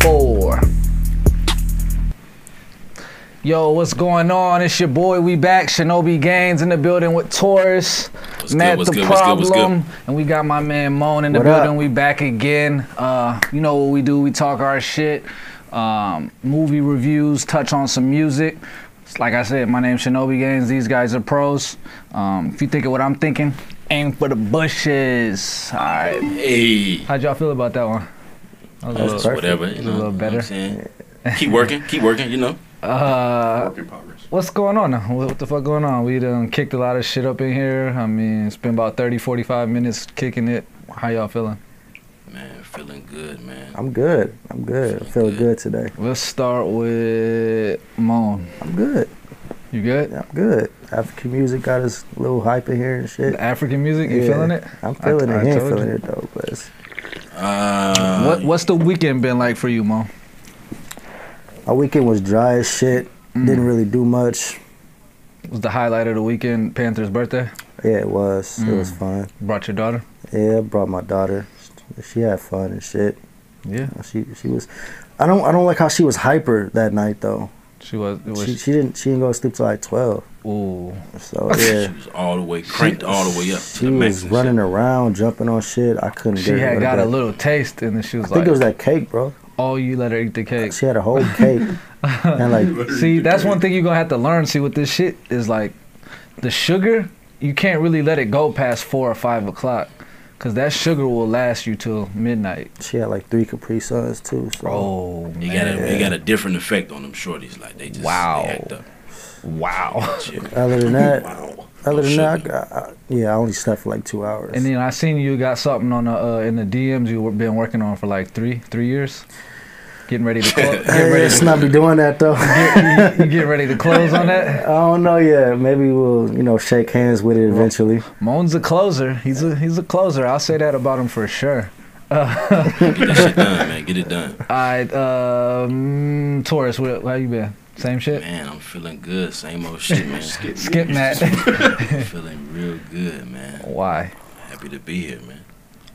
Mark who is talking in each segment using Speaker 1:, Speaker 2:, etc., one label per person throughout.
Speaker 1: four. Yo, what's going on? It's your boy. We back. Shinobi Gaines in the building with Taurus.
Speaker 2: What's
Speaker 1: Matt
Speaker 2: good? What's
Speaker 1: the
Speaker 2: good? What's good?
Speaker 1: problem.
Speaker 2: What's
Speaker 1: And we got my man Moan in the
Speaker 3: What up?
Speaker 1: building. We back again. Uh, you know what we do? We talk our shit. Um, movie reviews. Touch on some music. It's Like I said, my name's Shinobi Gaines. These guys are pros. Um, if you think of what I'm thinking, aim for the bushes. All right.
Speaker 2: Hey,
Speaker 1: How'd y'all feel about that one? That was a
Speaker 2: It's
Speaker 1: little-
Speaker 2: whatever. You know,
Speaker 1: little
Speaker 2: you know what
Speaker 1: better.
Speaker 2: I'm saying? keep working, keep working. You know.
Speaker 1: Uh,
Speaker 4: Work in progress.
Speaker 1: What's going on? now? What what the fuck going on? We done kicked a lot of shit up in here. I mean, it's been about 30, 45 minutes kicking it. How y'all feeling?
Speaker 2: Man, feeling good, man.
Speaker 3: I'm good. I'm good. I feel good today.
Speaker 1: Let's start with Moan.
Speaker 3: I'm good.
Speaker 1: You good?
Speaker 3: I'm good. African music got us a little hype in here and shit.
Speaker 1: The African music, you
Speaker 3: Yeah.
Speaker 1: feeling it?
Speaker 3: I'm feeling
Speaker 1: I- I
Speaker 3: it. He ain't
Speaker 1: told
Speaker 3: feeling
Speaker 1: you.
Speaker 3: it though, but it's-
Speaker 2: Uh,
Speaker 1: what What's the weekend been like for you, Moan?
Speaker 3: my weekend was dry as shit.
Speaker 1: Mm.
Speaker 3: Didn't really do much.
Speaker 1: Was the highlight of the weekend Panther's birthday?
Speaker 3: Yeah, it was.
Speaker 1: Mm.
Speaker 3: It was fun.
Speaker 1: Brought your daughter?
Speaker 3: Yeah, I brought my daughter. She had fun and shit.
Speaker 1: Yeah,
Speaker 3: She she was. I don't I don't like how she was hyper that night though.
Speaker 1: she was. It was
Speaker 3: She she didn't she didn't go to sleep till like twelve.
Speaker 1: ooh,
Speaker 3: So yeah.
Speaker 2: She was all the way cranked, all the way up. to
Speaker 3: She
Speaker 2: the max
Speaker 3: was
Speaker 2: and
Speaker 3: running around, jumping on shit. I couldn't
Speaker 1: she
Speaker 3: get her
Speaker 1: had
Speaker 3: to
Speaker 1: got a
Speaker 3: bed.
Speaker 1: little taste, and then she was
Speaker 3: I think
Speaker 1: like,
Speaker 3: it was that cake, bro.
Speaker 1: "Oh, you let her eat the cake."
Speaker 3: She had a whole cake. and like,
Speaker 1: See, that's one thing you're gonna have to learn. See, with this shit is like, the sugar you can't really let it go past four or five o'clock, cause that sugar will last you till midnight.
Speaker 3: she had like three Capri Suns too. So
Speaker 1: Oh,
Speaker 2: shit. It
Speaker 1: man.
Speaker 2: got a, it got a different effect on them shorties. Like they just
Speaker 1: Wow.
Speaker 2: They act up.
Speaker 1: wow.
Speaker 2: Shit.
Speaker 3: other than that,
Speaker 2: wow.
Speaker 3: other than that, I,
Speaker 2: Sugar.
Speaker 3: got- I- yeah, I only slept for like two hours.
Speaker 1: Oh, And then I seen you got something on the uh, in the DMs you were been working on for like three three years. Getting ready to close.
Speaker 3: hey, let's not be doing that though. I
Speaker 1: you getting ready to close on that?
Speaker 3: don't know yet. Maybe we'll you know shake hands with it eventually.
Speaker 1: Moan's a closer. He's a he's a closer. I'll say that about him for sure.
Speaker 2: Get that shit done, man. Get it done.
Speaker 1: All right, um, Taurus, wh- how you been? Same shit.
Speaker 2: Man, I'm feeling good. Same old shit, man.
Speaker 1: Skip that.
Speaker 2: I'm feeling real good, man.
Speaker 1: Why?
Speaker 2: Happy to be here, man.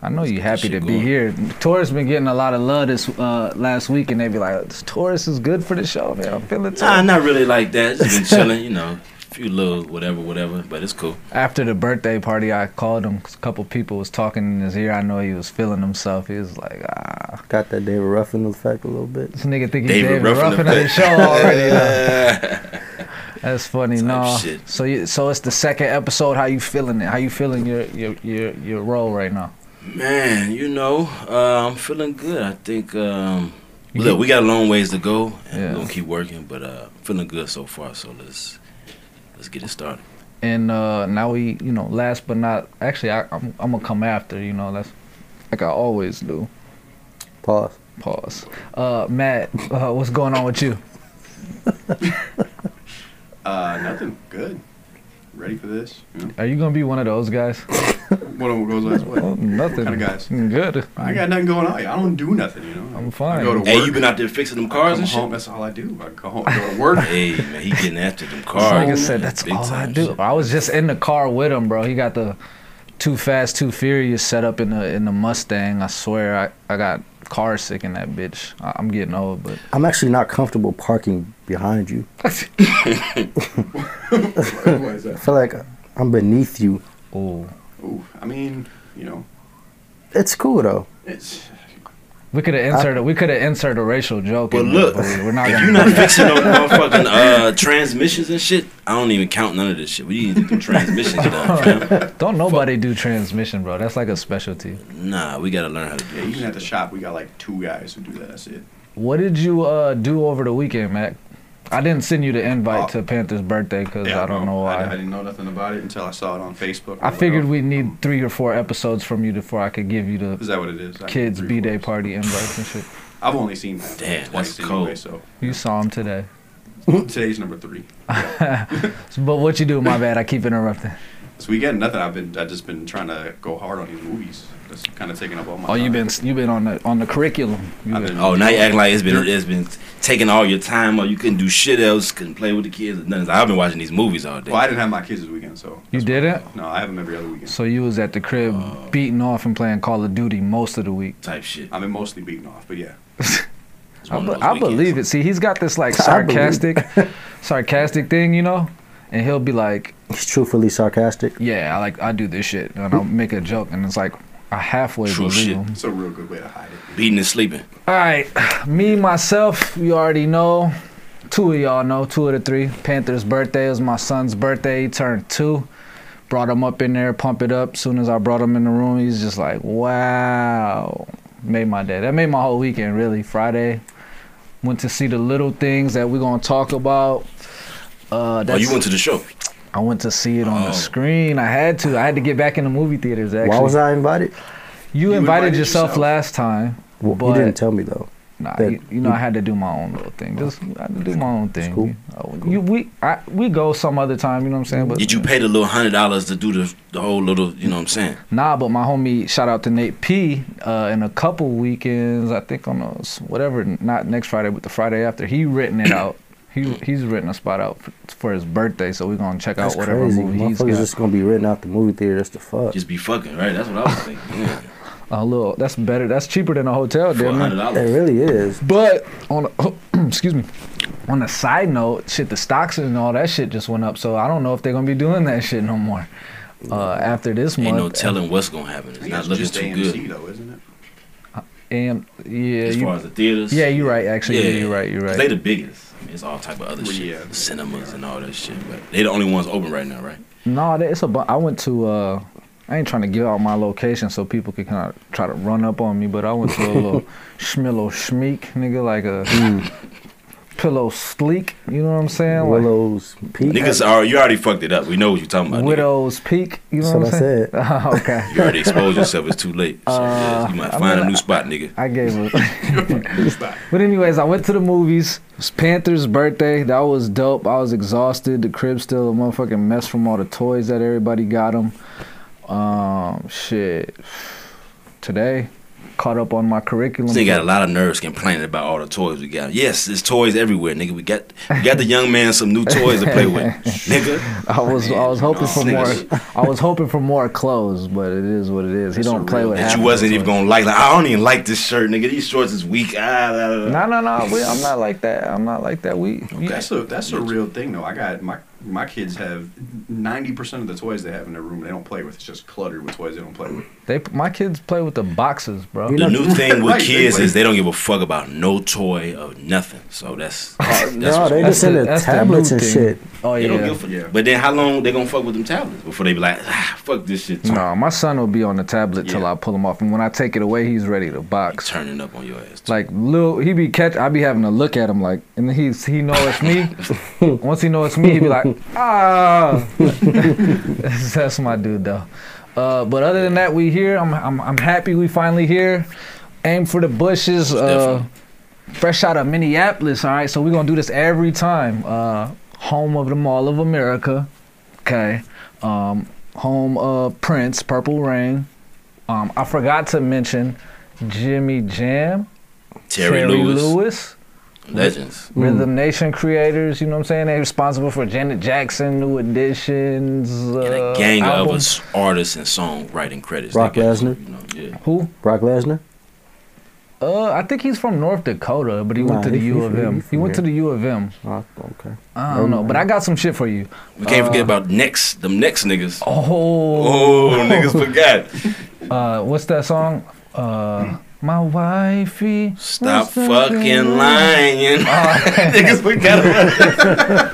Speaker 1: I know you
Speaker 2: Let's
Speaker 1: happy
Speaker 2: get
Speaker 1: to
Speaker 2: this
Speaker 1: be
Speaker 2: shit
Speaker 1: here. Taurus been getting a lot of love this uh, last week, and they be like, "Taurus is good for the show, man. I'm feeling
Speaker 2: Nah,
Speaker 1: Taurus."
Speaker 2: not really like that. Just been chilling, you know. A few little whatever, whatever, but it's cool.
Speaker 1: After the birthday party, I called him. 'cause A couple people was talking in his ear. I know he was feeling himself. He was like, "Ah,
Speaker 3: Got that David Ruffin effect a little bit.
Speaker 1: this nigga think he's David
Speaker 2: David Ruffin
Speaker 1: Ruffin of the show already." though. That's funny,
Speaker 2: Type
Speaker 1: no.
Speaker 2: shit.
Speaker 1: So, you, so it's the second episode. How you feeling it? How you feeling your your your, your role right now?
Speaker 2: Man, you know, uh, I'm feeling good. I think um,
Speaker 1: You
Speaker 2: look,
Speaker 1: get-
Speaker 2: we got a long ways to go, and
Speaker 1: Yeah.
Speaker 2: we're gonna keep working. But uh, I'm feeling good so far. So let's let's get it started.
Speaker 1: and uh now we you know last but not actually I, I'm, I'm gonna come after you know that's like i always do
Speaker 3: Pause.
Speaker 1: pause uh matt uh, what's going on with you
Speaker 4: Uh, nothing good. Ready for this? You know?
Speaker 1: are you gonna be one of those guys
Speaker 4: What all goes last
Speaker 1: oh,
Speaker 4: way?
Speaker 1: nothing
Speaker 4: What kinda guys?
Speaker 1: good
Speaker 4: I got nothing going on. I don't do nothing. You know.
Speaker 1: I'm fine.
Speaker 4: I go to work.
Speaker 2: Hey, you been out there fixing them cars
Speaker 4: come
Speaker 2: and
Speaker 4: home.
Speaker 2: shit?
Speaker 4: That's all I do. I go home. I go to work.
Speaker 2: Hey, man, he getting after them
Speaker 1: This
Speaker 2: cars.
Speaker 1: nigga said
Speaker 2: man,
Speaker 1: that's
Speaker 2: big
Speaker 1: all i
Speaker 2: time
Speaker 1: do
Speaker 2: shit.
Speaker 1: i was just in the car with him bro he got the too fast too furious set up in the in the mustang i swear i i got car sick in that bitch I, i'm getting old but
Speaker 3: I'm actually not comfortable parking behind you.
Speaker 4: Why is
Speaker 3: I
Speaker 4: that?
Speaker 3: feel like I'm beneath you.
Speaker 1: oh
Speaker 4: Ooh, I mean, you know,
Speaker 3: It's cool though.
Speaker 4: it's
Speaker 1: we could have inserted we could have inserted a racial joke
Speaker 2: But
Speaker 1: in there,
Speaker 2: look,
Speaker 1: but we- we're not
Speaker 2: if
Speaker 1: gonna
Speaker 2: you
Speaker 1: do
Speaker 2: not fixing no motherfucking uh, transmissions and shit, I don't even count none of this shit. We need to get them transmissions done. fam.
Speaker 1: Don't nobody do transmission, bro. That's like a specialty.
Speaker 2: Nah, we gotta learn how to do
Speaker 4: yeah.
Speaker 2: it.
Speaker 4: Even at the shop, we got like two guys who do that. That's it.
Speaker 1: What did you uh, do over the weekend, Mac? I didn't send you the invite
Speaker 4: Oh.
Speaker 1: to Panther's birthday because I don't know
Speaker 4: I,
Speaker 1: why.
Speaker 4: I
Speaker 1: I,
Speaker 4: didn't know nothing about it until I saw it on Facebook. was like,
Speaker 1: figured
Speaker 4: oh,
Speaker 1: we need three or four episodes from you before I could give you
Speaker 4: Is
Speaker 1: the
Speaker 4: that what it is? I
Speaker 1: kids'
Speaker 4: three
Speaker 1: b day
Speaker 4: quarters.
Speaker 1: party invites and shit.
Speaker 4: I've only seen that
Speaker 2: Damn,
Speaker 4: twice
Speaker 2: that's
Speaker 4: anyway.
Speaker 2: cold.
Speaker 4: So
Speaker 1: You saw him today.
Speaker 4: today's number three.
Speaker 1: But what you do? My bad. I keep interrupting.
Speaker 4: This weekend, nothing. I've been. I've just been trying to go hard on these movies. That's kind of taking up all my.
Speaker 1: Oh, you
Speaker 4: time.
Speaker 1: been you been on the on the curriculum. You
Speaker 4: I've
Speaker 1: been-
Speaker 4: been-
Speaker 2: Oh, now you act like it's been it's been taking all your time, or you couldn't do shit else, couldn't play with the kids, or nothing. I've been watching these movies all day.
Speaker 4: Well, I didn't have my kids this weekend, so
Speaker 1: you didn't.
Speaker 4: no, I have them every other weekend.
Speaker 1: So you was at the crib beating off and playing Call of Duty most of the week.
Speaker 2: Type shit.
Speaker 4: I've been mostly beaten off, but yeah.
Speaker 2: It's
Speaker 1: I,
Speaker 2: one
Speaker 1: be-
Speaker 2: of those
Speaker 1: I
Speaker 2: weekends.
Speaker 1: believe it. See, he's got this like
Speaker 3: I believe
Speaker 1: sarcastic, sarcastic thing, you know, and he'll be like,
Speaker 3: He's truthfully sarcastic.
Speaker 1: "Yeah, I like I do this shit," and I'll make a joke, and it's like I halfway
Speaker 2: True
Speaker 1: believe
Speaker 2: shit.
Speaker 1: him.
Speaker 4: It's a real good way to hide it.
Speaker 2: Beating and sleeping.
Speaker 1: All right, me myself, you already know. Two of y'all know, two of the three. Panther's birthday was my son's birthday. He turned two. Brought him up in there, pump it up. Soon as I brought him in the room, he's just like, "Wow!" Made my day. That made my whole weekend really. Friday, went to see the little things that we're gonna talk about. Uh,
Speaker 2: Oh,
Speaker 1: that's,
Speaker 2: you went to the show.
Speaker 1: I went to see it on
Speaker 2: Oh.
Speaker 1: the screen. I had to. I had to get back in the movie theaters. Actually,
Speaker 3: Why was I invited?
Speaker 1: you,
Speaker 4: You
Speaker 1: invited,
Speaker 4: invited
Speaker 1: yourself,
Speaker 4: yourself.
Speaker 1: last time.
Speaker 3: Well,
Speaker 1: But-
Speaker 3: you didn't tell me though.
Speaker 1: Nah,
Speaker 3: that
Speaker 1: you, you know, I had to do my own little thing. Just I had to do my own thing.
Speaker 3: cool.
Speaker 1: Uh, You, we I, we go some other time. You know what I'm saying? But
Speaker 2: Did you pay the little hundred dollars to do the the whole little? You know what I'm saying?
Speaker 1: Nah, but my homie, shout out to Nate P. Uh, in a couple weekends, I think on a s whatever, not next Friday, but the Friday after, he written it out. He he's written a spot out for, for his birthday, so we're gonna check
Speaker 3: That's
Speaker 1: out whatever
Speaker 3: crazy.
Speaker 1: movie he's got.
Speaker 3: Motherfuckers just gonna be renting out the movie theater. That's the fuck.
Speaker 2: Just be fucking right. That's what I was thinking. Yeah.
Speaker 1: A little. That's better. That's cheaper than a hotel,
Speaker 2: For
Speaker 1: damn near.
Speaker 2: hundred
Speaker 3: It
Speaker 2: dollars.
Speaker 3: really is.
Speaker 1: But on a, excuse me, on a side note, shit, the stocks and all that shit just went up. So I don't know if they're gonna be doing that shit no more uh, after this
Speaker 2: Ain't no
Speaker 1: month.
Speaker 2: telling what's gonna happen. It's
Speaker 4: I
Speaker 2: not
Speaker 4: guess
Speaker 2: looking
Speaker 4: just
Speaker 2: too
Speaker 4: AMC
Speaker 2: good.
Speaker 4: though, isn't it?
Speaker 1: And yeah,
Speaker 2: As far
Speaker 1: you,
Speaker 2: as the theaters.
Speaker 1: yeah, you're right. Actually, yeah.
Speaker 2: Yeah.
Speaker 1: you're right. You're
Speaker 2: 'Cause They
Speaker 1: right.
Speaker 2: the biggest. I mean, it's all type of other
Speaker 4: Well,
Speaker 2: shit,
Speaker 4: yeah.
Speaker 2: cinemas and all that shit. But they the only ones open right now, right?
Speaker 1: No, that- it's a. bu- I went to. Uh, I ain't trying to give out my location so people could kind of try to run up on me, but I went to a little schmillo schmeek nigga, like a
Speaker 2: Hmm.
Speaker 1: pillow sleek. You know what I'm saying? Like-
Speaker 3: Willow's Peak.
Speaker 2: Niggas, are, you already fucked it up. We know what you're talking about. nigga.
Speaker 1: Widow's Peak. You know
Speaker 3: That's
Speaker 1: what I'm
Speaker 3: what
Speaker 1: saying?
Speaker 3: I
Speaker 1: okay.
Speaker 2: You already exposed yourself. It's too late. So, yeah, you might
Speaker 1: Uh, I
Speaker 2: find
Speaker 1: mean,
Speaker 2: a new spot, nigga.
Speaker 1: I gave up.
Speaker 4: Who's back?
Speaker 1: but anyways, I went to the movies. It was Panther's birthday. That was dope. I was exhausted. The crib's still a motherfucking mess from all the toys that everybody got them. Um, shit. Today, caught up on my curriculum.
Speaker 2: This nigga got a lot of nerves complaining about all the toys we got. Yes, there's toys everywhere, nigga. We got we got the young man some new toys to play with, nigga.
Speaker 1: I was I was hoping for
Speaker 2: Man,
Speaker 1: more.
Speaker 2: niggas.
Speaker 1: I was hoping for more clothes, but it is what it is. He
Speaker 4: That's
Speaker 1: don't
Speaker 4: a
Speaker 1: play
Speaker 4: real-
Speaker 1: with.
Speaker 2: That
Speaker 1: half
Speaker 2: you
Speaker 1: of
Speaker 2: wasn't
Speaker 1: the
Speaker 2: even
Speaker 1: toys.
Speaker 2: gonna like. Like I don't even like this shirt, nigga. These shorts is weak. Ah, blah, blah, blah.
Speaker 1: No, no, no. We, I'm not like that. I'm not like that. We. we-
Speaker 4: That's a that's a real thing though. I got my my kids have ninety percent of the toys they have in their room they don't play with. It's just cluttered with toys they don't play with.
Speaker 1: They. My kids play with the boxes, bro.
Speaker 3: You
Speaker 2: The
Speaker 3: know-
Speaker 2: new thing with
Speaker 4: Right,
Speaker 2: kids
Speaker 4: they-
Speaker 2: is they don't give a fuck about no toy or nothing. So that's, that's
Speaker 3: no, they
Speaker 1: That's
Speaker 3: just in
Speaker 1: the-
Speaker 3: their
Speaker 1: that's the new
Speaker 3: tablets and
Speaker 1: thing.
Speaker 3: shit.
Speaker 1: Oh
Speaker 2: They
Speaker 1: yeah.
Speaker 2: don't give a
Speaker 4: Yeah.
Speaker 2: fuck. But then how long they gonna fuck with them tablets before they be like, ah, fuck this shit. too."
Speaker 1: No, my son will be on the tablet till
Speaker 2: Yeah.
Speaker 1: I pull him off, and when I take it away, he's ready to box.
Speaker 2: Turning up on your ass. too.
Speaker 1: Like little, he be catch. I be having to look at him like, and then he's he know it's me. Once he know it's me, he be like, ah. That's my dude though. Uh, but other than that, we here. I'm I'm I'm happy we finally here. Aim for the bushes. Uh,
Speaker 2: Definitely.
Speaker 1: fresh out of Minneapolis. All right, so we're gonna do this every time. Uh, home of the Mall of America. Okay. Um, home of Prince, Purple Rain. Um, I forgot to mention Jimmy Jam,
Speaker 2: Terry, Lewis, Hmm. legends.
Speaker 1: Rhythm Nation creators. You know what I'm saying? They're responsible for Janet Jackson, New Editions,
Speaker 2: and
Speaker 1: uh,
Speaker 2: a gang of
Speaker 1: album.
Speaker 2: us artists and songwriting credits.
Speaker 3: Brock
Speaker 2: They got,
Speaker 3: Lesnar.
Speaker 2: you know, yeah.
Speaker 1: Who?
Speaker 3: Brock Lesnar.
Speaker 1: Uh, I think he's from North Dakota, but he
Speaker 3: Nah,
Speaker 1: went to the
Speaker 3: he-
Speaker 1: U
Speaker 3: he
Speaker 1: of
Speaker 3: from- he
Speaker 1: M. He
Speaker 3: from
Speaker 1: went to
Speaker 3: here.
Speaker 1: the U of M.
Speaker 3: Oh, okay.
Speaker 1: I don't know, but I got some shit for you.
Speaker 2: We can't forget about next them next niggas.
Speaker 1: Uh. Oh,
Speaker 2: Oh, niggas forgot.
Speaker 1: Uh, what's that song? Uh, my wifey.
Speaker 2: Stop
Speaker 1: was
Speaker 2: fucking
Speaker 1: looking-
Speaker 2: lying.
Speaker 1: Uh,
Speaker 2: niggas forgot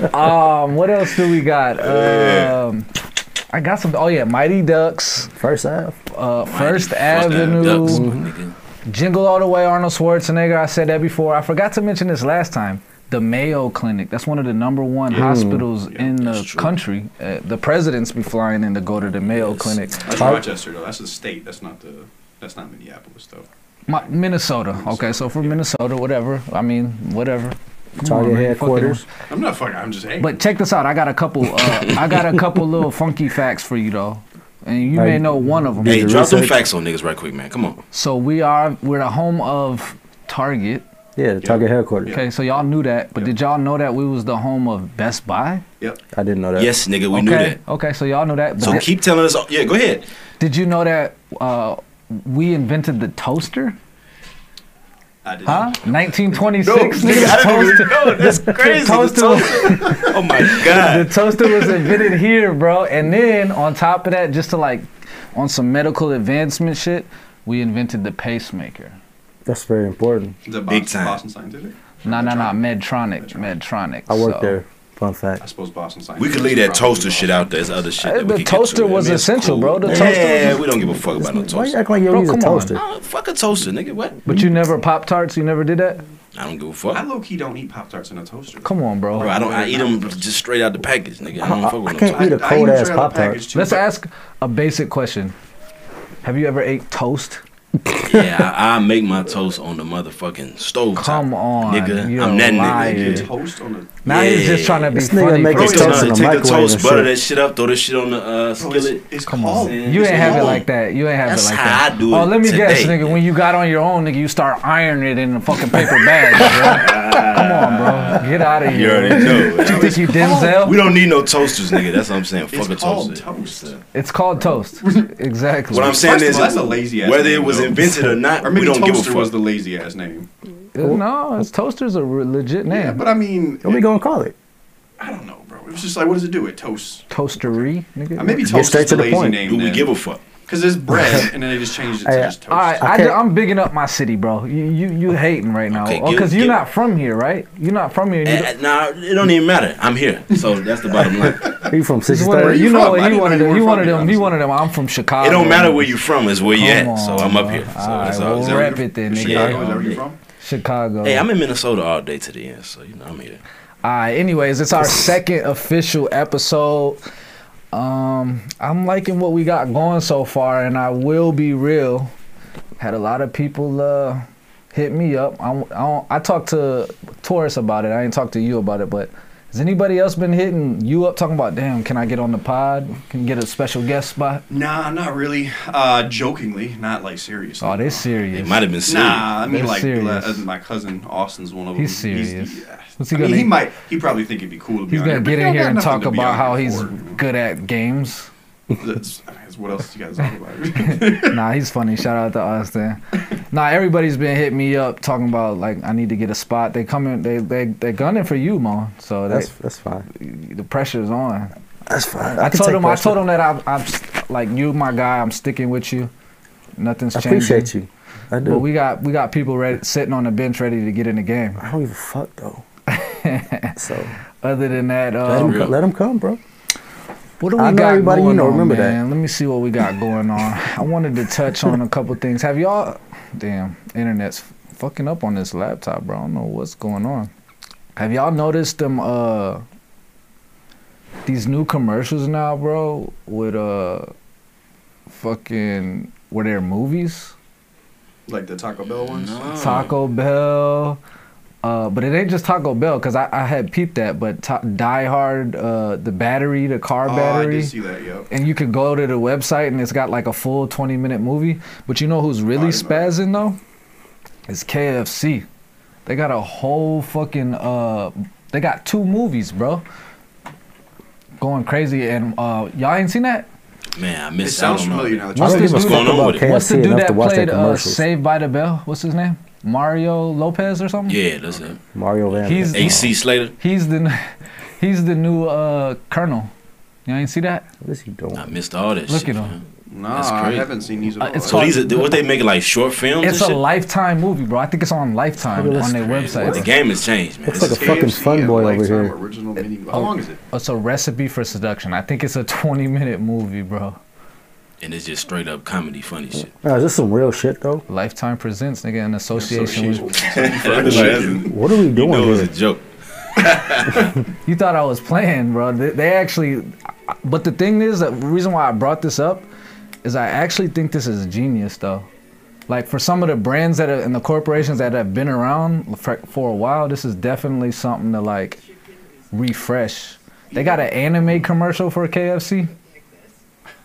Speaker 2: about
Speaker 1: Um, what else do we got?
Speaker 2: Yeah.
Speaker 1: Um, I got some. Oh yeah, Mighty Ducks,
Speaker 3: First half.
Speaker 1: uh, First
Speaker 2: Ave- Ducks,
Speaker 1: Avenue,
Speaker 2: nigga.
Speaker 1: Jingle All the Way, Arnold Schwarzenegger. I said that before. I forgot to mention this last time. The Mayo Clinic. That's one of the number one hospitals
Speaker 4: Yeah,
Speaker 1: in the
Speaker 2: that's true.
Speaker 1: country. Uh, the presidents be flying in to go to the Mayo
Speaker 2: Yes.
Speaker 1: Clinic.
Speaker 4: That's
Speaker 3: Huh?
Speaker 4: Rochester though. That's the state. That's not the that's not Minneapolis though.
Speaker 1: My, Minnesota. Okay, so from Minnesota, whatever. I mean, whatever. Come on,
Speaker 3: Target
Speaker 1: man, fuck it.
Speaker 3: headquarters.
Speaker 4: I'm not fucking. I'm just angry.
Speaker 1: But check this out. I got a couple. Uh, I got a couple little funky facts for you though, and you may
Speaker 3: Like-
Speaker 1: know one of them.
Speaker 2: Hey,
Speaker 3: the
Speaker 2: drop some
Speaker 3: research.
Speaker 2: facts on niggas right quick, man. Come on.
Speaker 1: So we are we're the home of Target.
Speaker 3: Yeah, the Target headquarters.
Speaker 1: Okay, so y'all knew that, but
Speaker 4: Yeah.
Speaker 1: did y'all know that we was the home of Best Buy?
Speaker 4: yep.
Speaker 3: I didn't know that.
Speaker 2: Yes, nigga, we
Speaker 1: okay.
Speaker 2: knew that.
Speaker 1: Okay, so y'all know that. But
Speaker 2: So
Speaker 1: did,
Speaker 2: keep telling us. Yeah, go ahead.
Speaker 1: did you know that uh, we invented the toaster?
Speaker 4: I did.
Speaker 1: Huh?
Speaker 4: not-
Speaker 1: 1926.
Speaker 2: No,
Speaker 1: nigga,
Speaker 2: I didn't even
Speaker 1: toaster-
Speaker 2: know. That's crazy. The
Speaker 1: toaster
Speaker 2: toaster. Oh my
Speaker 1: the
Speaker 2: god.
Speaker 1: toaster was invented here, bro. And then on top of that, just to like on some medical advancement shit, we invented the pacemaker.
Speaker 3: That's very important.
Speaker 4: Is that
Speaker 2: Big
Speaker 4: Boston,
Speaker 2: time.
Speaker 4: Boston Scientific?
Speaker 1: No, no, no,
Speaker 4: Medtronic?
Speaker 1: Medtronic, Medtronic.
Speaker 3: I worked
Speaker 1: so-
Speaker 3: there. Fun
Speaker 4: I
Speaker 3: fact.
Speaker 4: suppose Boston Scientific.
Speaker 2: We could leave that toaster shit out there. There's other shit.
Speaker 1: Hey,
Speaker 2: That we
Speaker 1: the
Speaker 2: could get
Speaker 1: toaster
Speaker 2: to.
Speaker 1: was
Speaker 2: I mean, it's
Speaker 1: essential,
Speaker 2: cool.
Speaker 1: bro. The
Speaker 2: yeah,
Speaker 1: toaster was-
Speaker 2: we don't give a fuck about no
Speaker 3: Why you
Speaker 2: toaster.
Speaker 3: act like yo,
Speaker 1: Bro,
Speaker 3: he's a
Speaker 1: come on.
Speaker 3: toaster?
Speaker 2: Oh, fuck a toaster, nigga. What?
Speaker 1: But you never pop tarts. You never did that.
Speaker 2: I don't give a
Speaker 4: I
Speaker 2: fuck.
Speaker 4: low key don't eat Pop Tarts in a toaster.
Speaker 1: Come on, bro.
Speaker 2: Bro, I don't. I eat them just straight out the package, nigga. I don't
Speaker 1: Uh,
Speaker 2: fuck
Speaker 3: I
Speaker 2: with no
Speaker 3: can't
Speaker 2: toaster.
Speaker 3: eat a
Speaker 4: I
Speaker 3: cold
Speaker 4: them
Speaker 3: ass
Speaker 4: straight out of
Speaker 3: Pop
Speaker 4: the
Speaker 3: Tart.
Speaker 4: package, too,
Speaker 1: Let's
Speaker 4: but
Speaker 1: ask a basic question. Have you ever ate toast?
Speaker 2: Yeah, I, I make my toast on the motherfucking stove. top,
Speaker 1: Come on,
Speaker 2: nigga.
Speaker 1: you're
Speaker 2: I'm that
Speaker 1: lying.
Speaker 2: nigga.
Speaker 4: you
Speaker 2: nigga.
Speaker 4: Toast on a
Speaker 1: Now he's
Speaker 2: Yeah.
Speaker 1: just trying to be
Speaker 3: This nigga
Speaker 1: funny.
Speaker 3: make
Speaker 1: bro.
Speaker 2: Bro,
Speaker 3: It's
Speaker 2: you know,
Speaker 3: toast in the
Speaker 2: take the
Speaker 3: microwave
Speaker 2: toast,
Speaker 3: and
Speaker 2: butter
Speaker 3: shit.
Speaker 2: that shit up, throw that shit on the uh,
Speaker 4: Bro, it's,
Speaker 2: skillet.
Speaker 4: it's
Speaker 1: Come
Speaker 4: called.
Speaker 1: on,
Speaker 2: man.
Speaker 1: you ain't have it
Speaker 2: Come
Speaker 1: like that. You ain't have
Speaker 2: That's
Speaker 1: it like
Speaker 2: how
Speaker 1: that.
Speaker 2: I do
Speaker 1: oh,
Speaker 2: it
Speaker 1: let me guess,
Speaker 2: today.
Speaker 1: nigga. When you got on your own, nigga, you start ironing it in a fucking paper bag. Bro. Come on, bro. Get out of
Speaker 2: You
Speaker 1: here.
Speaker 2: already
Speaker 1: You
Speaker 2: know.
Speaker 1: think you Denzel?
Speaker 2: We don't need no toasters, nigga. That's what I'm saying. Fuck
Speaker 4: It's
Speaker 2: a
Speaker 4: called
Speaker 2: toaster.
Speaker 4: toast.
Speaker 1: It's called toast. exactly.
Speaker 2: What I'm saying
Speaker 4: First of
Speaker 2: is,
Speaker 4: all, that's a lazy-ass
Speaker 2: whether it
Speaker 4: name,
Speaker 2: was
Speaker 4: though.
Speaker 2: invented or not,
Speaker 4: Or
Speaker 2: we
Speaker 4: maybe
Speaker 2: don't give a
Speaker 4: toaster
Speaker 2: fuck.
Speaker 4: was the lazy ass name.
Speaker 1: Uh, no, it's toaster's a re- legit name.
Speaker 4: Yeah, but I mean,
Speaker 3: What we gonna call it?
Speaker 4: I don't know, bro. It was just like, what does it do? It toasts.
Speaker 1: Toastery, nigga.
Speaker 4: Uh, maybe toast
Speaker 3: straight
Speaker 4: is the
Speaker 3: to the
Speaker 4: lazy
Speaker 3: point.
Speaker 4: name.
Speaker 2: do we give a fuck?
Speaker 4: Because it's bread, and then they just changed it to
Speaker 3: Hey,
Speaker 4: just toast.
Speaker 1: All right, I
Speaker 3: Okay.
Speaker 1: ju- I'm bigging up my city, bro. You you, you hating right now?
Speaker 2: Okay,
Speaker 1: Oh,
Speaker 2: give-
Speaker 1: cause you're
Speaker 2: give-
Speaker 1: not from here, right? You're not from here. and you
Speaker 2: Eh, eh, Nah, it don't even matter. I'm here, so that's the bottom line.
Speaker 3: You from
Speaker 1: He's one of,
Speaker 3: 63rd?
Speaker 1: you
Speaker 4: you
Speaker 1: know,
Speaker 4: from? I
Speaker 1: he
Speaker 4: didn't
Speaker 1: one of
Speaker 4: know
Speaker 1: them.
Speaker 4: you were
Speaker 1: He
Speaker 4: from
Speaker 1: one of
Speaker 4: here,
Speaker 1: them. He
Speaker 4: honestly.
Speaker 1: one of them. I'm from Chicago.
Speaker 2: It don't matter where you from, it's where you
Speaker 1: Oh, Come
Speaker 2: at. so
Speaker 1: on,
Speaker 2: I'm up
Speaker 1: bro.
Speaker 2: here. So
Speaker 1: All
Speaker 2: that's
Speaker 1: right,
Speaker 2: all.
Speaker 1: we'll
Speaker 2: Is that where
Speaker 1: rep
Speaker 2: you-
Speaker 1: it then, nigga.
Speaker 2: Yeah.
Speaker 4: Chicago, is that where you're from?
Speaker 1: Chicago.
Speaker 2: Hey, I'm in Minnesota all day to the end, so you know I'm here.
Speaker 1: All right. Anyways, it's our second official episode. Um, I'm liking what we got going so far, and I will be real. Had a lot of people uh, hit me up. I, I, don't- I talked to Taurus about it. I ain't talked to you about it, but has anybody else been hitting you up talking about? Damn, can I get on the pod? Can get a special guest spot?
Speaker 4: Nah, not really. Uh, jokingly, not like seriously.
Speaker 1: Oh, they
Speaker 2: It
Speaker 1: serious.
Speaker 2: might have been serious.
Speaker 4: Nah, I mean
Speaker 1: They're
Speaker 4: like
Speaker 1: serious.
Speaker 4: uh, my cousin Austin's one of them.
Speaker 1: He's serious.
Speaker 4: yeah.
Speaker 1: What's he
Speaker 4: I mean,
Speaker 1: gonna-
Speaker 4: he might. He probably think it'd be cool to be
Speaker 1: He's
Speaker 4: on
Speaker 1: gonna
Speaker 4: here, but
Speaker 1: get in
Speaker 4: he don't
Speaker 1: here
Speaker 4: got
Speaker 1: and
Speaker 4: nothing
Speaker 1: talk
Speaker 4: to be
Speaker 1: about
Speaker 4: on
Speaker 1: how
Speaker 4: here
Speaker 1: he's
Speaker 4: for.
Speaker 1: good at games.
Speaker 4: That's, I mean, that's what else you guys talk about?
Speaker 1: nah, he's funny. Shout out to Austin. Nah, everybody's been hitting me up talking about like I need to get a spot. They coming, they they they gunning for you, Mo. So
Speaker 3: That's
Speaker 1: that's
Speaker 3: that's fine.
Speaker 1: the pressure's on.
Speaker 3: That's fine.
Speaker 1: I,
Speaker 3: can
Speaker 1: told
Speaker 3: take
Speaker 1: him, I
Speaker 3: pressure.
Speaker 1: told him that I'm, I'm st- like you, my guy. I'm sticking with you. Nothing's
Speaker 3: I
Speaker 1: changing.
Speaker 3: appreciate you. I do.
Speaker 1: But we got we got people ready, sitting on the bench ready to get in the game.
Speaker 3: I don't give a fuck though. so
Speaker 1: Other than that,
Speaker 3: let
Speaker 1: uh,
Speaker 3: him,
Speaker 2: real.
Speaker 3: co- let him come, bro.
Speaker 1: What do we
Speaker 3: I know
Speaker 1: got
Speaker 3: everybody you
Speaker 1: going
Speaker 3: know,
Speaker 1: on,
Speaker 3: remember that.
Speaker 1: man? Let me see what we got going on. I wanted to touch on a couple things. Have y'all? Damn, internet's fucking up on this laptop, bro. I don't know what's going on. Have y'all noticed them? Uh, these new commercials now, bro, with uh, fucking were there movies?
Speaker 4: like the Taco Bell ones.
Speaker 1: Taco Bell. Uh, but it ain't just Taco Bell, cause I, I had peeped that. But ta- Die Hard, uh, the battery, the car
Speaker 4: Oh, I
Speaker 1: battery
Speaker 4: did see that. Yep.
Speaker 1: and you could go to the website and it's got like a full 20 minute movie. But you know who's really
Speaker 4: I didn't know that.
Speaker 1: spazzing though? It's KFC. They got a whole fucking uh they got two movies, bro. Going crazy and uh y'all ain't seen that?
Speaker 2: Man, I
Speaker 4: It
Speaker 2: missed out on
Speaker 4: sounds
Speaker 2: all
Speaker 4: familiar
Speaker 2: that.
Speaker 4: now. that
Speaker 1: What's
Speaker 4: you
Speaker 3: I don't
Speaker 1: this
Speaker 3: give a
Speaker 1: What's
Speaker 3: fuck
Speaker 2: going on
Speaker 3: about
Speaker 2: with it?
Speaker 3: KFC
Speaker 1: What's the dude
Speaker 3: enough
Speaker 1: that
Speaker 3: to watch
Speaker 1: played
Speaker 3: that
Speaker 1: uh,
Speaker 3: commercials.
Speaker 1: Saved by the Bell? What's his name? Mario Lopez or something?
Speaker 2: Yeah, that's it.
Speaker 3: Mario Van.
Speaker 1: He's-
Speaker 3: Peebles.
Speaker 2: AC Slater.
Speaker 1: He's the he's the new uh colonel. Y'all ain't see that?
Speaker 3: What is he doing?
Speaker 2: I missed all that
Speaker 1: Look
Speaker 2: shit.
Speaker 1: at him.
Speaker 2: man.
Speaker 4: No,
Speaker 2: That's
Speaker 4: I
Speaker 2: crazy.
Speaker 4: haven't seen these. At
Speaker 1: Uh,
Speaker 4: all.
Speaker 1: it's
Speaker 2: So
Speaker 1: called-
Speaker 2: these are what they make like short films.
Speaker 1: It's a
Speaker 2: and shit?
Speaker 1: lifetime movie, bro. I think it's on Lifetime
Speaker 3: Look at this
Speaker 1: on their
Speaker 2: Crazy.
Speaker 1: website.
Speaker 2: The game has changed, man.
Speaker 3: It's
Speaker 2: This
Speaker 3: like a fucking
Speaker 4: KFC
Speaker 3: fun
Speaker 4: and
Speaker 3: boy over
Speaker 4: Lifetime
Speaker 3: here.
Speaker 4: Original mini- How long is it?
Speaker 1: It's a Oh, recipe for seduction. I think it's a 20 minute movie, bro.
Speaker 2: is- and it's just straight up comedy, funny shit.
Speaker 3: Now, is this some real shit though?
Speaker 1: Lifetime presents, nigga, in association
Speaker 4: Association
Speaker 1: with.
Speaker 2: you
Speaker 3: What are we doing
Speaker 2: know
Speaker 3: here?
Speaker 2: it's a joke.
Speaker 1: You thought I was playing, bro. They, they actually. But the thing is, the reason why I brought this up is I actually think this is genius, though. Like for some of the brands that are, and the corporations that have been around for, for a while, this is definitely something to like refresh. They got an anime commercial for KFC.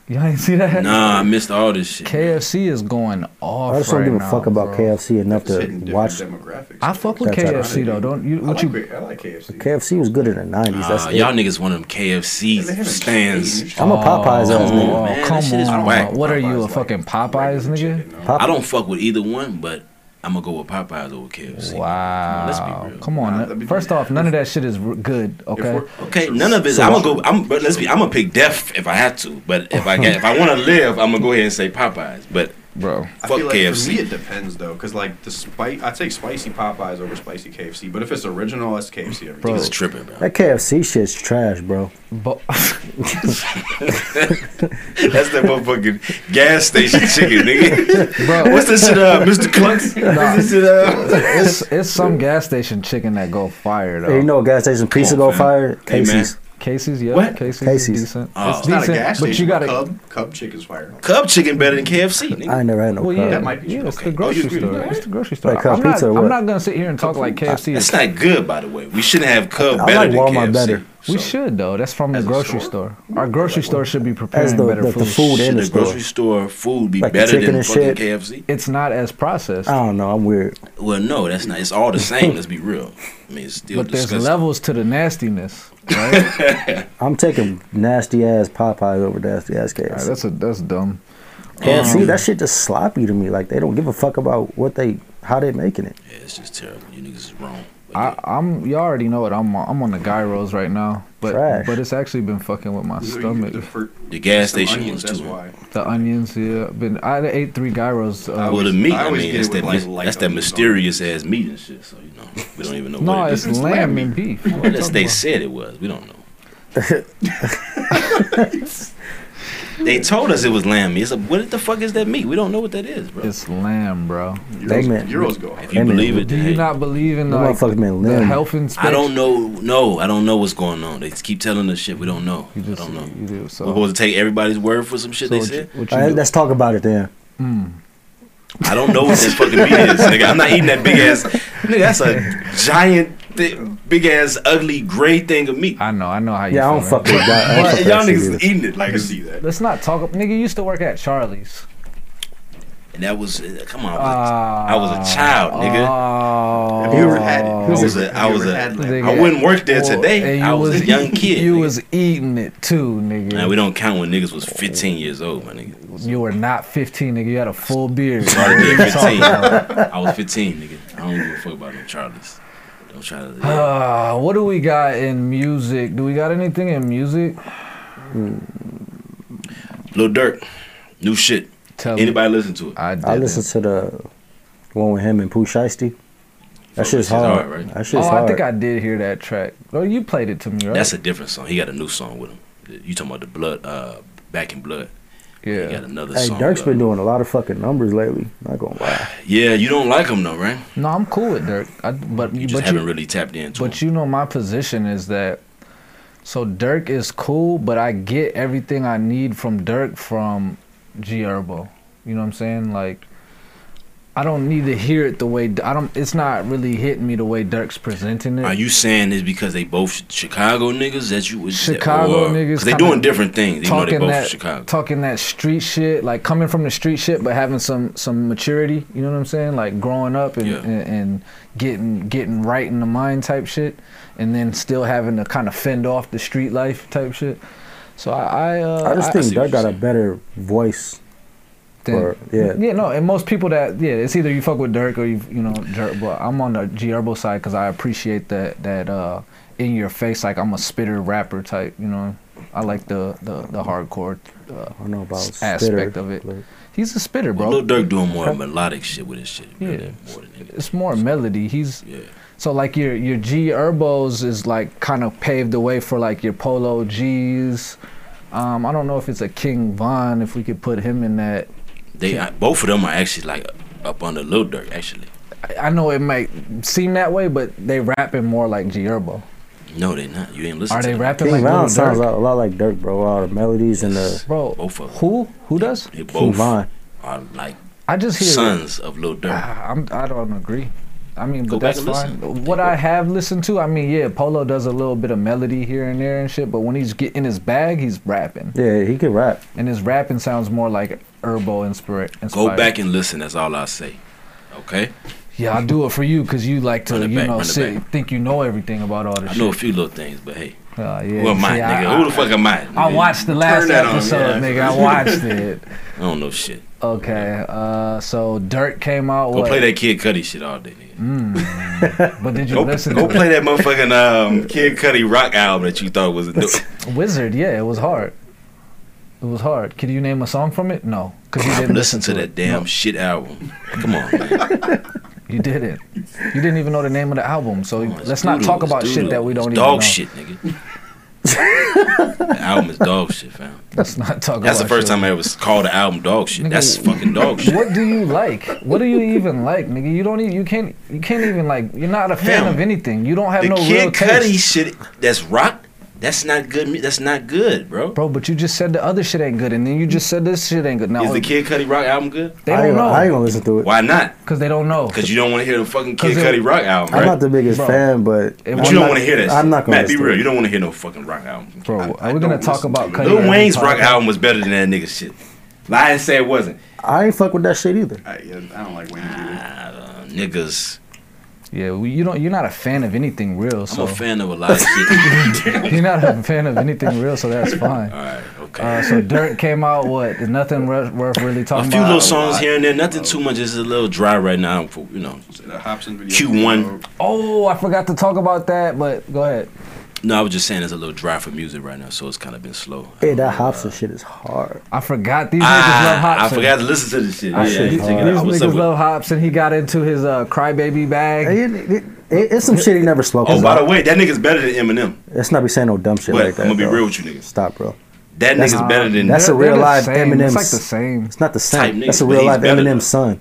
Speaker 1: Y'all ain't see that?
Speaker 2: Nah, I missed all this shit.
Speaker 1: KFC is going off.
Speaker 3: I just don't
Speaker 1: right
Speaker 3: give a
Speaker 1: now,
Speaker 3: fuck about
Speaker 1: bro.
Speaker 3: KFC enough
Speaker 4: It's
Speaker 3: to
Speaker 4: hitting different
Speaker 3: watch.
Speaker 4: demographics.
Speaker 1: I fuck with
Speaker 3: That's
Speaker 1: KFC
Speaker 4: ironic.
Speaker 1: though. Don't you?
Speaker 4: I
Speaker 1: What
Speaker 4: like,
Speaker 1: you?
Speaker 4: big- I like KFC.
Speaker 3: KFC was good in the nineties.
Speaker 2: Uh,
Speaker 3: That's it.
Speaker 2: y'all niggas one of them KFC
Speaker 4: They haven't
Speaker 2: stands.
Speaker 4: changed.
Speaker 3: I'm a Popeyes ass
Speaker 2: Oh,
Speaker 3: nigga.
Speaker 2: man, that
Speaker 1: come
Speaker 2: shit is
Speaker 1: on.
Speaker 2: whack.
Speaker 1: Oh, What are
Speaker 4: Popeyes
Speaker 1: you, a
Speaker 4: like
Speaker 1: fucking Popeyes
Speaker 4: regular
Speaker 1: nigga?
Speaker 4: chicken, no.
Speaker 3: Pop-
Speaker 2: I don't fuck with either one, but I'm gonna go with Popeyes over KFC.
Speaker 1: Wow.
Speaker 2: Let's be real.
Speaker 1: Come on.
Speaker 4: Nah, let me-
Speaker 1: First off, none of that shit is r- good. Okay.
Speaker 4: we're-
Speaker 2: Okay, none of it. I'm gonna go. I'm, but let's be. I'm gonna pick death if I have to. But if I get, if I want to live, I'm gonna go ahead and say Popeyes. But
Speaker 1: Bro.
Speaker 4: I
Speaker 2: Fuck
Speaker 4: feel like
Speaker 2: KFC.
Speaker 4: for me it depends though, because like the spice, I take spicy Popeyes over spicy KFC, but if it's original, that's KFC every
Speaker 1: Bro.
Speaker 4: time.
Speaker 2: it's
Speaker 3: Oh.
Speaker 2: tripping, bro.
Speaker 3: That KFC shit's trash, bro.
Speaker 1: Bo-
Speaker 2: That's that motherfucking gas station chicken, nigga.
Speaker 1: Bro.
Speaker 2: What's this shit, uh, Mr. Clunks? What's this shit, uh?
Speaker 1: it's, it's some gas station chicken that go fire though.
Speaker 3: Hey, you know, a gas station pizza
Speaker 2: on,
Speaker 3: go
Speaker 2: fam.
Speaker 3: fire.
Speaker 2: Hey, man.
Speaker 3: Casey's.
Speaker 1: Casey's, yeah.
Speaker 2: What?
Speaker 1: Casey's,
Speaker 3: Casey's.
Speaker 1: is decent.
Speaker 2: Oh.
Speaker 4: It's not a gas
Speaker 1: but you
Speaker 4: station.
Speaker 1: gotta.
Speaker 4: Cub, Cub chicken's fire.
Speaker 2: Cub chicken better than KFC, nigga.
Speaker 3: I ain't never had no
Speaker 1: Well,
Speaker 3: Cub.
Speaker 1: yeah,
Speaker 4: That might be
Speaker 1: yeah,
Speaker 4: true.
Speaker 1: it's
Speaker 4: Okay.
Speaker 1: the grocery
Speaker 4: Oh, you agree
Speaker 1: store.
Speaker 4: with that?
Speaker 1: It's the grocery store.
Speaker 3: Like, uh,
Speaker 1: I'm, not,
Speaker 3: pizza or
Speaker 1: I'm
Speaker 3: what?
Speaker 1: not gonna sit here and talk like KFC.
Speaker 2: That's
Speaker 1: is
Speaker 2: not good, by the way. We shouldn't have Cub
Speaker 3: I
Speaker 2: better
Speaker 3: like
Speaker 2: than
Speaker 3: Walmart
Speaker 2: KFC.
Speaker 3: better.
Speaker 1: we
Speaker 2: So,
Speaker 1: should though. That's from the
Speaker 4: As a
Speaker 1: grocery store.
Speaker 4: store?
Speaker 1: Our grocery store should be preparing
Speaker 3: the-
Speaker 1: better
Speaker 3: the-
Speaker 1: food.
Speaker 3: the food
Speaker 2: Should
Speaker 3: in
Speaker 2: the
Speaker 3: the store.
Speaker 2: grocery store food be
Speaker 3: Like the
Speaker 2: better
Speaker 3: chicken
Speaker 2: than
Speaker 3: and
Speaker 2: fucking
Speaker 3: shit.
Speaker 2: KFC?
Speaker 1: It's not as processed,
Speaker 3: I don't know. I'm weird.
Speaker 2: Well, no, that's not. It's all the same. Let's be real. I mean, it's still
Speaker 1: but there's
Speaker 2: disgusting.
Speaker 1: levels to the nastiness. Right?
Speaker 3: I'm taking nasty ass Popeyes over nasty ass
Speaker 1: All right,
Speaker 3: KFC.
Speaker 1: that's a that's dumb.
Speaker 3: KFC,
Speaker 2: Um,
Speaker 3: that shit just sloppy to me. Like they don't give a fuck about what they, how they making it.
Speaker 2: Yeah, it's just terrible. You niggas is wrong. But
Speaker 1: I, I'm y'all already know it. I'm on- I'm on the gyros right now, but
Speaker 3: Trash.
Speaker 1: but it's actually been fucking with my stomach.
Speaker 2: the gas station ones
Speaker 4: That's
Speaker 2: too.
Speaker 4: why.
Speaker 1: The onions, yeah. Been I ate three gyros. Uh,
Speaker 2: Well, the
Speaker 4: always-
Speaker 2: meat.
Speaker 4: I
Speaker 2: I,
Speaker 4: always
Speaker 2: mean,
Speaker 4: get it
Speaker 2: that's
Speaker 4: with,
Speaker 2: that,
Speaker 4: like,
Speaker 2: mis-
Speaker 4: light
Speaker 2: that's that
Speaker 4: onions on.
Speaker 2: mysterious ass meat and shit. So you know, we don't even know.
Speaker 1: no,
Speaker 2: what it
Speaker 1: it's
Speaker 2: is.
Speaker 4: It's lamb
Speaker 1: lamb and beef. What you
Speaker 2: Unless
Speaker 1: talking
Speaker 2: they
Speaker 1: about?
Speaker 2: said it was, we don't know. they told us it was lamb meat. It's a, what the fuck is that meat? We don't know what that is, bro.
Speaker 1: It's lamb, bro.
Speaker 3: They
Speaker 4: Euros,
Speaker 3: meant-
Speaker 4: Euros go
Speaker 2: if
Speaker 4: hard.
Speaker 2: you
Speaker 3: I mean,
Speaker 2: believe it,
Speaker 1: Do
Speaker 2: then
Speaker 1: you
Speaker 2: hey.
Speaker 1: not believe in
Speaker 3: Them
Speaker 1: like,
Speaker 3: motherfuckers been
Speaker 1: the
Speaker 3: limb.
Speaker 1: health inspection?
Speaker 2: I don't know. No, I don't know what's going on. They keep telling us shit. We don't know.
Speaker 1: You just,
Speaker 2: I don't know.
Speaker 1: You do, so.
Speaker 2: We're supposed to take everybody's word for some shit
Speaker 1: so
Speaker 2: they
Speaker 1: what
Speaker 2: said.
Speaker 1: you- what you
Speaker 3: All right,
Speaker 1: do?
Speaker 3: let's talk about it then.
Speaker 2: I don't know what this fucking meat is, nigga. I'm not eating that big ass. Nigga, that's a giant, thick, big ass, ugly, gray thing of meat.
Speaker 1: I know, I know how you.
Speaker 3: Yeah, I don't
Speaker 1: feel,
Speaker 3: fuck
Speaker 1: man.
Speaker 3: with that. I don't
Speaker 2: Why-
Speaker 3: fuck with
Speaker 2: y'all
Speaker 3: that shit
Speaker 2: niggas
Speaker 3: either.
Speaker 2: eating it
Speaker 4: I
Speaker 2: like
Speaker 4: can
Speaker 2: it's
Speaker 4: see that.
Speaker 1: Let's not talk. Nigga, you used to work at Charlie's.
Speaker 2: And that was come on.
Speaker 1: Uh,
Speaker 2: I was a, I was a child, nigga.
Speaker 1: Oh.
Speaker 4: Have you ever had it?
Speaker 2: I was a, I
Speaker 4: You
Speaker 2: was
Speaker 4: ever
Speaker 2: a,
Speaker 4: had
Speaker 1: Nigga.
Speaker 4: lamb?
Speaker 2: I wouldn't work there today.
Speaker 1: And
Speaker 2: I
Speaker 1: you
Speaker 2: was a young kid.
Speaker 1: You
Speaker 2: nigga.
Speaker 1: was eating it too, nigga.
Speaker 2: Nah, we don't count when niggas was 15 years old, my nigga.
Speaker 1: You were not 15, nigga. You had a full beard.
Speaker 2: Started there 15. I was 15, nigga. I don't give a fuck about no Charlies. Don't try to.
Speaker 1: Uh, what do we got in music? Do we got anything in music?
Speaker 2: Little Dirt, new shit.
Speaker 1: Tell me.
Speaker 2: Anybody listen to it?
Speaker 1: I did.
Speaker 3: I listened to the one with him and Pooh Shiesty.
Speaker 2: Fuck,
Speaker 3: That shit's
Speaker 2: this is hard,
Speaker 3: hard.
Speaker 2: right?
Speaker 3: That shit's
Speaker 1: Oh,
Speaker 3: hard.
Speaker 1: I think I did hear that track. Oh, you played it to me, right?
Speaker 2: That's a different song. He got a new song with him. You talking about the blood? Uh, back in blood. He got
Speaker 1: yeah.
Speaker 2: another
Speaker 3: Hey,
Speaker 2: song.
Speaker 3: Dirk's
Speaker 2: uh,
Speaker 3: been doing a lot of fucking numbers lately. Not gonna lie.
Speaker 2: Yeah, you don't like him though, right?
Speaker 1: No, I'm cool with Dirk. I, but
Speaker 2: You just
Speaker 1: but you,
Speaker 2: haven't really tapped into
Speaker 1: but
Speaker 2: him.
Speaker 1: you know my position is that. So Dirk is cool, but I get everything I need from Dirk from G Herbo. You know what I'm saying? Like, I don't need to hear it the way I don't. It's not really hitting me the way Dirk's presenting it.
Speaker 2: Are you saying this because they both Chi- Chicago niggas that you was
Speaker 1: Chicago niggas
Speaker 2: Because they
Speaker 1: kinda
Speaker 2: doing different things. Even though they
Speaker 1: talking
Speaker 2: both
Speaker 1: that
Speaker 2: from Chicago.
Speaker 1: talking that street shit, like coming from the street shit, but having some some maturity. You know what I'm saying? Like growing up and
Speaker 2: Yeah.
Speaker 1: and, and getting getting right in the mind type shit, and then still having to kind of fend off the street life type shit. So I I, uh,
Speaker 3: I just
Speaker 1: I-
Speaker 3: think
Speaker 2: see what
Speaker 3: Dirk got
Speaker 2: you're
Speaker 3: a better voice.
Speaker 1: then-
Speaker 3: or- yeah.
Speaker 1: no, and most people that yeah, it's either you fuck with Dirk or you you know Dirk. But I'm on the G Herbo side because I appreciate that that uh in your face like I'm a spitter rapper type. You know, I like the the the hardcore. Uh,
Speaker 3: I don't know about
Speaker 1: S-
Speaker 3: spitter,
Speaker 1: aspect of it.
Speaker 3: but
Speaker 1: He's a spitter,
Speaker 2: Well,
Speaker 1: bro.
Speaker 2: Lil Durk doing more melodic shit with his shit.
Speaker 1: Yeah.
Speaker 2: Really, more than niggas.
Speaker 1: it's more melody. He's
Speaker 2: Yeah.
Speaker 1: so like your your G Herbos is like kind of paved the way for like your Polo G's. Um, I don't know if it's a King Von if we could put him in that.
Speaker 2: They I, both of them are actually like up under Lil Durk actually.
Speaker 1: I- I know it might seem that way, but they rapping more like G Herbo.
Speaker 2: No, they not. You ain't listening.
Speaker 1: Are
Speaker 2: to
Speaker 1: they
Speaker 2: them.
Speaker 1: rapping
Speaker 3: King
Speaker 1: like Lil
Speaker 3: Von sounds
Speaker 1: Durk?
Speaker 3: a lot like Dirk, bro. All the melodies and the
Speaker 1: Bro,
Speaker 2: Both of 'em.
Speaker 1: who who does?
Speaker 2: They
Speaker 3: King
Speaker 2: both
Speaker 3: Von.
Speaker 2: are like
Speaker 1: I just hear.
Speaker 2: sons of Lil Durk.
Speaker 1: Ah, I'm, I don't agree. I mean,
Speaker 2: Go
Speaker 1: but
Speaker 2: back
Speaker 1: that's
Speaker 2: and
Speaker 1: fine.
Speaker 2: listen.
Speaker 1: What I have listened to, I mean, yeah, Polo does a little bit of melody here and there and shit, but when he's get in his bag, he's rapping,
Speaker 3: Yeah, he can rap.
Speaker 1: and his rapping sounds more like Herbo inspired.
Speaker 2: Go back and listen. That's all I say. Okay.
Speaker 1: Yeah, I'll do it for you because you like to,
Speaker 2: Run it
Speaker 1: you
Speaker 2: back,
Speaker 1: know,
Speaker 2: run it
Speaker 1: sit,
Speaker 2: back.
Speaker 1: think you know everything about all this.
Speaker 2: I know a
Speaker 1: shit.
Speaker 2: few little things, but hey,
Speaker 1: Uh, yeah.
Speaker 2: Who am I,
Speaker 1: See, I-
Speaker 2: nigga?
Speaker 1: I-
Speaker 2: Who the fuck am I?
Speaker 1: I
Speaker 2: nigga?
Speaker 1: watched the last
Speaker 2: that on,
Speaker 1: episode,
Speaker 2: yeah.
Speaker 1: nigga. I watched it.
Speaker 2: I don't know shit.
Speaker 1: Okay, uh, so Dirt came out.
Speaker 2: Go
Speaker 1: What,
Speaker 2: play that Kid Cudi shit all day, nigga.
Speaker 1: But did you
Speaker 2: Go,
Speaker 1: listen
Speaker 2: go
Speaker 1: to
Speaker 2: play that motherfucking um, Kid Cudi rock album that you thought was a dope.
Speaker 1: Wizard? Yeah, it was hard. It was hard. Could you name a song from it? No, because you didn't
Speaker 2: Listen to that
Speaker 1: it.
Speaker 2: damn shit album. Come on, man.
Speaker 1: You didn't. You didn't even know the name of the album. So
Speaker 2: Come on, Oh, it's
Speaker 1: let's not
Speaker 2: doodle,
Speaker 1: talk
Speaker 2: it's
Speaker 1: about shit
Speaker 2: doodle.
Speaker 1: that we
Speaker 2: It's
Speaker 1: don't even
Speaker 2: dog
Speaker 1: know.
Speaker 2: shit, nigga. the album is dog shit, fam.
Speaker 1: Let's not talk.
Speaker 2: That's the
Speaker 1: about
Speaker 2: first
Speaker 1: shit.
Speaker 2: time I ever called the album dog shit.
Speaker 1: Nigga,
Speaker 2: That's fucking dog shit.
Speaker 1: What do you like? What do you even like, nigga? You don't. Even, you can't. You can't even like. You're not a fan
Speaker 2: Him.
Speaker 1: of anything. You don't have
Speaker 2: The
Speaker 1: no real
Speaker 2: Kid Cudi
Speaker 1: taste,
Speaker 2: shit. That's rock. That's not good. mu- That's not good, bro.
Speaker 1: bro. But you just said the other shit ain't good, and then you just said this shit ain't good. Now
Speaker 2: Is the Kid Cudi rock album good?
Speaker 1: they
Speaker 3: I,
Speaker 1: don't
Speaker 3: ain't, gonna- I ain't
Speaker 1: know
Speaker 3: gonna listen to it.
Speaker 2: Why not?
Speaker 1: because they don't know.
Speaker 2: Because you don't want to hear the fucking
Speaker 1: 'Cause
Speaker 2: Kid
Speaker 1: it-
Speaker 2: Cudi rock album,
Speaker 3: I'm
Speaker 2: right?
Speaker 3: not the biggest
Speaker 1: Bro.
Speaker 3: fan, but,
Speaker 1: It-
Speaker 2: but
Speaker 1: I'm
Speaker 2: you don't
Speaker 1: not-
Speaker 2: want to hear that.
Speaker 3: I'm
Speaker 2: shit.
Speaker 3: not gonna
Speaker 2: Matt, be
Speaker 3: listen
Speaker 2: real.
Speaker 3: to
Speaker 2: You
Speaker 3: it.
Speaker 2: don't want to hear no fucking rock album.
Speaker 1: Bro,
Speaker 4: I-
Speaker 1: are
Speaker 4: I
Speaker 1: we gonna
Speaker 4: don't
Speaker 1: talk
Speaker 4: listen
Speaker 1: about
Speaker 4: to
Speaker 1: Cudi
Speaker 2: Lil
Speaker 1: every
Speaker 2: Wayne's rock
Speaker 1: podcast?
Speaker 2: album was better than that nigga shit. Lion said it wasn't.
Speaker 3: I ain't fuck with that shit either.
Speaker 4: I, yeah, I don't like Wayne either.
Speaker 2: Uh, niggas,
Speaker 1: Yeah, well, you don't. You're not a fan of anything real,
Speaker 2: I'm
Speaker 1: so
Speaker 2: a fan of a lot of shit.
Speaker 1: you're not a fan of anything real, so that's fine.
Speaker 2: All right, okay.
Speaker 1: Uh, so Dirt came out. What? There's nothing re- worth really
Speaker 2: a
Speaker 1: talking
Speaker 2: few
Speaker 1: about.
Speaker 2: little songs here and there, nothing too much. It's a little dry right now. For, you know,
Speaker 4: Is it a Hobson video.
Speaker 2: Q1.
Speaker 1: oh, I forgot to talk about that. But go ahead.
Speaker 2: no, I was just saying it's a little dry for music right now, so it's kind of been slow.
Speaker 3: Hey, that Hobson shit is hard.
Speaker 1: I forgot these niggas love
Speaker 2: Ah, I
Speaker 1: Hobson.
Speaker 2: forgot to listen to this shit.
Speaker 3: I
Speaker 2: yeah,
Speaker 3: should-
Speaker 2: you
Speaker 1: These,
Speaker 2: check it
Speaker 1: these
Speaker 2: out. What's up
Speaker 1: niggas
Speaker 2: with-
Speaker 1: love Hobson. He got into his uh, crybaby bag.
Speaker 3: It, it, it, it's some shit he never spoke
Speaker 2: Oh, by
Speaker 3: about.
Speaker 2: the way, that nigga's better than Eminem.
Speaker 3: Let's not be saying no dumb shit
Speaker 2: But
Speaker 3: like that.
Speaker 2: I'm gonna be
Speaker 3: though.
Speaker 2: real with you niggas.
Speaker 3: Stop, bro.
Speaker 2: That
Speaker 3: That's-
Speaker 2: nigga's better than.
Speaker 3: that's a
Speaker 1: They're- they're
Speaker 3: real
Speaker 1: the
Speaker 3: life
Speaker 1: same. It's
Speaker 3: Eminem's-
Speaker 1: like the same.
Speaker 3: It's not the
Speaker 2: Type
Speaker 3: same.
Speaker 2: niggas,
Speaker 3: That's a
Speaker 2: but
Speaker 3: real
Speaker 2: he's
Speaker 3: life
Speaker 2: better than-
Speaker 3: Eminem's son.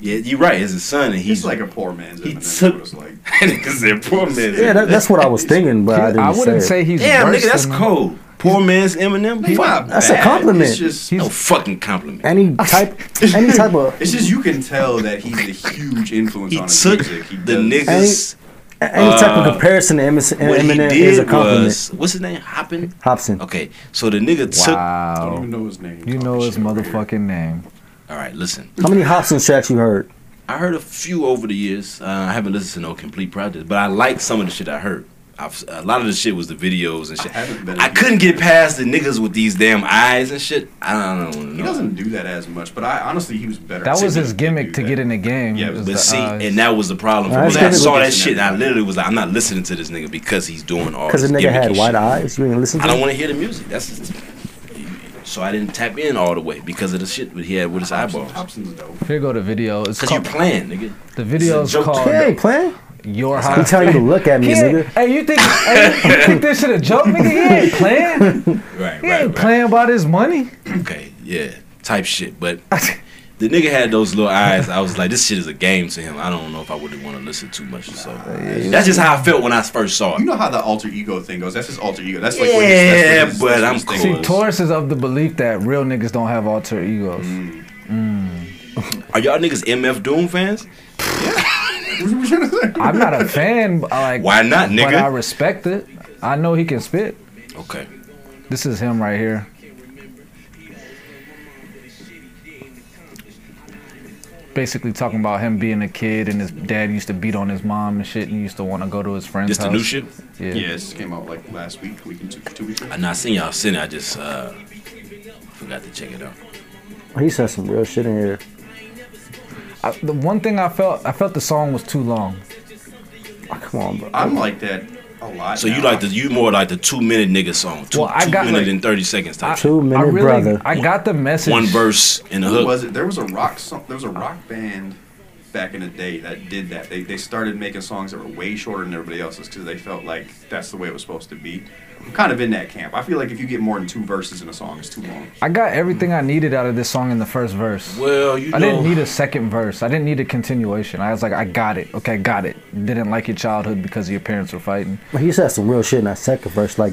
Speaker 2: yeah, you're right. It's his son, and he's
Speaker 4: He's like a poor man's.
Speaker 2: He
Speaker 4: Eminem, is
Speaker 2: took-
Speaker 4: what it's like.
Speaker 2: nigga's an poor man.
Speaker 3: Yeah, that, that's what I was thinking, but I
Speaker 1: I,
Speaker 3: didn't
Speaker 1: wouldn't
Speaker 3: say.
Speaker 1: say
Speaker 3: it.
Speaker 1: he's
Speaker 2: Damn,
Speaker 1: worse
Speaker 2: nigga, that's
Speaker 1: than-
Speaker 2: cold. Poor man's Eminem.
Speaker 4: He's
Speaker 2: Fuck.
Speaker 4: not
Speaker 3: That's a
Speaker 4: bad.
Speaker 3: compliment.
Speaker 4: It's just,
Speaker 2: no fucking compliment.
Speaker 3: any type, any type of,
Speaker 4: it's just you can tell that he's a huge influence
Speaker 2: he
Speaker 4: on his
Speaker 2: took
Speaker 4: music. He
Speaker 2: the niggas.
Speaker 4: does-
Speaker 3: any type of comparison to Emis-
Speaker 2: Uh, what he
Speaker 3: Eminem
Speaker 2: did
Speaker 3: is a compliment.
Speaker 2: was what's his name? Hoppin.
Speaker 3: Hobson.
Speaker 2: Okay, so the nigga
Speaker 4: I don't even
Speaker 1: Wow.
Speaker 4: know his name.
Speaker 1: You know
Speaker 4: Talking
Speaker 1: his
Speaker 4: shit over here.
Speaker 1: motherfucking name.
Speaker 2: took. All right, listen.
Speaker 3: How many Hobson tracks you heard?
Speaker 2: I heard a few over the years. Uh, I haven't listened to no complete project, but I like some of the shit I heard. I've, a lot of the shit was the videos and shit.
Speaker 4: I haven't been-
Speaker 2: I couldn't get past the niggas with these damn eyes and shit. I don't know.
Speaker 4: He doesn't do that as much, but I honestly he was better.
Speaker 1: That
Speaker 4: at
Speaker 1: was
Speaker 4: singing
Speaker 1: his
Speaker 4: than he
Speaker 1: gimmick
Speaker 4: do
Speaker 1: to
Speaker 4: that.
Speaker 1: get in the game.
Speaker 4: Yeah,
Speaker 1: was
Speaker 2: But
Speaker 1: the uh,
Speaker 2: see,
Speaker 1: eyes.
Speaker 2: and that was the problem. For
Speaker 3: Eyes
Speaker 2: me. I
Speaker 3: could've
Speaker 2: saw
Speaker 4: been-
Speaker 2: that shit, and I literally was like, I'm not listening to this nigga because he's doing all.
Speaker 3: Because the
Speaker 2: this
Speaker 3: nigga
Speaker 2: gimmicky
Speaker 3: had
Speaker 2: shit.
Speaker 3: white eyes. You ain't listen
Speaker 2: I
Speaker 3: to.
Speaker 2: don't
Speaker 3: it?
Speaker 2: want to hear the music. That's just, so I didn't tap in all the way because of the shit that he had with his
Speaker 4: Hobson-
Speaker 2: eyeballs.
Speaker 4: Hobson's dope.
Speaker 1: here go the video. It's
Speaker 2: Because you
Speaker 1: called,
Speaker 2: playing, nigga.
Speaker 1: the video's
Speaker 2: joke.
Speaker 1: called
Speaker 3: He ain't playing.
Speaker 1: Your
Speaker 3: He
Speaker 1: House.
Speaker 3: telling you to look at me,
Speaker 1: He ain't-
Speaker 3: nigga.
Speaker 1: hey, you think hey, you think this shit a joke, nigga? He ain't playing.
Speaker 2: Right,
Speaker 1: He
Speaker 2: right,
Speaker 1: ain't
Speaker 2: right.
Speaker 1: playing about his money.
Speaker 2: Okay, yeah, type shit. But the nigga had those little eyes. I was like, this shit is a game to him. I don't know if I would want to listen too much. So that's just how I felt when I first saw
Speaker 4: You
Speaker 2: it.
Speaker 4: know how the alter ego thing goes. That's his alter ego. That's like when his- that's when
Speaker 2: Yeah,
Speaker 4: his-
Speaker 2: but
Speaker 4: that's
Speaker 2: I'm
Speaker 4: his thing
Speaker 1: See,
Speaker 2: cool.
Speaker 4: was.
Speaker 1: Taurus is of the belief that real niggas don't have alter egos.
Speaker 2: Mm. Are y'all niggas MF Doom fans?
Speaker 1: I'm not a fan. but I Like,
Speaker 2: Why not,
Speaker 1: But I
Speaker 2: nigga?
Speaker 1: respect it. I know he can spit.
Speaker 2: Okay.
Speaker 1: This is him right here. Basically talking about him being a kid and his dad used to beat on his mom and shit and he used to want to go to his friend's
Speaker 2: This the
Speaker 1: house.
Speaker 2: new shit?
Speaker 1: Yeah.
Speaker 4: Yeah, this came out like last week, week and two, two weeks ago.
Speaker 2: I know I seen y'all send it. I just uh, forgot to check it out.
Speaker 3: He said some real shit in here.
Speaker 1: I, the one thing I felt, I felt the song was too long.
Speaker 3: Oh, come on, bro.
Speaker 4: I'm like that a lot.
Speaker 2: So you
Speaker 4: now.
Speaker 2: like the you more like the two minute nigga song, two,
Speaker 1: Well, I
Speaker 2: two
Speaker 1: got,
Speaker 2: minute
Speaker 1: like-
Speaker 2: and thirty seconds
Speaker 1: I,
Speaker 2: type. shit.
Speaker 3: Two minute
Speaker 1: I really,
Speaker 3: brother.
Speaker 1: I got the message.
Speaker 2: One verse in the
Speaker 4: Who
Speaker 2: hook.
Speaker 4: was it? There was a rock song. There was a rock band back in the day that did that. They, they started making songs that were way shorter than everybody else's because they felt like that's the way it was supposed to be. I'm kind of in that camp. I feel like if you get more than two verses in a song, it's too long.
Speaker 1: I got everything I needed out of this song in the first verse.
Speaker 2: Well, you
Speaker 1: I
Speaker 2: know,
Speaker 1: didn't need a second verse. I didn't need a continuation. I was like, I got it. Okay, got it. Didn't like your childhood because your parents were fighting.
Speaker 3: he said some real shit in that second verse. Like,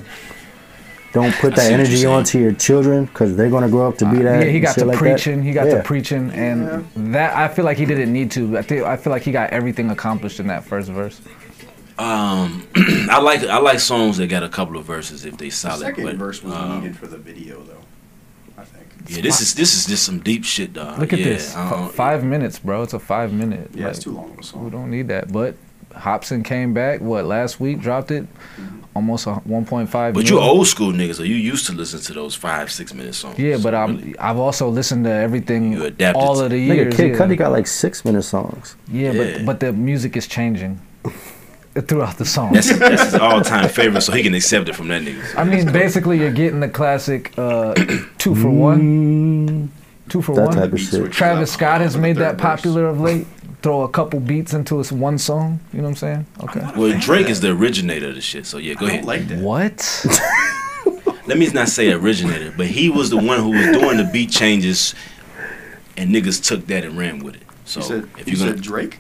Speaker 3: don't put
Speaker 2: I see what
Speaker 3: that
Speaker 2: you're
Speaker 3: energy
Speaker 2: saying.
Speaker 3: onto your children because they're gonna grow up to be that.
Speaker 1: Uh, yeah, he
Speaker 3: and
Speaker 1: got
Speaker 3: shit
Speaker 1: to
Speaker 3: like that.
Speaker 1: preaching. He got
Speaker 3: yeah.
Speaker 1: to preaching, and that I feel like he didn't need to. I think I feel like he got everything accomplished in that first verse.
Speaker 2: um, I like I like songs that got a couple of verses if they
Speaker 4: The
Speaker 2: solid.
Speaker 4: second
Speaker 2: but,
Speaker 4: verse was
Speaker 2: um,
Speaker 4: needed for the video, though. I think.
Speaker 2: yeah, this is this is just some deep shit, dog.
Speaker 1: Look at
Speaker 2: Yeah,
Speaker 1: this,
Speaker 2: I
Speaker 1: F-
Speaker 2: don't-
Speaker 1: five minutes, bro. It's a five minute.
Speaker 4: Yeah, it's
Speaker 1: Like,
Speaker 4: too long of a
Speaker 1: We
Speaker 4: song.
Speaker 1: don't need that. But Hobson came back. What last week? Dropped it. almost a 1.5.
Speaker 2: But
Speaker 1: years.
Speaker 2: you old school niggas, so you used to listen to those five, six minute songs.
Speaker 1: Yeah, but
Speaker 2: So
Speaker 1: I'm
Speaker 2: really,
Speaker 1: I've also listened to everything
Speaker 2: You adapted
Speaker 1: all
Speaker 2: to-
Speaker 1: of the
Speaker 3: Nigga,
Speaker 1: years.
Speaker 3: Kid
Speaker 1: yeah,
Speaker 3: Cudi got like six minute songs.
Speaker 1: yeah,
Speaker 2: Yeah.
Speaker 1: but but the music is changing throughout the song.
Speaker 2: that's that's his all time favorite, so he can accept it from that nigga. So
Speaker 1: I mean, basically, you're getting the classic uh, two for one,
Speaker 3: Mm,
Speaker 1: two for
Speaker 3: that
Speaker 1: one.
Speaker 3: type of
Speaker 4: Beat
Speaker 3: shit.
Speaker 4: switches
Speaker 1: Travis
Speaker 4: up
Speaker 1: Scott has
Speaker 4: on the
Speaker 1: made
Speaker 4: third
Speaker 1: that
Speaker 4: verse.
Speaker 1: popular of late. Throw a couple beats into this one song. You know what I'm saying? Okay.
Speaker 2: well, Drake is the originator of the shit. So yeah, go
Speaker 4: I
Speaker 2: ahead.
Speaker 4: don't like that.
Speaker 1: What?
Speaker 2: Let me not say originator, but he was the one who was doing the beat changes, and niggas took that and ran with it. So
Speaker 4: You said,
Speaker 2: if
Speaker 4: you
Speaker 2: you're
Speaker 4: said
Speaker 2: gonna,
Speaker 4: Drake?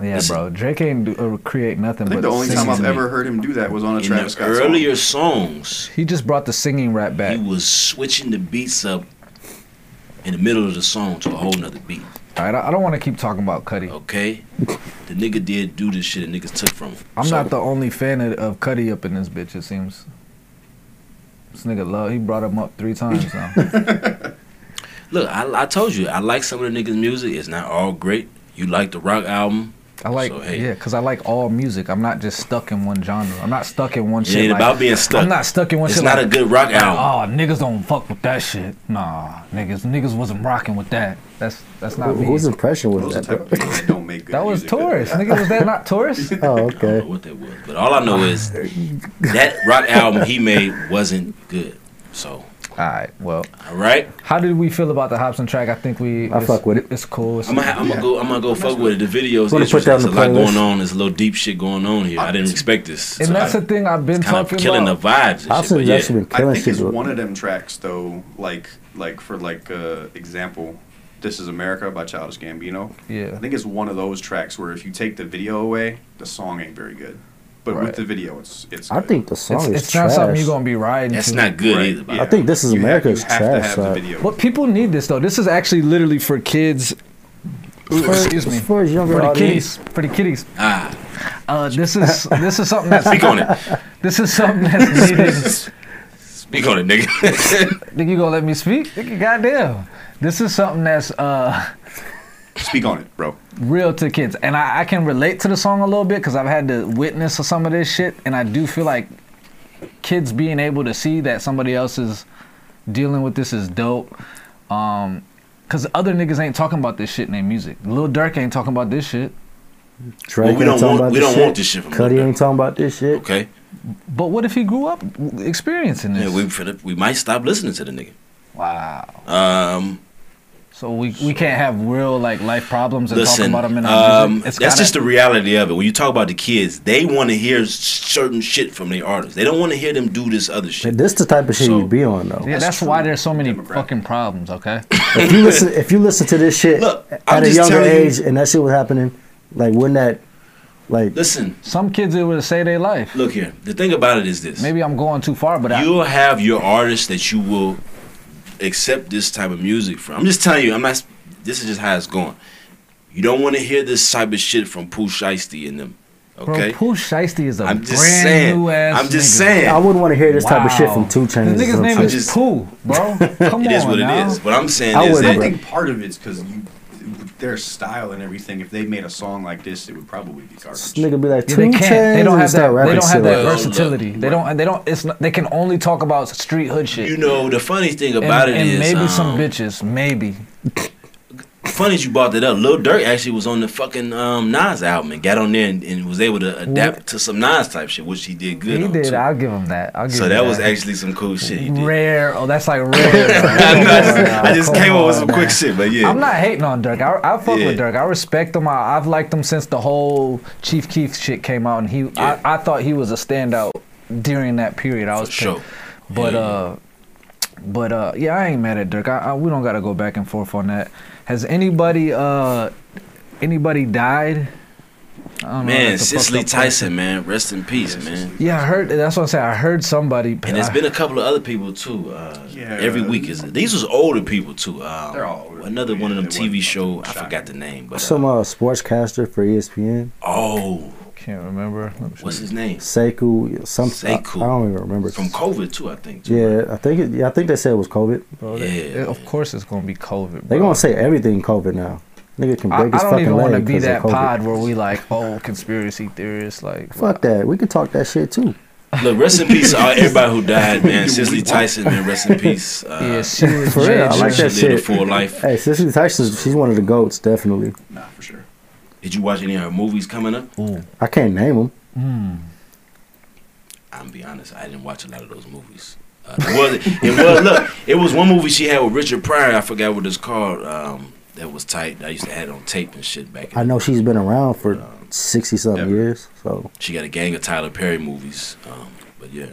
Speaker 1: Yeah, bro. Drake ain't do, uh, create nothing.
Speaker 4: I think
Speaker 1: but
Speaker 4: the only time
Speaker 1: singing.
Speaker 4: I've ever heard him do that was on a
Speaker 2: in
Speaker 4: Travis
Speaker 2: the
Speaker 4: Scott song.
Speaker 2: earlier songs,
Speaker 1: He just brought the singing rap
Speaker 2: he
Speaker 1: back.
Speaker 2: was switching the beats up in the middle of the song to a whole nother beat.
Speaker 1: All right, I I don't want to keep talking about Cuddy.
Speaker 2: Okay, the nigga did do this shit, and niggas took from him.
Speaker 1: I'm
Speaker 2: So,
Speaker 1: not the only fan of, of Cuddy up in this bitch. It seems this nigga love. He brought him up three times now.
Speaker 2: Look, I, I told you, I like some of the niggas' music. It's not all great. You like the rock album.
Speaker 1: I like
Speaker 2: So,
Speaker 1: yeah, 'cause
Speaker 2: hey.
Speaker 1: yeah, cause I like all music. I'm not just stuck in one genre. I'm not stuck in one
Speaker 2: It
Speaker 1: shit.
Speaker 2: ain't
Speaker 1: like-
Speaker 2: about being stuck.
Speaker 1: I'm not stuck in one
Speaker 2: It's
Speaker 1: shit.
Speaker 2: not
Speaker 1: like,
Speaker 2: a good rock
Speaker 1: like,
Speaker 2: album.
Speaker 1: Oh, niggas don't fuck with that shit. Nah, niggas, niggas wasn't rocking with that. That's that's
Speaker 3: Who-
Speaker 1: not me.
Speaker 3: Whose impression was
Speaker 4: Those are
Speaker 3: that?
Speaker 4: the type of people that don't make good
Speaker 1: that was
Speaker 4: music.
Speaker 1: Taurus. Nigga, was that not Taurus?
Speaker 3: bro? Oh,
Speaker 2: I don't know
Speaker 3: okay.
Speaker 2: what that was, but all I know is that rock album he made wasn't good. So,
Speaker 1: all right. Well,
Speaker 2: all right,
Speaker 1: how did we feel about the Hobson track? I think we.
Speaker 3: I
Speaker 1: it's-
Speaker 3: fuck with it.
Speaker 1: It's cool. It's
Speaker 2: I'm gonna, I'm gonna go. I'm gonna go fuck with it. The videos.
Speaker 3: Wanna
Speaker 2: interesting.
Speaker 3: put that on
Speaker 2: There's a
Speaker 3: the
Speaker 2: lot
Speaker 3: playlist?
Speaker 2: going on. There's a little deep shit going on here. I didn't expect this.
Speaker 1: and that's the thing I've been
Speaker 2: kind
Speaker 1: talking
Speaker 2: of killing
Speaker 1: about.
Speaker 2: the vibes. And shit,
Speaker 3: Austin's
Speaker 2: but yeah.
Speaker 3: actually been
Speaker 4: I
Speaker 3: killing
Speaker 4: think
Speaker 3: shit.
Speaker 4: it's
Speaker 3: with-
Speaker 4: one of them tracks though, like like for like uh, example, "This Is America" by Childish Gambino. I
Speaker 1: yeah.
Speaker 4: think it's one of those tracks where if you take the video away, the song ain't very good, but
Speaker 1: Right.
Speaker 4: with the video, it's it's.
Speaker 3: I
Speaker 4: good.
Speaker 3: think the song
Speaker 1: Oh, It's,
Speaker 3: is
Speaker 1: it's not
Speaker 3: trash.
Speaker 1: something you're gonna be riding.
Speaker 2: That's
Speaker 1: to.
Speaker 2: not good
Speaker 4: Right,
Speaker 2: either.
Speaker 4: yeah.
Speaker 2: Bob.
Speaker 3: I think This Is
Speaker 4: You have-
Speaker 3: America
Speaker 4: you
Speaker 3: is
Speaker 4: have to
Speaker 3: trash,
Speaker 4: have the
Speaker 3: uh,
Speaker 4: video.
Speaker 1: But people need this though. This is actually literally for kids.
Speaker 3: For-
Speaker 1: Excuse me.
Speaker 3: As far as younger
Speaker 1: For the
Speaker 3: audience,
Speaker 1: kiddies. For the kiddies.
Speaker 2: Ah,
Speaker 1: Uh, this is this is something
Speaker 2: speak
Speaker 1: that's
Speaker 2: on it.
Speaker 1: this is something that's needed.
Speaker 2: Speak on it, nigga.
Speaker 1: Think you gonna let me speak? Nigga, Goddamn. This is something that's uh,
Speaker 4: Speak on it, bro.
Speaker 1: real to kids, and I, I can relate to the song a little bit because I've had to witness some of this shit, and I do feel like kids being able to see that somebody else is dealing with this is dope. Um, Cause other niggas ain't talking about this shit in their music. Lil Durk ain't talking about this shit.
Speaker 3: Drake
Speaker 2: Well, we
Speaker 3: ain't
Speaker 2: don't
Speaker 3: talking
Speaker 2: want-
Speaker 3: about
Speaker 2: we
Speaker 3: this
Speaker 2: don't
Speaker 3: shit.
Speaker 2: want this shit from
Speaker 3: Cudi
Speaker 2: Lil Durk.
Speaker 3: ain't talking about this shit.
Speaker 2: okay.
Speaker 1: But what if he grew up experiencing this?
Speaker 2: Yeah, we finna, we might stop listening to the nigga.
Speaker 1: wow.
Speaker 2: Um,
Speaker 1: So we, we can't have real like life problems and
Speaker 2: listen,
Speaker 1: talk about them in our
Speaker 2: um,
Speaker 1: music.
Speaker 2: that's
Speaker 1: It's gotta-
Speaker 2: just the reality of it. When you talk about the kids, they want to hear certain shit from their artists. They don't want to hear them do this other shit.
Speaker 3: This the type of shit
Speaker 2: So-
Speaker 3: you be on though.
Speaker 1: yeah.
Speaker 4: that's
Speaker 1: That's
Speaker 4: true.
Speaker 1: why there's so many
Speaker 4: Demographic.
Speaker 1: fucking problems. Okay.
Speaker 3: If you listen, if you listen to this shit
Speaker 2: Look, I'm
Speaker 3: at a
Speaker 2: just
Speaker 3: younger
Speaker 2: telling you-
Speaker 3: age, and that shit was happening, like wouldn't that, like
Speaker 2: Listen,
Speaker 1: Some kids it would say their life.
Speaker 2: look here. The thing about it is this:
Speaker 1: Maybe I'm going too far, but I,
Speaker 2: you'll have your artists that you will accept this type of music from. I'm just telling you. I'm not. This is just how it's going. You don't want to hear this type of shit from Pooh Shiesty and them. Okay.
Speaker 1: bro, Pooh Shiesty is a
Speaker 2: I'm
Speaker 1: brand
Speaker 2: just saying.
Speaker 1: new ass.
Speaker 2: I'm just
Speaker 1: nigga.
Speaker 2: saying.
Speaker 3: I wouldn't want to hear this type of shit
Speaker 1: Wow.
Speaker 3: from Two Chainz.
Speaker 1: This
Speaker 3: or
Speaker 1: nigga's
Speaker 3: some
Speaker 1: name
Speaker 3: shit.
Speaker 2: I'm
Speaker 1: is
Speaker 2: just-
Speaker 1: Pooh, bro. Come
Speaker 2: It
Speaker 1: on
Speaker 2: is what
Speaker 1: now.
Speaker 2: it is. What I'm saying
Speaker 3: I
Speaker 2: is
Speaker 3: wouldn't,
Speaker 2: that
Speaker 4: Oh, I think part of it's because you, their style and everything. If they made a song like this, it would probably be
Speaker 3: This
Speaker 4: garbage.
Speaker 3: nigga be like
Speaker 1: Yeah,
Speaker 3: Two
Speaker 1: they
Speaker 3: Chainz.
Speaker 1: can't. They don't
Speaker 3: and
Speaker 1: have
Speaker 3: start
Speaker 1: that. They
Speaker 3: rapping
Speaker 1: don't have
Speaker 3: shit
Speaker 1: that
Speaker 2: like-
Speaker 1: versatility. They don't. They don't. It's. Not, they can only talk about street hood shit.
Speaker 2: you know the funny thing
Speaker 1: and,
Speaker 2: about it
Speaker 1: and
Speaker 2: is
Speaker 1: maybe some
Speaker 2: um,
Speaker 1: bitches. Maybe.
Speaker 2: Funny that you brought that up. Lil Durk actually was on the fucking um, Nas album and got on there and, and was able to adapt to some Nas type shit, which he did good.
Speaker 1: He
Speaker 2: on,
Speaker 1: did.
Speaker 2: too.
Speaker 1: I'll give him that. I'll give.
Speaker 2: so
Speaker 1: him
Speaker 2: that was actually some cool shit he did.
Speaker 1: rare. Oh, that's like rare.
Speaker 2: I, know, I just- I just
Speaker 1: Come
Speaker 2: came up with
Speaker 1: on,
Speaker 2: some quick
Speaker 1: man.
Speaker 2: shit, but yeah.
Speaker 1: I'm not hating on Dirk. I, I fuck
Speaker 2: Yeah.
Speaker 1: with Dirk. I respect him. I, I've liked him since the whole Chief Keef shit came out, and he.
Speaker 2: Yeah.
Speaker 1: I, I thought he was a standout during that period. I
Speaker 2: for
Speaker 1: was
Speaker 2: sure.
Speaker 1: pissed. but
Speaker 2: Yeah.
Speaker 1: uh, but uh, yeah, I ain't mad at Dirk. I, I we don't gotta go back and forth on that. Has anybody uh, anybody died? I don't know,
Speaker 2: man,
Speaker 1: that's a fucked
Speaker 2: Cicely
Speaker 1: up question.
Speaker 2: Tyson, man, rest in peace, man.
Speaker 1: Yeah, I heard. That's what I'm saying. I heard somebody.
Speaker 2: And it's
Speaker 1: I-
Speaker 2: been a couple of other people too. Uh,
Speaker 4: Yeah.
Speaker 2: Every week is these was older people too. Um,
Speaker 4: They're all older
Speaker 2: Another
Speaker 4: people,
Speaker 2: one of
Speaker 4: yeah,
Speaker 2: them
Speaker 4: they
Speaker 2: TV
Speaker 4: wasn't
Speaker 2: show. I
Speaker 4: shocking.
Speaker 2: forgot the name, but
Speaker 3: Some
Speaker 2: uh,
Speaker 3: uh, sportscaster for E ESPN,
Speaker 2: oh,
Speaker 1: Can't remember. Let me
Speaker 2: what's
Speaker 1: see.
Speaker 2: his name?
Speaker 3: Seiku, some
Speaker 2: Sekou.
Speaker 3: I, I don't even remember.
Speaker 2: From COVID too, I think. Too.
Speaker 3: yeah, I think it, yeah, I think they said it was COVID.
Speaker 1: Bro,
Speaker 2: Yeah,
Speaker 1: they-
Speaker 2: man.
Speaker 1: of course it's gonna be COVID.
Speaker 3: They
Speaker 1: bro.
Speaker 3: gonna say everything COVID now. Nigga can break
Speaker 1: I, I
Speaker 3: his
Speaker 1: don't
Speaker 3: fucking
Speaker 1: even want to
Speaker 3: leg
Speaker 1: be
Speaker 3: because of
Speaker 1: that
Speaker 3: COVID.
Speaker 1: pod where we like, oh, conspiracy theorists, like.
Speaker 3: Fuck that. We can talk that shit too.
Speaker 2: Look, rest in peace, uh, everybody who died, man. Cicely Tyson, man, rest in peace. Uh,
Speaker 1: Yeah, she was
Speaker 3: For real, I
Speaker 1: Jada.
Speaker 3: like
Speaker 2: she
Speaker 3: that
Speaker 2: lived a
Speaker 3: shit.
Speaker 2: full life.
Speaker 3: Hey, Cicely Tyson, she's one of the goats, definitely.
Speaker 4: Nah, for sure.
Speaker 2: Did you watch any of her movies coming up?
Speaker 3: I can't name them.
Speaker 2: I'm be honest, I didn't watch a lot of those movies. Uh, it was it was look, it was one movie she had with Richard Pryor. I forgot what it's called. Um, that was tight. I used to have it on tape and shit back. In
Speaker 3: I know she's been around for sixty something
Speaker 4: Yeah.
Speaker 3: years, so
Speaker 2: she got a gang of Tyler Perry movies. Um, but yeah,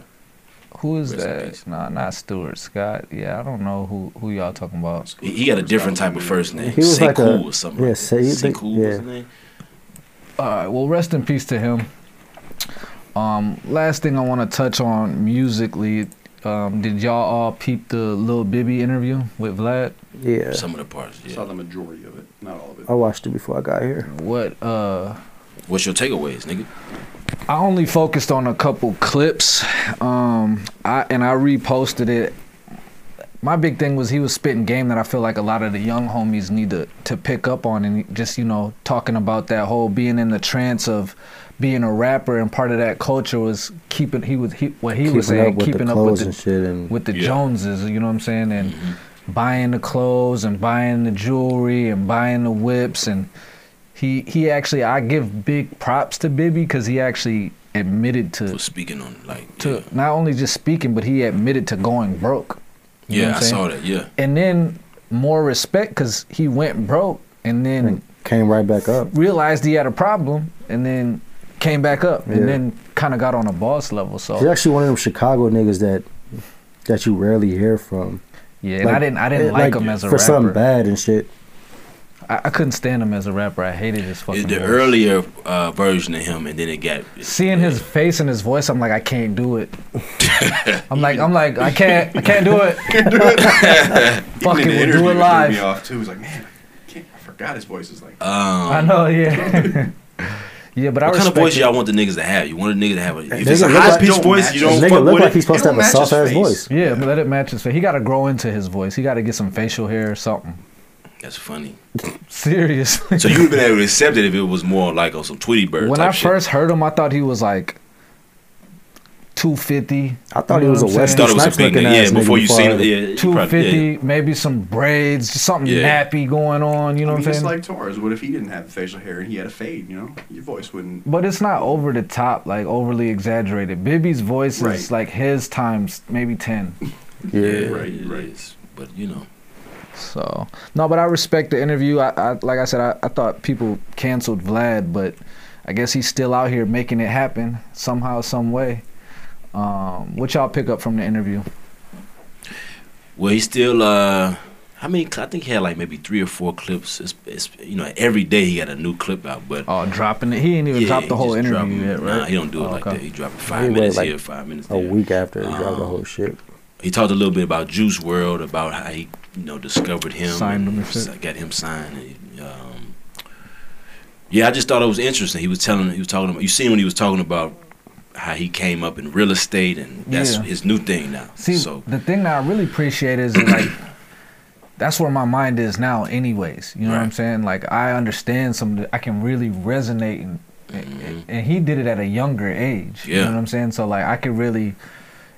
Speaker 1: Who is
Speaker 2: Rest in peace.
Speaker 1: that? Nah, not Stuart Scott. Yeah, I don't know who who y'all talking about.
Speaker 2: he, he got a different type of first name.
Speaker 3: He was
Speaker 2: Sekou
Speaker 3: like a-
Speaker 2: or something.
Speaker 3: yeah,
Speaker 2: like that.
Speaker 3: Sekou,
Speaker 2: Sekou was
Speaker 3: yeah.
Speaker 2: his name.
Speaker 1: All right. Well, rest in peace to him. Um, last thing I want to touch on musically. Um, did y'all all peep the Lil Bibby interview with Vlad?
Speaker 3: yeah.
Speaker 2: Some of the parts.
Speaker 4: Saw
Speaker 2: Yeah.
Speaker 4: the majority of it, not all of it.
Speaker 3: I watched it before I got here.
Speaker 1: What uh
Speaker 2: What's your takeaways, nigga?
Speaker 1: I only focused on a couple clips, um, I, and I reposted it. My big thing was he was spitting game that I feel like a lot of the young homies need to to pick up on, and just you know talking about that whole being in the trance of being a rapper, and part of that culture was keeping he was he, what he was saying keeping up with
Speaker 3: clothes
Speaker 1: the
Speaker 3: and shit, and
Speaker 1: with the
Speaker 2: Yeah.
Speaker 1: Joneses, you know what I'm saying? And buying the clothes and buying the jewelry and buying the whips and he he actually I give big props to Bibby cuz he actually admitted to
Speaker 2: Was speaking on like
Speaker 1: to not only just speaking but he admitted to going broke. You know what
Speaker 2: yeah, yeah I
Speaker 1: I'm saying?
Speaker 2: saw that. Yeah,
Speaker 1: And then more respect cuz he went broke and then
Speaker 3: and came right back up.
Speaker 1: realized he had a problem and then came back up
Speaker 3: Yeah.
Speaker 1: and then kind of got on a boss level. So
Speaker 3: She's actually one of them Chicago niggas that that you rarely hear from.
Speaker 1: yeah, and I didn't I didn't
Speaker 3: eh,
Speaker 1: like, him as a
Speaker 3: for
Speaker 1: rapper.
Speaker 3: something bad and shit.
Speaker 1: I, I couldn't stand him as a rapper. I hated his fucking.
Speaker 2: the
Speaker 1: voice.
Speaker 2: earlier uh, version of him, and then it got
Speaker 1: Seeing his face and his voice, I'm like, I can't do it. I'm like, I'm like, I can't, I can't do it. Fuck it,
Speaker 4: Even in the
Speaker 1: we'll do
Speaker 4: interview,
Speaker 1: it
Speaker 4: threw
Speaker 1: live.
Speaker 4: Me off too. He's like, man, I, can't, I forgot his voice is like.
Speaker 2: Um,
Speaker 1: I know, yeah, yeah. But I
Speaker 2: What kind of
Speaker 1: respect.
Speaker 2: voice
Speaker 1: it.
Speaker 2: y'all want the niggas to have? You want a nigga to have a if
Speaker 3: Nigga
Speaker 2: it's a
Speaker 3: look
Speaker 2: high
Speaker 3: like-
Speaker 2: pitched
Speaker 4: don't
Speaker 2: voice,
Speaker 4: match
Speaker 2: you
Speaker 4: it.
Speaker 3: This
Speaker 2: don't.
Speaker 3: nigga
Speaker 2: fuck
Speaker 3: look
Speaker 2: with
Speaker 3: like
Speaker 2: it.
Speaker 3: he's supposed
Speaker 4: It
Speaker 3: to have
Speaker 4: don't
Speaker 3: a
Speaker 4: match his
Speaker 3: soft ass
Speaker 4: face.
Speaker 3: voice.
Speaker 1: Yeah, but let it match his face. He got to grow into his voice. He got to get some facial hair or something.
Speaker 2: That's funny.
Speaker 1: Seriously.
Speaker 2: So you would have been able to accept it if it was more like on some Tweety Bird
Speaker 1: when
Speaker 2: type
Speaker 1: I
Speaker 2: shit.
Speaker 1: first heard him, I thought he was like 250.
Speaker 3: I thought
Speaker 1: You
Speaker 3: he
Speaker 1: know
Speaker 3: was a
Speaker 1: what I'm saying?
Speaker 3: West
Speaker 2: thought it was a
Speaker 3: Snipes
Speaker 2: big
Speaker 3: looking
Speaker 2: nigga. Yeah,
Speaker 3: ass nigga
Speaker 2: before you
Speaker 3: before
Speaker 2: seen
Speaker 3: I-
Speaker 2: it, yeah, you probably-
Speaker 1: 250,
Speaker 2: yeah.
Speaker 1: maybe some braids, something
Speaker 2: Yeah.
Speaker 1: nappy going on. You know
Speaker 4: I mean,
Speaker 1: what I'm
Speaker 4: it's
Speaker 1: saying?
Speaker 4: like Torres. What if he didn't have facial hair and he had a fade? You know, your voice wouldn't.
Speaker 1: But it's not over the top, like overly exaggerated. Bibby's voice is
Speaker 4: Right.
Speaker 1: like his times maybe ten.
Speaker 3: Yeah.
Speaker 2: Yeah,
Speaker 4: Right,
Speaker 2: it
Speaker 4: right.
Speaker 2: is. But you know,
Speaker 1: So no, but I respect the interview. I, I like I said, I, I thought people canceled Vlad, but I guess he's still out here making it happen somehow, some way. Um, what y'all pick up from the interview?
Speaker 2: well, he still. uh I mean, I think he had like maybe three or four clips. It's, it's you know every day he got a new clip out, but.
Speaker 1: Oh, dropping it. He ain't even
Speaker 2: yeah,
Speaker 1: drop the
Speaker 2: he
Speaker 1: whole
Speaker 2: just drop
Speaker 1: interview yet,
Speaker 2: them.
Speaker 1: right?
Speaker 2: Nah, he don't do it
Speaker 1: Oh,
Speaker 2: like
Speaker 1: okay.
Speaker 2: that. He drop it
Speaker 3: He
Speaker 2: five
Speaker 3: wait,
Speaker 2: minutes
Speaker 3: like,
Speaker 2: here, five minutes
Speaker 3: A
Speaker 2: there.
Speaker 3: week after he dropped
Speaker 4: Oh.
Speaker 3: the
Speaker 2: Um,
Speaker 3: whole shit.
Speaker 2: He talked a little bit about Juice World, about how he you know discovered him,
Speaker 1: Signed him and
Speaker 2: s-
Speaker 1: shit.
Speaker 2: got him signed. and, um, yeah, I just thought it was interesting. He was telling, he was talking about. You seen when he was talking about how he came up in real estate, and that's
Speaker 1: Yeah.
Speaker 2: his new thing now.
Speaker 1: See,
Speaker 2: so
Speaker 1: the thing that I really appreciate is that, like, that's where my mind is now, anyways. You know what I'm
Speaker 2: Right.
Speaker 1: saying? Like, I understand some. of the- I can really resonate, and, and and he did it at a younger age. You
Speaker 2: Mm-hmm. Yeah.
Speaker 1: know what I'm saying? So like, I could really.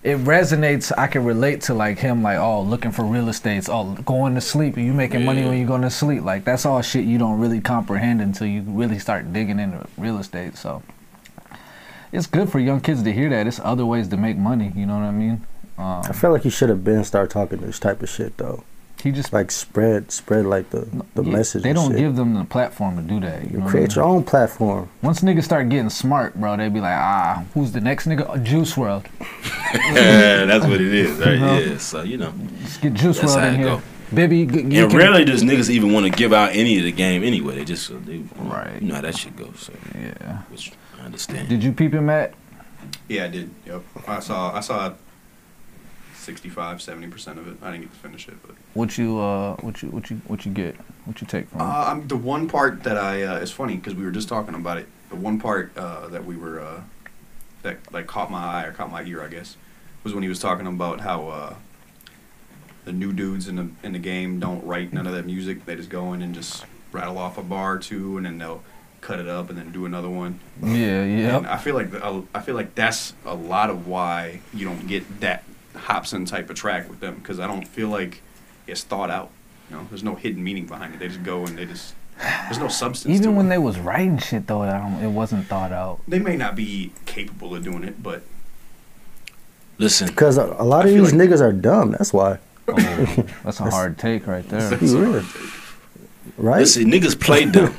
Speaker 1: It resonates. I can relate to like him, like oh, looking for real estates, oh, going to sleep. Are you making money
Speaker 2: Yeah.
Speaker 1: when you're going to sleep? Like that's all shit you don't really comprehend until you really start digging into real estate. So it's good for young kids to hear that. It's other ways to make money. You know what I mean? Um,
Speaker 3: I feel like he should have been start talking this type of shit though.
Speaker 1: He just
Speaker 3: Like spread, spread like the the
Speaker 1: yeah,
Speaker 3: message.
Speaker 1: They
Speaker 3: and
Speaker 1: don't
Speaker 3: shit.
Speaker 1: give them the platform to do that. You know
Speaker 3: You
Speaker 1: what I
Speaker 3: create
Speaker 1: mean?
Speaker 3: your own platform.
Speaker 1: Once niggas start getting smart, bro, they be like, ah, who's the next nigga? Oh, Juice World.
Speaker 2: that's what it is, right?
Speaker 1: Uh-huh.
Speaker 2: Yeah. So you know,
Speaker 1: Let's get Juice
Speaker 2: That's
Speaker 1: World
Speaker 2: how
Speaker 1: in
Speaker 2: it
Speaker 1: here.
Speaker 2: go.
Speaker 1: Bibby, g- you
Speaker 2: and
Speaker 1: can-
Speaker 2: rarely does niggas even want to give out any of the game anyway. They just uh, they,
Speaker 1: Right.
Speaker 2: You know how that shit goes. So,
Speaker 1: Yeah.
Speaker 2: which I understand.
Speaker 1: Did you peep him at?
Speaker 4: Yeah, I did. Yep. I saw. I saw. 65, 70 percent of it. I didn't get to finish it, but
Speaker 1: What you uh, what you what you what you get? What you take from him?
Speaker 4: Uh, I'm, the one part that I uh, is funny because we were just talking about it. The one part uh, that we were uh, that like caught my eye or caught my ear, I guess, was when he was talking about how uh, the new dudes in the in the game don't write none of that music. They just go in and just rattle off a bar or two, and then they'll cut it up and then do another one.
Speaker 1: Yeah,
Speaker 4: And
Speaker 1: yeah.
Speaker 4: I feel like the, uh, I feel like that's a lot of why you don't get that Hobson type of track with them because I don't feel like it's thought out. You know, there's no hidden meaning behind it. They just go and they just there's no substance. to
Speaker 1: Even when
Speaker 4: it.
Speaker 1: they was writing shit though, I don't, it wasn't thought out.
Speaker 4: they may not be capable of doing it, but
Speaker 2: Listen,
Speaker 3: Because a, a lot
Speaker 4: I
Speaker 3: of
Speaker 4: feel
Speaker 3: these
Speaker 4: like-
Speaker 3: niggas are dumb. That's why,
Speaker 1: Oh, that's a hard take right there.
Speaker 4: It's
Speaker 3: really?
Speaker 4: hard to take.
Speaker 3: right?
Speaker 2: listen, niggas played them.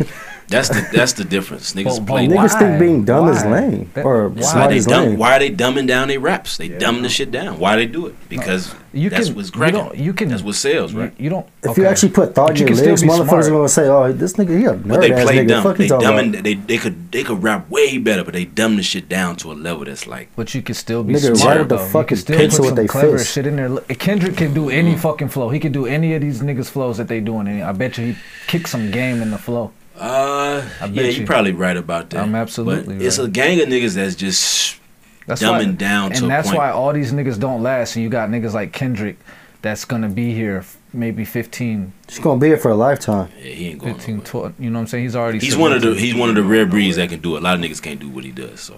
Speaker 2: That's the that's the difference. Niggas
Speaker 1: But- but
Speaker 2: played them.
Speaker 3: Niggas think
Speaker 1: why?
Speaker 3: being dumb is
Speaker 1: Why?
Speaker 3: lame,
Speaker 1: That-
Speaker 3: or
Speaker 1: why?
Speaker 2: That's
Speaker 3: smart
Speaker 2: why they
Speaker 3: is
Speaker 2: dumb.
Speaker 3: lame.
Speaker 2: Why are they dumbing down their raps? They
Speaker 4: Yeah.
Speaker 2: dumb the shit down. Why they do it? Because
Speaker 1: You
Speaker 2: that's
Speaker 1: can-
Speaker 2: what's
Speaker 1: you
Speaker 2: cracking.
Speaker 1: don't- you can-
Speaker 2: that's what sells,
Speaker 1: You,
Speaker 2: right?
Speaker 1: you don't.
Speaker 3: If you
Speaker 1: okay.
Speaker 3: actually put thought
Speaker 1: But you
Speaker 3: in your
Speaker 1: can still
Speaker 3: lyrics,
Speaker 1: be
Speaker 3: motherfuckers
Speaker 1: smart.
Speaker 3: are gonna say, "Oh, this nigga, he a nerd
Speaker 2: But they
Speaker 3: ass
Speaker 2: play
Speaker 3: nigga."
Speaker 2: dumb.
Speaker 3: Fuck
Speaker 2: They
Speaker 3: you
Speaker 2: dumb
Speaker 3: talking
Speaker 2: and
Speaker 3: about?
Speaker 2: they they could they could rap way better, but they dumb the shit down to a level that's like
Speaker 1: But you could still be
Speaker 3: Nigga,
Speaker 2: write
Speaker 1: smart
Speaker 2: with
Speaker 3: the
Speaker 1: though. You
Speaker 3: fucking
Speaker 1: could still put
Speaker 3: pencil with
Speaker 1: some
Speaker 3: they Mm.
Speaker 1: clever
Speaker 3: fist.
Speaker 1: shit in there. Look, Kendrick can do any fucking flow. He could do any of these niggas flows that they doing. And I bet you he kicked some game in the flow.
Speaker 2: uh
Speaker 1: I
Speaker 2: yeah,
Speaker 1: bet
Speaker 2: you
Speaker 1: you.
Speaker 2: probably right about that.
Speaker 1: I'm absolutely
Speaker 2: But It's
Speaker 1: right.
Speaker 2: a gang of niggas that's just
Speaker 1: That's
Speaker 2: Dumbing down
Speaker 1: and
Speaker 2: to a
Speaker 1: that's
Speaker 2: point.
Speaker 1: why all these niggas don't last. And you got niggas like Kendrick that's gonna be here f- maybe 15,
Speaker 3: She's gonna be here for a lifetime.
Speaker 2: yeah, he ain't going.
Speaker 1: 15,
Speaker 2: nowhere.
Speaker 1: 12. You know what I'm saying? He's already.
Speaker 2: He's one of the
Speaker 1: cemented.
Speaker 2: he's one of the rare breeds that can do it. A lot of niggas can't do what he does. So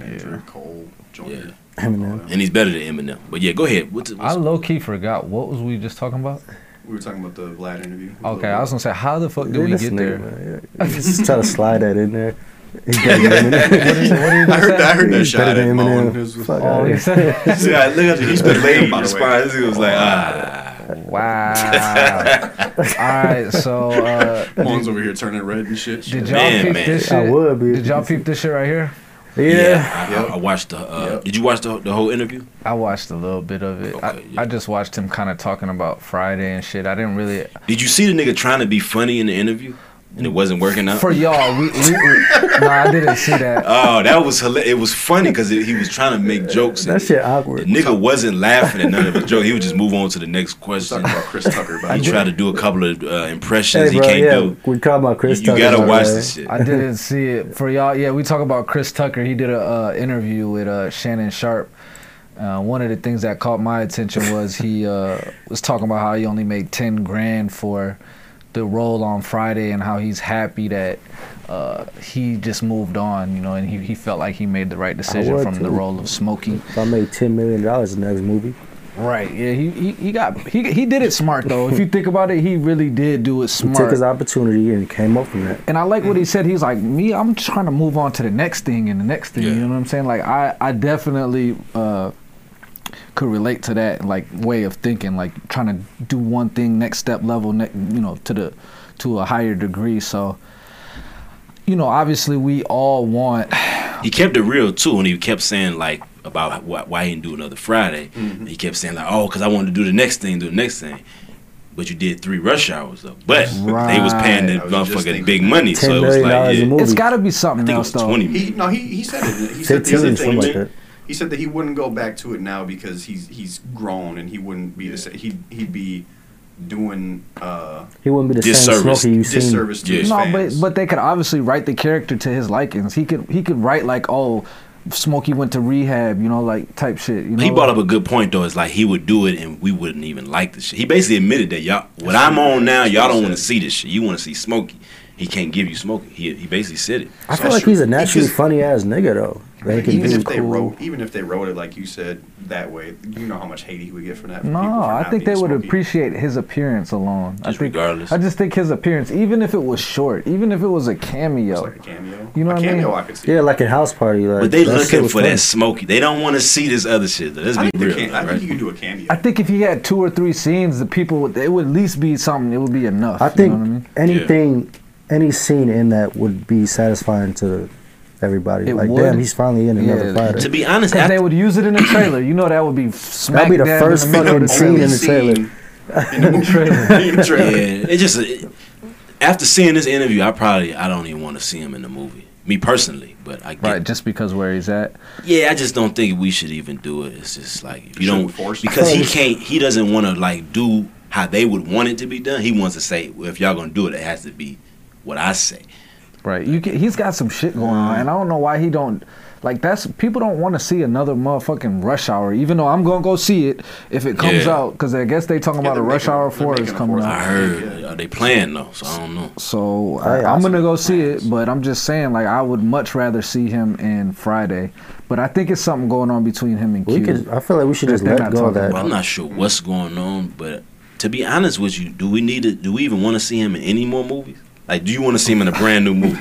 Speaker 4: Andrew Cole, Joyner.
Speaker 2: Yeah.
Speaker 3: Eminem.
Speaker 2: and he's better than Eminem. But yeah, go ahead. What's,
Speaker 1: I
Speaker 2: what's
Speaker 1: low key forgot what was we just talking about.
Speaker 4: We were talking about the Vlad interview.
Speaker 1: Okay, I was gonna say how the fuck did
Speaker 3: Dude,
Speaker 1: we
Speaker 3: this
Speaker 1: get
Speaker 3: nigga,
Speaker 1: there?
Speaker 3: man, yeah. You Just try to slide that in there. He's better than
Speaker 1: What
Speaker 3: Eminem.
Speaker 1: are you- what are you
Speaker 4: I
Speaker 1: gonna
Speaker 4: heard, I
Speaker 1: say?
Speaker 4: heard that
Speaker 3: He's
Speaker 4: shot at
Speaker 3: better than
Speaker 4: Mullen. His-
Speaker 3: Eminem. Fuck
Speaker 1: Oh,
Speaker 3: outta
Speaker 1: he
Speaker 3: here.
Speaker 1: said,
Speaker 2: Yeah, look at
Speaker 4: He's been late, by the way.
Speaker 2: This nigga was like, ah.
Speaker 1: wow. all right, so uh,
Speaker 4: Mullen's over here turning red and shit.
Speaker 1: did y'all
Speaker 2: Man,
Speaker 1: peep
Speaker 2: man.
Speaker 1: this
Speaker 3: I
Speaker 1: shit?
Speaker 3: would be.
Speaker 1: Did y'all peep this shit right here?
Speaker 3: Yeah.
Speaker 2: I- I,
Speaker 4: Yep.
Speaker 2: I watched the. Uh,
Speaker 4: Yep.
Speaker 2: Did you watch the the whole interview?
Speaker 1: I watched a little bit of it. I,
Speaker 2: Okay, yeah.
Speaker 1: I just watched him kind of talking about Friday and shit. I didn't really
Speaker 2: Did you see the nigga trying to be funny in the interview and it wasn't working out?
Speaker 1: for y'all. We, we, we, no, I didn't see that.
Speaker 2: oh, that was hilarious. It was funny because he was trying to make jokes. and
Speaker 3: That shit
Speaker 2: The
Speaker 3: awkward.
Speaker 2: nigga wasn't laughing at none of his jokes. He would just move on to the next
Speaker 4: Let's
Speaker 2: question.
Speaker 4: talk about Chris Tucker. By
Speaker 2: He
Speaker 4: the way.
Speaker 2: tried to do a couple of uh, impressions
Speaker 3: Hey,
Speaker 2: he
Speaker 3: bro,
Speaker 2: can't
Speaker 3: yeah,
Speaker 2: do.
Speaker 3: we talking about
Speaker 2: You,
Speaker 3: Chris.
Speaker 2: you
Speaker 3: Tucker,
Speaker 2: gotta
Speaker 3: bro,
Speaker 2: watch
Speaker 3: man.
Speaker 2: this shit.
Speaker 1: I didn't see it for y'all. Yeah, we talk about Chris Tucker. He did a uh, interview with uh, Shannon Sharp. Uh, one of the things that caught my attention was he uh, was talking about how he only made ten grand for the role on Friday and how he's happy that uh, he just moved on. You know, and he, he felt like he made the right decision
Speaker 3: would
Speaker 1: from the
Speaker 3: too.
Speaker 1: role of Smokey.
Speaker 3: If I made ten million dollars in the next movie,
Speaker 1: Right. Yeah. He, he he got he he did it smart though. if you think about it, he really did do it
Speaker 3: he
Speaker 1: smart.
Speaker 3: took his opportunity and came up from that.
Speaker 1: and I like what
Speaker 2: Mm-hmm.
Speaker 1: he said. He's like, me, I'm trying to move on to the next thing and the next thing.
Speaker 2: Yeah.
Speaker 1: You know what I'm saying? Like, I, I definitely uh, could relate to that like way of thinking, like trying to do one thing next step level, ne- you know, to the to a higher degree. So, you know, obviously we all want.
Speaker 2: He kept it real too, and he kept saying like about why, why he didn't do another Friday.
Speaker 4: Mm-hmm.
Speaker 2: He kept saying like, oh, because I wanted to do the next thing, do the next thing. But you did three rush hours though. But they was paying that
Speaker 4: Right. I was
Speaker 2: motherfucking
Speaker 4: just thinking
Speaker 2: big
Speaker 4: that.
Speaker 2: money,
Speaker 3: Ten
Speaker 2: so it was
Speaker 3: million
Speaker 2: like
Speaker 3: dollars
Speaker 2: yeah,
Speaker 3: a movie.
Speaker 1: It's got to be something
Speaker 2: I think it
Speaker 1: else
Speaker 2: was
Speaker 1: though.
Speaker 2: twenty.
Speaker 4: He no, he he said it. He said the
Speaker 3: 15, something
Speaker 4: other thing.
Speaker 3: like that.
Speaker 4: He said that he wouldn't go back to it now because he's he's grown and he wouldn't be the sa He'd he'd be doing uh,
Speaker 3: He wouldn't be the same
Speaker 2: Disservice.
Speaker 3: smoker you seen.
Speaker 4: disservice to
Speaker 2: Yeah.
Speaker 4: his
Speaker 1: No,
Speaker 4: fans.
Speaker 1: but but they could obviously write the character to his likings. He could he could write like, oh, Smokey went to rehab, you know, like type shit. You know,
Speaker 2: He brought up a good point though. It's like he would do it, and we wouldn't even like the shit. He basically admitted that y'all, what I'm on now, y'all don't want to see this shit. You want to see Smokey. He can't give you Smokey. He he basically said it.
Speaker 3: I
Speaker 4: So
Speaker 3: feel like
Speaker 4: true.
Speaker 3: he's a naturally
Speaker 4: Because-
Speaker 3: funny ass nigga though. That he can
Speaker 4: even
Speaker 3: be
Speaker 4: if they
Speaker 3: cool.
Speaker 4: wrote even if they wrote it like you said that way, you know how much hate he would get from that. from
Speaker 1: No,
Speaker 4: people for
Speaker 1: I
Speaker 4: not
Speaker 1: think they
Speaker 4: being
Speaker 1: would
Speaker 4: Smokey.
Speaker 1: appreciate his appearance alone. I
Speaker 2: Just
Speaker 1: think,
Speaker 2: regardless.
Speaker 1: I just think his appearance, even if it was short, even if it was a cameo.
Speaker 4: It's like a cameo.
Speaker 1: You know
Speaker 4: a
Speaker 1: what I mean?
Speaker 4: cameo I could see.
Speaker 3: Yeah, like in house party. Like,
Speaker 2: But they
Speaker 3: that shit
Speaker 2: looking
Speaker 3: was
Speaker 2: for
Speaker 3: funny.
Speaker 2: that Smokey. They don't want to see this other shit. Though. Let's be
Speaker 4: I think, the
Speaker 2: real.
Speaker 4: cam- I
Speaker 2: right?
Speaker 4: think you can do a cameo.
Speaker 1: I think if he had two or three scenes, the people would, it would at least be something. It would be enough.
Speaker 3: I
Speaker 1: you know
Speaker 3: think
Speaker 1: what I mean?
Speaker 3: anything, any scene in that would be satisfying to everybody.
Speaker 1: It
Speaker 3: like,
Speaker 1: would.
Speaker 3: damn, he's finally in another
Speaker 1: Yeah.
Speaker 3: fighter.
Speaker 2: To be honest,
Speaker 1: 'Cause
Speaker 2: after,
Speaker 1: they would use it in a trailer. You know that would be smack
Speaker 3: That'd be the
Speaker 1: dab
Speaker 3: first
Speaker 1: in the middle of
Speaker 3: fucking
Speaker 1: the
Speaker 3: scene
Speaker 1: trailer.
Speaker 3: in the trailer.
Speaker 4: in the movie. In the trailer.
Speaker 2: yeah, it just it- after seeing this interview, I probably I don't even want to see him in the movie. Me personally, but I get,
Speaker 1: Right, just because where he's at.
Speaker 2: yeah, I just don't think we should even do it. It's just like if you don't
Speaker 4: Shouldn't force it.
Speaker 2: because he can't. He doesn't want to like do how they would want it to be done. He wants to say, well, if y'all gonna do it, it has to be what I say.
Speaker 1: Right. You can, he's got some shit going on, and I don't know why he don't Like that's people don't want to see another motherfucking Rush Hour, even though I'm gonna go see it if it comes
Speaker 2: Yeah.
Speaker 1: out, because I guess they talking
Speaker 4: Yeah,
Speaker 1: about a
Speaker 4: they're
Speaker 1: Rush
Speaker 4: making-
Speaker 1: Hour
Speaker 4: they're
Speaker 1: four is
Speaker 4: making a
Speaker 1: coming
Speaker 4: fourth
Speaker 1: out.
Speaker 2: I heard. Are they playing though? So I don't know.
Speaker 1: So
Speaker 3: Oh, yeah,
Speaker 1: I, I'm
Speaker 3: that's
Speaker 1: gonna
Speaker 3: what
Speaker 1: go
Speaker 4: it
Speaker 1: see it,
Speaker 4: is.
Speaker 1: but I'm just saying, like, I would much rather see him in Friday. But I think it's something going on between him and
Speaker 3: We
Speaker 1: Q.
Speaker 3: could. I feel like we should
Speaker 1: They're-
Speaker 3: just
Speaker 1: they're
Speaker 3: let
Speaker 1: not
Speaker 3: go of
Speaker 1: talking
Speaker 3: that.
Speaker 1: about-
Speaker 2: Well, I'm not sure what's going on, but to be honest with you, do we need to? Do we even want to see him in any more movies? Like, do you want to see him in a brand new movie?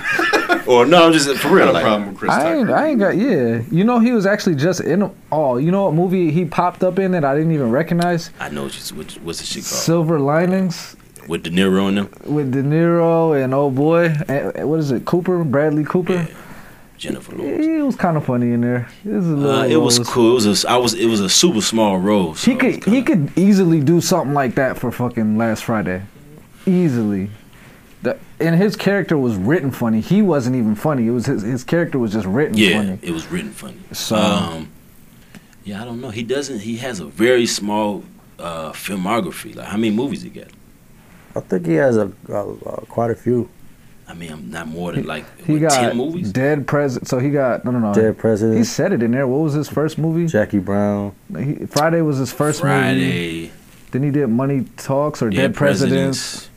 Speaker 2: or no, I'm just for
Speaker 4: Got
Speaker 2: real.
Speaker 4: a
Speaker 2: Like,
Speaker 4: problem with Chris
Speaker 1: I ain't,
Speaker 4: Tucker.
Speaker 1: I ain't got yeah. You know he was actually just in a- oh, you know what movie he popped up in that I didn't even recognize?
Speaker 2: I know she's what, what's the shit called
Speaker 1: Silver Linings
Speaker 2: with De Niro in them.
Speaker 1: with De Niro and oh boy, eh, eh, what is it? Cooper, Bradley Cooper.
Speaker 2: Jennifer
Speaker 1: Yeah.
Speaker 2: Lawrence.
Speaker 1: It was kind of funny in there. It was, a little,
Speaker 2: Uh, it was cool. It was a, I was it was a super small role. So
Speaker 1: He
Speaker 2: it was
Speaker 1: could he
Speaker 2: kinda-
Speaker 1: could easily do something like that for fucking last Friday, easily. The, and his character was written funny. He wasn't even funny. It was his his character was just written
Speaker 2: Yeah,
Speaker 1: funny.
Speaker 2: it was written funny.
Speaker 1: So-
Speaker 2: um, yeah, I don't know. He doesn't. He has a very small uh, filmography. Like how many movies he got?
Speaker 3: I think he has a, a, a quite a few
Speaker 2: I mean, I'm not more than like
Speaker 1: He
Speaker 2: what,
Speaker 1: got
Speaker 2: ten movies.
Speaker 1: dead president. So he got no no no.
Speaker 3: dead
Speaker 1: He
Speaker 3: presidents.
Speaker 1: said it in there. What was his first movie?
Speaker 3: Jackie Brown.
Speaker 1: He, Friday was his first movie.
Speaker 2: Friday,
Speaker 1: Then he did Money Talks or
Speaker 2: yeah,
Speaker 1: Dead Presidents.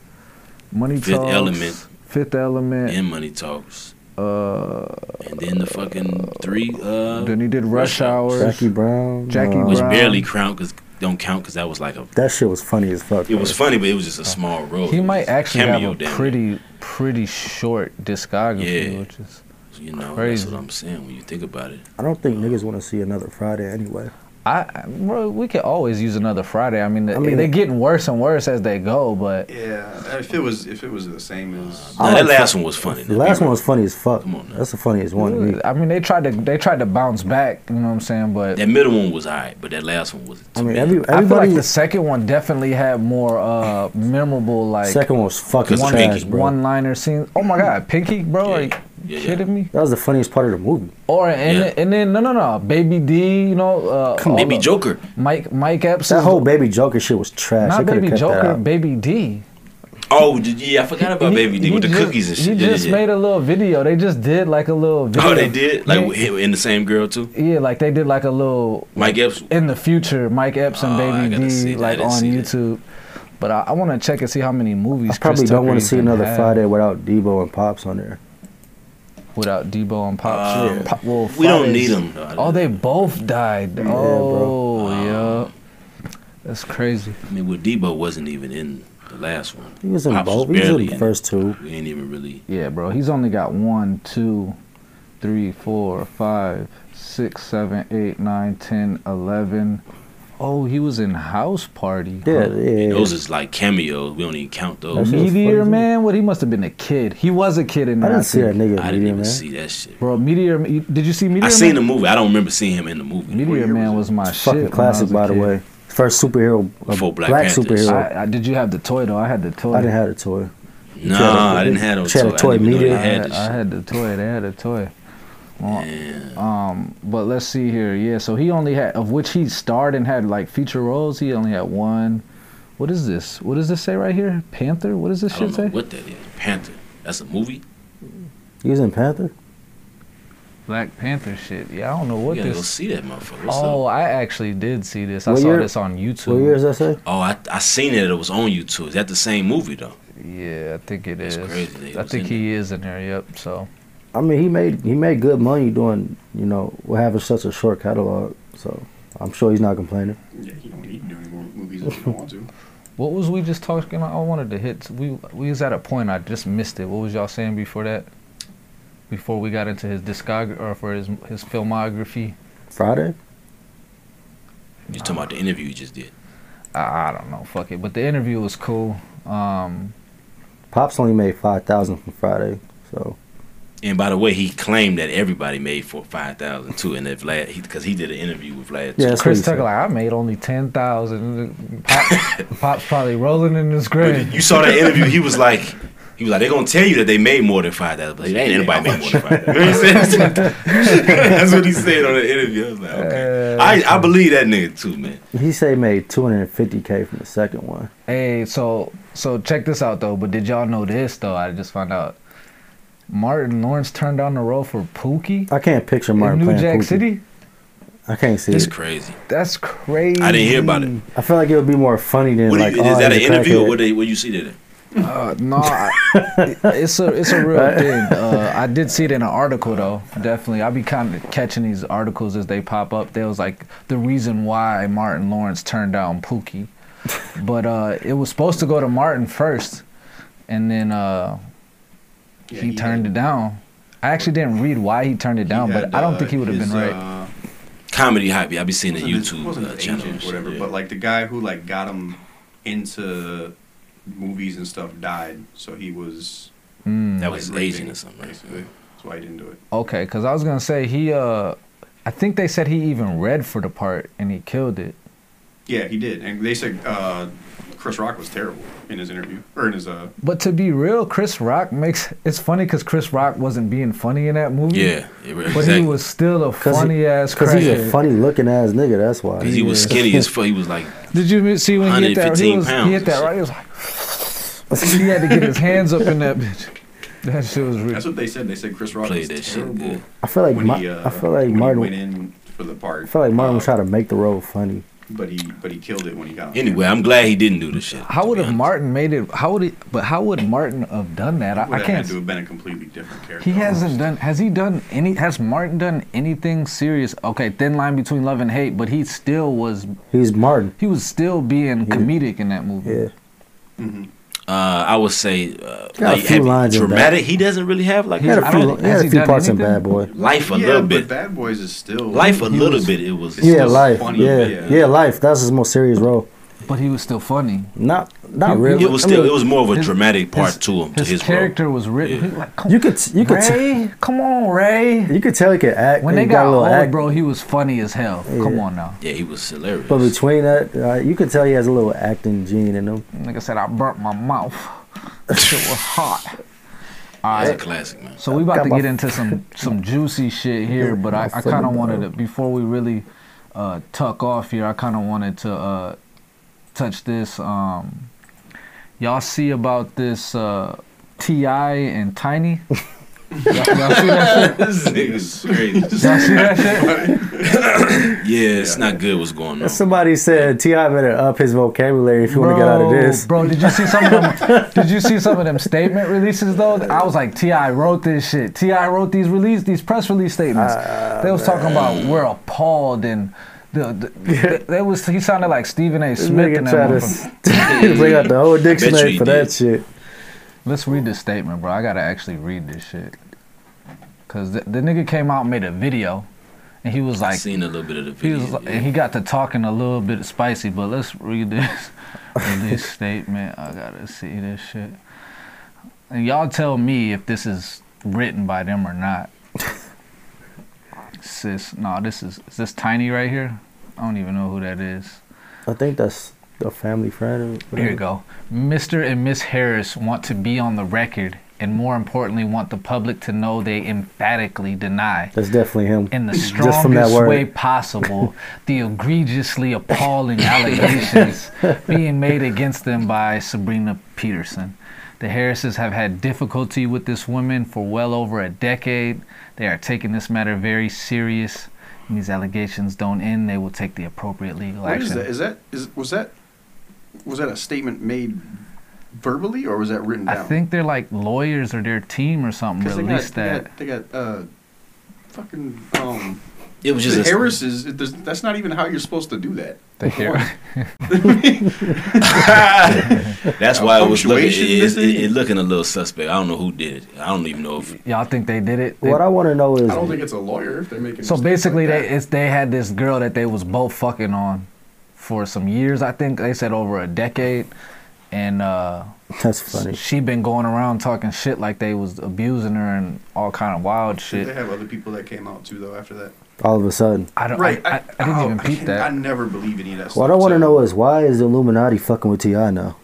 Speaker 2: Presidents,
Speaker 1: Money
Speaker 2: Fifth
Speaker 1: Talks.
Speaker 2: Element.
Speaker 1: Fifth Element.
Speaker 2: and Money Talks,
Speaker 1: uh,
Speaker 2: and then the fucking three. Uh,
Speaker 1: then he did Rush
Speaker 2: Rush Hour.
Speaker 1: Hour.
Speaker 3: Jackie Brown. uh,
Speaker 1: Jackie
Speaker 2: was
Speaker 1: Brown.
Speaker 2: barely crowned because don't count because that was like a.
Speaker 3: That shit was funny as fuck.
Speaker 2: It
Speaker 3: bro.
Speaker 2: was funny, but it was just a small role.
Speaker 1: He
Speaker 2: It
Speaker 1: might
Speaker 2: was
Speaker 1: actually
Speaker 2: cameo
Speaker 1: have a
Speaker 2: down there,
Speaker 1: pretty pretty short discography,
Speaker 2: Yeah.
Speaker 1: which is.
Speaker 2: You know,
Speaker 1: crazy.
Speaker 2: that's what I'm saying when you think about it.
Speaker 3: I don't think niggas want to see another Friday anyway.
Speaker 1: I I- bro, we could always use another Friday. I mean,
Speaker 3: I mean-
Speaker 1: they're getting worse and worse as they go, but
Speaker 4: Yeah, if it was if it was the same as
Speaker 2: Nah,
Speaker 3: I
Speaker 2: that
Speaker 3: like-
Speaker 2: last one was funny.
Speaker 3: The last one was funny as fuck.
Speaker 2: Come on now.
Speaker 3: That's the funniest one to me.
Speaker 1: I mean, they tried to they tried to bounce back. You know what I'm saying? But
Speaker 2: That middle one was alright, but that last one was.
Speaker 3: I mean, every,
Speaker 1: I feel
Speaker 3: everybody.
Speaker 1: like the second one definitely had more uh memorable like
Speaker 3: second one was fucking
Speaker 2: Because of
Speaker 1: one
Speaker 3: trash,
Speaker 2: Pinky.
Speaker 3: bro.
Speaker 1: one liner scenes. Oh my god, Pinky, bro,
Speaker 2: Yeah,
Speaker 1: are you
Speaker 2: yeah, yeah.
Speaker 1: kidding me?
Speaker 3: That was the funniest part of the movie.
Speaker 1: Or and,
Speaker 2: Yeah.
Speaker 1: and then no no no, Baby D, you know, uh, all
Speaker 2: Maybe
Speaker 1: the-
Speaker 2: Joker.
Speaker 1: Mike Mike Epps,
Speaker 3: That whole Baby Joker shit was trash.
Speaker 1: not
Speaker 3: They coulda
Speaker 1: Baby
Speaker 3: cut that
Speaker 1: Joker,
Speaker 3: out.
Speaker 1: Baby D.
Speaker 2: Oh did- yeah, I forgot about
Speaker 1: He-
Speaker 2: Baby D
Speaker 1: he
Speaker 2: with the
Speaker 1: just-
Speaker 2: cookies and
Speaker 1: He
Speaker 2: shit. Yeah,
Speaker 1: just
Speaker 2: yeah,
Speaker 1: made a little video. They just did like a little video.
Speaker 2: Oh, they did like
Speaker 1: Yeah.
Speaker 2: with him and the same girl too.
Speaker 1: Yeah, like they did like a little
Speaker 2: Mike Epps.
Speaker 1: in the future Mike Epps and
Speaker 2: Oh, I
Speaker 1: Baby
Speaker 2: gotta see
Speaker 1: D
Speaker 2: that. I
Speaker 1: like
Speaker 2: didn't
Speaker 1: on
Speaker 2: see that.
Speaker 1: YouTube. But I, I want to check and see how many movies.
Speaker 3: I probably
Speaker 1: Chris
Speaker 3: don't
Speaker 1: Tucker
Speaker 3: want to see
Speaker 1: even
Speaker 3: another
Speaker 1: had
Speaker 3: Friday without Debo and Pops on there.
Speaker 1: without Debo and Pop.
Speaker 2: Um,
Speaker 1: Pop- well,
Speaker 2: We don't
Speaker 1: Fridays-
Speaker 2: need him. though.
Speaker 1: Oh, they both died.
Speaker 3: Yeah,
Speaker 1: oh,
Speaker 3: bro.
Speaker 1: yeah. That's crazy.
Speaker 2: I mean, well, Debo wasn't even in the last one.
Speaker 3: He was in
Speaker 2: Pops
Speaker 3: both. He was in
Speaker 2: barely
Speaker 3: the
Speaker 2: in
Speaker 3: first two.
Speaker 2: We ain't even really.
Speaker 1: Yeah, bro. He's only got one, two, three, four, five, six, seven, eight, nine, ten, eleven. Oh, he was in House Party.
Speaker 3: Yeah,
Speaker 1: Huh.
Speaker 3: yeah.
Speaker 2: Those is like cameos. We don't even count
Speaker 3: That
Speaker 2: those.
Speaker 3: shit was
Speaker 1: Meteor
Speaker 3: funny.
Speaker 1: Man? What? He must have been a kid. He was a kid in
Speaker 3: I
Speaker 1: that.
Speaker 3: didn't see that
Speaker 1: think.
Speaker 3: nigga
Speaker 2: I didn't
Speaker 3: media,
Speaker 2: even
Speaker 3: man.
Speaker 2: see that shit.
Speaker 1: Bro, Meteor. Did you see Meteor
Speaker 2: I
Speaker 1: Man?
Speaker 2: seen the movie. I don't remember seeing him in the movie.
Speaker 4: What
Speaker 1: Meteor
Speaker 4: year
Speaker 1: Man was
Speaker 4: was
Speaker 1: my
Speaker 3: It's
Speaker 1: shit.
Speaker 3: fucking
Speaker 1: when I was
Speaker 3: classic,
Speaker 1: a
Speaker 3: by the
Speaker 1: kid.
Speaker 3: way. First superhero, a
Speaker 2: Before
Speaker 3: black,
Speaker 2: Black Panthers.
Speaker 3: superhero. I,
Speaker 1: I, I did. You have the toy though. I had the toy.
Speaker 3: didn't have a toy.
Speaker 2: Nah, I didn't have no
Speaker 3: She had a
Speaker 2: toy.
Speaker 3: toy
Speaker 2: I didn't even know
Speaker 3: media.
Speaker 1: I
Speaker 2: they had
Speaker 1: had,
Speaker 2: this
Speaker 1: I
Speaker 2: shit.
Speaker 1: had the toy. They had a toy. Well,
Speaker 2: Man.
Speaker 1: Um, but let's see here. Yeah, so he only had of which he starred and had like feature roles. He only had one. What is this? What does this say right here? Panther. What does this
Speaker 2: I don't
Speaker 1: shit
Speaker 2: know
Speaker 1: say?
Speaker 2: what that is. Panther. That's a movie.
Speaker 3: He was in Panther.
Speaker 1: Black Panther shit. Yeah, I don't know
Speaker 2: We
Speaker 1: what
Speaker 2: gotta go
Speaker 1: this.
Speaker 2: see that motherfucker. What's
Speaker 1: Oh,
Speaker 2: up?
Speaker 1: I actually did see this. I
Speaker 3: What
Speaker 1: saw
Speaker 3: year-
Speaker 1: this on
Speaker 3: What year
Speaker 1: YouTube.
Speaker 3: is that say?
Speaker 2: Oh, I, I seen it. It was on YouTube. Is that the same movie though?
Speaker 1: Yeah, I think it
Speaker 2: That's
Speaker 1: is.
Speaker 2: crazy that he
Speaker 1: I
Speaker 2: was
Speaker 1: think
Speaker 2: in
Speaker 1: he is in there. Yep. So
Speaker 3: I mean, he made he made good money doing you know having such a short catalog. So I'm sure he's not complaining.
Speaker 4: yeah, you don't need to do any more movies if you don't want to.
Speaker 1: what was we just talking? about? I wanted to hit. We we was at a point I just missed it. What was y'all saying before that? Before we got into his discog or for his his filmography.
Speaker 3: Friday.
Speaker 2: You talking about the interview you just did?
Speaker 1: I, I don't know. Fuck it. But the interview was cool. Um,
Speaker 3: Pops only made five thousand from Friday, so
Speaker 2: And by the way, he claimed that everybody made for five thousand too, and that Vlad because he, did an interview with Vlad.
Speaker 3: Yeah,
Speaker 2: too.
Speaker 3: that's
Speaker 1: Chris
Speaker 3: what
Speaker 1: Tucker,
Speaker 3: he said.
Speaker 1: like, I made only ten thousand. Pop, Pop's probably rolling in his grave.
Speaker 2: But you saw that interview. He was like, he was like, they're gonna tell you that they made more than five thousand, but ain't anybody made more than five thousand. that's what he said on the interview. I was like, okay, I, I believe that nigga too, man.
Speaker 3: he say he made two hundred and fifty k from the second one.
Speaker 1: Hey, so so check this out though. But did y'all know this though? I just found out. Martin Lawrence turned down the road for Pookie
Speaker 3: I can't picture
Speaker 1: in
Speaker 3: Martin
Speaker 1: New
Speaker 3: playing
Speaker 1: Jack
Speaker 3: Pookie.
Speaker 1: City.
Speaker 3: I can't see
Speaker 2: That's
Speaker 3: it.
Speaker 2: crazy.
Speaker 1: That's crazy.
Speaker 2: I didn't hear about it.
Speaker 3: I feel like it would be more funny than
Speaker 2: What do
Speaker 3: like.
Speaker 2: you,
Speaker 3: oh,
Speaker 2: is that an
Speaker 3: he's a
Speaker 2: interview? Or
Speaker 3: crackhead.
Speaker 2: what they what you see there?
Speaker 1: Uh, no, I, it's a it's a real thing. Uh, I did see it in an article though. Definitely, I be kind of catching these articles as they pop up. There was like the reason why Martin Lawrence turned down Pookie, but uh, it was supposed to go to Martin first, and then uh,
Speaker 4: Yeah,
Speaker 1: he, turned
Speaker 4: had-
Speaker 1: it down. I actually didn't read why he turned it
Speaker 4: he
Speaker 1: down, but
Speaker 4: had,
Speaker 1: I don't
Speaker 4: uh,
Speaker 1: think he would have
Speaker 4: his,
Speaker 1: been right.
Speaker 4: uh,
Speaker 2: Comedy hype. yeah, I be seeing the
Speaker 4: wasn't his-
Speaker 2: YouTube
Speaker 4: wasn't
Speaker 2: uh,
Speaker 4: his
Speaker 2: channel.
Speaker 4: agent
Speaker 2: and
Speaker 4: or whatever,
Speaker 2: shit,
Speaker 4: but like the guy who like got him into movies and stuff died, so he was
Speaker 1: Mm.
Speaker 2: That
Speaker 4: like,
Speaker 2: was his
Speaker 4: raping,
Speaker 2: agent Oh, or something. right?
Speaker 4: Basically, that's why he didn't do it.
Speaker 1: Okay, because I was gonna say he. Uh, I think they said he even read for the part and he killed it.
Speaker 4: Yeah, he did, and they said uh, Chris Rock was terrible in his interview or in his uh.
Speaker 1: But to be real, Chris Rock makes it's funny because Chris Rock wasn't being funny in that movie.
Speaker 2: Yeah, it-
Speaker 1: but
Speaker 2: exactly.
Speaker 1: he was still a
Speaker 3: 'Cause he-
Speaker 1: funny ass
Speaker 3: Cause he's a
Speaker 1: crackhead.
Speaker 3: funny looking ass nigga. That's why.
Speaker 2: Cause he was
Speaker 3: Yeah.
Speaker 2: skinny as fuck. He was like,
Speaker 1: Did you see when he hit that? He,
Speaker 2: 115
Speaker 1: was, he
Speaker 2: pounds.
Speaker 1: hit that right. He was like, he had to get his hands up in that bitch. That shit was real.
Speaker 4: That's what they said. They said Chris Rock
Speaker 2: Played
Speaker 4: was
Speaker 2: that shit,
Speaker 4: terrible
Speaker 2: yeah.
Speaker 3: I feel like
Speaker 4: when
Speaker 3: Ma-
Speaker 4: he. Uh,
Speaker 3: I feel like
Speaker 4: when he
Speaker 3: Martin.
Speaker 4: went in for the part.
Speaker 3: I feel like Martin
Speaker 4: uh,
Speaker 3: was trying to make the role funny.
Speaker 4: But he but he killed it when he got. on
Speaker 2: anyway, I'm glad he didn't do this shit.
Speaker 1: How
Speaker 2: to
Speaker 1: would
Speaker 2: be
Speaker 1: have
Speaker 2: honest.
Speaker 1: Martin made it? How would he? But how would Martin have done that? I,
Speaker 4: camera.
Speaker 1: I
Speaker 4: Would have had
Speaker 1: can't.
Speaker 4: to have been a completely different character.
Speaker 1: He hasn't done.
Speaker 4: almost.
Speaker 1: Has he done any? Has Martin done anything serious? Okay, thin line between love and hate, but he still was.
Speaker 3: He's Martin.
Speaker 1: He was still being comedic in that movie.
Speaker 3: Yeah.
Speaker 2: Uh, I would say, uh,
Speaker 3: a
Speaker 2: like,
Speaker 3: few
Speaker 2: have-
Speaker 3: lines in that.
Speaker 2: dramatic. He doesn't really have like
Speaker 3: He had
Speaker 1: I
Speaker 3: a few.
Speaker 1: don't-
Speaker 3: He
Speaker 1: has
Speaker 3: had
Speaker 1: he
Speaker 3: a few
Speaker 1: done
Speaker 3: parts in
Speaker 1: anything?
Speaker 3: Bad Boy.
Speaker 2: life a
Speaker 4: yeah,
Speaker 2: little
Speaker 4: but
Speaker 2: bit.
Speaker 4: Bad Boys is still
Speaker 2: Life a
Speaker 4: he
Speaker 2: little
Speaker 4: was-
Speaker 2: bit. It was.
Speaker 4: It's
Speaker 3: Yeah,
Speaker 4: still
Speaker 3: life.
Speaker 4: funny,
Speaker 3: yeah.
Speaker 4: yeah.
Speaker 3: yeah, life. That's his most serious role.
Speaker 1: But he was still funny.
Speaker 3: Not,
Speaker 1: He-
Speaker 3: not
Speaker 1: he
Speaker 3: really.
Speaker 2: It was
Speaker 3: I mean,
Speaker 2: still. It was more of a
Speaker 1: his-
Speaker 2: dramatic part
Speaker 1: his,
Speaker 2: to him. To
Speaker 1: His,
Speaker 2: his role.
Speaker 1: character was written. He was like, come
Speaker 3: You could, you could, t-
Speaker 1: Ray, come on, Ray.
Speaker 3: you could tell he could act.
Speaker 1: When
Speaker 3: he
Speaker 1: they got
Speaker 3: a
Speaker 1: old,
Speaker 3: little act,
Speaker 1: bro, he was funny as hell. Come
Speaker 3: Yeah.
Speaker 1: on now.
Speaker 2: Yeah, he was hilarious.
Speaker 3: But between that, uh, you could tell he has a little acting gene in him.
Speaker 1: Nigga said I burnt my mouth. That shit was hot. All
Speaker 2: That's a
Speaker 1: right.
Speaker 2: classic, man.
Speaker 1: So we about
Speaker 3: Got
Speaker 1: to
Speaker 3: my-
Speaker 1: get into some some juicy shit here, but I, I kind of wanted to before we really uh, tuck off here. I kind of wanted to uh, touch this. Um, y'all see about this uh, Ti and Tiny? y'all, y'all see that shit?
Speaker 2: this nigga's crazy.
Speaker 1: Y'all see that shit?
Speaker 2: Yeah, it's not good. What's going
Speaker 1: Oh.
Speaker 2: on?
Speaker 3: Somebody said Ti better up his vocabulary if you want to get out of this.
Speaker 1: Bro, did you see some of them? did you see some of them statement releases though? I was like, Ti wrote this shit. Ti wrote these release, these press release statements.
Speaker 3: Ah,
Speaker 1: they was talking about we're appalled and. The, the, the, they was he sounded like Stephen A.
Speaker 3: This
Speaker 1: Smith in
Speaker 3: nigga
Speaker 1: that
Speaker 3: try to
Speaker 1: motherfucker.
Speaker 3: s- bring out the whole
Speaker 2: he
Speaker 3: dictionary for
Speaker 2: did.
Speaker 3: that shit.
Speaker 1: Let's read this statement, bro. I gotta actually read this shit. Cause the, the nigga came out and made a video, and he was
Speaker 2: I
Speaker 1: like,
Speaker 2: seen a little bit of the
Speaker 1: He
Speaker 2: video.
Speaker 1: was, like-
Speaker 2: yeah.
Speaker 1: and he got to talking a little bit spicy, but let's read this release statement. I gotta see this shit. And y'all tell me if this is written by them or not. Sis, no, this is is this tiny right here? I don't even know who that is.
Speaker 3: I think that's a family friend. Or
Speaker 1: Here you
Speaker 3: whatever.
Speaker 1: go. Mr. and Miss Harris want to be on the record, and more importantly, want the public to know they emphatically deny
Speaker 3: That's definitely him.
Speaker 1: in the
Speaker 3: Just from that
Speaker 1: strongest
Speaker 3: word.
Speaker 1: way possible the egregiously appalling allegations being made against them by Sabrina Peterson. The Harrises have had difficulty with this woman for well over a decade. They are taking this matter very serious. When these allegations don't end, they will take the appropriate legal
Speaker 4: What is
Speaker 1: action.
Speaker 4: that? Is that is was that was that a statement made verbally or was that written
Speaker 1: I
Speaker 4: down?
Speaker 1: think they're like lawyers or their team or something
Speaker 4: 'Cause they
Speaker 1: released
Speaker 4: got,
Speaker 1: that.
Speaker 4: They got, they got uh, fucking um.
Speaker 2: it was just
Speaker 4: the
Speaker 2: a-
Speaker 4: Harris is there's- that's not even how you're supposed to do that.
Speaker 1: The Har-
Speaker 2: That's why it was looking. It,
Speaker 4: Punctuation
Speaker 2: it,
Speaker 4: missing?
Speaker 2: it, it looking a little suspect. I don't know who did it. I don't even know if
Speaker 1: Y'all think they did it? They-
Speaker 3: What I want to know is
Speaker 4: I don't think it's a lawyer if they're making.
Speaker 1: So
Speaker 4: mistakes
Speaker 1: basically,
Speaker 4: like
Speaker 1: they
Speaker 4: that.
Speaker 1: it's, they had this girl that they was both fucking on for some years. I think they said over a decade, and uh,
Speaker 3: that's funny.
Speaker 1: she been going around talking shit like they was abusing her and all kind of wild
Speaker 4: Did they
Speaker 1: shit.
Speaker 4: have other people that came out too though after that?
Speaker 3: All of a sudden,
Speaker 1: I don't. I, I, I didn't
Speaker 4: oh,
Speaker 1: even
Speaker 4: I
Speaker 1: peep
Speaker 4: can- I
Speaker 1: that.
Speaker 4: never believe any of that.
Speaker 3: what I
Speaker 4: stuff,
Speaker 3: want to
Speaker 4: so-
Speaker 3: know is why is the Illuminati fucking with Ti now?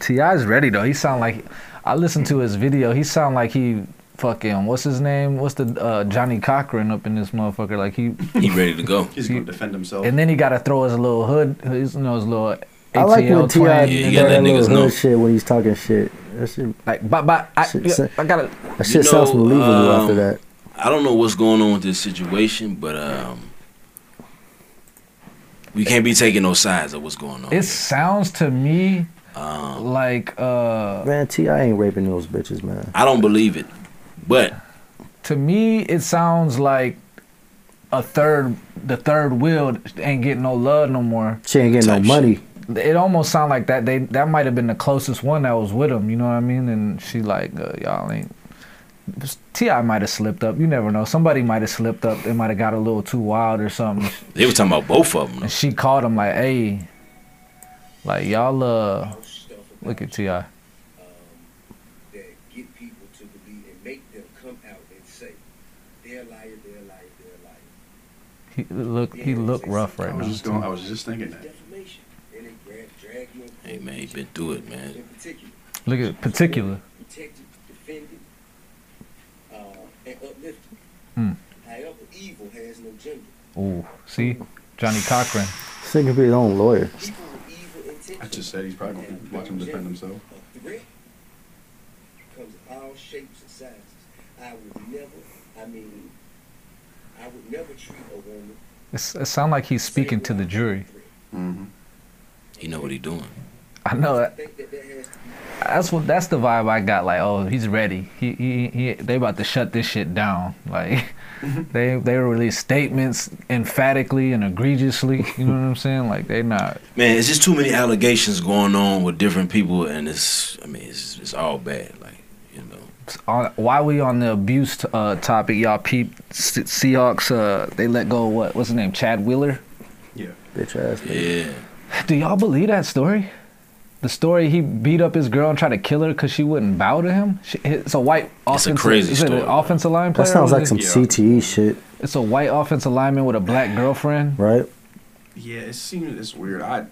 Speaker 1: Ti's ready though. He sound like I listened to his video. He sound like he fucking what's his name? What's the uh, Johnny Cochran up in this motherfucker? Like he
Speaker 2: he ready to go.
Speaker 4: He's gonna defend himself.
Speaker 1: and then he got to throw his little hood. His, you know his little. ATL
Speaker 3: I like when Ti
Speaker 1: twang.
Speaker 2: Yeah,
Speaker 3: did
Speaker 2: you gotta let
Speaker 3: that little
Speaker 2: niggas know.
Speaker 3: hood shit when he's talking shit. That shit,
Speaker 1: Like, but but I,
Speaker 3: Shit,
Speaker 1: yeah,
Speaker 3: shit.
Speaker 1: I gotta.
Speaker 3: that shit
Speaker 2: know,
Speaker 3: sounds believable
Speaker 2: um,
Speaker 3: after that.
Speaker 2: I don't know what's going on with this situation, but um, we can't be taking no sides of what's going on.
Speaker 1: It sounds to me
Speaker 2: um,
Speaker 1: like uh
Speaker 3: Man, Ti ain't raping those bitches, man.
Speaker 2: I don't believe it, but
Speaker 1: to me it sounds like a third the third wheel ain't getting no love no more.
Speaker 3: She ain't getting no
Speaker 2: Type
Speaker 3: money.
Speaker 1: It almost sound like that they that might have been the closest one that was with him. You know what I mean? And she like uh, y'all ain't. Ti might have slipped up. You never know. Somebody might have slipped up. They might have got a little too wild or something.
Speaker 2: they were talking about both of them.
Speaker 1: And she called him like, "Hey, like y'all uh, look at Ti."
Speaker 5: Um, that get people to believe and make them come out and say, they're a liar, they're a liar, they're a liar.
Speaker 1: He look he look rough
Speaker 4: I
Speaker 1: right
Speaker 4: was
Speaker 1: now.
Speaker 4: just going. I was just thinking that.
Speaker 5: Defamation. And they grab, drag you in court.
Speaker 2: Hey man, he been through it, man.
Speaker 5: In particular,
Speaker 1: Look at particular.
Speaker 5: protected, defended, uh, and uplifted.
Speaker 1: Hmm.
Speaker 5: However, evil has no gender.
Speaker 1: Ooh, see Johnny Cochran.
Speaker 3: She can be her own lawyer.
Speaker 5: People with evil intentions.
Speaker 4: I just said he's probably going to watch him defend himself.
Speaker 5: A threat comes in all shapes and sizes. I would never, I mean, I would never treat a woman.
Speaker 1: It's, it sound like he's speaking to the jury.
Speaker 4: Mm-hmm.
Speaker 2: He know what he doing.
Speaker 1: I know
Speaker 5: I
Speaker 1: that,
Speaker 5: think that that has to be
Speaker 1: that's what that's the vibe I got. Like, oh, he's ready. He he, he they about to shut this shit down. Like, they they release statements emphatically and egregiously. You know what I'm saying? Like they not.
Speaker 2: Man, it's just too many allegations going on with different people, and it's I mean it's it's all bad. Like you know,
Speaker 1: On, why we on the abuse uh, topic? Y'all peep Se- Seahawks. Uh, they let go. Of what what's his name? Chad Wheeler.
Speaker 4: Yeah.
Speaker 3: Bitch ass. nigga.
Speaker 2: yeah.
Speaker 1: Do y'all believe that story? The story he beat up his girl and tried to kill her because she wouldn't bow to him. She, it's a white
Speaker 2: It's a
Speaker 1: offensive.
Speaker 2: crazy
Speaker 1: is it an
Speaker 2: story, bro.
Speaker 1: offensive line player.
Speaker 3: That sounds
Speaker 1: or was
Speaker 3: like some
Speaker 1: it-
Speaker 3: CTE shit,
Speaker 1: It's a white offensive lineman with a black girlfriend.
Speaker 3: right?
Speaker 4: Yeah. It seems it's weird. I.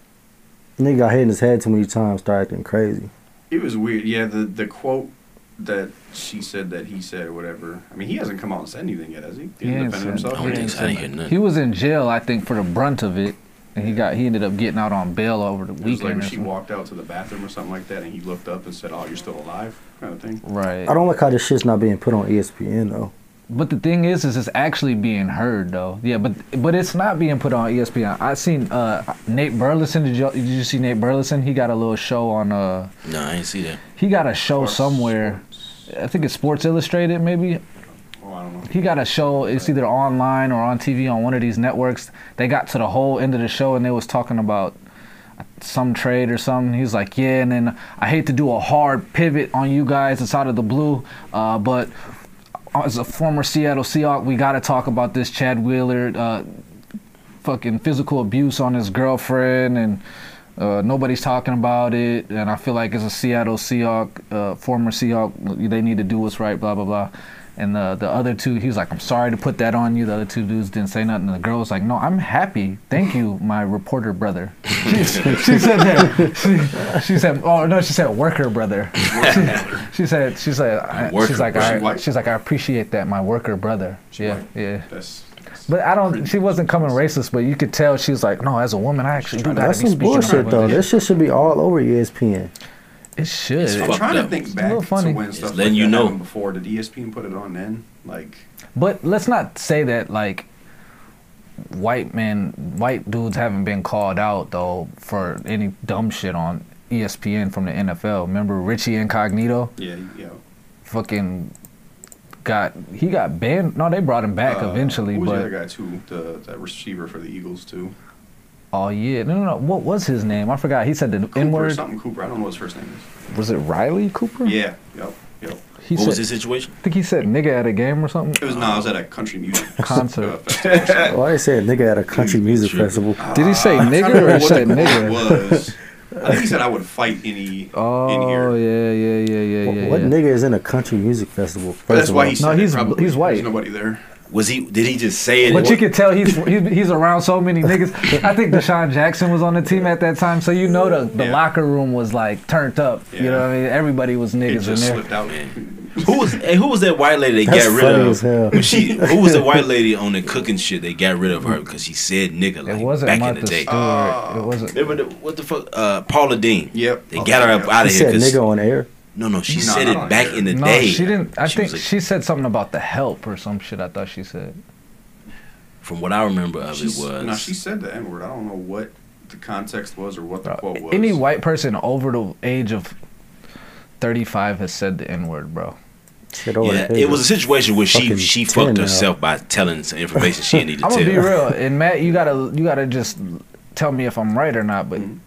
Speaker 3: Nigga got hit in his head too many times, started acting crazy.
Speaker 4: It was weird. Yeah. The the quote that she said that he said or whatever. I mean, he hasn't come out and said anything yet, has he?
Speaker 1: He ain't
Speaker 4: defended
Speaker 1: said-
Speaker 2: I
Speaker 4: himself.
Speaker 2: don't think so. I didn't hear nothing.
Speaker 1: He was in jail, I think, for the brunt of it, and he got he ended up getting out on bail over the
Speaker 4: It was like
Speaker 1: weekend.
Speaker 4: when
Speaker 1: or
Speaker 4: she
Speaker 1: something.
Speaker 4: walked out to the bathroom or something like that, and he looked up and said, "Oh, you're still alive," kind of thing.
Speaker 1: right.
Speaker 3: I don't like how this shit's not being put on E ESPN though.
Speaker 1: But the thing is, is it's actually being heard though. Yeah, but but it's not being put on E ESPN. I seen uh, Nate Burleson. Did you did you see Nate Burleson? He got a little show on uh
Speaker 2: No, I ain't see that.
Speaker 1: he got a show somewhere. I think it's Sports Illustrated, maybe.
Speaker 4: Oh, I don't know.
Speaker 1: He got a show. It's either online or on TV on one of these networks. They got to the whole end of the show and they was talking about some trade or something. He's like, yeah, and then I hate to do a hard pivot on you guys. It's out of the blue, uh, but as a former Seattle Seahawk, we got to talk about this Chad Wheeler uh, fucking physical abuse on his girlfriend and. Uh, nobody's talking about it, and I feel like as a Seattle Seahawk, uh, former Seahawk, they need to do what's right, blah blah blah. And the the other two, he was like, "I'm sorry to put that on you." The other two dudes didn't say nothing. And the girl was like, "No, I'm happy. Thank you, my reporter brother." she, she said that. She, she said, "Oh no," she said, "Worker brother." she said, "She said, I,
Speaker 2: Worker
Speaker 1: she's like,
Speaker 2: brother.
Speaker 1: I,
Speaker 4: She white?
Speaker 1: she's like, I appreciate that, my worker brother." yeah,
Speaker 4: white.
Speaker 1: yeah.
Speaker 4: That's. that's
Speaker 1: But I don't. She wasn't coming racist, but you could tell she was like, "No, as a woman, I actually do
Speaker 4: That's
Speaker 1: gotta
Speaker 3: That's
Speaker 1: be
Speaker 3: some
Speaker 1: speaking
Speaker 3: bullshit
Speaker 1: up."
Speaker 3: though. This shit should be all over E ESPN.
Speaker 1: It should.
Speaker 2: It's
Speaker 4: I'm
Speaker 2: fucked
Speaker 4: trying
Speaker 2: up.
Speaker 4: to think
Speaker 1: a little
Speaker 4: back
Speaker 1: funny.
Speaker 4: to when
Speaker 2: It's
Speaker 4: stuff like
Speaker 2: letting you
Speaker 4: that
Speaker 2: know.
Speaker 4: happened before. Did E ESPN put it on then? Like,
Speaker 1: But let's not say that like white men, white dudes haven't been called out though for any dumb shit on E ESPN from the NFL. Remember Richie Incognito?
Speaker 4: yeah, yeah.
Speaker 1: Fucking got he got banned. No, they brought him back
Speaker 4: Uh,
Speaker 1: eventually,
Speaker 4: Who was the
Speaker 1: but
Speaker 4: other guy too? The that receiver for the Eagles too.
Speaker 1: oh yeah, no, no, no. What was his name? I forgot. He said the
Speaker 4: Cooper,
Speaker 1: N word.
Speaker 4: something Cooper. I don't know what his first name is.
Speaker 1: Was it Riley Cooper?
Speaker 4: Yeah, yep, yep.
Speaker 1: He
Speaker 2: what
Speaker 1: said.
Speaker 2: was his situation?
Speaker 1: I think he said nigga at a game or something.
Speaker 4: It was no, I was at a country music
Speaker 1: Concert.
Speaker 4: uh, festival.
Speaker 3: Why they say a nigga at a country music festival?
Speaker 1: Did he say
Speaker 4: I'm trying
Speaker 1: nigga
Speaker 4: to
Speaker 1: or
Speaker 4: remember
Speaker 1: said
Speaker 4: what the quote
Speaker 1: nigga?
Speaker 4: was. I think he said I would fight any in
Speaker 1: Oh
Speaker 4: here.
Speaker 1: yeah, yeah, yeah, yeah, yeah.
Speaker 3: what
Speaker 1: yeah.
Speaker 3: nigga is in a country music festival?
Speaker 4: But
Speaker 3: First
Speaker 4: that's
Speaker 3: of
Speaker 4: why
Speaker 3: all?
Speaker 4: he said
Speaker 1: No,
Speaker 4: it,
Speaker 1: he's-
Speaker 4: probably.
Speaker 1: he's white.
Speaker 4: There's nobody there.
Speaker 2: Was he? Did he just say it?
Speaker 1: But you could tell he's he's he's around so many niggas. I think Deshaun Jackson was on the team at that time, so you know the, the
Speaker 4: Yeah.
Speaker 1: locker room was like turned up. You know what I mean? Everybody was
Speaker 4: It
Speaker 1: niggas in
Speaker 4: just
Speaker 1: there.
Speaker 4: slipped out. Uh,
Speaker 2: who was hey, who was that white lady they
Speaker 3: That's
Speaker 2: got rid
Speaker 3: funny
Speaker 2: of?
Speaker 3: as hell.
Speaker 2: When she who was the white lady on the cooking shit? They got rid of her because she said nigga like
Speaker 1: It wasn't
Speaker 2: back in
Speaker 1: Martha
Speaker 2: the day.
Speaker 1: Stewart. it wasn't.
Speaker 2: Remember the, what the fuck? Uh, Paula Dean.
Speaker 4: Yep.
Speaker 2: They got her up out of here.
Speaker 3: He said
Speaker 2: 'cause-
Speaker 3: nigga on air.
Speaker 2: No, no, she
Speaker 4: No,
Speaker 2: said
Speaker 4: not
Speaker 2: it
Speaker 4: on
Speaker 2: back
Speaker 4: here.
Speaker 2: in the
Speaker 1: no,
Speaker 2: day.
Speaker 1: she didn't. I
Speaker 2: She
Speaker 1: think
Speaker 2: was a-
Speaker 1: she said something about the help or some shit. I thought she said.
Speaker 2: From what I remember of
Speaker 4: She's-
Speaker 2: it was.
Speaker 4: No, she said the N word. I don't know what the context was or what the quote was.
Speaker 1: Uh, Any white person over the age of 35 has said the N word, bro.
Speaker 3: Shit over
Speaker 2: yeah,
Speaker 3: the
Speaker 2: it was a
Speaker 3: pages.
Speaker 2: situation where she
Speaker 3: Fucking
Speaker 2: she
Speaker 3: ten
Speaker 2: fucked
Speaker 3: now.
Speaker 2: herself by telling some information she didn't need to
Speaker 1: I'm
Speaker 2: tell.
Speaker 1: gonna be real, and Matt, you gotta you gotta just tell me if I'm right or not. But
Speaker 4: Mhm.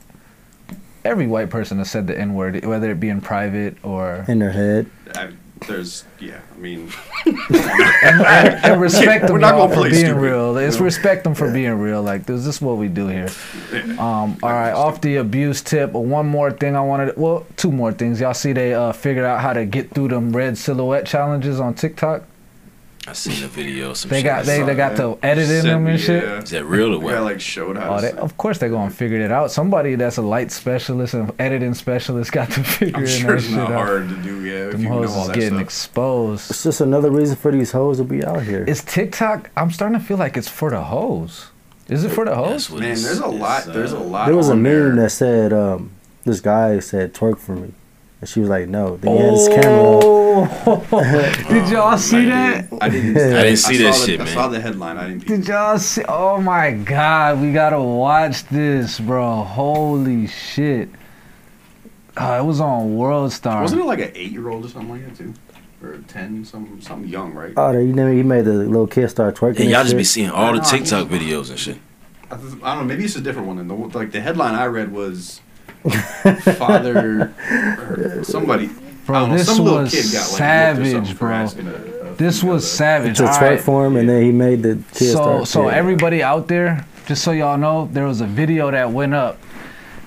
Speaker 1: every white person has said the N word, whether it be in private or
Speaker 3: in their head.
Speaker 4: I, there's, yeah, I mean,
Speaker 1: and respect them
Speaker 4: We're not
Speaker 1: y'all,
Speaker 4: gonna
Speaker 1: for
Speaker 4: play
Speaker 1: being
Speaker 4: stupid.
Speaker 1: real. It's
Speaker 4: No.
Speaker 1: respect them for being real. Like this is what we do here. Um, all right, off the abuse tip. uh, One more thing I wanted. Well, two more things. Y'all see they uh, figured out how to get through them red silhouette challenges on TikTok.
Speaker 2: I seen the video. Some
Speaker 1: They
Speaker 2: shit
Speaker 1: got
Speaker 2: like
Speaker 1: they,
Speaker 2: that.
Speaker 1: they got
Speaker 4: Son,
Speaker 1: to edit in
Speaker 4: send
Speaker 1: them and
Speaker 4: me,
Speaker 1: shit.
Speaker 4: yeah.
Speaker 2: Is that real or what?
Speaker 4: Yeah, like showed how.
Speaker 1: Oh,
Speaker 4: to
Speaker 1: they,
Speaker 4: send-
Speaker 1: of course they're gonna figure it out. Somebody that's a light specialist and editing specialist got to figure
Speaker 4: I'm
Speaker 1: that
Speaker 4: sure it's
Speaker 1: shit
Speaker 4: not
Speaker 1: out.
Speaker 4: hard to do. Yeah, if
Speaker 1: Them
Speaker 4: you know
Speaker 1: hoes
Speaker 4: all
Speaker 1: is
Speaker 4: that
Speaker 1: getting
Speaker 4: stuff.
Speaker 1: exposed.
Speaker 3: It's just another reason for these hoes to be out here.
Speaker 1: Is TikTok? I'm starting to feel like it's for the hoes. Is it for the
Speaker 2: That's
Speaker 1: hoes?
Speaker 2: what
Speaker 4: Man,
Speaker 2: it's-
Speaker 4: there's a
Speaker 2: it's,
Speaker 4: lot.
Speaker 2: uh,
Speaker 4: There's a lot.
Speaker 3: there was a
Speaker 4: on
Speaker 3: meme
Speaker 4: there.
Speaker 3: that said, um, "This guy said twerk for me," and she was like, "No." Then he had his camera. on.
Speaker 1: Oh, did y'all see that?
Speaker 4: I didn't.
Speaker 3: I
Speaker 2: didn't see
Speaker 4: saw
Speaker 2: that
Speaker 4: the-
Speaker 2: shit,
Speaker 4: I
Speaker 2: man.
Speaker 4: saw the headline. I didn't. peep.
Speaker 1: Did y'all see? Oh my God, we gotta watch this, bro. Holy shit! Uh, it was on World Star.
Speaker 4: Wasn't it like an eight-year-old or something like that too, or ten, some, something young, right?
Speaker 3: Oh, they- you know, he made the little kid start twerking.
Speaker 2: And
Speaker 3: and
Speaker 2: y'all just
Speaker 3: shit.
Speaker 2: be seeing all the
Speaker 4: No, I think-
Speaker 2: TikTok videos and shit.
Speaker 4: I th- I don't know. Maybe it's a different one. than the one- like the headline I read was father, or somebody.
Speaker 1: Bro,
Speaker 4: I don't know,
Speaker 1: this
Speaker 4: some little
Speaker 1: was
Speaker 4: kid got like whipped or something
Speaker 1: savage,
Speaker 4: for
Speaker 1: bro.
Speaker 4: asking a- a
Speaker 1: This
Speaker 4: female
Speaker 1: was
Speaker 4: to-
Speaker 1: savage.
Speaker 3: to
Speaker 1: All
Speaker 3: twerk
Speaker 1: right.
Speaker 3: for him, and then he made the kid
Speaker 1: so
Speaker 3: start.
Speaker 1: so
Speaker 3: yeah.
Speaker 1: everybody out there just so y'all know there was a video that went up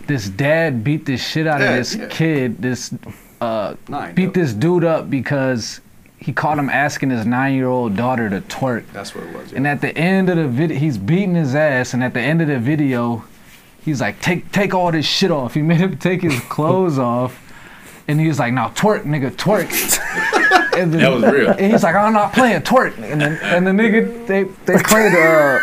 Speaker 1: this dad beat the shit out
Speaker 4: Yeah,
Speaker 1: of this
Speaker 4: yeah.
Speaker 1: kid this uh
Speaker 4: Nine.
Speaker 1: beat this dude up because he caught him asking his nine-year-old daughter to twerk
Speaker 4: That's what it was.
Speaker 1: and at the end of the video he's beating his ass and at the end of the video he's like take take all this shit off he made him take his clothes off and he was like now twerk nigga twerk And the-
Speaker 2: That was real.
Speaker 1: and he's like, I'm not playing twerk. And then and the nigga they they played uh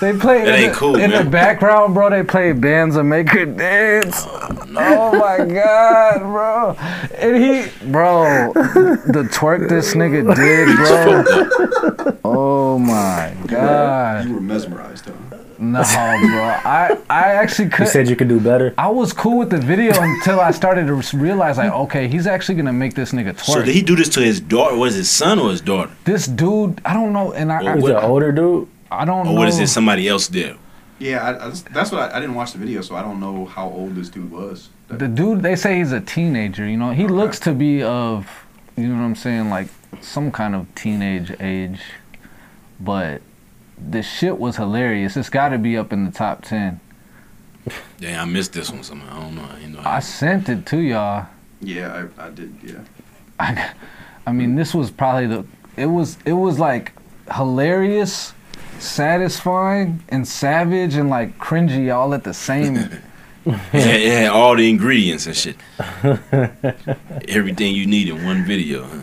Speaker 1: they played
Speaker 2: That
Speaker 1: in,
Speaker 2: ain't
Speaker 1: the,
Speaker 2: cool,
Speaker 1: in the
Speaker 2: man.
Speaker 1: background, bro. They played bands and make her dance. Oh my god, bro! And he, bro, the twerk this nigga did, bro. Oh my god,
Speaker 4: you were mesmerized, huh?
Speaker 1: no, bro. I I actually
Speaker 3: you
Speaker 1: could.
Speaker 3: said you could do better.
Speaker 1: I was cool with the video until I started to realize, like, okay, he's actually gonna make this nigga twerk.
Speaker 2: So did he do this to his daughter? Was his son or his daughter?
Speaker 1: this dude, I don't know, and I,
Speaker 2: Well,
Speaker 1: I-
Speaker 3: He's
Speaker 2: what-
Speaker 3: an older dude.
Speaker 1: I don't
Speaker 2: Or
Speaker 1: know.
Speaker 2: what is it? Somebody else did.
Speaker 4: Yeah, I, I just, that's what I, I didn't watch the video, so I don't know how old this dude was.
Speaker 1: The dude, they say he's a teenager. You know, he looks to be of, you know what I'm saying, like some kind of teenage age. But the shit was hilarious. It's got to be up in the top ten.
Speaker 2: Yeah, I missed this one somehow. I don't know. I didn't know.
Speaker 1: I sent it to y'all.
Speaker 4: Yeah, I, I did. Yeah,
Speaker 1: I, I mean, this was probably the. It was. It was like hilarious, satisfying, and savage, and like cringy all at the same.
Speaker 2: it, had, it had all the ingredients and shit. Everything you need in one video. Huh?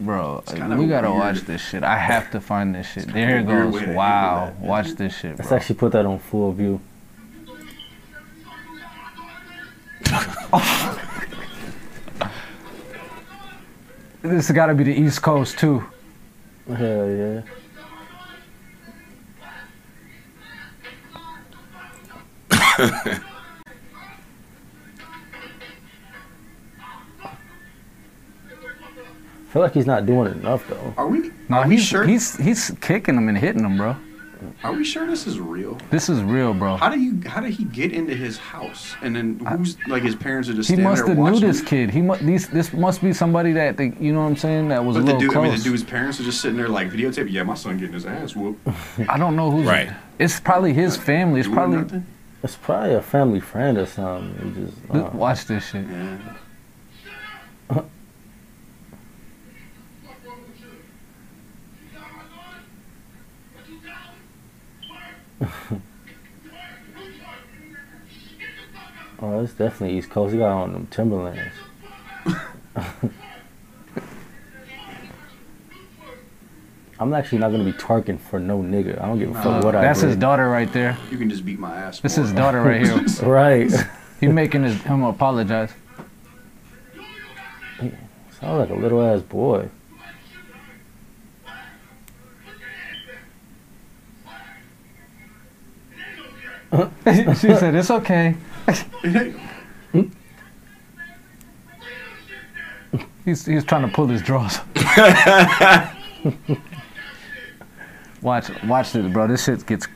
Speaker 1: Bro,
Speaker 4: kinda
Speaker 1: we gotta
Speaker 4: weird.
Speaker 1: watch this shit. I have to find this shit. There it
Speaker 4: kinda weird
Speaker 1: goes.
Speaker 4: way to handle
Speaker 1: Wow.
Speaker 4: that.
Speaker 1: Watch this shit,
Speaker 3: Let's
Speaker 1: bro.
Speaker 3: actually put that on full view.
Speaker 1: This has gotta be the East Coast too.
Speaker 3: Hell yeah. I feel like he's not doing enough though.
Speaker 4: are we?
Speaker 1: No,
Speaker 4: are we
Speaker 1: he's
Speaker 4: sure?
Speaker 1: he's he's kicking them and hitting them, bro.
Speaker 4: Are we sure this is real?
Speaker 1: This is real, bro.
Speaker 4: How do you? How did he get into his house? And then who's like his parents are just
Speaker 1: He
Speaker 4: standing
Speaker 1: must
Speaker 4: there
Speaker 1: have knew
Speaker 4: watching.
Speaker 1: this
Speaker 4: him?
Speaker 1: kid. He mu- these this must be somebody that they, you know what I'm saying that was a
Speaker 4: But the
Speaker 1: little
Speaker 4: dude, I mean, the
Speaker 1: close.
Speaker 4: dude's parents are just sitting there like videotaping. Yeah, my son getting his ass whooped.
Speaker 1: I don't know who's
Speaker 2: Right.
Speaker 1: It's probably his family. It's
Speaker 4: Doing
Speaker 1: probably
Speaker 4: nothing.
Speaker 3: It's probably a family friend or something. He just
Speaker 1: Th-
Speaker 3: uh,
Speaker 1: watch this shit.
Speaker 4: Yeah.
Speaker 3: oh, it's definitely East Coast. He got on them Timberlands. I'm actually not gonna be twerking for no nigga. I don't give a fuck
Speaker 4: Nah,
Speaker 3: what I
Speaker 1: Uh, That's his
Speaker 3: did.
Speaker 1: daughter right there.
Speaker 4: You can just beat my ass.
Speaker 1: That's
Speaker 4: more.
Speaker 1: his daughter right here.
Speaker 3: Right.
Speaker 1: He making his, him apologize.
Speaker 3: Sounds like a little ass boy.
Speaker 1: she said, "It's okay." he's he's trying to pull his drawers. watch watch this, bro. This shit gets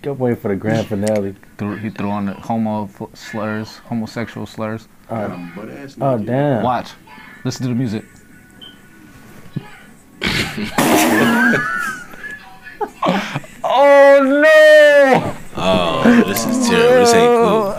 Speaker 3: Don't wait for the grand finale.
Speaker 1: threw, he threw on the homo f- slurs, homosexual slurs.
Speaker 3: Oh,
Speaker 4: butt ass
Speaker 3: oh
Speaker 4: nigga.
Speaker 3: damn.
Speaker 1: Watch, listen to the music. oh no!
Speaker 2: Oh, this is terrible.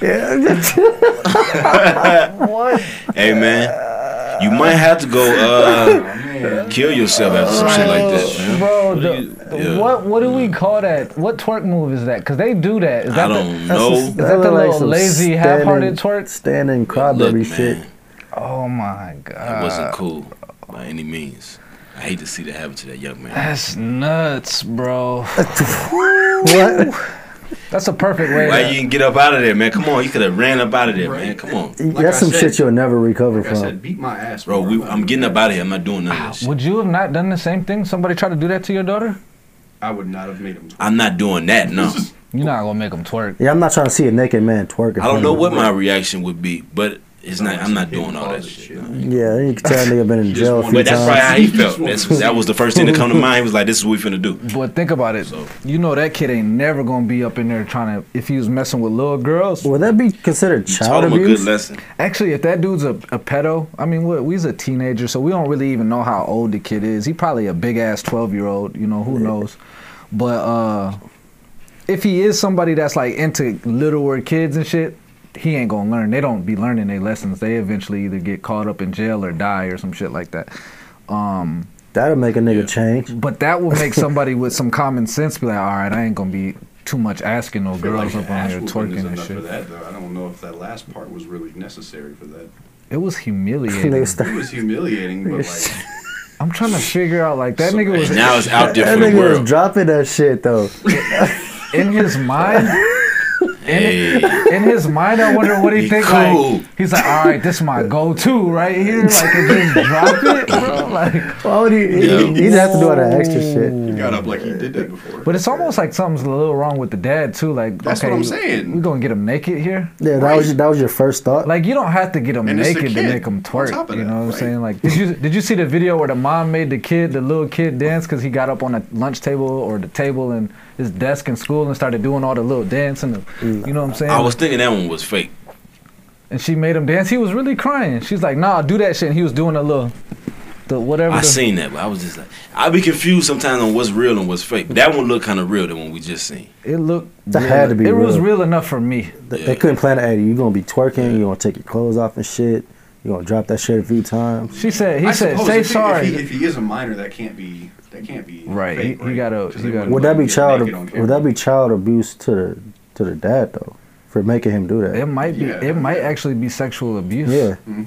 Speaker 2: This ain't cool. Man. Hey man, you might have to go uh,
Speaker 4: Man,
Speaker 2: kill yourself after some shit like that. Man.
Speaker 1: Bro,
Speaker 2: What
Speaker 1: the,
Speaker 2: do you-
Speaker 1: the-
Speaker 2: yeah.
Speaker 1: what what do we call that? What twerk move is that? Because they do that. Is
Speaker 2: I
Speaker 1: that
Speaker 2: don't
Speaker 3: That's
Speaker 2: know.
Speaker 3: just-
Speaker 2: Look,
Speaker 1: that
Speaker 3: look
Speaker 1: the
Speaker 3: like
Speaker 1: little
Speaker 3: some
Speaker 1: lazy, half-hearted
Speaker 3: standing-
Speaker 1: twerk?
Speaker 3: Standing crybaby shit.
Speaker 2: man,
Speaker 1: The, oh my
Speaker 2: that
Speaker 1: god,
Speaker 2: wasn't cool by any means. I hate to see that happen to that young man.
Speaker 1: that's nuts, bro.
Speaker 3: What?
Speaker 1: That's a perfect way.
Speaker 2: Why
Speaker 1: to-
Speaker 2: you didn't get up out of there, man? Come on, you could have ran up out of there, man. Come on,
Speaker 4: Like
Speaker 3: That's
Speaker 4: I
Speaker 3: some
Speaker 4: said-
Speaker 3: shit you'll never recover
Speaker 4: like I
Speaker 3: from.
Speaker 4: said, beat my ass,
Speaker 2: bro. We, I'm getting up out of here. I'm not doing none of this. Shit.
Speaker 1: Would you have not done the same thing? Somebody try to do that to your daughter?
Speaker 4: I would not have made him.
Speaker 2: I'm not doing that. No,
Speaker 1: You're not gonna make them twerk.
Speaker 3: yeah, I'm not trying to see a naked man twerking.
Speaker 2: I don't know what my reaction would be, but it's not. I'm not doing all that shit. man.
Speaker 3: Yeah, you can tell nigga been in jail a
Speaker 4: one-
Speaker 3: few
Speaker 2: But that's probably
Speaker 3: times.
Speaker 2: how he felt. That's, that was the first thing that come to mind. He was like, "This is what we finna do."
Speaker 1: But think about it.
Speaker 2: So-
Speaker 1: You know that kid ain't never gonna be up in there trying to. If he was messing with little girls,
Speaker 3: Would that be considered
Speaker 2: Taught
Speaker 3: child
Speaker 2: him a good
Speaker 3: abuse?
Speaker 2: lesson.
Speaker 1: Actually, if that dude's a, a pedo, I mean, we, we's a teenager, so we don't really even know how old the kid is. He probably a big ass twelve year old. You know, who knows? But uh, if he is somebody that's like into littler kids and shit, he ain't gonna learn. They don't be learning their lessons. They eventually either get caught up in jail or die or some shit like that. Um,
Speaker 3: That'll make a nigga change.
Speaker 1: but that would make somebody with some common sense be like, all right, I ain't gonna be too much asking no girls up on here twerking and
Speaker 4: For
Speaker 1: shit.
Speaker 4: that, though. I don't know if that last part was really necessary for that.
Speaker 1: It was humiliating.
Speaker 3: Nigga
Speaker 4: It
Speaker 3: start-
Speaker 4: was humiliating, but like,
Speaker 1: I'm trying to figure out like that
Speaker 2: So-
Speaker 1: nigga was
Speaker 2: and now it's out there
Speaker 3: That
Speaker 2: for the
Speaker 3: nigga was
Speaker 2: world.
Speaker 3: dropping that shit though.
Speaker 1: in his mind.
Speaker 2: Hey,
Speaker 1: In his mind, I wonder what he,
Speaker 2: He
Speaker 1: think.
Speaker 2: cool.
Speaker 1: Like he's like, all right, this is my go-to right here. Like, and just drop it, bro. Like,
Speaker 3: Why would he? he-
Speaker 2: Yeah.
Speaker 3: He'd have to do all that extra shit.
Speaker 4: he got up like he did that before.
Speaker 1: but it's almost like something's a little wrong with the dad too. Like,
Speaker 4: That's
Speaker 1: okay,
Speaker 4: what I'm saying.
Speaker 1: We gonna get him naked here.
Speaker 3: Yeah, that
Speaker 4: Right.
Speaker 3: was that was your first thought.
Speaker 1: Like, you don't have to get him
Speaker 4: And it's the
Speaker 1: naked to
Speaker 4: kid
Speaker 1: make him
Speaker 4: on
Speaker 1: twerk.
Speaker 4: top of
Speaker 1: you
Speaker 4: that,
Speaker 1: know what I'm
Speaker 4: right?
Speaker 1: saying? Like, did you did you see the video where the mom made the kid, the little kid, dance because he got up on the lunch table or the table and his desk in school and started doing all the little dance and the,
Speaker 3: Mm.
Speaker 1: you know what I'm saying?
Speaker 2: I was thinking that one was fake.
Speaker 1: and she made him dance. He was really crying. She's like, "Nah, do that shit." And he was doing a little, the whatever.
Speaker 2: I
Speaker 1: the,
Speaker 2: seen that, but I was just like, I be confused sometimes on what's real and what's fake. That one looked kind of real than what we just seen.
Speaker 1: It looked.
Speaker 3: That
Speaker 1: real.
Speaker 3: had to be
Speaker 1: It was
Speaker 3: real.
Speaker 1: real enough for me.
Speaker 3: They- They couldn't plan it. Hey, you gonna be twerking. You gonna take your clothes off and shit. You gonna drop that shit a few times.
Speaker 1: She said. He
Speaker 4: I
Speaker 1: said,
Speaker 4: suppose
Speaker 1: "Say
Speaker 4: if he-
Speaker 1: sorry."
Speaker 4: If he, if he is a minor, that can't be. That can't be.
Speaker 1: Right,
Speaker 4: fake,
Speaker 1: he- he gotta-
Speaker 4: 'Cause
Speaker 1: he
Speaker 4: they
Speaker 1: gotta-
Speaker 4: wouldn't
Speaker 3: Would
Speaker 4: let
Speaker 3: that be
Speaker 4: him get
Speaker 3: child?
Speaker 4: naked on
Speaker 3: Would that be child abuse to the to the dad though for making him do
Speaker 1: it
Speaker 3: that?
Speaker 1: might be.
Speaker 4: Yeah.
Speaker 1: It might actually be sexual abuse.
Speaker 3: Yeah,
Speaker 4: camera. Mhm.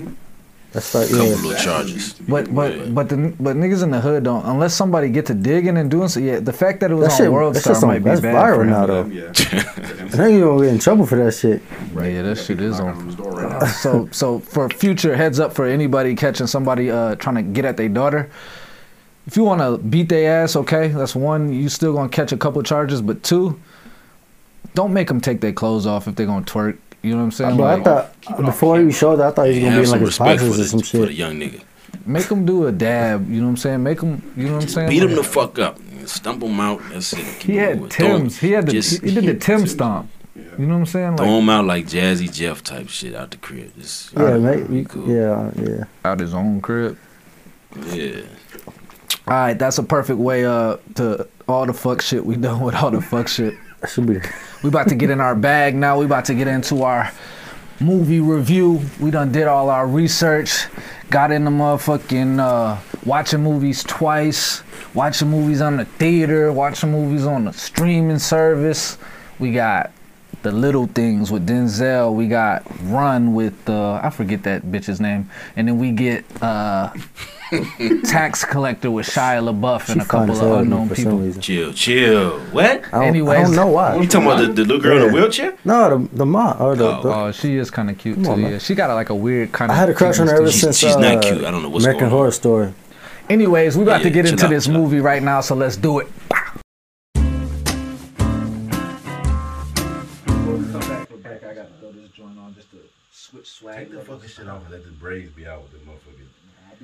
Speaker 3: that's like
Speaker 2: Couple
Speaker 3: yeah.
Speaker 2: little
Speaker 4: That's what it
Speaker 2: charges.
Speaker 4: used to be.
Speaker 1: But
Speaker 2: Yeah.
Speaker 1: but but the but niggas in the hood don't unless somebody get to digging and doing so. Yeah, the fact that it was
Speaker 3: That
Speaker 1: on
Speaker 3: shit-
Speaker 1: World
Speaker 3: that
Speaker 1: Star
Speaker 3: shit's on-
Speaker 1: might be
Speaker 3: that's
Speaker 1: bad
Speaker 3: viral
Speaker 1: for him.
Speaker 3: now, though.
Speaker 4: Yeah.
Speaker 3: I think you gonna get in trouble for that shit.
Speaker 1: Yeah, that shit is
Speaker 4: Knocking
Speaker 1: on.
Speaker 4: on his door right now.
Speaker 1: so so for future heads up for anybody catching somebody uh, trying to get at their daughter if you want to beat their ass okay that's one you still gonna catch a couple charges but two don't make them take their clothes off if they're gonna twerk you know what i'm saying
Speaker 3: Bro, I
Speaker 1: like,
Speaker 4: keep
Speaker 3: thought
Speaker 4: it off
Speaker 3: before
Speaker 4: camera.
Speaker 3: you showed that, I thought he was gonna be
Speaker 2: Have
Speaker 3: in like
Speaker 2: some
Speaker 3: his
Speaker 2: respect for
Speaker 3: boxes
Speaker 2: the,
Speaker 3: or some
Speaker 2: for the
Speaker 3: shit.
Speaker 2: young nigga.
Speaker 1: make them do a dab you know what i'm saying make them you know what i'm saying
Speaker 2: Beat him the
Speaker 1: Like,
Speaker 2: fuck up. Stump him out. That's it. Keep
Speaker 1: he
Speaker 2: it
Speaker 1: had
Speaker 2: moving.
Speaker 1: tims
Speaker 2: Throw-
Speaker 1: he had the
Speaker 2: just
Speaker 1: he did the tim stomp you know what i'm saying
Speaker 2: throw
Speaker 1: like
Speaker 2: him out like Jazzy Jeff type shit out the crib. Just
Speaker 3: Yeah,
Speaker 2: That'd
Speaker 3: mate.
Speaker 2: be
Speaker 3: You,
Speaker 2: cool.
Speaker 3: Yeah, uh, yeah.
Speaker 1: out his own crib
Speaker 2: yeah.
Speaker 1: all right that's a perfect way uh to all the fuck shit we done with all the fuck shit
Speaker 3: That should be.
Speaker 1: We about to get in our bag now. We about to get into our movie review. We done did all our research. Got in the motherfucking uh, watching movies twice, watching movies on the theater, watching movies on the streaming service. We got the little things with Denzel. We got Run with uh, I forget that bitch's name, and then we get uh, Tax Collector with Shia LaBeouf and a
Speaker 3: She fine
Speaker 1: couple
Speaker 3: as hell
Speaker 1: of
Speaker 3: to me
Speaker 1: unknown
Speaker 3: for some
Speaker 1: people.
Speaker 3: reason.
Speaker 2: Chill, chill. What?
Speaker 3: I don't, I
Speaker 1: Anyways.
Speaker 3: don't know why.
Speaker 2: You talking about the, the little girl in the
Speaker 3: Uh, Yeah.
Speaker 2: wheelchair?
Speaker 3: No, the the mom or the,
Speaker 2: Oh,
Speaker 3: the
Speaker 1: Oh, she is kind of cute
Speaker 3: Come on,
Speaker 1: too.
Speaker 3: man.
Speaker 1: Yeah, she got like a weird kind
Speaker 3: I
Speaker 1: of.
Speaker 3: had a crush on her ever
Speaker 2: She's-
Speaker 3: since
Speaker 2: she's
Speaker 3: uh,
Speaker 2: not cute. I don't know what's
Speaker 3: American
Speaker 2: going on.
Speaker 3: Horror Story.
Speaker 1: Anyways, we're about
Speaker 2: Yeah,
Speaker 1: to get
Speaker 2: chill
Speaker 1: into
Speaker 2: out,
Speaker 1: this
Speaker 2: chill out.
Speaker 1: movie right now, so let's do it. Switch swag
Speaker 2: shit off and let the braids be out with the motherfucker.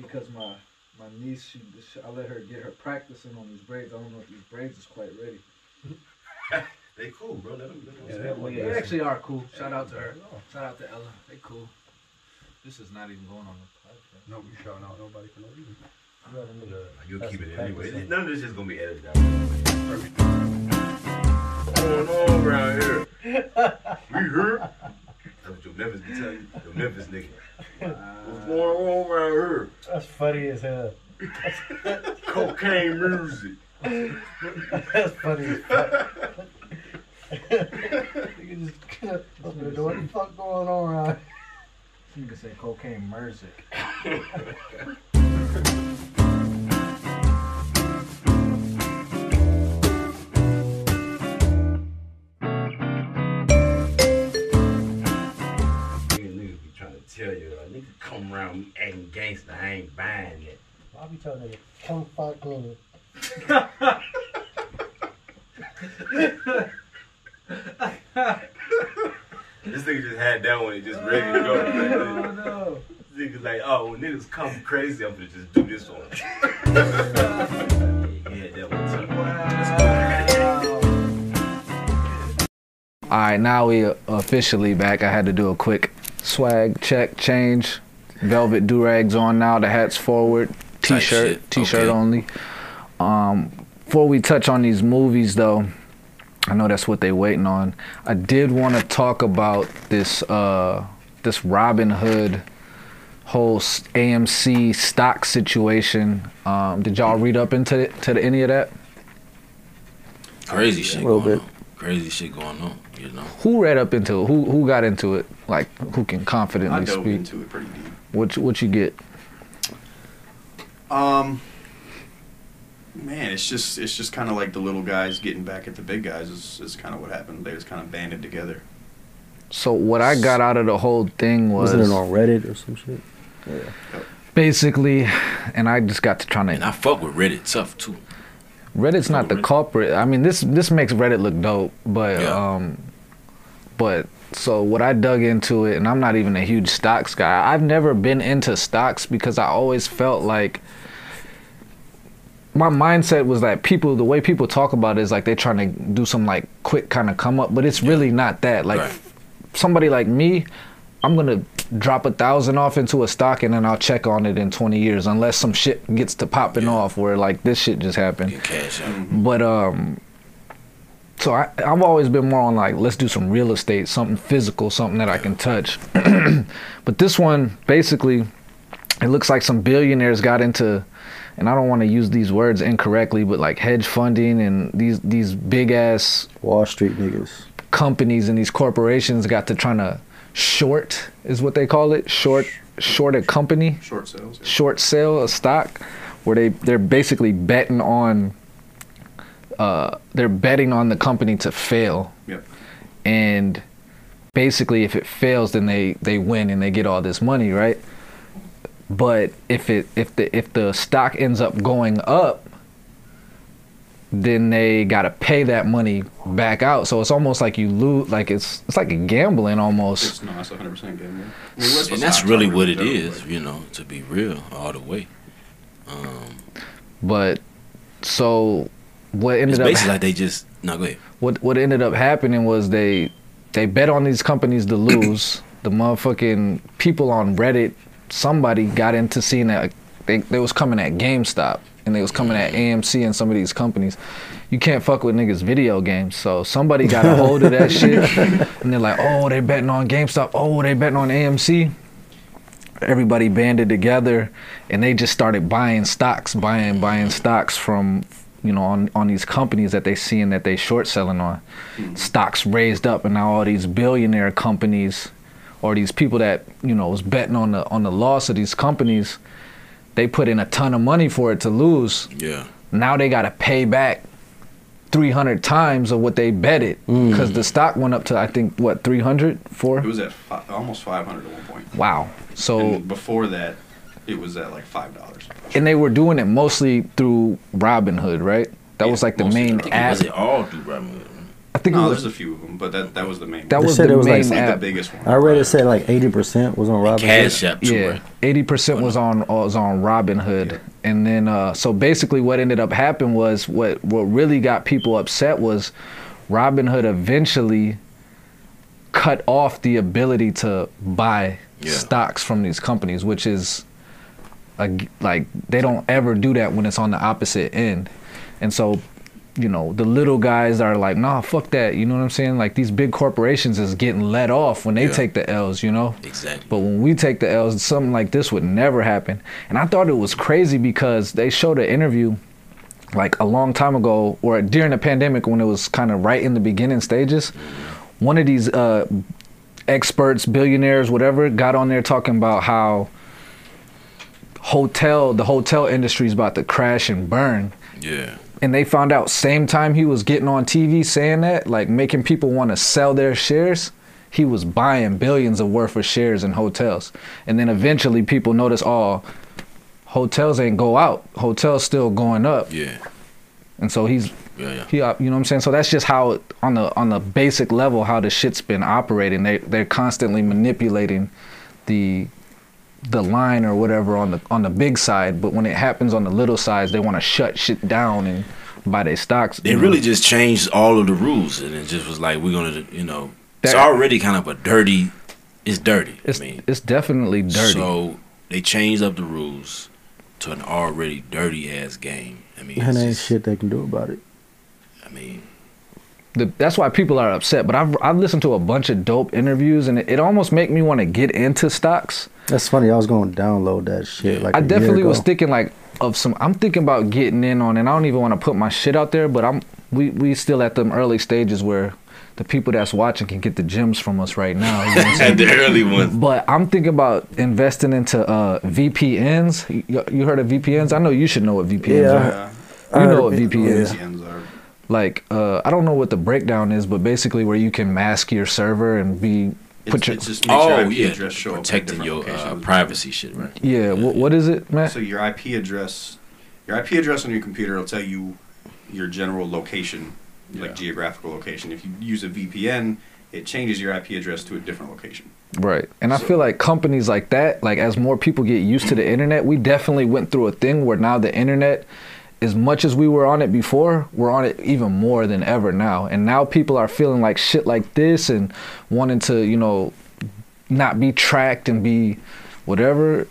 Speaker 1: because my my niece, she, she, I let her get her practicing on these braids. I don't know if these braids is quite ready.
Speaker 2: They cool, bro. Let them,
Speaker 1: They actually are cool. Shout out to her. Shout out to Ella. They cool. This is not even going on the
Speaker 6: No, we shouting out nobody for no reason.
Speaker 2: You'll
Speaker 3: That's keep it the anyway. practice.
Speaker 2: None of this is gonna be edited out. going on around here? We here? That's what your Memphis be telling you. Your Memphis nigga. What's going on around here?
Speaker 7: That's funny as hell.
Speaker 2: Cocaine music.
Speaker 7: That's funny as fuck. you can just open the door. What the fuck going on around
Speaker 1: podcast. You can say cocaine music.
Speaker 8: Nigga, niggas be trying to tell you, like, nigga come around me acting gangster, I ain't buying it.
Speaker 7: I'll be telling you, come fuck me.
Speaker 8: This nigga just had that one and just ready to go. Like, this Niggas like, oh, when niggas come crazy, I'm gonna just do this one. yeah, that one too.
Speaker 1: All right, now we officially back. I had to do a quick swag check change. Velvet do rags on now. The hat's forward.
Speaker 2: Tight
Speaker 1: T-shirt,
Speaker 2: shit,
Speaker 1: T-shirt
Speaker 2: okay.
Speaker 1: only. Um, before we touch on these movies, though, I know that's what they waiting on. I did want to talk about this uh, this Robin Hood whole s- AMC stock situation. Um, did y'all read up into to the, any of that?
Speaker 2: Crazy shit.
Speaker 3: A little
Speaker 2: going
Speaker 3: bit.
Speaker 2: On. Crazy shit going on. You know.
Speaker 1: Who read up into it? Who who got into it? Like who can
Speaker 4: I
Speaker 1: confidently
Speaker 4: dove
Speaker 1: speak?
Speaker 4: into it pretty deep.
Speaker 1: What you- what you get?
Speaker 4: Um, man, it's just it's just kind of like the little guys getting back at the big guys is, is kind of what happened. They just kind of banded together.
Speaker 1: So what I got out of the whole thing was,
Speaker 3: Wasn't it on Reddit or some shit?
Speaker 1: basically, and I just got to trying
Speaker 2: And I
Speaker 1: to.
Speaker 2: fuck with Reddit tough too.
Speaker 1: Reddit's not the
Speaker 2: Reddit.
Speaker 1: culprit. I mean, this this makes Reddit look dope, but
Speaker 2: Yeah.
Speaker 1: um, but so what I dug into it, and I'm not even a huge stocks guy. I've never been into stocks because I always felt like my mindset was that people, the way people talk about it is like they're trying to do some like quick kind of come up, but it's really not that. Like
Speaker 2: Right.
Speaker 1: somebody like me, I'm gonna drop a thousand off into a stock and then I'll check on it in 20 years, unless some shit gets to popping off where like this shit just happened.
Speaker 2: Get cash out.
Speaker 1: But um, so I I've always been more on like let's do some real estate, something physical, something that I can touch. but this one basically, it looks like some billionaires got into, and I don't want to use these words incorrectly, but like hedge funding and these these big ass
Speaker 3: Wall Street niggas.
Speaker 1: companies and these corporations got to trying to short is what they call it short short a company
Speaker 4: Short sales. yeah.
Speaker 1: short sale of stock where they they're basically betting on uh they're betting on the company to fail
Speaker 4: Yep.
Speaker 1: and basically if it fails then they they win and they get all this money right but if it if the if the stock ends up going up then they got to pay that money back out so it's almost like you lose like it's it's like a gambling almost
Speaker 4: It's no, it's 100 percent game. yeah. I mean, West
Speaker 2: And
Speaker 4: Coast
Speaker 2: that's
Speaker 4: stocks
Speaker 2: really
Speaker 4: are
Speaker 2: what it
Speaker 4: dope,
Speaker 2: is,
Speaker 4: but
Speaker 2: you know, to be real, all the way. Um,
Speaker 1: but so what ended
Speaker 2: it's
Speaker 1: up
Speaker 2: basically like they just no go ahead.
Speaker 1: what what ended up happening was they they bet on these companies to lose. the motherfucking people on Reddit, somebody got into seeing that they they was coming at GameStop and they was coming at AMC and some of these companies. You can't fuck with niggas video games. So somebody got a hold of that shit and they're like, "Oh, they betting on GameStop. Oh, they betting on AMC." Everybody banded together and they just started buying stocks, buying buying stocks from you know on on these companies that they seeing that they short selling on stocks raised up and now all these billionaire companies or these people that you know was betting on the on the loss of these companies they put in a ton of money for it to lose.
Speaker 2: Yeah.
Speaker 1: Now they got to pay back 300 times of what they betted because the stock went up to I think what 300
Speaker 4: It
Speaker 1: four.
Speaker 4: was at fi- almost 500 at one point.
Speaker 1: Wow. So
Speaker 4: And before that, it was at like five dollars.
Speaker 1: and they were doing it mostly through Robinhood, right? That was like the
Speaker 2: Mostly.
Speaker 1: main
Speaker 2: I think it
Speaker 1: app.
Speaker 2: Was it all through Robinhood?
Speaker 1: I think
Speaker 4: No,
Speaker 1: it
Speaker 4: there's
Speaker 1: was
Speaker 4: a few of them, but that that was the main.
Speaker 1: that
Speaker 4: one.
Speaker 1: was
Speaker 3: said
Speaker 1: the
Speaker 3: it was, like,
Speaker 1: main
Speaker 4: It's like the
Speaker 1: app.
Speaker 4: biggest one.
Speaker 3: I read it said like eighty percent was on Robin.
Speaker 2: Cash App too,
Speaker 1: Yeah,
Speaker 2: right?
Speaker 1: eighty percent was on was on Robinhood, and then uh, so basically what ended up happening was what what really got people upset was Robinhood eventually cut off the ability to buy
Speaker 2: Yeah.
Speaker 1: stocks from these companies, which is ag- like they don't ever do that when it's on the opposite end, and so. You know the little guys are like, nah, fuck that. You know what I'm saying? Like these big corporations is getting let off when they
Speaker 2: Yeah.
Speaker 1: take the L's. You know,
Speaker 2: Exactly.
Speaker 1: but when we take the L's, something like this would never happen. And I thought it was crazy because they showed an interview like a long time ago or during the pandemic when it was kind of right in the beginning stages. One of these uh, experts, billionaires, whatever, got on there talking about how hotel, the hotel industry is about to crash and burn
Speaker 2: yeah.
Speaker 1: and they found out same time he was getting on TV saying that, like making people want to sell their shares, he was buying billions of worth of shares in hotels. And then eventually people noticed, oh, hotels ain't go out. Hotels still going up.
Speaker 2: Yeah.
Speaker 1: And so he's
Speaker 2: Yeah. Yeah.
Speaker 1: he op- you know what I'm saying? So that's just how on the on the basic level how the shit's been operating. They they're constantly manipulating the the line or whatever on the on the big side, but when it happens on the little sides, they want to shut shit down and buy their stocks.
Speaker 2: They
Speaker 1: you know?
Speaker 2: really just changed all of the rules, and it just was like we're gonna, you know, it's
Speaker 1: That-
Speaker 2: already kind of a dirty. It's dirty.
Speaker 1: it's
Speaker 2: I mean,
Speaker 1: it's definitely dirty.
Speaker 2: So they changed up the rules to an already dirty ass game. I mean,
Speaker 3: And
Speaker 2: it's
Speaker 3: ain't
Speaker 2: just-
Speaker 3: shit they can do about it.
Speaker 2: I mean,
Speaker 1: the, that's why people are upset. But I've I've listened to a bunch of dope interviews, and it, it almost make me want to get into stocks.
Speaker 3: That's funny. I was going to download that shit. Like
Speaker 1: I
Speaker 3: a year
Speaker 1: definitely was
Speaker 3: ago.
Speaker 1: thinking like of some. I'm thinking about getting in on, and I don't even want to put my shit out there. But I'm we we still at them early stages where the people that's watching can get the gems from us right now. you know what I'm
Speaker 2: at
Speaker 1: saying?
Speaker 2: the early ones.
Speaker 1: but I'm thinking about investing into uh, VPNs. You, you heard of VPNs? I know you should know what VPNs
Speaker 3: Yeah.
Speaker 1: are.
Speaker 4: Yeah.
Speaker 3: I
Speaker 1: You
Speaker 3: heard
Speaker 1: know
Speaker 3: of
Speaker 1: what
Speaker 3: it. Oh,
Speaker 1: VPN is.
Speaker 4: VPNs Uh, are-
Speaker 1: Like uh, I don't know what the breakdown is, but basically where you can mask your server and be
Speaker 4: It's,
Speaker 1: put your
Speaker 4: it just makes your
Speaker 2: Oh
Speaker 4: IP
Speaker 2: yeah,
Speaker 4: address show up at
Speaker 2: protecting
Speaker 4: different
Speaker 2: your uh,
Speaker 4: locations.
Speaker 2: privacy shit, right?
Speaker 1: yeah. What, what is it, Matt?
Speaker 4: So your IP address, your IP address on your computer will tell you your general location,
Speaker 2: Yeah.
Speaker 4: like geographical location. If you use a VPN, it changes your IP address to a different location.
Speaker 1: Right. And I feel like companies like that, like as more people get used to the internet, we definitely went through a thing where now the internet, as much as we were on it before, we're on it even more than ever now. And now people are feeling like shit like this and wanting to, you know, not be tracked and be whatever.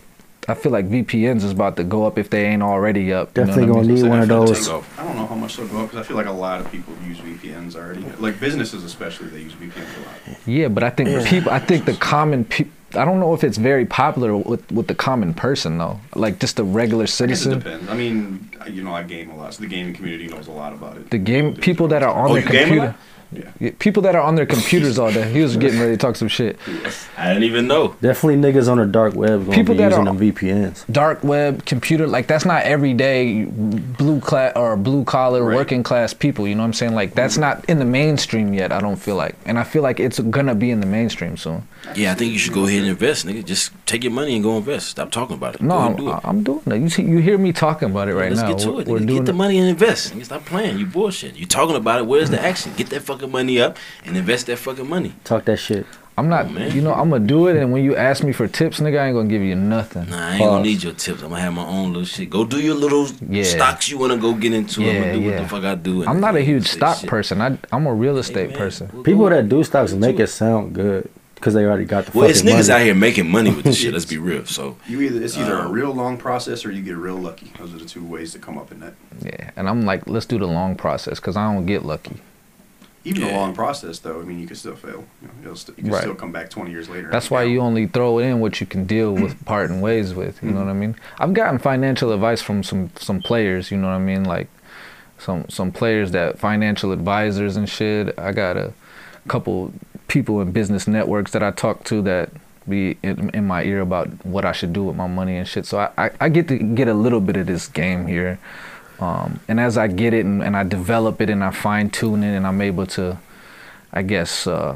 Speaker 1: I feel like VPNs is about to go up if they ain't already up. you know what
Speaker 3: Definitely
Speaker 1: I
Speaker 3: gonna
Speaker 1: mean?
Speaker 3: need
Speaker 4: So
Speaker 3: one of
Speaker 4: definitely
Speaker 3: those.
Speaker 4: take- I don't know how much they'll go up because I feel like a lot of people use VPNs already. Like businesses, especially, they use VPNs a lot.
Speaker 1: Yeah, but I think people. I think the common people. I don't know if it's very popular with with the common person though. Like just the regular
Speaker 4: I guess it
Speaker 1: citizen.
Speaker 4: depends. I mean, I- you know, I game a lot, so the gaming community knows a lot about it.
Speaker 1: The game people that are on
Speaker 2: Oh,
Speaker 1: their
Speaker 2: you game a
Speaker 1: computer.
Speaker 2: lot?
Speaker 4: Yeah.
Speaker 1: Yeah, People that are on their computers all day. He was getting ready to talk some shit.
Speaker 2: I didn't even know.
Speaker 3: Definitely niggas on the dark web gonna
Speaker 1: People
Speaker 3: be
Speaker 1: that
Speaker 3: using
Speaker 1: are-
Speaker 3: them VPNs.
Speaker 1: Dark web computer like that's not everyday blue class or blue collar
Speaker 4: Right.
Speaker 1: working class people. You know what I'm saying? Like that's not in the mainstream yet. I don't feel like, and I feel like it's gonna be in the mainstream soon.
Speaker 2: Yeah, I think you should go ahead and invest, nigga. Just take your money and go invest. Stop talking about it.
Speaker 1: No,
Speaker 2: Go
Speaker 1: I'm,
Speaker 2: do it.
Speaker 1: I'm doing that. You see, you hear me talking about it right
Speaker 2: Let's
Speaker 1: now.
Speaker 2: get to
Speaker 1: We're-
Speaker 2: it.
Speaker 1: we're
Speaker 2: nigga.
Speaker 1: doing
Speaker 2: Get the
Speaker 1: it.
Speaker 2: money and invest. Nigga, stop playing. You bullshit. You talking about it. Where's the action? Get that fucking money up and invest that fucking money.
Speaker 3: Talk that shit.
Speaker 1: I'm not,
Speaker 2: Oh, man.
Speaker 1: you know, I'm gonna do it. And when you ask me for tips, nigga, I ain't gonna give you nothing.
Speaker 2: Nah, I ain't gonna
Speaker 3: Pause.
Speaker 2: need your tips. I'm gonna have my own little shit. Go do your little
Speaker 1: Yeah.
Speaker 2: stocks you wanna go get into. I'm
Speaker 1: Yeah,
Speaker 2: gonna do what
Speaker 1: yeah.
Speaker 2: the fuck I do. and
Speaker 1: I'm not a huge
Speaker 2: say
Speaker 1: stock
Speaker 2: shit.
Speaker 1: person. I, I'm a real
Speaker 2: Hey,
Speaker 1: estate
Speaker 2: man,
Speaker 1: person.
Speaker 2: we'll
Speaker 3: People
Speaker 2: go-
Speaker 3: that do stocks
Speaker 2: we'll
Speaker 3: make
Speaker 2: do
Speaker 3: it sound good because they already got the
Speaker 2: Well, it's
Speaker 3: fucking
Speaker 2: niggas
Speaker 3: money.
Speaker 2: out here making money with this shit. Let's be real. So
Speaker 4: You either it's either a real long process or you get real lucky. Those are the two ways to come up in that.
Speaker 1: Yeah, and I'm like, let's do the long process because I don't get lucky.
Speaker 4: Even
Speaker 2: Yeah.
Speaker 4: a long process, though, I mean, you can still fail. You, know, you'll st- you can
Speaker 1: Right.
Speaker 4: still come back 20 years later.
Speaker 1: That's why you only throw in what you can deal with, parting ways with. You know what I mean? I've gotten financial advice from some some players. You know what I mean? Like some some players that financial advisors and shit. I got a couple people in business networks that I talk to that be in, in my ear about what I should do with my money and shit. So I, I, I get to get a little bit of this game here. Um, and as I get it and, and I develop it and I fine tune it and I'm able to, I guess, uh,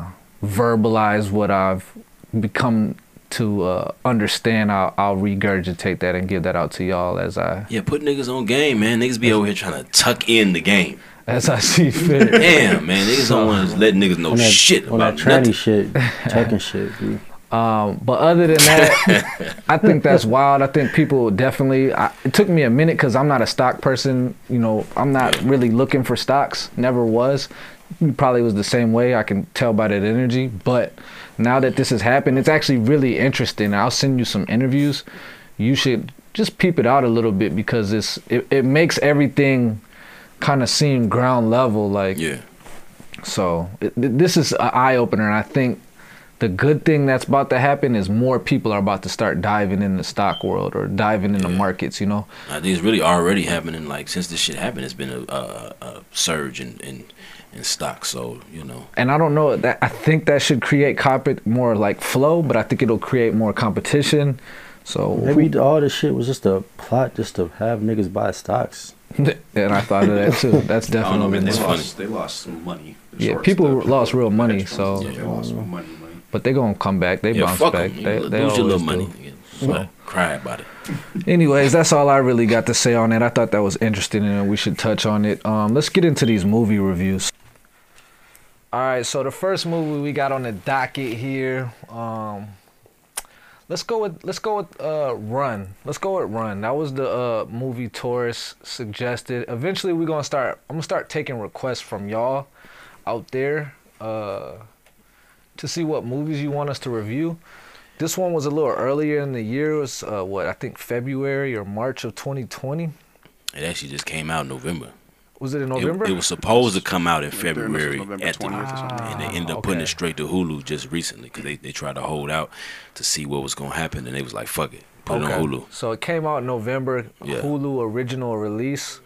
Speaker 1: verbalize what I've become to uh, understand, I'll, I'll regurgitate that and give that out to y'all as I
Speaker 2: Yeah, put niggas on game, man. Niggas be over here trying to tuck in the game.
Speaker 1: as I see fit.
Speaker 2: Damn, man. Niggas don't want to let niggas know
Speaker 3: on that,
Speaker 2: shit
Speaker 3: on
Speaker 2: about
Speaker 3: that tranny
Speaker 2: nothing.
Speaker 3: shit, tucking shit. Dude.
Speaker 1: Um, but other than that, I think that's wild. I think people definitely. I, it took me a minute because I'm not a stock person. You know, I'm not really looking for stocks. Never was. You Probably was the same way. I can tell by that energy. But now that this has happened, it's actually really interesting. I'll send you some interviews. You should just peep it out a little bit because it's it, it makes everything kind of seem ground level. Like
Speaker 2: Yeah.
Speaker 1: so it, th- this is an eye opener, and I think the good thing that's about to happen is more people are about to start diving in the stock world or diving in the markets. You know,
Speaker 2: I think it's really already happening. Like since this shit happened, it's been a, a, a surge in, in in stock. So you know,
Speaker 1: and I don't know that I think that should create comp- more like flow, but I think it'll create more competition. So
Speaker 3: Maybe all this shit was just a plot, just to have niggas buy stocks.
Speaker 1: and I thought of that too. That's
Speaker 4: I don't
Speaker 1: definitely
Speaker 4: know, man. They
Speaker 2: It's
Speaker 1: more.
Speaker 2: funny.
Speaker 4: lost, they lost some money. The
Speaker 1: Yeah,
Speaker 4: short
Speaker 1: people
Speaker 4: stuff.
Speaker 1: lost real money,
Speaker 4: Hedge funds,
Speaker 1: so-
Speaker 4: they lost some money, money.
Speaker 1: but they're gonna come back. They
Speaker 2: yeah,
Speaker 1: bounce
Speaker 2: fuck
Speaker 1: back.
Speaker 2: them.
Speaker 1: They,
Speaker 2: lose
Speaker 1: they
Speaker 2: your little
Speaker 1: always do.
Speaker 2: money. Yeah, so, Cry about it.
Speaker 1: Anyways, that's all I really got to say on it. I thought that was interesting and we should touch on it. Um, let's get into these movie reviews. All right, so the first movie we got on the docket here. Um, let's go with let's go with uh, Run. Let's go with Run. That was the uh, movie Taurus suggested. Eventually, we're gonna start. I'm gonna start taking requests from y'all out there uh, to see what movies you want us to review. This one was a little earlier in the year. It was uh, what I think February or March of 2020.
Speaker 2: It actually just came out in November.
Speaker 1: Was it in
Speaker 2: It-
Speaker 1: November?
Speaker 2: It, was supposed to come out in
Speaker 4: November,
Speaker 2: Mm. February
Speaker 4: November
Speaker 2: at the, Ah,
Speaker 4: 20th or something.
Speaker 2: and they ended up putting
Speaker 1: Ah, okay.
Speaker 2: it straight to Hulu just recently because they, they tried to hold out to see what was gonna happen, and they was like, "Fuck it, put it on Hulu."
Speaker 1: So it came out in November.
Speaker 2: Yeah.
Speaker 1: Hulu original release.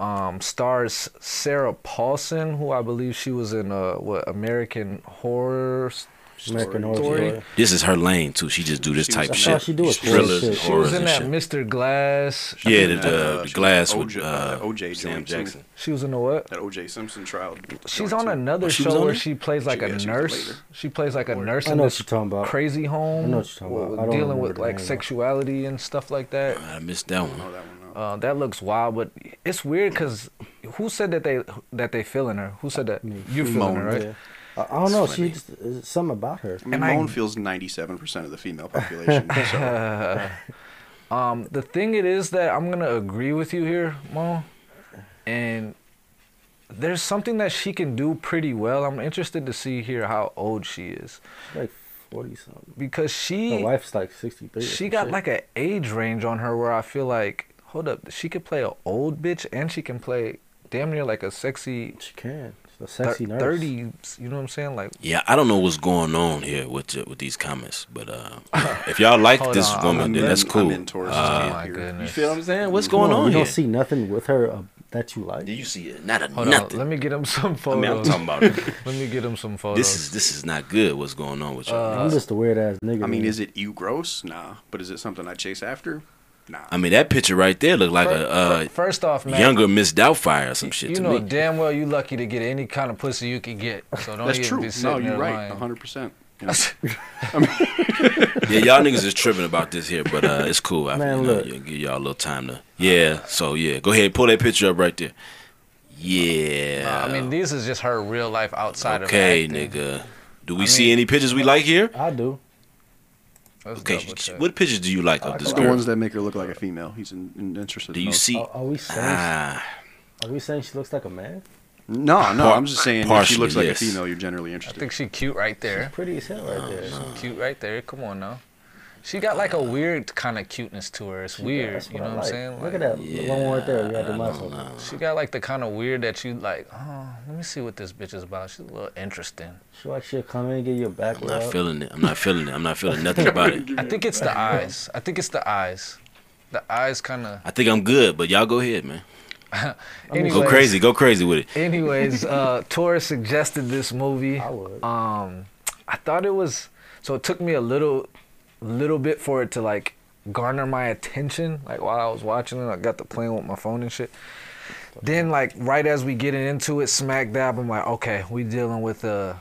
Speaker 1: Um, stars Sarah Paulson, who I believe she was in uh, what American Horror. S-
Speaker 3: American Horror
Speaker 1: Story.
Speaker 3: Story.
Speaker 2: This is her lane too. She just do this type of
Speaker 3: I thought
Speaker 2: shit.
Speaker 3: she do a
Speaker 2: Just
Speaker 3: shit.
Speaker 2: thrillers,
Speaker 3: She
Speaker 2: and
Speaker 3: was
Speaker 1: She was
Speaker 2: horrors,
Speaker 1: in
Speaker 2: and
Speaker 1: that
Speaker 2: shit.
Speaker 1: Mr. Glass.
Speaker 4: She was
Speaker 2: Yeah,
Speaker 4: in
Speaker 2: the,
Speaker 4: that, uh,
Speaker 2: the, the
Speaker 4: she was
Speaker 2: glass
Speaker 4: in
Speaker 2: with
Speaker 4: OJ
Speaker 2: uh,
Speaker 4: that OJ
Speaker 2: Sam
Speaker 4: joint, too.
Speaker 2: Jackson.
Speaker 1: She was in the what?
Speaker 4: That O.J. Simpson trial.
Speaker 1: She's on another
Speaker 2: Oh, she was
Speaker 1: show
Speaker 2: on
Speaker 1: where
Speaker 2: it?
Speaker 1: she plays like
Speaker 4: She- yeah,
Speaker 1: a
Speaker 4: she was the leader.
Speaker 1: nurse. She plays like a nurse
Speaker 3: I
Speaker 1: in
Speaker 3: know
Speaker 1: this
Speaker 3: what you're talking about.
Speaker 1: crazy home.
Speaker 3: I know what you're talking about.
Speaker 1: with-
Speaker 3: I don't
Speaker 1: Dealing
Speaker 3: remember
Speaker 1: with
Speaker 3: the
Speaker 1: like
Speaker 3: name, though.
Speaker 1: sexuality and stuff like that.
Speaker 2: I missed that one.
Speaker 4: Oh, that one. No.
Speaker 1: Uh, that looks wild, but it's weird because who said that they that they feeling her? Who said that? You're feeling her, right?
Speaker 3: Yeah. I, I don't know.
Speaker 2: It's funny.
Speaker 3: She just it's something about her.
Speaker 4: I mean,
Speaker 1: and I-
Speaker 4: Moan feels 97% of the female population. so
Speaker 1: Um, the thing it is that I'm gonna agree with you here, Mo, and there's something that she can do pretty well. I'm interested to see here how old she is
Speaker 3: She's like forty something.
Speaker 1: because
Speaker 3: Her
Speaker 1: she
Speaker 3: wife's like sixty three.
Speaker 1: she got like an age range on her where I feel like hold up, she could play an old bitch and she can play damn near like a sexy.
Speaker 3: she can. She's a
Speaker 1: thir-
Speaker 3: sexy nurse.
Speaker 1: 30s, you know what I'm saying? Like,
Speaker 2: Yeah, I don't know what's going on here with the, with these comments, but uh, if y'all like
Speaker 1: Hold
Speaker 2: this
Speaker 1: on,
Speaker 2: woman,
Speaker 4: I'm
Speaker 2: then
Speaker 4: in-
Speaker 2: that's cool.
Speaker 4: I'm in Taurus's
Speaker 2: Uh,
Speaker 1: oh
Speaker 4: Yeah,
Speaker 1: my
Speaker 4: here.
Speaker 1: goodness.
Speaker 2: feel what I'm saying? What's
Speaker 3: Come
Speaker 2: going on
Speaker 3: You
Speaker 2: here?
Speaker 3: don't see nothing with her uh, that you like.
Speaker 2: Do you see it? Not a
Speaker 1: Hold on,
Speaker 2: nothing.
Speaker 1: let me get him some
Speaker 2: I mean, I'm
Speaker 1: photos.
Speaker 2: talking about it.
Speaker 1: let me get him some photos. Uh,
Speaker 2: this is this is not good. What's going on with y'all?
Speaker 3: I'm just a weird ass nigga.
Speaker 4: I mean,
Speaker 3: man.
Speaker 2: Mm-hmm.
Speaker 4: is it you gross? Nah. But is it something I chase after? Nah.
Speaker 2: I mean, that picture right there looked like
Speaker 1: Fir-
Speaker 2: a uh,
Speaker 1: fir- first off, man,
Speaker 2: younger Miss Doubtfire or some shit
Speaker 1: you
Speaker 2: to
Speaker 1: know
Speaker 2: me.
Speaker 1: damn well you lucky to get any kind of pussy you could get. So don't
Speaker 4: That's
Speaker 1: even
Speaker 4: true.
Speaker 1: Oh, be sitting
Speaker 4: No, you're
Speaker 1: there
Speaker 4: right.
Speaker 1: lying.
Speaker 4: 100%. You know,
Speaker 2: yeah, y'all niggas is tripping about this here, but uh, it's cool. I
Speaker 3: Man,
Speaker 2: you know,
Speaker 3: look.
Speaker 2: you- give y'all a little time to. Yeah, so yeah, go ahead, pull that picture up right there. Yeah.
Speaker 1: I mean, this is just her real life outside
Speaker 2: okay,
Speaker 1: of acting.
Speaker 2: nigga. Do we see any pictures we like here?
Speaker 3: I do.
Speaker 1: Let's
Speaker 2: Okay,
Speaker 1: double check.
Speaker 2: what pictures do you like of this
Speaker 4: It's the
Speaker 2: girl?
Speaker 4: ones that make her look like a female. He's in, in- interested.
Speaker 2: Do
Speaker 4: in
Speaker 2: you
Speaker 4: those.
Speaker 2: see?
Speaker 3: Are, are we saying?
Speaker 2: Ah,
Speaker 3: Are we saying she looks like a man?
Speaker 4: No, no.
Speaker 2: Par-
Speaker 4: I'm just saying. If she
Speaker 2: partially,
Speaker 4: looks like
Speaker 2: yes.
Speaker 4: a female, you're generally
Speaker 1: I
Speaker 4: interested.
Speaker 1: think she cute right there.
Speaker 3: Pretty as hell right there.
Speaker 1: Cute right there. Come on now. She got like a weird kind of cuteness to her. It's weird.
Speaker 3: That's
Speaker 1: You know
Speaker 3: I
Speaker 1: what I'm
Speaker 3: like.
Speaker 1: saying?
Speaker 3: Look
Speaker 1: Like,
Speaker 3: at that one right there. You got the muscle.
Speaker 1: She got like the kind of weird that you like. Oh, let me see what this bitch is about. She's a little interesting.
Speaker 3: She like she'll come in and give you a back
Speaker 2: I'm not
Speaker 3: rub.
Speaker 2: feeling it. I'm not feeling it. I'm not feeling nothing about it.
Speaker 1: I think it's the eyes. I think it's the eyes. The eyes kind of.
Speaker 2: I think I'm good, but y'all go ahead, man. Go
Speaker 1: Anyways-
Speaker 2: crazy. Go crazy with it.
Speaker 1: Anyways, uh, Torres suggested this movie.
Speaker 3: I would.
Speaker 1: Um, I thought it was. So it took me a little, little bit for it to like garner my attention. Like while I was watching it, I got to playing with my phone and shit. Then like right as we getting into it, smack dab, I'm like, okay, we dealing with uh,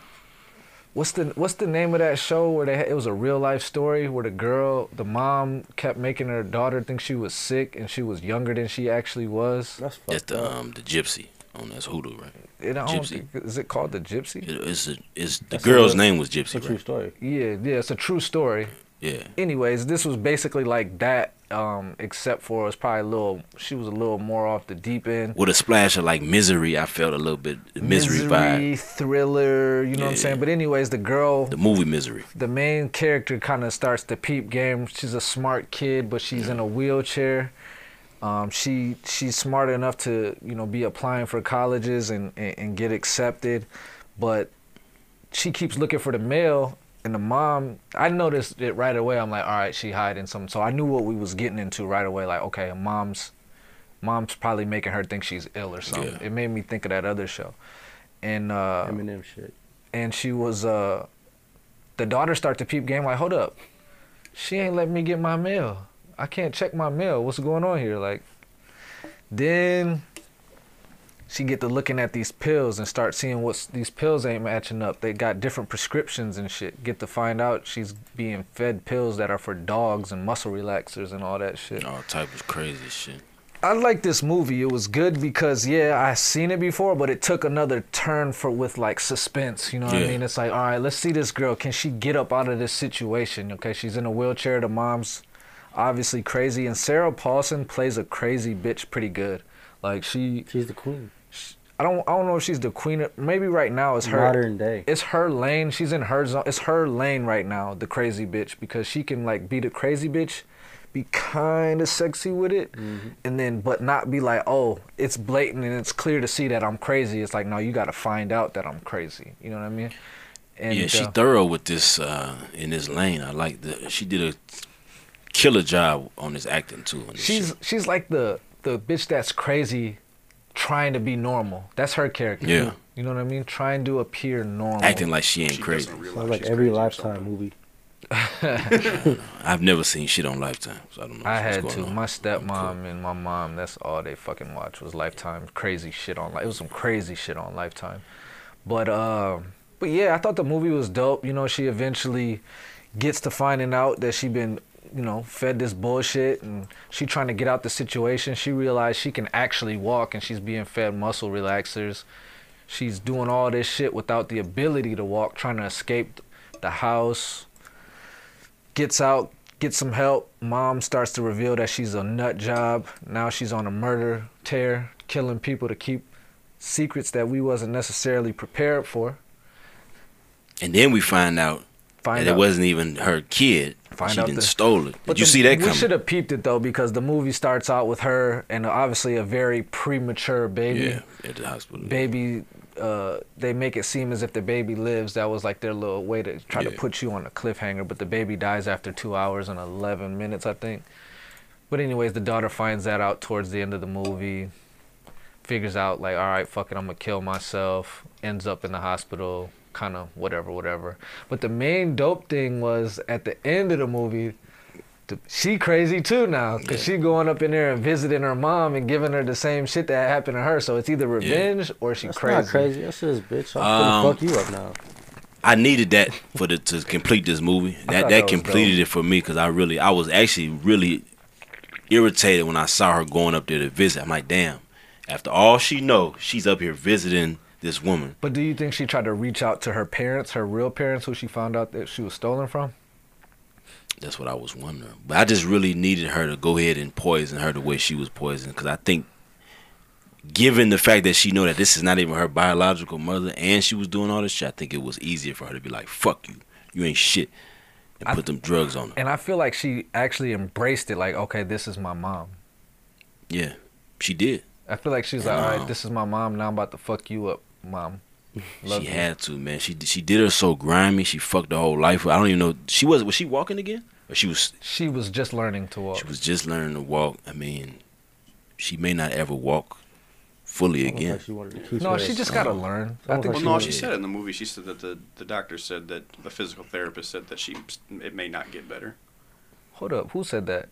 Speaker 1: what's the what's the name of that show where they had, it was a real life story where the girl, the mom kept making her daughter think she was sick and she was younger than she actually was.
Speaker 3: That's fucked
Speaker 2: That's the
Speaker 3: up.
Speaker 2: um the gypsy on that's Hoodoo, right?
Speaker 1: It, I don't
Speaker 2: Gypsy.
Speaker 1: think, is it called the Gypsy?
Speaker 2: It, it's a, it's the
Speaker 3: That's a
Speaker 2: girl's
Speaker 3: real-
Speaker 2: name was
Speaker 3: It's a
Speaker 2: Gypsy,
Speaker 3: true
Speaker 2: right?
Speaker 3: story.
Speaker 1: Yeah, yeah, it's a true story.
Speaker 2: Yeah.
Speaker 1: anyways, this was basically like that, um, except for it was probably a little. She was a little more off the deep end.
Speaker 2: With a splash of like misery, I felt a little bit misery, vibe.
Speaker 1: thriller. You know what I'm
Speaker 2: Yeah.
Speaker 1: saying? But anyways, the girl,
Speaker 2: The movie Misery.
Speaker 1: the main character, kind of starts the peep game. She's a smart kid, but she's in a wheelchair. Um, she she's smart enough to you know be applying for colleges and, and, and get accepted, but she keeps looking for the male and the mom i noticed it right away i'm like all right she hiding something so i knew what we was getting into right away like okay mom's mom's probably making her think she's ill or something
Speaker 2: Yeah.
Speaker 1: it made me think of that other show and uh
Speaker 2: Um,
Speaker 3: Eminem shit.
Speaker 1: and she was uh the daughter start to peep game like hold up she ain't let me get my mail i can't check my mail what's going on here like then she get to looking at these pills and start seeing what's these pills ain't matching up they got different prescriptions and shit get to find out she's being fed pills that are for dogs and muscle relaxers and all that shit
Speaker 2: All type of crazy shit.
Speaker 1: I like this movie. It was good because yeah, I seen it before, but it took another turn for with like suspense. You know what
Speaker 2: Yeah.
Speaker 1: I mean? It's like, all right, let's see this girl. Can she get up out of this situation? Okay, she's in a wheelchair. The mom's obviously crazy, and Sarah Paulson plays a crazy bitch pretty good. Like she,
Speaker 3: She's the queen.
Speaker 1: I don't, I don't know if she's the queen. of- Maybe right now it's her.
Speaker 3: Modern day.
Speaker 1: It's her lane. She's in her zone. It's her lane right now. The crazy bitch because she can like be the crazy bitch, be kind of sexy with it,
Speaker 2: Mm-hmm.
Speaker 1: and then but not be like oh it's blatant and it's clear to see that I'm crazy. It's like no you got to find out that I'm crazy. You know what I mean? And,
Speaker 2: yeah, she
Speaker 1: uh,
Speaker 2: thorough with this uh in this lane. I like the she did a killer job on this acting too. on this
Speaker 1: she's
Speaker 2: shit.
Speaker 1: she's like the the bitch that's crazy, trying to be normal. That's her character.
Speaker 2: Yeah.
Speaker 1: You know what I mean? Trying to appear normal.
Speaker 2: acting like she ain't
Speaker 4: She
Speaker 2: crazy.
Speaker 4: doesn't realize
Speaker 3: Sounds like
Speaker 4: she's
Speaker 3: every
Speaker 4: crazy or
Speaker 3: Lifetime
Speaker 4: something.
Speaker 3: movie.
Speaker 2: I've never seen shit on Lifetime, so I don't know.
Speaker 1: I
Speaker 2: what's
Speaker 1: had
Speaker 2: going
Speaker 1: to.
Speaker 2: on.
Speaker 1: My stepmom and my mom, that's all they fucking watched was Lifetime crazy shit on. It was some crazy shit on Lifetime. But um but yeah, I thought the movie was dope. You know, she eventually gets to finding out that she been, you know, fed this bullshit and she trying to get out the situation. She realized she can actually walk and she's being fed muscle relaxers. She's doing all this shit without the ability to walk, trying to escape the house. Gets out, gets some help. Mom starts to reveal that she's a nut job. Now she's on a murder tear, killing people to keep secrets that we wasn't necessarily prepared for.
Speaker 2: And then we find out
Speaker 1: Find
Speaker 2: that
Speaker 1: out.
Speaker 2: it wasn't even her kid.
Speaker 1: Find
Speaker 2: she
Speaker 1: out
Speaker 2: didn't
Speaker 1: the-
Speaker 2: stole it. Did you
Speaker 1: the-
Speaker 2: see that
Speaker 1: We
Speaker 2: coming?
Speaker 1: should have peeped it though, because the movie starts out with her and obviously a very premature baby.
Speaker 2: yeah, at the hospital.
Speaker 1: baby uh, they make it seem as if the baby lives that was like their little way to try to
Speaker 2: Yeah.
Speaker 1: put you on a cliffhanger but the baby dies after two hours and 11 minutes i think but anyways the daughter finds that out towards the end of the movie figures out like all right fuck it i'm gonna kill myself ends up in the hospital kind of whatever whatever but the main dope thing was at the end of the movie the- she crazy too now because she going up in there and visiting her mom and giving her the same shit that happened to her so it's either revenge or she
Speaker 3: That's
Speaker 1: crazy.
Speaker 3: not crazy. That's just bitch. I'm
Speaker 2: Um,
Speaker 3: gonna fuck you up now.
Speaker 2: I needed that for the to complete this movie. That that,
Speaker 1: that was
Speaker 2: completed
Speaker 1: dope.
Speaker 2: it for me because I really I was actually really irritated when I saw her going up there to visit. I'm like, damn. After all she know, she's up here visiting this woman.
Speaker 1: but do you think she tried to reach out to her parents her real parents who she found out that she was stolen from
Speaker 2: That's what I was wondering. But I just really needed her to go ahead and poison her the way she was poisoned because I think, given the fact that she know that this is not even her biological mother and she was doing all this shit, I think it was easier for her to be like, "Fuck you, you ain't shit," and
Speaker 1: I-
Speaker 2: put them drugs on her.
Speaker 1: and i feel like she actually embraced it like okay this is my mom
Speaker 2: Yeah, she did.
Speaker 1: i feel like she's like all
Speaker 2: Wow.
Speaker 1: right this is my mom now i'm about to fuck you up mom Love
Speaker 2: she
Speaker 1: you.
Speaker 2: had to, man. She she did her so grimy. She fucked her whole life. up. I don't even know. She was was she walking again? Or she was
Speaker 1: she was just learning to walk
Speaker 2: she was just learning to walk. I mean, she may not ever walk fully
Speaker 3: Almost
Speaker 2: again.
Speaker 3: like she wanted to teach
Speaker 1: No,
Speaker 3: her
Speaker 1: she
Speaker 3: that
Speaker 1: just
Speaker 3: song.
Speaker 1: gotta learn. I
Speaker 3: Almost
Speaker 1: think
Speaker 3: like
Speaker 4: Oh. Well,
Speaker 3: she
Speaker 4: no,
Speaker 3: wanted
Speaker 4: she
Speaker 3: to-
Speaker 4: said it in the movie. She said that the, the doctor said that the physical therapist said that she it may not get better.
Speaker 1: Hold up, who said that?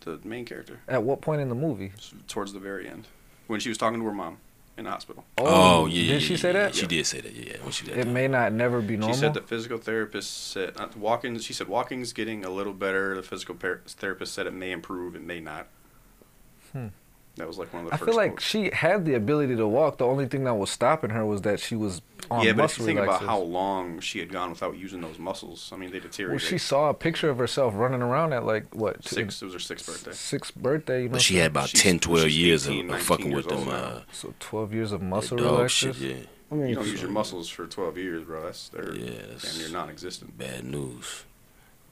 Speaker 4: The main character
Speaker 1: At what point in the movie?
Speaker 4: towards the very end when she was talking to her mom in the hospital.
Speaker 2: Oh, yeah, yeah.
Speaker 1: Did she
Speaker 2: yeah,
Speaker 1: say
Speaker 2: yeah,
Speaker 1: that?
Speaker 2: She did say that. Yeah, yeah. When she did
Speaker 1: It
Speaker 2: that.
Speaker 1: may not never be normal.
Speaker 4: She said the physical therapist said uh, walking. She said walking's getting a little better. The physical par- therapist said it may improve. It may not. That was like one of the
Speaker 1: Hmm. I
Speaker 4: first.
Speaker 1: feel like
Speaker 4: quotes.
Speaker 1: she had the ability to walk. The only thing that was stopping her was that she was on
Speaker 4: yeah, but if
Speaker 1: muscle
Speaker 4: you think about
Speaker 1: relaxers.
Speaker 4: how long she had gone without using those muscles, I mean they
Speaker 1: well,
Speaker 4: deteriorate.
Speaker 1: she saw a picture of herself running around at like what two-
Speaker 4: six. It was her sixth birthday.
Speaker 1: sixth birthday. You know,
Speaker 2: But she had about
Speaker 4: She's-
Speaker 2: 10, 12
Speaker 4: she's
Speaker 2: years of,
Speaker 4: 18,
Speaker 2: of
Speaker 4: 19
Speaker 2: fucking
Speaker 4: years
Speaker 2: with them
Speaker 4: old now.
Speaker 2: uh,
Speaker 1: so twelve years of muscle
Speaker 2: dog
Speaker 1: relaxers.
Speaker 2: shit. Yeah,
Speaker 3: I mean,
Speaker 4: You don't use your muscles for 12 years, bro. That's they're
Speaker 2: Yeah,
Speaker 4: damn
Speaker 2: that's-
Speaker 4: near non-existent.
Speaker 2: bad news.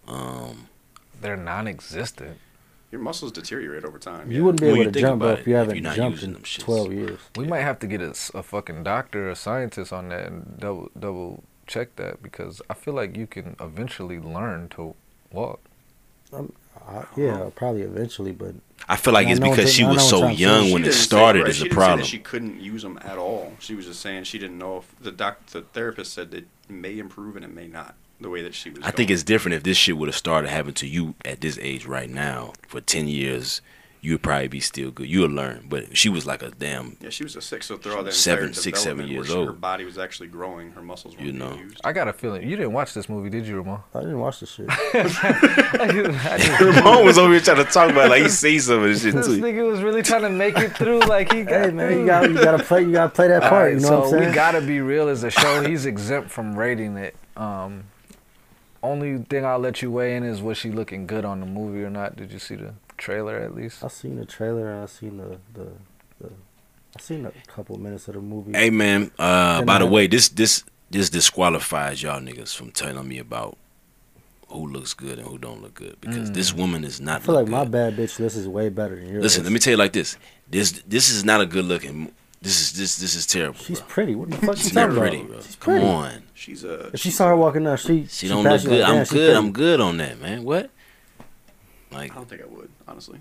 Speaker 2: Um,
Speaker 1: They're non-existent.
Speaker 4: Your muscles deteriorate over time.
Speaker 3: you
Speaker 4: yeah.
Speaker 3: wouldn't be
Speaker 2: When
Speaker 3: able
Speaker 2: you
Speaker 3: to
Speaker 2: think
Speaker 3: jump
Speaker 2: about
Speaker 3: up
Speaker 2: it,
Speaker 3: if you
Speaker 2: if
Speaker 3: haven't
Speaker 2: you're not
Speaker 3: jumped
Speaker 2: using
Speaker 3: in
Speaker 2: them shits.
Speaker 3: 12 years.
Speaker 1: We might have to get a, s- a fucking doctor or scientist on that and double double check that because I feel like you can eventually learn to walk.
Speaker 3: I,
Speaker 2: Uh-huh.
Speaker 3: yeah, probably eventually, but
Speaker 2: I feel like
Speaker 3: I
Speaker 2: it's
Speaker 3: know what
Speaker 2: because
Speaker 3: they-
Speaker 2: she
Speaker 3: I know
Speaker 2: was
Speaker 3: what
Speaker 2: so
Speaker 3: time she
Speaker 2: young
Speaker 3: is.
Speaker 2: when
Speaker 4: She
Speaker 2: it
Speaker 4: didn't say-
Speaker 2: started
Speaker 4: right,
Speaker 2: is
Speaker 4: she
Speaker 2: a
Speaker 4: didn't say that
Speaker 2: problem.
Speaker 4: she couldn't use them at all. She was just saying she didn't know if the doc, the therapist said it may improve and it may not. The way that she was.
Speaker 2: I think
Speaker 4: going.
Speaker 2: it's different if this shit would have started happening to you at this age right now for ten years, you would probably be still good. You'll learn. But she was like a damn.
Speaker 4: Yeah, she was a six, so throughout that
Speaker 2: Seven,
Speaker 4: entire
Speaker 2: six, seven
Speaker 4: development
Speaker 2: years
Speaker 4: where she- Her
Speaker 2: old.
Speaker 4: body was actually growing. Her muscles were
Speaker 2: You
Speaker 4: being
Speaker 2: know.
Speaker 4: used.
Speaker 1: I got a feeling you didn't watch this movie, did you, Ramon?
Speaker 3: I didn't watch the shit.
Speaker 1: I just-
Speaker 2: Ramon was over here trying to talk about it like he sees some of this shit
Speaker 1: This nigga was really trying to make it through. Like he got
Speaker 3: hey man,
Speaker 1: through.
Speaker 3: you got you gotta play you gotta play that
Speaker 1: All
Speaker 3: part.
Speaker 1: right,
Speaker 3: you know
Speaker 1: so
Speaker 3: what I'm saying?
Speaker 1: we gotta be real as a show. He's exempt from rating it. Um, only thing I'll let you weigh in is was she looking good on the movie or not? Did you see the trailer at least?
Speaker 3: I seen the trailer and I seen the the, the I seen a couple minutes of the movie.
Speaker 2: Hey man, uh,
Speaker 3: Then
Speaker 2: by the
Speaker 3: I-
Speaker 2: way, this this this disqualifies y'all niggas from telling me about who looks good and who don't look good because this woman is
Speaker 3: Mm. I
Speaker 2: not.
Speaker 3: feel
Speaker 2: look
Speaker 3: like my
Speaker 2: good.
Speaker 3: bad bitch list is way better than yours.
Speaker 2: Listen, let me tell you like this. This this is not a good looking. This is this this is terrible.
Speaker 3: She's
Speaker 2: bro.
Speaker 3: pretty. What the fuck you
Speaker 2: She's
Speaker 3: talking
Speaker 2: not
Speaker 3: about?
Speaker 2: pretty, bro.
Speaker 3: She's
Speaker 2: Come
Speaker 3: pretty.
Speaker 2: on.
Speaker 4: She's a.
Speaker 3: If she saw her walking down, she
Speaker 2: She
Speaker 3: she
Speaker 2: don't look
Speaker 3: passed you
Speaker 2: good.
Speaker 3: like,
Speaker 2: I'm
Speaker 3: "Damn, she
Speaker 2: good.
Speaker 3: pretty."
Speaker 2: I'm good on that, man. What? Like,
Speaker 4: I don't think I would honestly.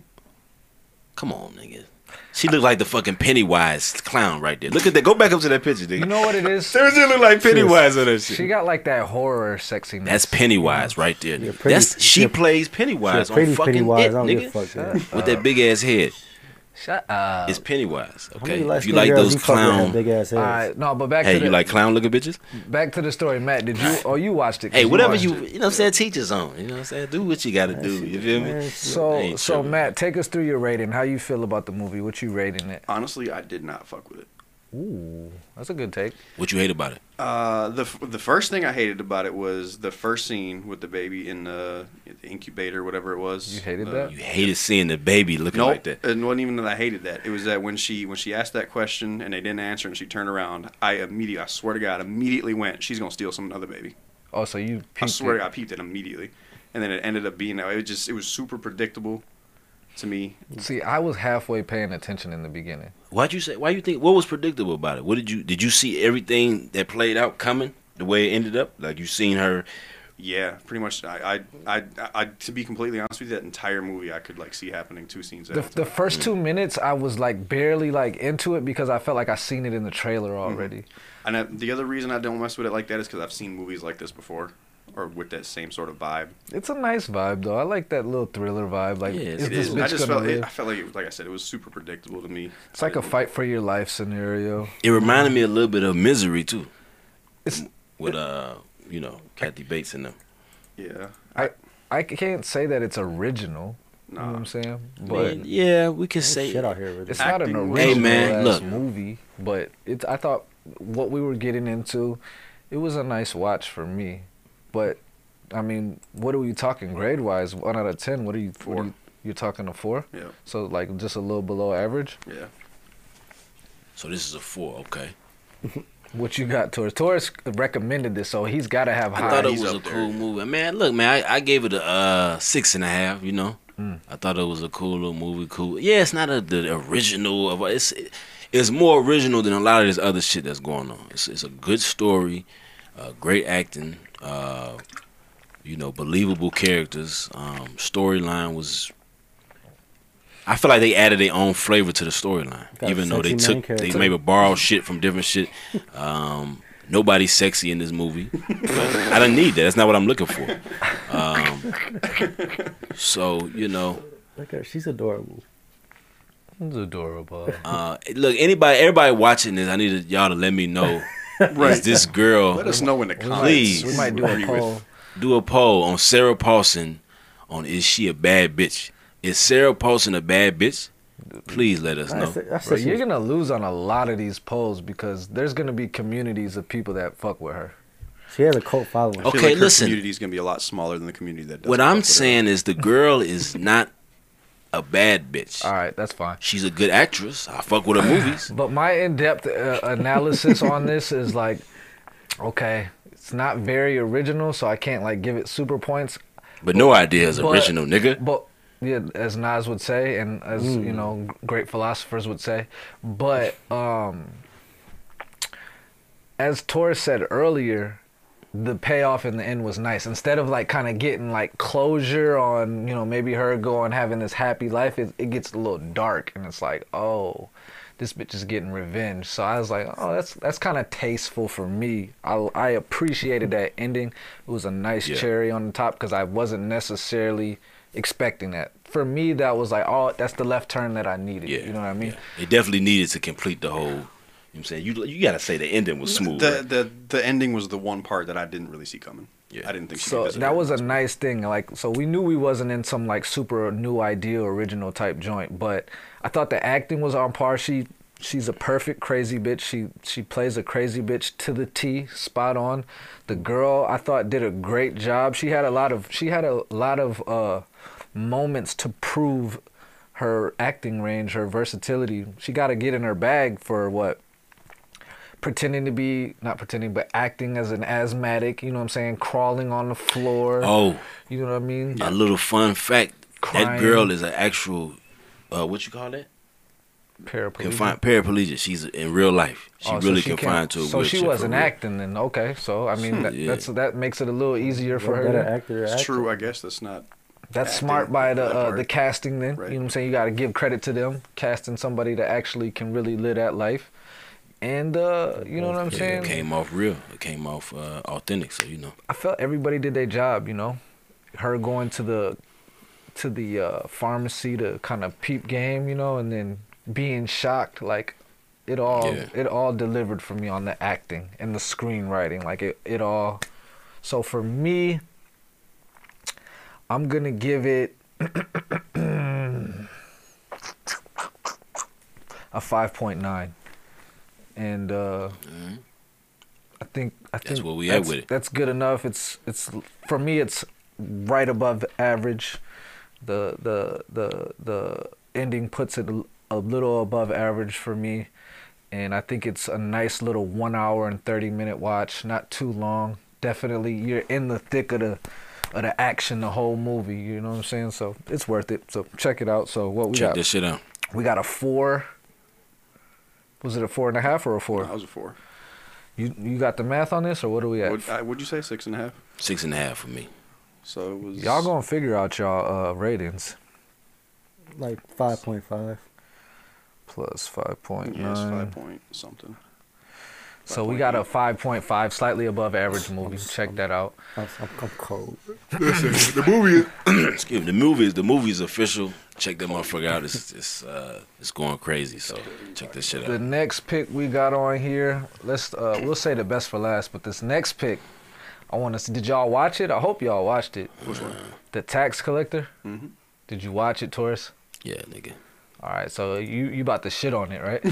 Speaker 2: come on, nigga. She looked like the fucking Pennywise clown right there. Look at that. Go back up to that picture, nigga.
Speaker 1: You know what it is?
Speaker 2: Seriously, look like Pennywise on that shit.
Speaker 1: She got like that horror sexiness.
Speaker 2: That's Pennywise right there.
Speaker 3: Yeah,
Speaker 2: nigga.
Speaker 3: pretty-
Speaker 2: That's she
Speaker 3: yeah,
Speaker 2: plays
Speaker 3: She
Speaker 2: Pennywise
Speaker 3: a pretty
Speaker 2: on fucking
Speaker 3: Pennywise.
Speaker 2: it,
Speaker 3: I don't
Speaker 2: nigga.
Speaker 3: give a fuck. Yeah.
Speaker 2: With that big ass head,
Speaker 1: Shut up.
Speaker 2: it's Pennywise.
Speaker 3: How many
Speaker 2: Okay, if you
Speaker 3: light-skinned
Speaker 2: like
Speaker 3: girls
Speaker 2: those
Speaker 3: you fucking have
Speaker 2: clown,
Speaker 3: big ass heads.
Speaker 1: All right, no, but back
Speaker 2: hey,
Speaker 1: to the
Speaker 2: you like clown looking bitches.
Speaker 1: back to the story, Matt. Did you? Oh, you watched it? 'cause
Speaker 2: Hey, whatever
Speaker 1: watched
Speaker 2: you,
Speaker 1: it.
Speaker 2: you know, what I'm saying teachers on. You know, what I'm saying do what you got to do. You feel me? I
Speaker 1: So
Speaker 2: ain't
Speaker 1: so
Speaker 2: tripping.
Speaker 1: Matt, take us through your rating. How you feel about the movie? What you rating it?
Speaker 4: Honestly, I did not fuck with it.
Speaker 1: Ooh, that's a good take.
Speaker 2: What you hate about it?
Speaker 4: Uh, the f- the first thing I hated about it was the first scene with the baby in the, the incubator, whatever it was.
Speaker 1: You hated
Speaker 4: Uh,
Speaker 1: that?
Speaker 2: You hated seeing the baby looking
Speaker 4: No,
Speaker 2: like that.
Speaker 4: it wasn't even that I hated that. It was that when she when she asked that question and they didn't answer and she turned around, I immediately, I swear to God, immediately went, she's gonna steal some other baby.
Speaker 1: Oh, so you?
Speaker 4: I
Speaker 1: peeped
Speaker 4: swear
Speaker 1: it.
Speaker 4: to God, I peeped it immediately, and then it ended up being that. way. It was just it was super predictable to me.
Speaker 1: See, I was halfway paying attention in the beginning.
Speaker 2: Why'd you say? Why you think? What was predictable about it? What did you? Did you see everything that played out coming the way it ended up? Like you seen her?
Speaker 4: Yeah, pretty much. I I I, I to be completely honest with you, that entire movie I could like see happening two scenes. at
Speaker 1: The,
Speaker 4: a time.
Speaker 1: the first two minutes, I was like barely like into it because I felt like I seen it in the trailer
Speaker 4: Mm-hmm.
Speaker 1: already.
Speaker 4: And I, the other reason I don't mess with it like that is because I've seen movies like this before, or with that same sort of vibe.
Speaker 1: It's a nice vibe though. I like that little thriller vibe. Like,
Speaker 2: Yeah,
Speaker 1: is
Speaker 2: it
Speaker 1: this
Speaker 2: is.
Speaker 1: bitch
Speaker 4: I just
Speaker 1: gonna
Speaker 4: felt
Speaker 1: live?
Speaker 4: it, I felt like it- like I said, it was super predictable to me.
Speaker 1: It's like a fight for your life scenario.
Speaker 2: It reminded me a little bit of Misery too.
Speaker 1: It's-
Speaker 2: with uh, you know, Kathy Bates and them.
Speaker 4: Yeah.
Speaker 1: I can't say that it's original. You know what
Speaker 4: Nah.
Speaker 1: I'm saying?
Speaker 2: But
Speaker 1: But
Speaker 2: yeah, we can say
Speaker 3: shit out here. Really.
Speaker 1: it's not an
Speaker 4: Acting-
Speaker 1: original
Speaker 4: Hey,
Speaker 2: man,
Speaker 1: ass
Speaker 2: look.
Speaker 1: movie. But it's I thought what we were getting into, it was a nice watch for me. But I mean, what are we talking grade wise? One out of ten. What are you? What
Speaker 4: Four.
Speaker 1: are you you're talking a four.
Speaker 4: Yeah.
Speaker 1: So like just a little below average.
Speaker 4: Yeah.
Speaker 2: So this is a four, okay?
Speaker 1: What you got, Torres? Torres recommended this, so he's got to have
Speaker 2: I
Speaker 1: high.
Speaker 2: thought it
Speaker 4: he's
Speaker 2: was a
Speaker 4: up there.
Speaker 2: cool movie. Man, look, man, I, I gave it a uh, six and a half. You know, I thought it was a cool little movie. Cool. Yeah, it's not a, the original of it's. It's more original than a lot of this other shit that's going on. It's, it's a good story, uh, great acting, uh, you know, believable characters. Um, Storyline was I feel like they added their own flavor to the storyline,
Speaker 3: Got a
Speaker 2: even though they
Speaker 3: sexy main
Speaker 2: took they
Speaker 3: character.
Speaker 2: maybe borrowed shit from different shit. Um, nobody's sexy in this movie. I don't need that. That's not what I'm looking for. Um, so you know,
Speaker 3: Look at her. She's adorable.
Speaker 1: It's adorable.
Speaker 2: uh, look, anybody, everybody watching this, I need y'all to let me know. Is this girl?
Speaker 4: Let us know in the
Speaker 1: We might-
Speaker 4: comments.
Speaker 2: Please.
Speaker 1: we might do
Speaker 4: Agree
Speaker 1: a
Speaker 4: with-
Speaker 1: poll.
Speaker 2: do a poll on Sarah Paulson on is she a bad bitch? Is Sarah Paulson a bad bitch? Please let us
Speaker 3: I
Speaker 2: know.
Speaker 3: said, I said
Speaker 1: Bro,
Speaker 3: she
Speaker 1: you're
Speaker 3: was-
Speaker 1: gonna lose on a lot of these polls because there's gonna be communities of people that fuck with her.
Speaker 3: she has a cult following.
Speaker 2: Oh,
Speaker 4: I feel
Speaker 2: Okay,
Speaker 4: like her
Speaker 2: listen.
Speaker 4: Community is gonna be a lot smaller than the community that. does
Speaker 2: What I'm saying is the girl is not a bad bitch.
Speaker 1: All right, that's fine.
Speaker 2: She's a good actress. I fuck with her movies.
Speaker 1: But my in-depth uh, analysis on this is like, okay, it's not very original, so I can't like give it super points.
Speaker 2: But no idea is
Speaker 1: But-
Speaker 2: original, nigga.
Speaker 1: But yeah, as Nas would say, and as you know, great philosophers would say. But um, as Torres said earlier, the payoff in the end was nice. Instead of like kind of getting like closure on you know maybe her going having this happy life, it, it gets a little dark, and it's like oh. This bitch is getting revenge, so I was like, "Oh, that's that's kind of tasteful for me. I, I appreciated that ending. It was a nice
Speaker 2: Yeah.
Speaker 1: cherry on the top because I wasn't necessarily expecting that. For me, that was like, oh, that's the left turn that I needed.
Speaker 2: Yeah.
Speaker 1: You know what I mean?
Speaker 2: yeah. It definitely needed to complete the whole. You know what I'm saying you you gotta say the ending was smooth.
Speaker 4: The,
Speaker 2: right?
Speaker 4: the the ending was the one part that I didn't really see coming.
Speaker 2: Yeah.
Speaker 4: I didn't think she
Speaker 1: so
Speaker 4: could
Speaker 1: that was a nice thing like so we knew we wasn't in some like super new idea original type joint but i thought the acting was on par she she's a perfect crazy bitch she she plays a crazy bitch to the t spot on the girl i thought did a great job she had a lot of she had a lot of uh moments to prove her acting range her versatility she got to get in her bag for what pretending to be not pretending but acting as an asthmatic you know what i'm saying crawling on the floor
Speaker 2: oh,
Speaker 1: you know what i mean
Speaker 2: a little fun fact. That
Speaker 1: Crying.
Speaker 2: girl is an actual. Uh, what you call that?
Speaker 1: paraplegic
Speaker 2: Confined paraplegic. She's in real life. She
Speaker 1: Oh, so
Speaker 2: really
Speaker 1: can't-
Speaker 2: confined to a
Speaker 1: so
Speaker 2: wheelchair.
Speaker 1: she
Speaker 2: for
Speaker 1: wasn't
Speaker 2: real.
Speaker 1: acting then okay so i mean that,
Speaker 2: yeah.
Speaker 1: that's that makes it a little easier for
Speaker 3: What
Speaker 1: her
Speaker 3: better
Speaker 1: then.
Speaker 3: actor or
Speaker 4: It's
Speaker 3: actress?
Speaker 4: true, I guess. That's not.
Speaker 1: that's
Speaker 4: acting,
Speaker 1: smart by the
Speaker 4: that
Speaker 1: uh,
Speaker 4: part.
Speaker 1: the casting then
Speaker 4: Right.
Speaker 1: you know what i'm saying you got to give credit to them casting somebody that actually can really live that life and uh, you know what i'm
Speaker 2: Yeah,
Speaker 1: saying
Speaker 2: it came off real. It came off uh, authentic. So you know,
Speaker 1: I felt everybody did their job, you know. Her going to the to the uh, pharmacy to kind of peep game, you know, and then being shocked, like it all
Speaker 2: Yeah.
Speaker 1: it all delivered for me on the acting and the screenwriting, like it it all. So for me, I'm gonna give it a five point nine, and uh, I think I think
Speaker 2: Mm-hmm. That's where we at
Speaker 1: that's-
Speaker 2: with it.
Speaker 1: That's good enough. It's it's for me. It's right above average. The the the the ending puts it a- a little above average for me, and I think it's a nice little one hour and thirty minute watch. Not too long. Definitely, you're in the thick of the of the action the whole movie. You know what I'm saying? So it's worth it. So check it out. So what we
Speaker 2: check
Speaker 1: got?
Speaker 2: this shit out.
Speaker 1: We got a four. Was it a four and a half or a four?
Speaker 4: I was a four.
Speaker 1: You you got the math on this or what are we at?
Speaker 4: Would, I, would you say six and a half?
Speaker 2: Six and a half for me.
Speaker 4: So it was.
Speaker 1: Y'all gonna figure out y'all uh, ratings
Speaker 3: Like five point five.
Speaker 1: plus five point
Speaker 4: Yes, five
Speaker 1: nine.
Speaker 4: point something.
Speaker 1: So we got a five point five, slightly above average movie. Check that out.
Speaker 3: I'm, I'm, I'm cold.
Speaker 2: Excuse me. The movie is the movie is official. Check that motherfucker out. It's it's uh it's going crazy. So check this shit
Speaker 1: The
Speaker 2: out.
Speaker 1: next pick we got on here, let's uh, we'll say the best for last. But this next pick, I want to see. Did y'all watch it? I hope y'all watched it. Which one? The Tax Collector.
Speaker 4: Mhm.
Speaker 1: Did you watch it, Taurus?
Speaker 2: Yeah, nigga.
Speaker 1: All right, so you you about to shit on it, right?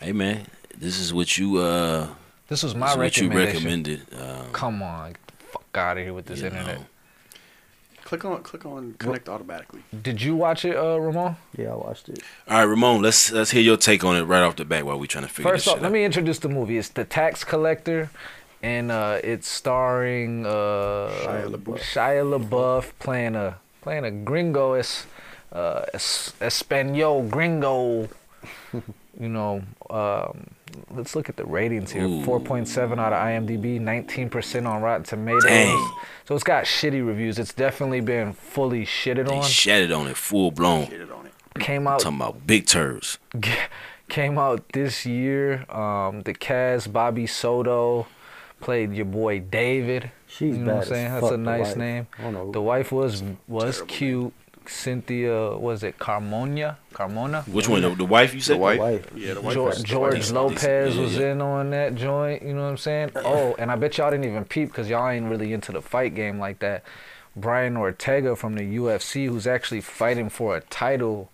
Speaker 2: Hey man, this is what you uh
Speaker 1: This was
Speaker 2: this
Speaker 1: my
Speaker 2: is what you
Speaker 1: recommendation.
Speaker 2: recommended. Um,
Speaker 1: Come on, get the fuck out of here with this
Speaker 2: you
Speaker 1: internet.
Speaker 2: know.
Speaker 4: Click on click on connect automatically.
Speaker 1: Did you watch it, uh, Ramon?
Speaker 3: Yeah, I watched it.
Speaker 2: All right, Ramon. Let's let's hear your take on it right off the bat while we trying to figure
Speaker 1: First
Speaker 2: this
Speaker 1: off,
Speaker 2: shit
Speaker 1: let
Speaker 2: out.
Speaker 1: me introduce the movie. It's The Tax Collector, and uh, it's starring uh,
Speaker 4: Shia LaBeouf.
Speaker 1: Shia LaBeouf playing a playing a gringo, es, uh, es, espanol gringo. you know, um, let's look at the ratings here.
Speaker 2: Ooh.
Speaker 1: 4.7 out of IMDb, 19% on Rotten Tomatoes.
Speaker 2: Dang.
Speaker 1: So it's got shitty reviews. It's definitely been fully shitted
Speaker 2: They
Speaker 1: on.
Speaker 2: shattered on it full blown.
Speaker 4: Hit it on it.
Speaker 1: came out
Speaker 2: talking about big turds.
Speaker 1: came out this year. Um, the cast Bobby Soto played your boy David.
Speaker 3: She's
Speaker 1: you know
Speaker 3: bad
Speaker 1: what I'm
Speaker 3: as
Speaker 1: saying? That's
Speaker 3: fuck,
Speaker 1: a
Speaker 3: the
Speaker 1: nice
Speaker 3: wife.
Speaker 1: name.
Speaker 3: I don't know.
Speaker 1: The wife was was cute. Cynthia was it Carmonia? Carmona?
Speaker 2: Which one? The, the wife you said?
Speaker 4: The wife.
Speaker 3: Wife.
Speaker 4: Yeah, the wife.
Speaker 1: George,
Speaker 4: is-
Speaker 1: George
Speaker 2: decent,
Speaker 1: Lopez
Speaker 2: decent.
Speaker 1: was
Speaker 2: Yeah, yeah.
Speaker 1: in on that joint. You know what I'm saying? Oh, and I bet y'all didn't even peep because y'all ain't really into the fight game like that. Brian Ortega from the UFC, who's actually fighting for a title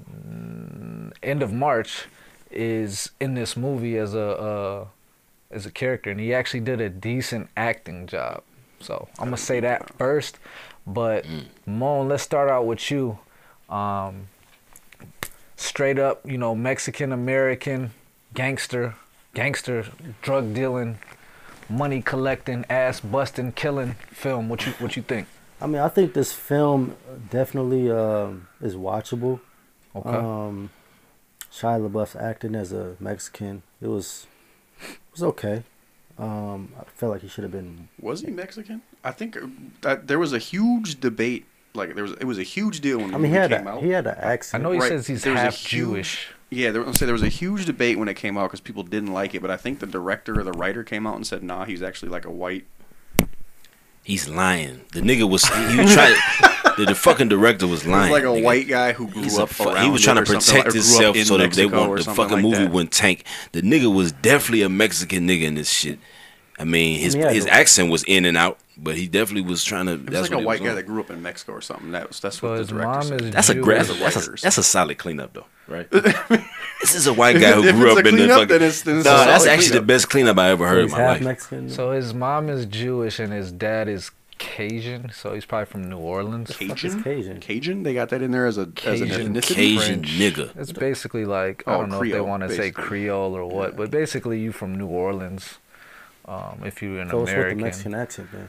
Speaker 1: mm, end of March, is in this movie as a uh, as a character, and he actually did a decent acting job. So I'm gonna say that first. But
Speaker 2: Mm.
Speaker 1: Moan, let's start out with you. Um, straight up, you know, Mexican American gangster, gangster, drug dealing, money collecting, ass busting, killing film. What you what you think?
Speaker 3: I mean, I think this film definitely um, is watchable.
Speaker 1: Okay.
Speaker 4: Uh,
Speaker 3: Um, Shia LaBeouf's acting as a Mexican, it was it was okay. Um, I felt like he should have been.
Speaker 4: Was he Mexican? I think uh, that there was a huge debate. Like there was, it was a huge deal when
Speaker 3: I mean, he
Speaker 4: it
Speaker 3: had
Speaker 4: came
Speaker 3: a,
Speaker 4: out.
Speaker 3: he had an
Speaker 1: I
Speaker 3: accent.
Speaker 1: know he
Speaker 4: Right,
Speaker 1: says he's
Speaker 4: there's a
Speaker 1: half
Speaker 4: huge-
Speaker 1: Jewish.
Speaker 4: Yeah, there, I'm saying there was a huge debate when it came out because people didn't like it, but I think the director or the writer came out and said, "Nah, he's actually like a white."
Speaker 2: He's lying. The nigga was he was trying. The, the fucking director was
Speaker 4: He was
Speaker 2: lying.
Speaker 4: like a
Speaker 2: nigga.
Speaker 4: white guy who grew
Speaker 2: He's a
Speaker 4: up
Speaker 2: fu-
Speaker 4: around.
Speaker 2: he was trying
Speaker 4: it
Speaker 2: to
Speaker 4: or something,
Speaker 2: protect
Speaker 4: or grew up
Speaker 2: himself
Speaker 4: in
Speaker 2: so that they
Speaker 4: Mexico
Speaker 2: will
Speaker 4: or
Speaker 2: the
Speaker 4: something
Speaker 2: fucking
Speaker 4: like
Speaker 2: movie
Speaker 4: that.
Speaker 2: wouldn't tank. The nigga was definitely a Mexican nigga in this shit. I mean, his
Speaker 3: I mean, yeah,
Speaker 2: his
Speaker 3: the-
Speaker 2: accent was in and out, but he definitely was trying to.
Speaker 4: It
Speaker 2: that's
Speaker 4: was like
Speaker 2: what
Speaker 4: a
Speaker 2: he
Speaker 4: white guy
Speaker 2: on.
Speaker 4: that grew up in Mexico or something. That was that's
Speaker 1: So
Speaker 4: what the
Speaker 1: his
Speaker 4: director
Speaker 1: mom
Speaker 4: said.
Speaker 1: is
Speaker 2: That's a
Speaker 1: Jewish.
Speaker 2: great.
Speaker 4: Jewish
Speaker 2: That's a,
Speaker 4: writers.
Speaker 2: that's a solid cleanup though, right? this is a white guy who
Speaker 4: If
Speaker 2: grew
Speaker 4: it's
Speaker 2: up
Speaker 4: a
Speaker 2: in the
Speaker 4: cleanup,
Speaker 2: fucking.
Speaker 4: then it's- then it's a
Speaker 2: Nah, that's
Speaker 4: solid
Speaker 2: actually the
Speaker 4: cleanup.
Speaker 2: best cleanup I ever heard
Speaker 3: he's
Speaker 2: in my
Speaker 3: half
Speaker 2: life.
Speaker 3: Mexican.
Speaker 1: So his mom is Jewish and his dad is Cajun, so he's probably from New Orleans.
Speaker 4: Cajun?
Speaker 3: Cajun?
Speaker 4: Cajun. They got that in there as a as
Speaker 1: Cajun.
Speaker 4: an ethnicity.
Speaker 2: Cajun
Speaker 1: French.
Speaker 2: nigga.
Speaker 1: It's basically like I
Speaker 4: Oh,
Speaker 1: don't know if they
Speaker 4: Creole,
Speaker 1: want to say
Speaker 4: basically.
Speaker 1: Creole or what, but basically you from New Orleans. Um, if you're an
Speaker 3: So it's with the
Speaker 1: American,
Speaker 3: Mexican accent, man.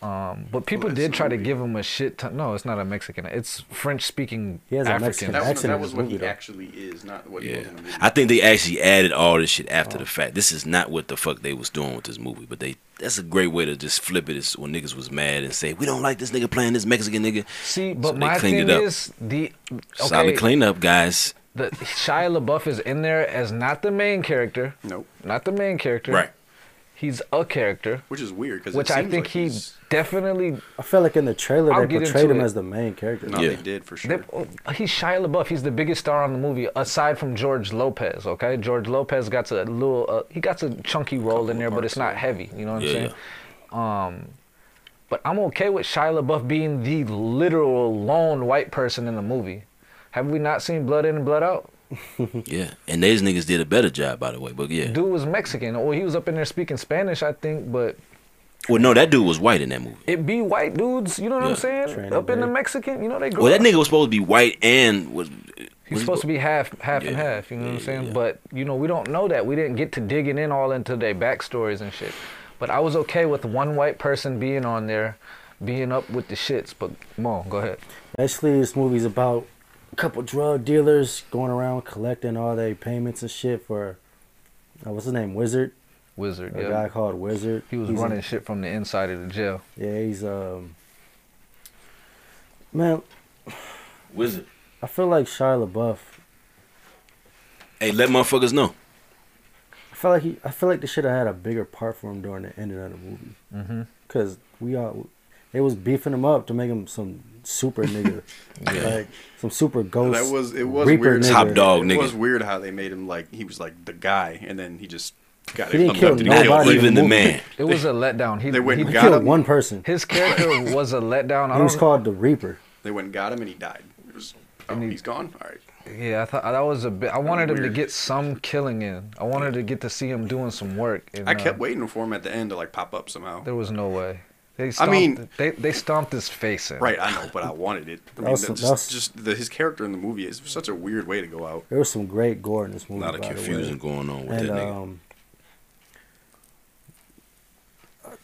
Speaker 1: Um, but people
Speaker 4: it's
Speaker 1: did
Speaker 4: a
Speaker 1: try to
Speaker 4: movie.
Speaker 1: give him a shit ton. No, it's not a Mexican. It's French speaking
Speaker 3: He has a
Speaker 1: African.
Speaker 3: Mexican
Speaker 4: That was,
Speaker 3: accent
Speaker 4: that
Speaker 3: in
Speaker 4: was
Speaker 3: this
Speaker 4: what
Speaker 3: movie,
Speaker 4: he
Speaker 3: though.
Speaker 4: actually is, not what he
Speaker 2: Yeah,
Speaker 4: was in the movie.
Speaker 2: I think they actually added all this shit
Speaker 3: Oh.
Speaker 2: after the fact. This is not what the fuck they was doing with this movie, but they that's a great way to just flip it. Is when niggas was mad and say we don't like this nigga playing this Mexican nigga.
Speaker 1: See,
Speaker 2: So
Speaker 1: but
Speaker 2: they
Speaker 1: my thing
Speaker 2: cleaned it up.
Speaker 1: is the okay.
Speaker 2: Solid cleanup, guys.
Speaker 1: The Shia LaBeouf is in there as not the main character.
Speaker 4: Nope.
Speaker 1: Not the main character.
Speaker 2: Right.
Speaker 1: He's a character,
Speaker 4: Which is weird because
Speaker 1: which I think he definitely.
Speaker 3: I felt like in the trailer
Speaker 1: I'll
Speaker 3: they
Speaker 1: get
Speaker 3: portrayed
Speaker 1: into
Speaker 3: him
Speaker 1: it.
Speaker 3: as the main character.
Speaker 4: No,
Speaker 2: Yeah.
Speaker 4: they did for sure.
Speaker 1: They, oh, he's Shia LaBeouf. He's the biggest star on the movie, aside from George Lopez. Okay, George Lopez got a little. Uh, he got a chunky role in there, but it's not heavy. You know what
Speaker 2: Yeah,
Speaker 1: I'm saying? Um, But I'm okay with Shia LaBeouf being the literal lone white person in the movie. Have we not seen Blood In and Blood Out?
Speaker 3: Hmm.
Speaker 2: yeah, yeah. And these niggas did a better job, by the way. But yeah,
Speaker 1: Dude was Mexican, or he was up in there speaking Spanish, I think. But
Speaker 2: well, no, that dude was white in that movie.
Speaker 1: it be white dudes, you know what
Speaker 2: Yeah.
Speaker 1: I'm saying?
Speaker 3: Training
Speaker 1: up in the
Speaker 3: day.
Speaker 1: Mexican, you know they grow.
Speaker 2: Well, that
Speaker 1: up.
Speaker 2: nigga was supposed to be white and was.
Speaker 1: He's supposed to be half, half and
Speaker 2: Yeah.
Speaker 1: half. You know what I'm
Speaker 2: Yeah,
Speaker 1: saying?
Speaker 2: yeah.
Speaker 1: But you know we don't know that. We didn't get to digging in all into their backstories and shit. But I was okay with one white person being on there, being up with the shits. But Mo, go ahead.
Speaker 3: Basically, this movie's about a couple drug dealers going around collecting all their payments and shit for uh, what's his name, Wizard,
Speaker 1: Wizard,
Speaker 3: a
Speaker 1: yeah.
Speaker 3: guy called Wizard.
Speaker 1: He was
Speaker 3: He's in-
Speaker 1: running shit from the inside of the jail.
Speaker 3: yeah, he's um. Man,
Speaker 2: wizard.
Speaker 3: I feel like Shia LaBeouf.
Speaker 2: Hey, let motherfuckers know.
Speaker 3: I feel like he. I feel like they should have had a bigger part for him during the ending of the movie.
Speaker 1: Mm-hmm.
Speaker 3: Cause we all, they was beefing him up to make him some super nigga,
Speaker 2: Yeah.
Speaker 3: like some super ghost.
Speaker 4: that was it was
Speaker 3: Reaper
Speaker 4: weird.
Speaker 3: nigga.
Speaker 2: Top dog
Speaker 4: It
Speaker 2: nigga.
Speaker 4: was weird how they made him like he was like the guy, and then he just got
Speaker 3: He didn't
Speaker 4: it.
Speaker 3: kill
Speaker 4: up to the
Speaker 3: nobody.
Speaker 2: Not
Speaker 4: hill.
Speaker 2: even
Speaker 3: in
Speaker 2: the
Speaker 3: the movie.
Speaker 2: man.
Speaker 1: It was a letdown. He,
Speaker 4: they went
Speaker 1: he,
Speaker 4: and
Speaker 3: he
Speaker 4: got
Speaker 3: killed
Speaker 4: him.
Speaker 3: one person.
Speaker 1: his character was a letdown. I
Speaker 3: He was
Speaker 1: don't.
Speaker 3: called the Reaper.
Speaker 4: They went and got him, and he died. It was, oh,
Speaker 1: And he-
Speaker 4: he's gone. All right.
Speaker 1: yeah, I thought that was a bit. I wanted him to
Speaker 4: Weird.
Speaker 1: get some killing in. I wanted to get to see him doing some work. And,
Speaker 4: I kept
Speaker 1: uh,
Speaker 4: waiting for him at the end to like pop up somehow.
Speaker 1: There was no way. They stomped,
Speaker 4: mean-
Speaker 1: they they stomped his face in.
Speaker 4: Right, I know, but I wanted it. I mean,
Speaker 3: That's-
Speaker 4: that-
Speaker 3: that's-
Speaker 4: just, just the, his character in the movie is such a weird way to go out.
Speaker 3: There was some great gore in this
Speaker 2: A
Speaker 3: movie.
Speaker 2: lot of
Speaker 3: by the way.
Speaker 2: confusion going on with
Speaker 3: and
Speaker 2: that nigga.
Speaker 3: um,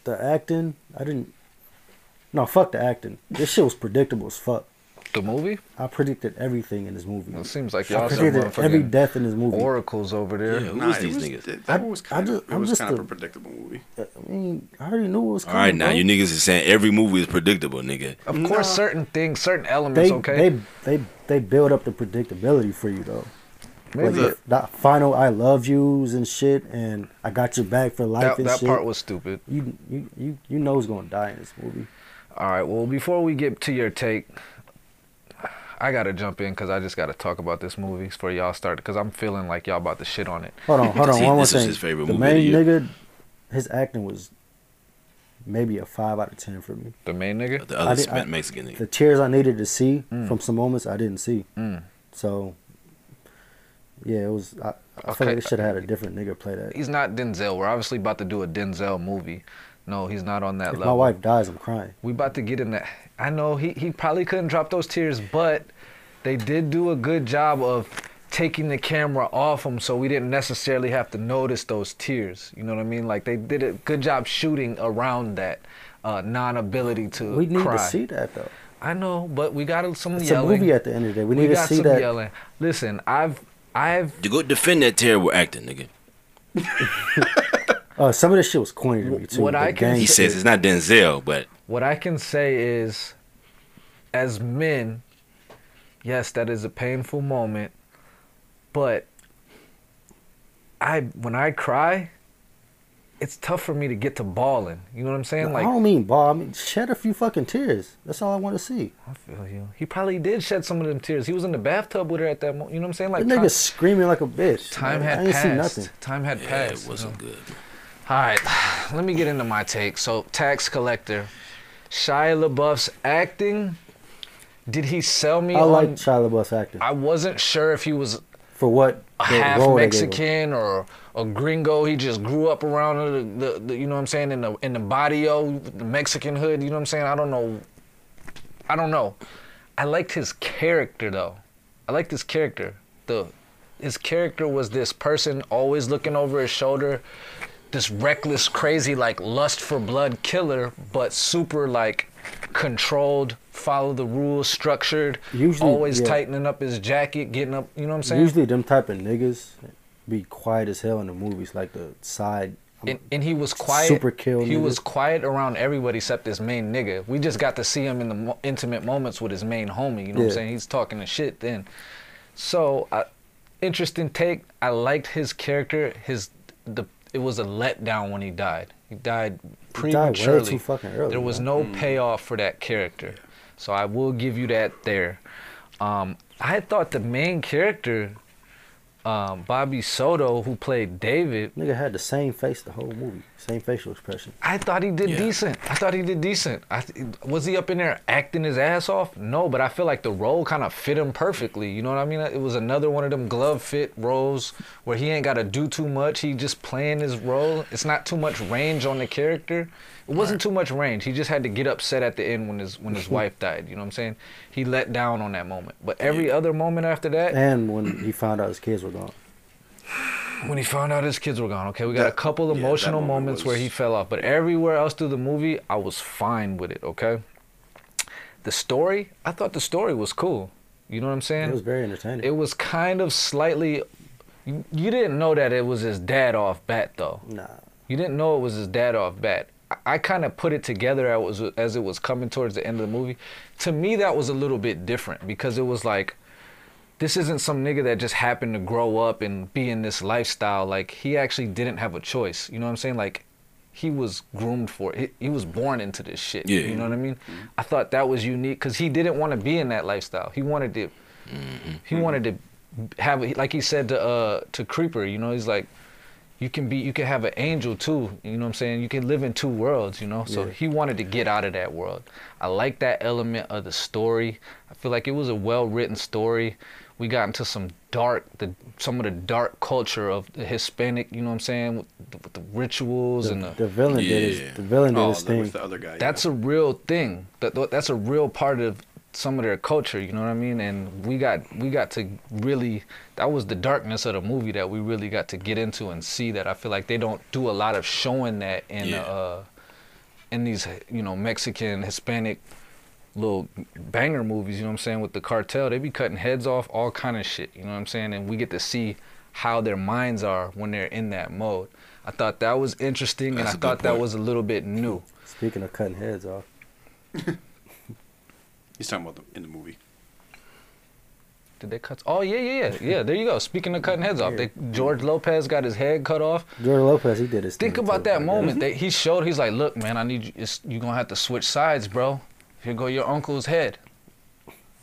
Speaker 3: the acting, I didn't. No, fuck the acting. This shit was predictable as fuck.
Speaker 1: The movie?
Speaker 3: I predicted everything in this movie.
Speaker 1: It seems like
Speaker 3: I
Speaker 1: y'all some
Speaker 3: predicted every
Speaker 1: motherfucking
Speaker 3: death in this movie.
Speaker 1: Oracles over there.
Speaker 3: Yeah, who Nah, was it these was- niggas? it- that
Speaker 4: was
Speaker 3: kind of- it was kind of a
Speaker 4: predictable movie.
Speaker 3: I mean, I already knew it was
Speaker 2: All
Speaker 3: coming.
Speaker 2: right, now
Speaker 3: uh, bro.
Speaker 2: you niggas is saying every movie is predictable, nigga.
Speaker 1: Of course, certain things, certain elements,
Speaker 3: they,
Speaker 1: okay?
Speaker 3: they they they build up the predictability for you though. Like
Speaker 1: Maybe.
Speaker 3: the, the final "I love yous" and shit, and I got your back for life.
Speaker 1: that
Speaker 3: and
Speaker 1: that
Speaker 3: shit.
Speaker 1: part was stupid.
Speaker 3: You you you you know it's gonna die in this movie.
Speaker 1: All right, well, before we get to your take, I got to jump in because I just got to talk about this movie for y'all start because I'm feeling like y'all about to shit on it.
Speaker 3: Hold on, hold on. one more thing. the main
Speaker 1: nigga.
Speaker 3: nigga, his acting was maybe a five out of ten for me.
Speaker 1: The main nigga?
Speaker 2: The
Speaker 3: I
Speaker 2: other
Speaker 3: did- I-
Speaker 2: Sp- Mexican nigga.
Speaker 3: The tears I needed to see
Speaker 1: Mm.
Speaker 3: from some moments I didn't see.
Speaker 1: Mm.
Speaker 3: So yeah, it was. I, I feel
Speaker 1: Okay.
Speaker 3: like they should have had a different nigga play that.
Speaker 1: He's not Denzel. We're obviously about to do a Denzel movie. No, he's not on that
Speaker 3: If my
Speaker 1: level.
Speaker 3: wife dies, I'm crying.
Speaker 1: We about to get in that. I know he, he probably couldn't drop those tears, but they did do a good job of taking the camera off him so we didn't necessarily have to notice those tears. You know what I mean? Like they did a good job shooting around that uh, non ability to
Speaker 3: We need
Speaker 1: cry.
Speaker 3: to see that though.
Speaker 1: I know, but we got some
Speaker 3: It's
Speaker 1: yelling.
Speaker 3: a movie at the end of the day. We, need to
Speaker 1: got
Speaker 3: see
Speaker 1: some
Speaker 3: that.
Speaker 1: yelling. Listen, I've I've
Speaker 2: You go defend that terrible acting, nigga.
Speaker 3: Uh, some of this shit was corny to me too.
Speaker 1: What
Speaker 3: the
Speaker 1: I can
Speaker 3: gang
Speaker 2: He
Speaker 3: shit.
Speaker 2: says it's not Denzel, but
Speaker 1: What I can say is, as men, yes, that is a painful moment, but I when I cry, it's tough for me to get to balling. You know what I'm saying?
Speaker 3: I
Speaker 1: Like
Speaker 3: don't mean ball. I mean shed a few fucking tears. That's all I want to see.
Speaker 1: I feel you. He probably did shed some of them tears. He was in the bathtub with her at that moment. You know what I'm saying? Like
Speaker 3: That nigga
Speaker 1: time-
Speaker 3: screaming like a bitch.
Speaker 1: Time
Speaker 3: man.
Speaker 1: had
Speaker 3: I ain't
Speaker 1: passed.
Speaker 3: see nothing.
Speaker 1: Time had
Speaker 2: yeah,
Speaker 1: passed.
Speaker 2: it wasn't good.
Speaker 1: All right, let me get into my take. So, tax collector, Shia LaBeouf's acting. Did he sell me
Speaker 3: I
Speaker 1: on?
Speaker 3: like Shia LaBeouf's acting
Speaker 1: I wasn't sure if he was
Speaker 3: for what
Speaker 1: a
Speaker 3: the
Speaker 1: half
Speaker 3: role they gave him.
Speaker 1: Mexican or a gringo. He just grew up around the, the, the you know what I'm saying in the in the barrio, the Mexican hood. You know what I'm saying? I don't know. I don't know. I liked his character though. I liked his character. The his character was this person always looking over his shoulder, this reckless, crazy, like lust for blood killer, but super like controlled, follow the rules, structured,
Speaker 3: Usually,
Speaker 1: always
Speaker 3: yeah.
Speaker 1: tightening up his jacket, getting up. You know what I'm saying?
Speaker 3: Usually them type of niggas be quiet as hell in the movies, like the side.
Speaker 1: and, and he was quiet.
Speaker 3: Super kill
Speaker 1: He
Speaker 3: nigga.
Speaker 1: was quiet around everybody except his main nigga. We just got to see him in the mo- intimate moments with his main homie. You know what I'm
Speaker 3: Yeah.
Speaker 1: saying? He's talking the shit then. So, I, interesting take. I liked his character. His the it was a letdown when he died. He died
Speaker 3: He died way
Speaker 1: prematurely.
Speaker 3: too fucking early,
Speaker 1: there was
Speaker 3: man.
Speaker 1: no payoff for that character. So I will give you that there. Um, I thought the main character, um, Bobby Soto, who played David,
Speaker 3: Nigga had the same face the whole movie, same facial expression.
Speaker 1: I thought he did decent. I thought he did decent. I th- was he up in there acting his ass off? No, but I feel like the role kind of fit him perfectly. You know what I mean? It was another one of them glove fit roles where he ain't got to do too much. He just playing his role. It's not too much range on the character. It wasn't too much range. He just had to get upset at the end when his when his wife died. You know what I'm saying? He let down on that moment. But every other moment after that,
Speaker 3: And when he found out his kids were gone,
Speaker 1: when he found out his kids were gone. Okay, we got a
Speaker 4: That-
Speaker 1: couple
Speaker 4: yeah, that
Speaker 1: emotional
Speaker 4: moment
Speaker 1: moments where
Speaker 4: was-
Speaker 1: he fell off, but everywhere else through the movie, I was fine with it. Okay, the story, I thought the story was cool. You know what I'm saying?
Speaker 3: it was very entertaining.
Speaker 1: It was kind of slightly. You you didn't know that it was his dad off bat though.
Speaker 3: nah,
Speaker 1: You didn't know it was his dad off bat. I, I kind of put it together as, was, as it was coming towards the end of the movie. To me, that was a little bit different because it was like, this isn't some nigga that just happened to grow up and be in this lifestyle. Like, he actually didn't have a choice. You know what I'm saying? Like, he was groomed for it. He, he was born into this shit.
Speaker 2: Yeah.
Speaker 1: You know what I mean? I thought that was unique because he didn't want to be in that lifestyle. He wanted to he wanted to have like he said to uh to creeper you know he's like you can be you can have an angel too you know what i'm saying you can live in two worlds you know so
Speaker 3: Yeah.
Speaker 1: he wanted to get out of that world i like that element of the story i feel like it was a well written story we got into some dark the some of the dark culture of the hispanic you know what i'm saying with the, with the rituals and the,
Speaker 3: the villain did
Speaker 2: Yeah.
Speaker 3: his the villain did
Speaker 4: Oh,
Speaker 3: his
Speaker 4: that was
Speaker 3: thing.
Speaker 4: the other guy.
Speaker 1: that's a real thing. That that- that's a real part of some of their culture. You know what I mean? And we got we got to really that was the darkness of the movie that we really got to get into and see that. I feel like they don't do a lot of showing that in
Speaker 2: Yeah.
Speaker 1: uh in these you know Mexican Hispanic little banger movies, you know what I'm saying, with the cartel, they be cutting heads off, all kind of shit, you know what I'm saying? And we get to see how their minds are when they're in that mode. I thought that was interesting and
Speaker 3: That's a
Speaker 1: I
Speaker 3: good
Speaker 1: thought that
Speaker 3: point.
Speaker 1: was a little bit new.
Speaker 3: Speaking of cutting heads off,
Speaker 4: He's talking about the, in the movie.
Speaker 1: Did they cut? Oh yeah, yeah, yeah, yeah. There you go. Speaking of cutting heads off, they, George Lopez got his head cut off.
Speaker 3: Jordan Lopez, he did his
Speaker 1: Think
Speaker 3: thing.
Speaker 1: about that moment
Speaker 3: Mhm.
Speaker 1: that he showed. He's like, "Look, man, I need you. It's, you gonna have to switch sides, bro. Here go your uncle's head."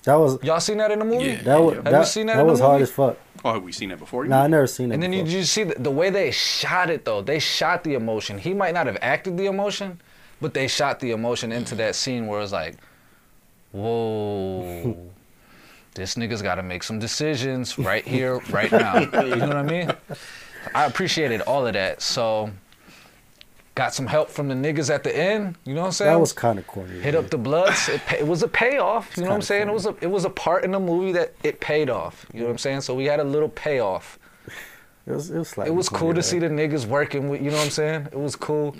Speaker 3: That was
Speaker 1: Y'all seen that in the movie?
Speaker 3: that was
Speaker 1: Have
Speaker 3: that,
Speaker 1: you seen that?
Speaker 3: that
Speaker 1: in the
Speaker 3: was hard
Speaker 1: movie?
Speaker 3: as fuck.
Speaker 4: Oh, have we seen that before?
Speaker 3: Nah, I never seen that.
Speaker 1: And then you, you see the, the way they shot it though. They shot the emotion. He might not have acted the emotion, but they shot the emotion into that scene where it's like, whoa, this nigga's got to make some decisions right here, right now. you know what I mean? I appreciated all of that. So, got some help from the niggas at the end. You know what I'm saying?
Speaker 3: That was kind of corny.
Speaker 1: Hit up the Bloods. It, pay, it was a payoff. You know what I'm
Speaker 3: kinda
Speaker 1: saying? It was a it was a part in the movie that it paid off. You know what I'm saying? So we had a little payoff.
Speaker 3: It was it was
Speaker 1: It was cool to see the niggas working with. You know what I'm saying? It was cool.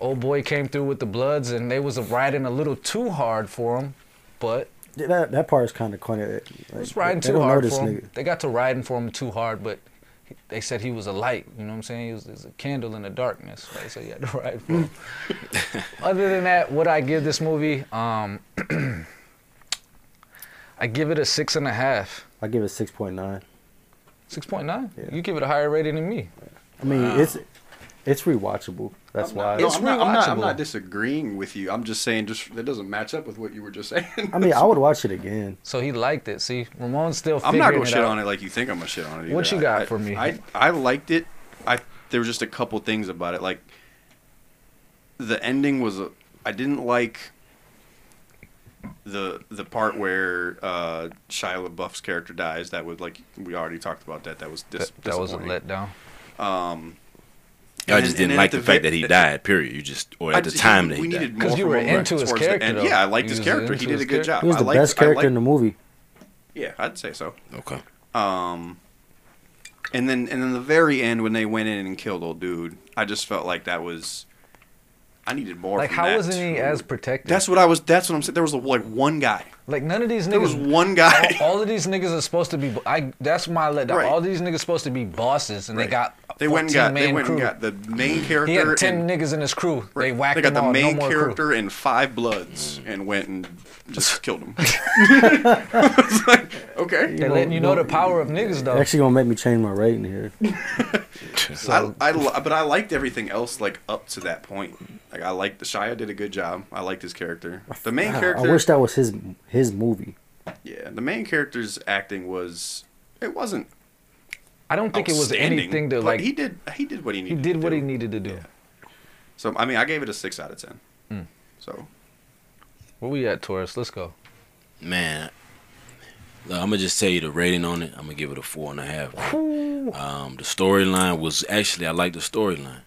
Speaker 1: Old boy came through with the Bloods, and they was riding a little too hard for him, but
Speaker 3: Yeah, that that part is kind of corny. Like,
Speaker 1: it was riding
Speaker 3: they
Speaker 1: too
Speaker 3: don't know
Speaker 1: hard
Speaker 3: this
Speaker 1: for him.
Speaker 3: nigga.
Speaker 1: They got to riding for him too hard, but. he- They said he was a light, you know what I'm saying? He was, he was a candle in the darkness, right? So you had to ride for him. Other than that, what I give this movie, um, I give it a six and a half.
Speaker 3: I give it six point nine.
Speaker 1: Six point nine. You give it a higher rating than me.
Speaker 3: I mean, it's it's rewatchable. That's
Speaker 4: I'm
Speaker 3: why.
Speaker 4: not, no, I'm, not, I'm, not, I'm not disagreeing with you. I'm just saying, just that doesn't match up with what you were just saying.
Speaker 3: I mean, I would watch it again.
Speaker 1: So he liked it. See, Ramon's still.
Speaker 4: I'm not
Speaker 1: figuring
Speaker 4: gonna
Speaker 1: it
Speaker 4: shit
Speaker 1: out.
Speaker 4: on it like you think I'm gonna shit on it.
Speaker 1: What
Speaker 4: either.
Speaker 1: you got
Speaker 4: I-
Speaker 1: for me?
Speaker 4: I I liked it. I there was just a couple things about it. Like the ending was a, I didn't like the the part where uh, Shia LaBeouf's character dies. That was like we already talked about that. That was dis-
Speaker 1: That- that was a
Speaker 4: disappointing.
Speaker 1: letdown.
Speaker 4: Um,
Speaker 2: I
Speaker 4: and
Speaker 2: just
Speaker 4: then-
Speaker 2: didn't
Speaker 4: and then
Speaker 2: like
Speaker 4: at
Speaker 2: the,
Speaker 4: ve-
Speaker 2: fact that he died. Period. You just or at
Speaker 4: I
Speaker 2: the
Speaker 4: just-
Speaker 2: time
Speaker 4: we
Speaker 2: that he
Speaker 4: needed
Speaker 2: died.
Speaker 4: more 'Cause you from were him into his towards the character, end. though. Yeah, I liked
Speaker 1: You
Speaker 4: his
Speaker 1: was
Speaker 4: character. He
Speaker 1: into
Speaker 4: did
Speaker 1: his
Speaker 4: a good job.
Speaker 3: He was
Speaker 4: I
Speaker 3: the
Speaker 4: liked-
Speaker 3: best
Speaker 4: I
Speaker 3: character
Speaker 4: liked-
Speaker 3: in the movie.
Speaker 4: Yeah, I'd say so.
Speaker 2: Okay.
Speaker 4: Um, and then and then the very end when they went in and killed old dude, I just felt like that was. I needed more.
Speaker 1: Like,
Speaker 4: from
Speaker 1: how
Speaker 4: that,
Speaker 1: wasn't he
Speaker 4: too.
Speaker 1: as protected?
Speaker 4: That's what I was. That's what I'm saying. There was like one guy.
Speaker 1: Like none of these niggas.
Speaker 4: There was one guy.
Speaker 1: All, all of these niggas are supposed to be. I. That's my letdown.
Speaker 4: Right.
Speaker 1: All these niggas supposed to be bosses, and they
Speaker 4: Right.
Speaker 1: got. a
Speaker 4: They
Speaker 1: 14
Speaker 4: went and got. They
Speaker 1: man
Speaker 4: went
Speaker 1: crew.
Speaker 4: and got the main character.
Speaker 1: He had ten
Speaker 4: and,
Speaker 1: niggas in his crew. They
Speaker 4: Right.
Speaker 1: whacked
Speaker 4: They got the
Speaker 1: them all, no
Speaker 4: main
Speaker 1: more crew.
Speaker 4: character and five bloods and went and just killed him. It's like, okay.
Speaker 1: They letting you know the power of niggas
Speaker 4: Oh.
Speaker 1: though.
Speaker 3: Actually, gonna make me change my rating here.
Speaker 4: I, I, li- but I liked everything else like up to that point. Like I liked the Shia did a good job. I liked his character. The main
Speaker 3: Wow,
Speaker 4: character.
Speaker 3: I wish that was his his movie.
Speaker 4: Yeah, the main character's acting was it wasn't.
Speaker 1: I don't think it was
Speaker 4: outstanding,
Speaker 1: anything to
Speaker 4: but
Speaker 1: like.
Speaker 4: He did he did what he
Speaker 1: He
Speaker 4: needed.
Speaker 1: did what he needed to do.
Speaker 4: So I mean, I gave it a six out of ten.
Speaker 2: Hmm.
Speaker 1: Mm.
Speaker 4: So
Speaker 1: Where we at, Taurus? Let's go.
Speaker 2: Man, look, I'm gonna just tell you the rating on it. I'm gonna give it a four and a half. Um, the storyline was actually I like the storyline.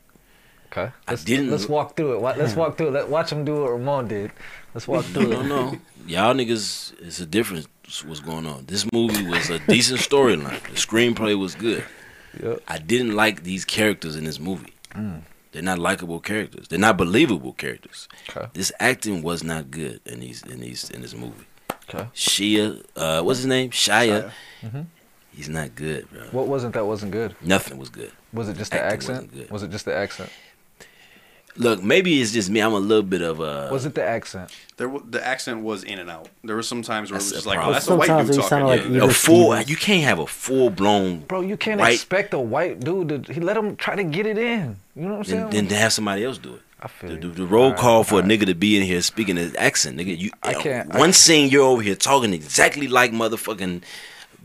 Speaker 1: Okay.
Speaker 2: I didn't.
Speaker 1: Let's walk through it. Wa- Let's walk through it. Let- Watch him do what Ramon did. Let's walk
Speaker 2: No,
Speaker 1: through
Speaker 2: no,
Speaker 1: it.
Speaker 2: no. Y'all niggas, it's a difference. What's going on? This movie was a decent storyline. The screenplay was good. I didn't like these characters in this movie.
Speaker 1: Mm.
Speaker 2: They're not likable characters. They're not believable characters.
Speaker 1: Okay.
Speaker 2: This acting was not good in these in these in this movie.
Speaker 1: Okay.
Speaker 2: Shia, uh, what's his name? Shia.
Speaker 1: Mhm.
Speaker 2: He's not good, bro.
Speaker 1: What wasn't that wasn't good?
Speaker 2: Nothing was good.
Speaker 1: Was it just the
Speaker 2: Acting
Speaker 1: accent?
Speaker 2: wasn't good.
Speaker 1: Was it just the accent?
Speaker 2: Look, maybe it's just me. I'm a little bit of a.
Speaker 1: was it the accent?
Speaker 4: there wa- the accent was in and out. There was some times where it was
Speaker 2: That's
Speaker 4: just
Speaker 2: a
Speaker 4: like, oh,
Speaker 2: problem.
Speaker 4: that's a white
Speaker 3: Sometimes
Speaker 4: dude
Speaker 3: it
Speaker 4: talking.
Speaker 3: sounded like
Speaker 4: Yeah.
Speaker 3: either
Speaker 2: a full. You can't have a full blown.
Speaker 1: Bro, you can't
Speaker 2: Right.
Speaker 1: expect a white dude to he let him try to get it in. You know what I'm saying?
Speaker 2: Then, then to have somebody else do it.
Speaker 1: I feel
Speaker 2: The,
Speaker 1: you.
Speaker 2: the- the roll
Speaker 1: Alright,
Speaker 2: call for a
Speaker 1: alright.
Speaker 2: nigga to be in here speaking his accent, nigga. You,
Speaker 1: I can't- I
Speaker 2: One
Speaker 1: can't-
Speaker 2: scene you're over here talking exactly like motherfucking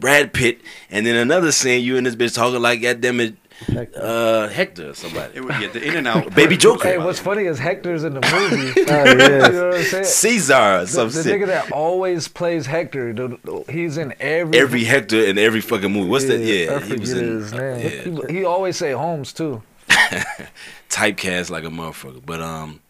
Speaker 2: Brad Pitt, and then another scene you and this bitch talking like goddamn it, uh, Hector or somebody.
Speaker 4: It would get the in and out.
Speaker 2: Baby Joker.
Speaker 1: Hey, what's funny is Hector's in the movie.
Speaker 3: Oh,
Speaker 1: You
Speaker 3: yes.
Speaker 1: know what I'm saying?
Speaker 2: Caesar or
Speaker 1: The,
Speaker 2: some
Speaker 1: the
Speaker 2: shit.
Speaker 1: nigga that always plays Hector, the- the- he's in every
Speaker 2: Every Hector in every fucking movie. What's that? Yeah,
Speaker 1: I forget his
Speaker 2: uh,
Speaker 1: name. He, he always say Holmes too.
Speaker 2: typecast like a motherfucker. But um,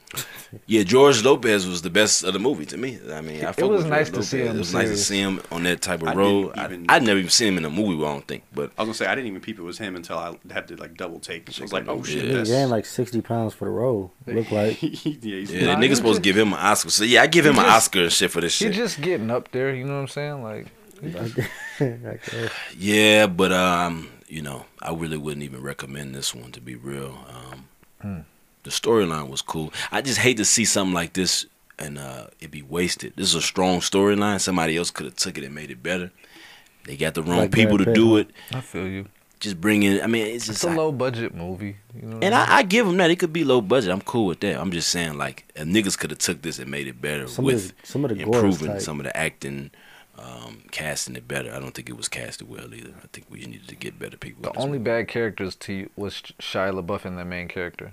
Speaker 2: Yeah, George Lopez was the best of the movie to me. I mean, I
Speaker 1: It
Speaker 2: fuck
Speaker 1: was
Speaker 2: with
Speaker 1: nice
Speaker 2: George
Speaker 1: to see
Speaker 2: Lopez.
Speaker 1: him
Speaker 2: It was nice to
Speaker 1: serious.
Speaker 2: see him on that type of
Speaker 4: I didn't
Speaker 2: road. I,
Speaker 4: even-
Speaker 2: I never even seen him in a movie. I don't think, but
Speaker 4: I was gonna say I didn't even peep it was him until I had to like double take. I was like, oh shit,
Speaker 3: He
Speaker 4: that's
Speaker 3: gained like 60 pounds for the role, look like.
Speaker 4: yeah, he's
Speaker 2: yeah, that nigga's supposed to give him an Oscar. So yeah, I give him an
Speaker 1: just-
Speaker 2: Oscar and shit for this
Speaker 1: He
Speaker 2: shit.
Speaker 1: just getting up there, you know what I'm saying? Like,
Speaker 3: I guess.
Speaker 2: Yeah, but um, you know, I really wouldn't even recommend this one to be real. Um,
Speaker 1: Hmm.
Speaker 2: the storyline was cool. I just hate to see something like this and uh, it be wasted. This is a strong storyline. Somebody else could have took it and made it better. They got the wrong
Speaker 1: Like
Speaker 2: people
Speaker 1: Brad
Speaker 2: to
Speaker 1: Pitt,
Speaker 2: do
Speaker 1: huh?
Speaker 2: it.
Speaker 1: I feel you.
Speaker 2: Just bring in. I mean, it's
Speaker 1: It's
Speaker 2: just.
Speaker 1: a low budget movie. You know what
Speaker 2: and
Speaker 1: I mean?
Speaker 2: I, I give them that. It could be low budget. I'm cool with that. I'm just saying, like, if niggas could have took this and made it better
Speaker 3: Some of
Speaker 2: with
Speaker 3: the, some of the gore is
Speaker 2: improving
Speaker 3: tight.
Speaker 2: some of the acting, um, casting it better. I don't think it was casted well either. I think we needed to get better people. in
Speaker 1: the
Speaker 2: this
Speaker 1: only
Speaker 2: movie.
Speaker 1: bad characters to you was Shia LaBeouf and the main character.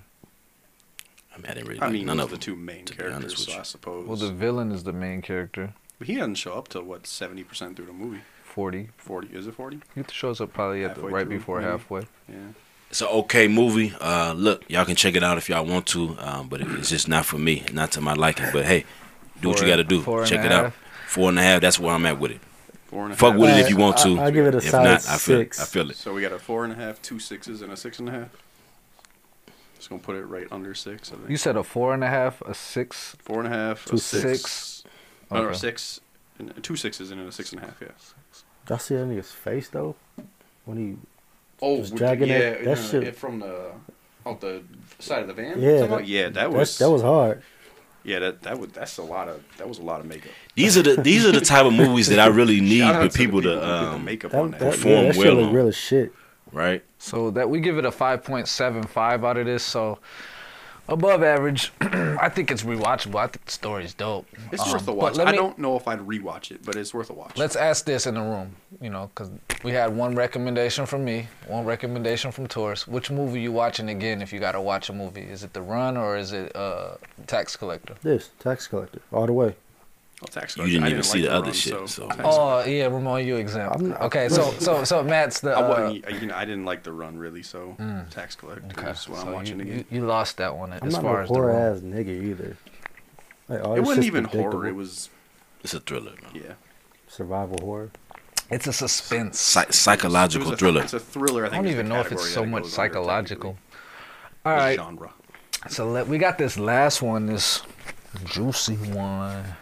Speaker 2: I mean, I didn't really
Speaker 4: I
Speaker 2: like
Speaker 4: mean,
Speaker 2: none
Speaker 4: those
Speaker 2: of
Speaker 4: are the
Speaker 2: them.
Speaker 4: two main
Speaker 2: to be honest
Speaker 4: characters,
Speaker 2: with
Speaker 4: so
Speaker 2: you.
Speaker 4: I suppose.
Speaker 1: Well, the villain is the main character.
Speaker 4: but he doesn't show up till what seventy percent through the movie.
Speaker 1: Forty.
Speaker 4: Forty is it forty?
Speaker 1: He shows up probably at the,
Speaker 4: Halfway
Speaker 1: right
Speaker 4: through,
Speaker 1: before
Speaker 4: maybe.
Speaker 1: halfway.
Speaker 4: Yeah.
Speaker 2: It's an okay movie. Uh, look, y'all can check it out if y'all want to, um, but it- it's just not for me, not to my liking. But hey, do what
Speaker 1: Four
Speaker 2: you got to
Speaker 1: and-
Speaker 2: do.
Speaker 1: four and
Speaker 2: Check
Speaker 1: a
Speaker 2: it out.
Speaker 1: half.
Speaker 2: Four and a half. That's where I'm at with it.
Speaker 4: Four and a half.
Speaker 2: Fuck with it if
Speaker 3: Alright,
Speaker 2: you want
Speaker 3: I-
Speaker 2: to.
Speaker 3: I'll give it a
Speaker 2: if
Speaker 3: solid
Speaker 2: not, I feel
Speaker 3: six.
Speaker 2: it. I feel it.
Speaker 4: So we got a four and a half, two sixes, and a six and a half. Just gonna put it right under six. I think.
Speaker 1: You said a four and a half, a six.
Speaker 4: four and a half,
Speaker 3: Two
Speaker 4: a six,
Speaker 1: six.
Speaker 4: or
Speaker 1: Okay.
Speaker 4: six, and two sixes, and then a six and a half. Yeah.
Speaker 3: Y'all see that nigga's face though? When he
Speaker 4: Oh,
Speaker 3: Just with the- dragging it- yeah, that uh, shit- it
Speaker 4: from the out the side of the van.
Speaker 3: Yeah, Something that- like-
Speaker 4: Oh, yeah, that
Speaker 3: that
Speaker 4: was
Speaker 3: that was hard.
Speaker 4: yeah that that was that's a lot of that was a lot of makeup.
Speaker 2: These are the these are the type of movies that I really need
Speaker 4: Shout out
Speaker 2: for
Speaker 4: to the
Speaker 2: people
Speaker 4: who
Speaker 2: to
Speaker 4: did the
Speaker 2: um,
Speaker 4: makeup on
Speaker 3: That,
Speaker 4: that.
Speaker 3: that, yeah,
Speaker 2: Performed
Speaker 3: that shit
Speaker 2: well
Speaker 3: look
Speaker 2: on.
Speaker 3: real as shit.
Speaker 2: right.
Speaker 1: So that we give it a five point seven five out of this. So above average. I think it's rewatchable. I think the story's dope.
Speaker 4: It's
Speaker 1: Um,
Speaker 4: worth a
Speaker 1: but
Speaker 4: watch.
Speaker 1: let
Speaker 4: I
Speaker 1: me-
Speaker 4: don't know if I'd rewatch it, but it's worth a watch.
Speaker 1: Let's ask this in the room, you know, because we had one recommendation from me, one recommendation from Taurus. Which movie you watching again if you got to watch a movie? Is it The Run or is it uh, Tax Collector?
Speaker 3: This tax collector all the way.
Speaker 4: I'll tax
Speaker 2: You
Speaker 4: guys.
Speaker 2: didn't
Speaker 4: I
Speaker 2: even see the other
Speaker 4: run,
Speaker 2: shit,
Speaker 4: so-
Speaker 2: so-
Speaker 4: I-
Speaker 1: Oh yeah, Ramon, you exempt.
Speaker 3: I'm not-
Speaker 1: Okay, so so so Matt's the.
Speaker 4: I,
Speaker 1: Uh,
Speaker 4: wasn't, you know, I didn't like the run really, so tax collector
Speaker 1: okay,
Speaker 4: is what
Speaker 1: so
Speaker 4: I'm watching
Speaker 1: you,
Speaker 4: again.
Speaker 1: You, you lost that one
Speaker 3: I'm
Speaker 1: as
Speaker 3: not
Speaker 1: far
Speaker 3: a
Speaker 1: as the
Speaker 3: horror
Speaker 1: Room.
Speaker 3: ass nigga either. Like,
Speaker 1: Oh,
Speaker 3: all
Speaker 4: it
Speaker 3: this
Speaker 4: wasn't
Speaker 3: shit's
Speaker 4: even horror.
Speaker 3: predictable.
Speaker 4: It was
Speaker 2: It's a thriller, man.
Speaker 4: yeah,
Speaker 3: survival horror.
Speaker 1: It's a suspense.
Speaker 2: Psy- psychological
Speaker 4: It was a-
Speaker 2: thriller.
Speaker 4: It's a thriller. I,
Speaker 1: I
Speaker 4: think
Speaker 1: don't
Speaker 4: is the
Speaker 1: even know if it's
Speaker 4: category
Speaker 1: so
Speaker 4: that
Speaker 1: much
Speaker 4: goes under it
Speaker 1: psychological. All
Speaker 4: technically.
Speaker 1: right,
Speaker 4: Genre.
Speaker 1: So let, we got this last one, this juicy one.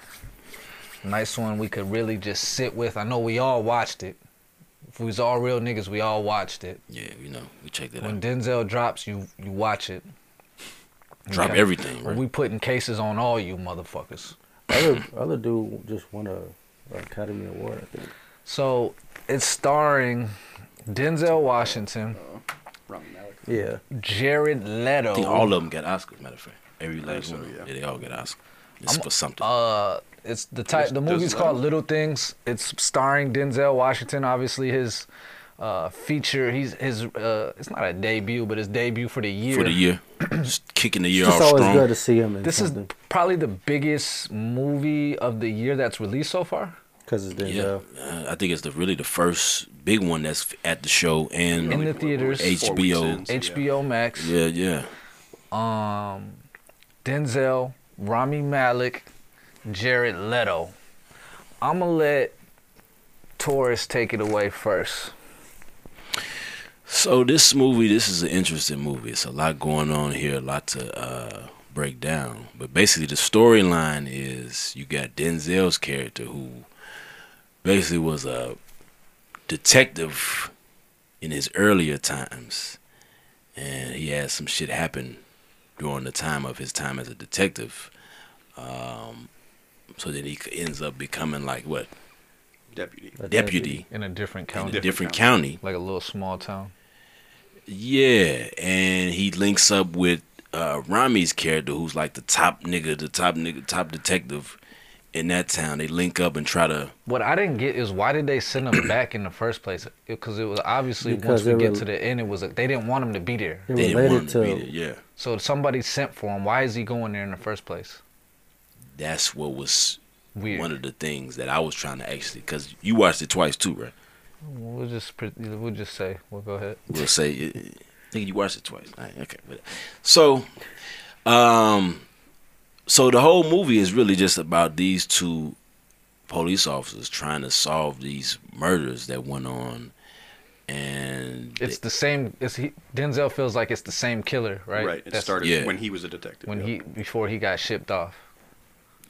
Speaker 1: Nice one we could really just sit with. I know we all watched it. If we was all real niggas, we all watched it.
Speaker 2: yeah, you know, we checked it
Speaker 1: When
Speaker 2: out.
Speaker 1: Denzel drops, you you watch it.
Speaker 2: Drop
Speaker 1: Okay.
Speaker 2: everything. Right?
Speaker 1: We putting cases on all you motherfuckers.
Speaker 3: Other other dude just won a, a Academy Award. I think.
Speaker 1: So it's starring Denzel Washington,
Speaker 4: Uh, Rami Malek.
Speaker 3: Yeah,
Speaker 1: Jared Leto.
Speaker 2: I think all of them got Oscars. Matter of fact, every last
Speaker 4: so,
Speaker 2: one. of them.
Speaker 4: yeah.
Speaker 2: Yeah, they all got Oscar. It's for something.
Speaker 1: Uh, it's the type.
Speaker 4: There's-
Speaker 1: The
Speaker 4: there's
Speaker 1: movie's
Speaker 4: another
Speaker 1: called
Speaker 4: one.
Speaker 1: Little Things. It's starring Denzel Washington. Obviously, his uh, feature. He's his. Uh, it's not a debut, but his debut for the year.
Speaker 2: for the year, Just kicking the year
Speaker 3: it's
Speaker 2: off
Speaker 3: always
Speaker 2: strong.
Speaker 3: good to see him in
Speaker 1: This is
Speaker 3: something
Speaker 1: probably the biggest movie of the year that's released so far.
Speaker 3: because it's
Speaker 2: Yeah,
Speaker 3: Denzel.
Speaker 2: uh, I think it's the really the first big one that's f- at the show and
Speaker 1: In the theaters.
Speaker 4: Four weeks
Speaker 2: HBO.
Speaker 4: in, so yeah.
Speaker 1: HBO Max.
Speaker 2: yeah, yeah.
Speaker 1: Um, Denzel, Rami Malik, Jared Leto. I'ma let Taurus take it away first.
Speaker 2: So this movie, this is an interesting movie. It's a lot going on here, a lot to uh, break down. But basically, the storyline is you got Denzel's character who basically was a detective in his earlier times, and he had some shit happen during the time of his time as a detective. Um, so then he ends up becoming like what
Speaker 4: Deputy.
Speaker 3: A
Speaker 2: deputy
Speaker 1: In a different
Speaker 2: in a
Speaker 1: county,
Speaker 2: different county.
Speaker 1: like a little small town.
Speaker 2: Yeah, and he links up with uh, Rami's character, who's like the top nigga, the top nigga, top detective in that town. They link up and try to.
Speaker 1: What I didn't get is why did they send him back in the first place? Because it was obviously
Speaker 3: Because
Speaker 1: once
Speaker 3: they
Speaker 1: we get
Speaker 3: were-
Speaker 1: to the end, it was like they didn't want him to be there.
Speaker 3: It
Speaker 2: They didn't want him
Speaker 3: related
Speaker 2: to be there.
Speaker 3: to
Speaker 2: Yeah,
Speaker 1: So somebody sent for him. Why is he going there in the first place?
Speaker 2: that's what was
Speaker 1: Weird.
Speaker 2: one of the things that I was trying to actually because you watched it twice too, right?
Speaker 1: We'll just pre- we'll just say we'll go ahead.
Speaker 2: We'll say, I think you watched it twice. All right, okay, but- so um, So the whole movie is really just about these two police officers trying to solve these murders that went on, and
Speaker 1: It's the same. It's he, Denzel feels like it's the same killer, right?
Speaker 4: Right. It
Speaker 1: That's-
Speaker 4: started
Speaker 2: Yeah.
Speaker 4: when he was a detective.
Speaker 1: when he before he got shipped off.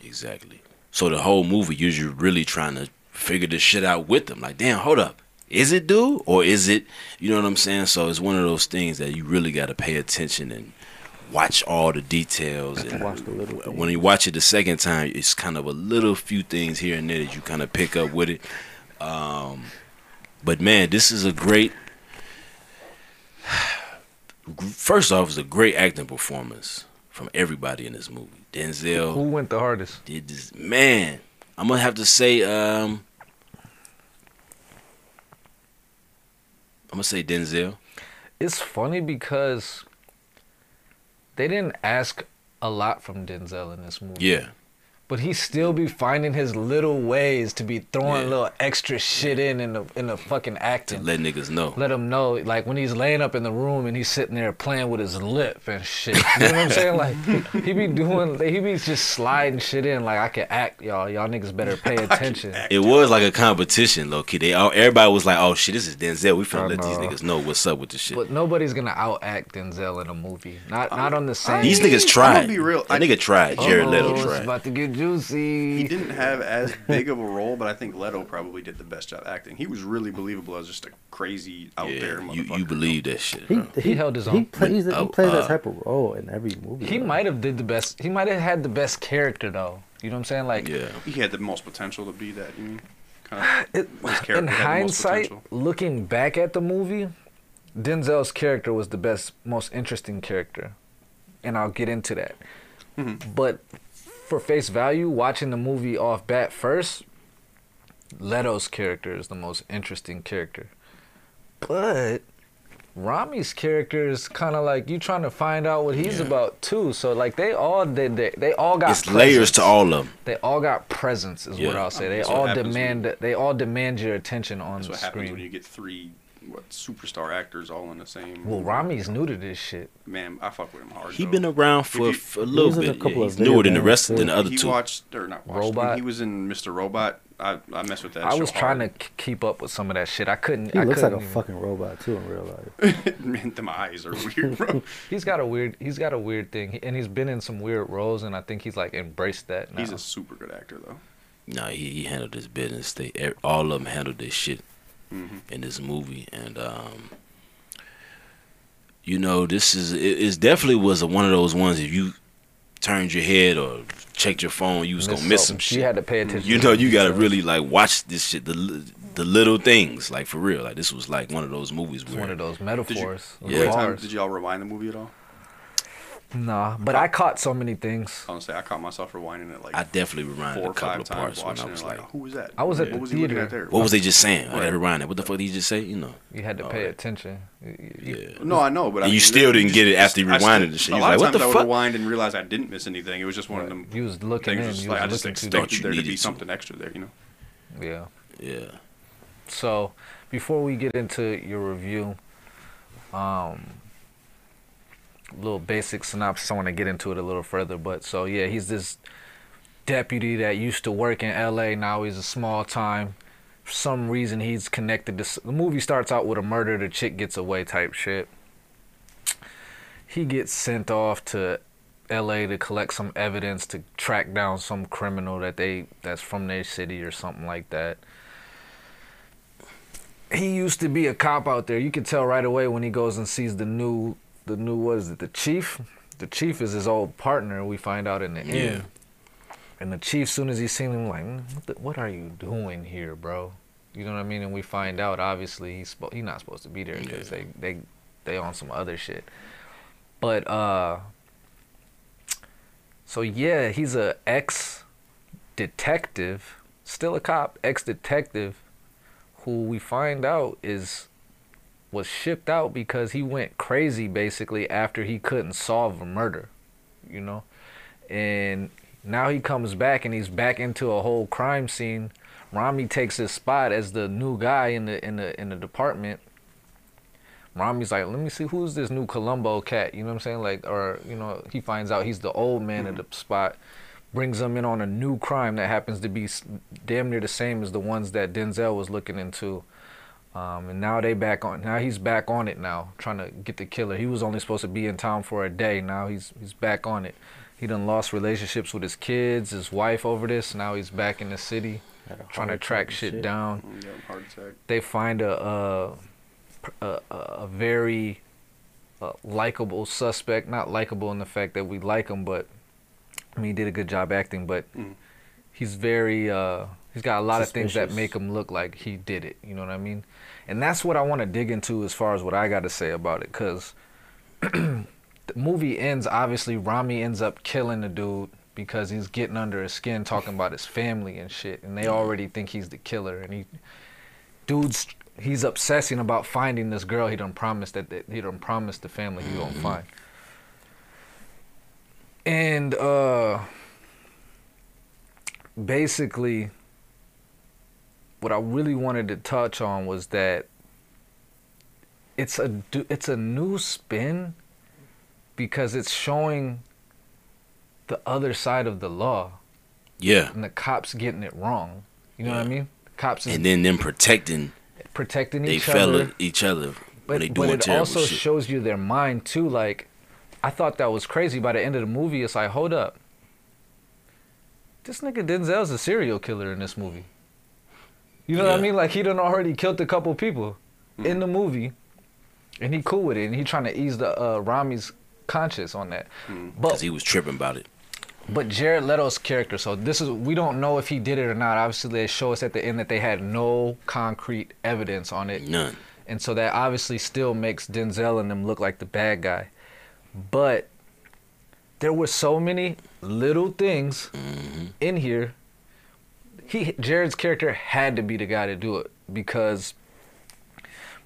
Speaker 2: Exactly. So the whole movie, you're just really trying to figure this shit out with them. Like, damn, hold up. Is it dude or is it, you know what I'm saying? So it's one of those things that you really got to pay attention and watch all the details. And
Speaker 3: Watch the little things.
Speaker 2: when you watch it the second time, it's kind of a little few things here and there that you kind of pick up with it. Um, but man, this is a great. First off, it's a great acting performance from everybody in this movie.
Speaker 4: Oh.
Speaker 2: Denzel,
Speaker 1: Who went the hardest?
Speaker 2: did this man. I'm gonna have to say um I'm gonna say Denzel.
Speaker 1: It's funny because they didn't ask a lot from Denzel in this movie.
Speaker 2: Yeah.
Speaker 1: But he still be finding his little ways to be throwing little extra shit in in the in the fucking acting.
Speaker 2: Let niggas know.
Speaker 1: let him know like when he's laying up in the room and he's sitting there playing with his lip and shit you know what i'm saying like he be doing he be just sliding shit in like i can act y'all y'all niggas better pay attention
Speaker 2: It was like a competition, low key. They all everybody was like, "Oh shit, this is Denzel. We
Speaker 1: I
Speaker 2: finna let these
Speaker 1: know.
Speaker 2: niggas know what's up with this shit."
Speaker 1: but nobody's gonna out act denzel in a movie not not on the same
Speaker 2: these niggas
Speaker 4: I'm
Speaker 2: tried.
Speaker 4: gonna be real.
Speaker 2: That nigga tried. Jared Leto
Speaker 1: Oh, it's
Speaker 2: tried.
Speaker 1: about to get juicy
Speaker 4: He didn't have as big of a role, but I think Leto probably did the best job acting. He was really believable as just a crazy out there
Speaker 2: Yeah, you,
Speaker 4: motherfucker.
Speaker 2: you believe that shit?
Speaker 3: He,
Speaker 2: bro.
Speaker 1: He held his
Speaker 3: He
Speaker 1: own.
Speaker 3: plays, he
Speaker 2: uh, Oh,
Speaker 3: plays
Speaker 2: uh,
Speaker 3: that type of role in every movie.
Speaker 1: he
Speaker 3: bro.
Speaker 1: might have did the best he might have had the best character though you know what i'm saying like
Speaker 2: Yeah,
Speaker 4: he had the most potential to be that. You mean? Kind of,
Speaker 1: It,
Speaker 4: His character
Speaker 1: in
Speaker 4: had the most
Speaker 1: hindsight,
Speaker 4: potential.
Speaker 1: looking back at the movie, Denzel's character was the best, most interesting character, and I'll get into that. But for face value, watching the movie off bat first, Leto's character is the most interesting character. But Rami's character is kind of like you trying to find out what he's
Speaker 2: Yeah.
Speaker 1: about too. So like they all did, they, they all got
Speaker 2: it's layers
Speaker 1: presence
Speaker 2: to all of them.
Speaker 1: they all got presence is what
Speaker 2: Yeah.
Speaker 1: I'll say. They
Speaker 4: That's what
Speaker 1: all
Speaker 4: happens when-
Speaker 1: demand they all demand your attention on
Speaker 4: that's
Speaker 1: the
Speaker 4: what happens when you
Speaker 1: screen.
Speaker 4: get three what superstar actors all in the same.
Speaker 1: Well, Rami's new to this shit.
Speaker 4: man, I fuck with him hard.
Speaker 2: He
Speaker 4: though.
Speaker 2: been around for,
Speaker 4: you-
Speaker 2: for a little
Speaker 3: was in a
Speaker 2: bit. Yeah,
Speaker 3: couple of
Speaker 2: he's newer than the
Speaker 3: videos,
Speaker 2: rest
Speaker 3: too.
Speaker 2: than the other
Speaker 4: he
Speaker 2: two.
Speaker 4: watched or not watched.
Speaker 1: Robot.
Speaker 4: Robot. He was in Mr. Robot. I I mess with that.
Speaker 1: I
Speaker 4: show
Speaker 1: was trying to
Speaker 4: hard.
Speaker 1: k- keep up with some of that shit. I couldn't.
Speaker 3: He
Speaker 1: I
Speaker 3: looks like
Speaker 1: couldn't
Speaker 3: a
Speaker 1: even.
Speaker 3: fucking robot too in real life.
Speaker 4: Man, them eyes are weird, bro.
Speaker 1: He's got a weird. He's got a weird thing, He- and he's been in some weird roles, and I think he's like embraced that. Now.
Speaker 4: He's a super good actor though.
Speaker 2: No, he, he handled his business. They e- all of them handled their shit
Speaker 4: Mm-hmm.
Speaker 2: in this movie, and um, you know, this is it. It's definitely was a, one of those ones. If you turned your head or checked your phone, you was gonna miss some
Speaker 1: something.
Speaker 2: shit.
Speaker 1: You had to pay attention.
Speaker 2: You know, you gotta
Speaker 1: So,
Speaker 2: really like watch this shit. The li- the little things, like for real. Like this was like one of those movies
Speaker 1: It's
Speaker 2: where
Speaker 1: one of those
Speaker 4: Did you,
Speaker 1: metaphors.
Speaker 4: yeah.
Speaker 1: those
Speaker 4: Wait, Tom,
Speaker 1: bars.
Speaker 4: did y'all rewind the movie at all?
Speaker 1: Nah, but I caught so many things.
Speaker 4: Honestly, I caught myself rewinding it like
Speaker 2: I definitely reminded
Speaker 4: four
Speaker 2: a
Speaker 4: or
Speaker 2: couple
Speaker 4: five
Speaker 2: of
Speaker 4: times
Speaker 2: parts when
Speaker 4: watching
Speaker 2: I
Speaker 4: it.
Speaker 2: was
Speaker 4: Like,
Speaker 2: like,
Speaker 4: who was that?
Speaker 1: I was at
Speaker 4: what
Speaker 1: the
Speaker 4: was he looking
Speaker 1: theater.
Speaker 4: at there?
Speaker 2: what was they just saying? I
Speaker 4: Right.
Speaker 2: gotta rewind it. What the fuck did he just say? You know,
Speaker 1: You had to pay
Speaker 2: Alright.
Speaker 1: attention. You- you-
Speaker 2: yeah.
Speaker 4: No, I know, but I
Speaker 2: And you
Speaker 4: mean,
Speaker 2: still didn't get it after you
Speaker 4: I still-
Speaker 2: rewinded the shit.
Speaker 4: A
Speaker 2: You was
Speaker 4: lot
Speaker 2: like,
Speaker 4: of
Speaker 2: what
Speaker 4: times
Speaker 2: the
Speaker 4: I would
Speaker 2: fuck?
Speaker 4: rewind and realize I didn't miss anything. It was just one of them.
Speaker 1: You was looking
Speaker 4: things
Speaker 1: in.
Speaker 4: just
Speaker 1: you
Speaker 4: like, I
Speaker 1: was
Speaker 4: just
Speaker 1: looking too.
Speaker 2: Don't you
Speaker 4: expected there to
Speaker 2: need
Speaker 4: be
Speaker 2: it to.
Speaker 4: something extra there, you know.
Speaker 1: Yeah.
Speaker 2: Yeah.
Speaker 1: So, before we get into your review, um, little basic synopsis. I want to get into it a little further, but so yeah, he's this deputy that used to work in L.A. Now he's a small time. For some reason, he's connected to. s- The movie starts out with a murder. The chick gets away, type shit. He gets sent off to L.A. to collect some evidence to track down some criminal that they that's from their city or something like that he used to be a cop out there. You can tell right away when he goes and sees the new the new what is it, the chief? The chief is his old partner, we find out in the end. And the chief, soon as he seen him, like, "Mm, what, the, what are you doing here, bro? You know what I mean? And we find out, obviously, he's spo- he's not supposed to be there because they they they on some other shit. But uh, so yeah, he's a ex detective, still a cop, ex detective, who we find out is was shipped out because he went crazy basically after he couldn't solve a murder, you know? And now he comes back and he's back into a whole crime scene. Rami takes his spot as the new guy in the in the in the department. Rami's like, let me see who's this new Columbo cat. You know what I'm saying? Like, or you know, he finds out he's the old man at the spot, brings him in on a new crime that happens to be s- damn near the same as the ones that Denzel was looking into. Um, and now they back on. Now he's back on it now, trying to get the killer. He was only supposed to be in town for a day. Now he's he's back on it. He done lost relationships with his kids, his wife over this. Now he's back in the city, trying to
Speaker 3: heart
Speaker 1: track
Speaker 3: attack and
Speaker 1: shit,
Speaker 3: shit.
Speaker 1: down.
Speaker 4: Yeah, heart attack.
Speaker 1: They find a a, a, a- a very uh, likable suspect. Not likable in the fact that we like him, but I mean, he did a good job acting. But he's very uh he's got a lot of things that
Speaker 3: Suspicious.
Speaker 1: make him look like he did it you know what i mean and that's what i want to dig into as far as what i got to say about it because the movie ends obviously rami ends up killing the dude because he's getting under his skin talking about his family and shit and they already think he's the killer and he dude's he's obsessing about finding this girl he done promised that, that he done promised the family he
Speaker 2: Mm-hmm.
Speaker 1: gonna find and uh basically what I really wanted to touch on was that it's a du- it's a new spin because it's showing the other side of the law
Speaker 2: Yeah.
Speaker 1: and the cops getting it wrong. You know what I mean? Cops is
Speaker 2: And then them protecting
Speaker 1: protecting
Speaker 2: they
Speaker 1: each
Speaker 2: fella
Speaker 1: other.
Speaker 2: each other
Speaker 1: But,
Speaker 2: when they
Speaker 1: but
Speaker 2: doing
Speaker 1: it
Speaker 2: terrible
Speaker 1: also
Speaker 2: shit.
Speaker 1: shows you their mind too. Like, I thought that was crazy. By the end of the movie, it's like, hold up. This nigga Denzel's a serial killer in this movie. You know what I
Speaker 2: Yeah. Mm-hmm.
Speaker 1: mean? Like, he done already killed a couple people in the movie, and he cool with it, and he trying to ease the uh, Rami's conscience on that. But
Speaker 2: Mm-hmm. Cause he was tripping about it.
Speaker 1: but Jared Leto's character. So this is we don't know if he did it or not. Obviously, they show us at the end that they had no concrete evidence on it.
Speaker 2: None.
Speaker 1: And so that obviously still makes Denzel and them look like the bad guy. But there were so many little things
Speaker 3: Mm-hmm.
Speaker 1: in here. He Jared's character had to be the guy to do it because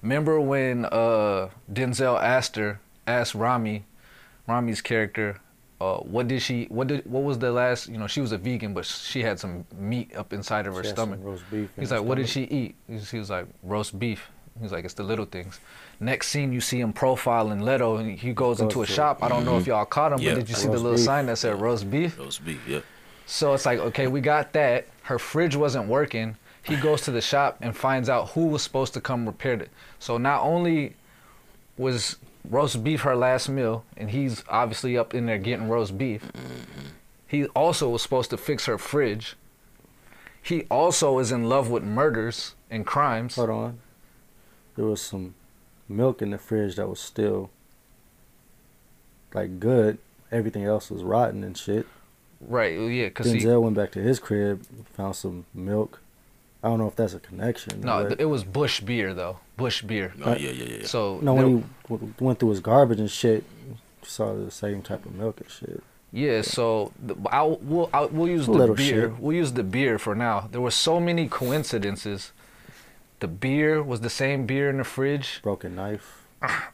Speaker 1: remember when uh, Denzel asked her, asked Rami, Rami's character, uh, what did she, what did, what was the last, you know, she was a vegan, but she had some meat up inside of her
Speaker 3: She had some
Speaker 1: stomach.
Speaker 3: roast beef in
Speaker 1: He's
Speaker 3: her
Speaker 1: like, what did she
Speaker 3: stomach."
Speaker 1: eat? He's- He was like, roast beef. He's like, it's the little things. Next scene, you see him profiling Leto, and he goes,
Speaker 3: Goes
Speaker 1: into a
Speaker 3: to- Mm-hmm.
Speaker 1: shop. I don't know if y'all caught him,
Speaker 2: Yeah.
Speaker 1: but did you see the
Speaker 3: Roast
Speaker 1: little
Speaker 3: beef.
Speaker 1: sign that said roast beef?
Speaker 2: Roast beef, yeah.
Speaker 1: So it's like, okay, we got that. Her fridge wasn't working. He goes to the shop and finds out who was supposed to come repair it. So not only was roast beef her last meal, and he's obviously up in there getting roast beef, he also was supposed to fix her fridge. He also is in love with murders and crimes.
Speaker 3: Hold on. There was some milk in the fridge that was still like good. Everything else was rotten and shit.
Speaker 1: Right, well, yeah, because he.
Speaker 3: Denzel went back to his crib, found some milk. I don't know if that's a connection.
Speaker 1: No,
Speaker 3: but-
Speaker 1: th- it was Bush beer, though. Bush beer.
Speaker 2: Oh yeah, yeah, yeah. yeah.
Speaker 1: So
Speaker 3: no,
Speaker 1: there-
Speaker 3: when he w- went through his garbage and shit, saw the same type of milk and shit.
Speaker 1: Yeah, so the, I'll, we'll I'll, we'll use the
Speaker 3: Little
Speaker 1: beer.
Speaker 3: shit.
Speaker 1: We'll use the beer for now. There were so many coincidences. The beer was the same beer in the fridge.
Speaker 3: Broken knife.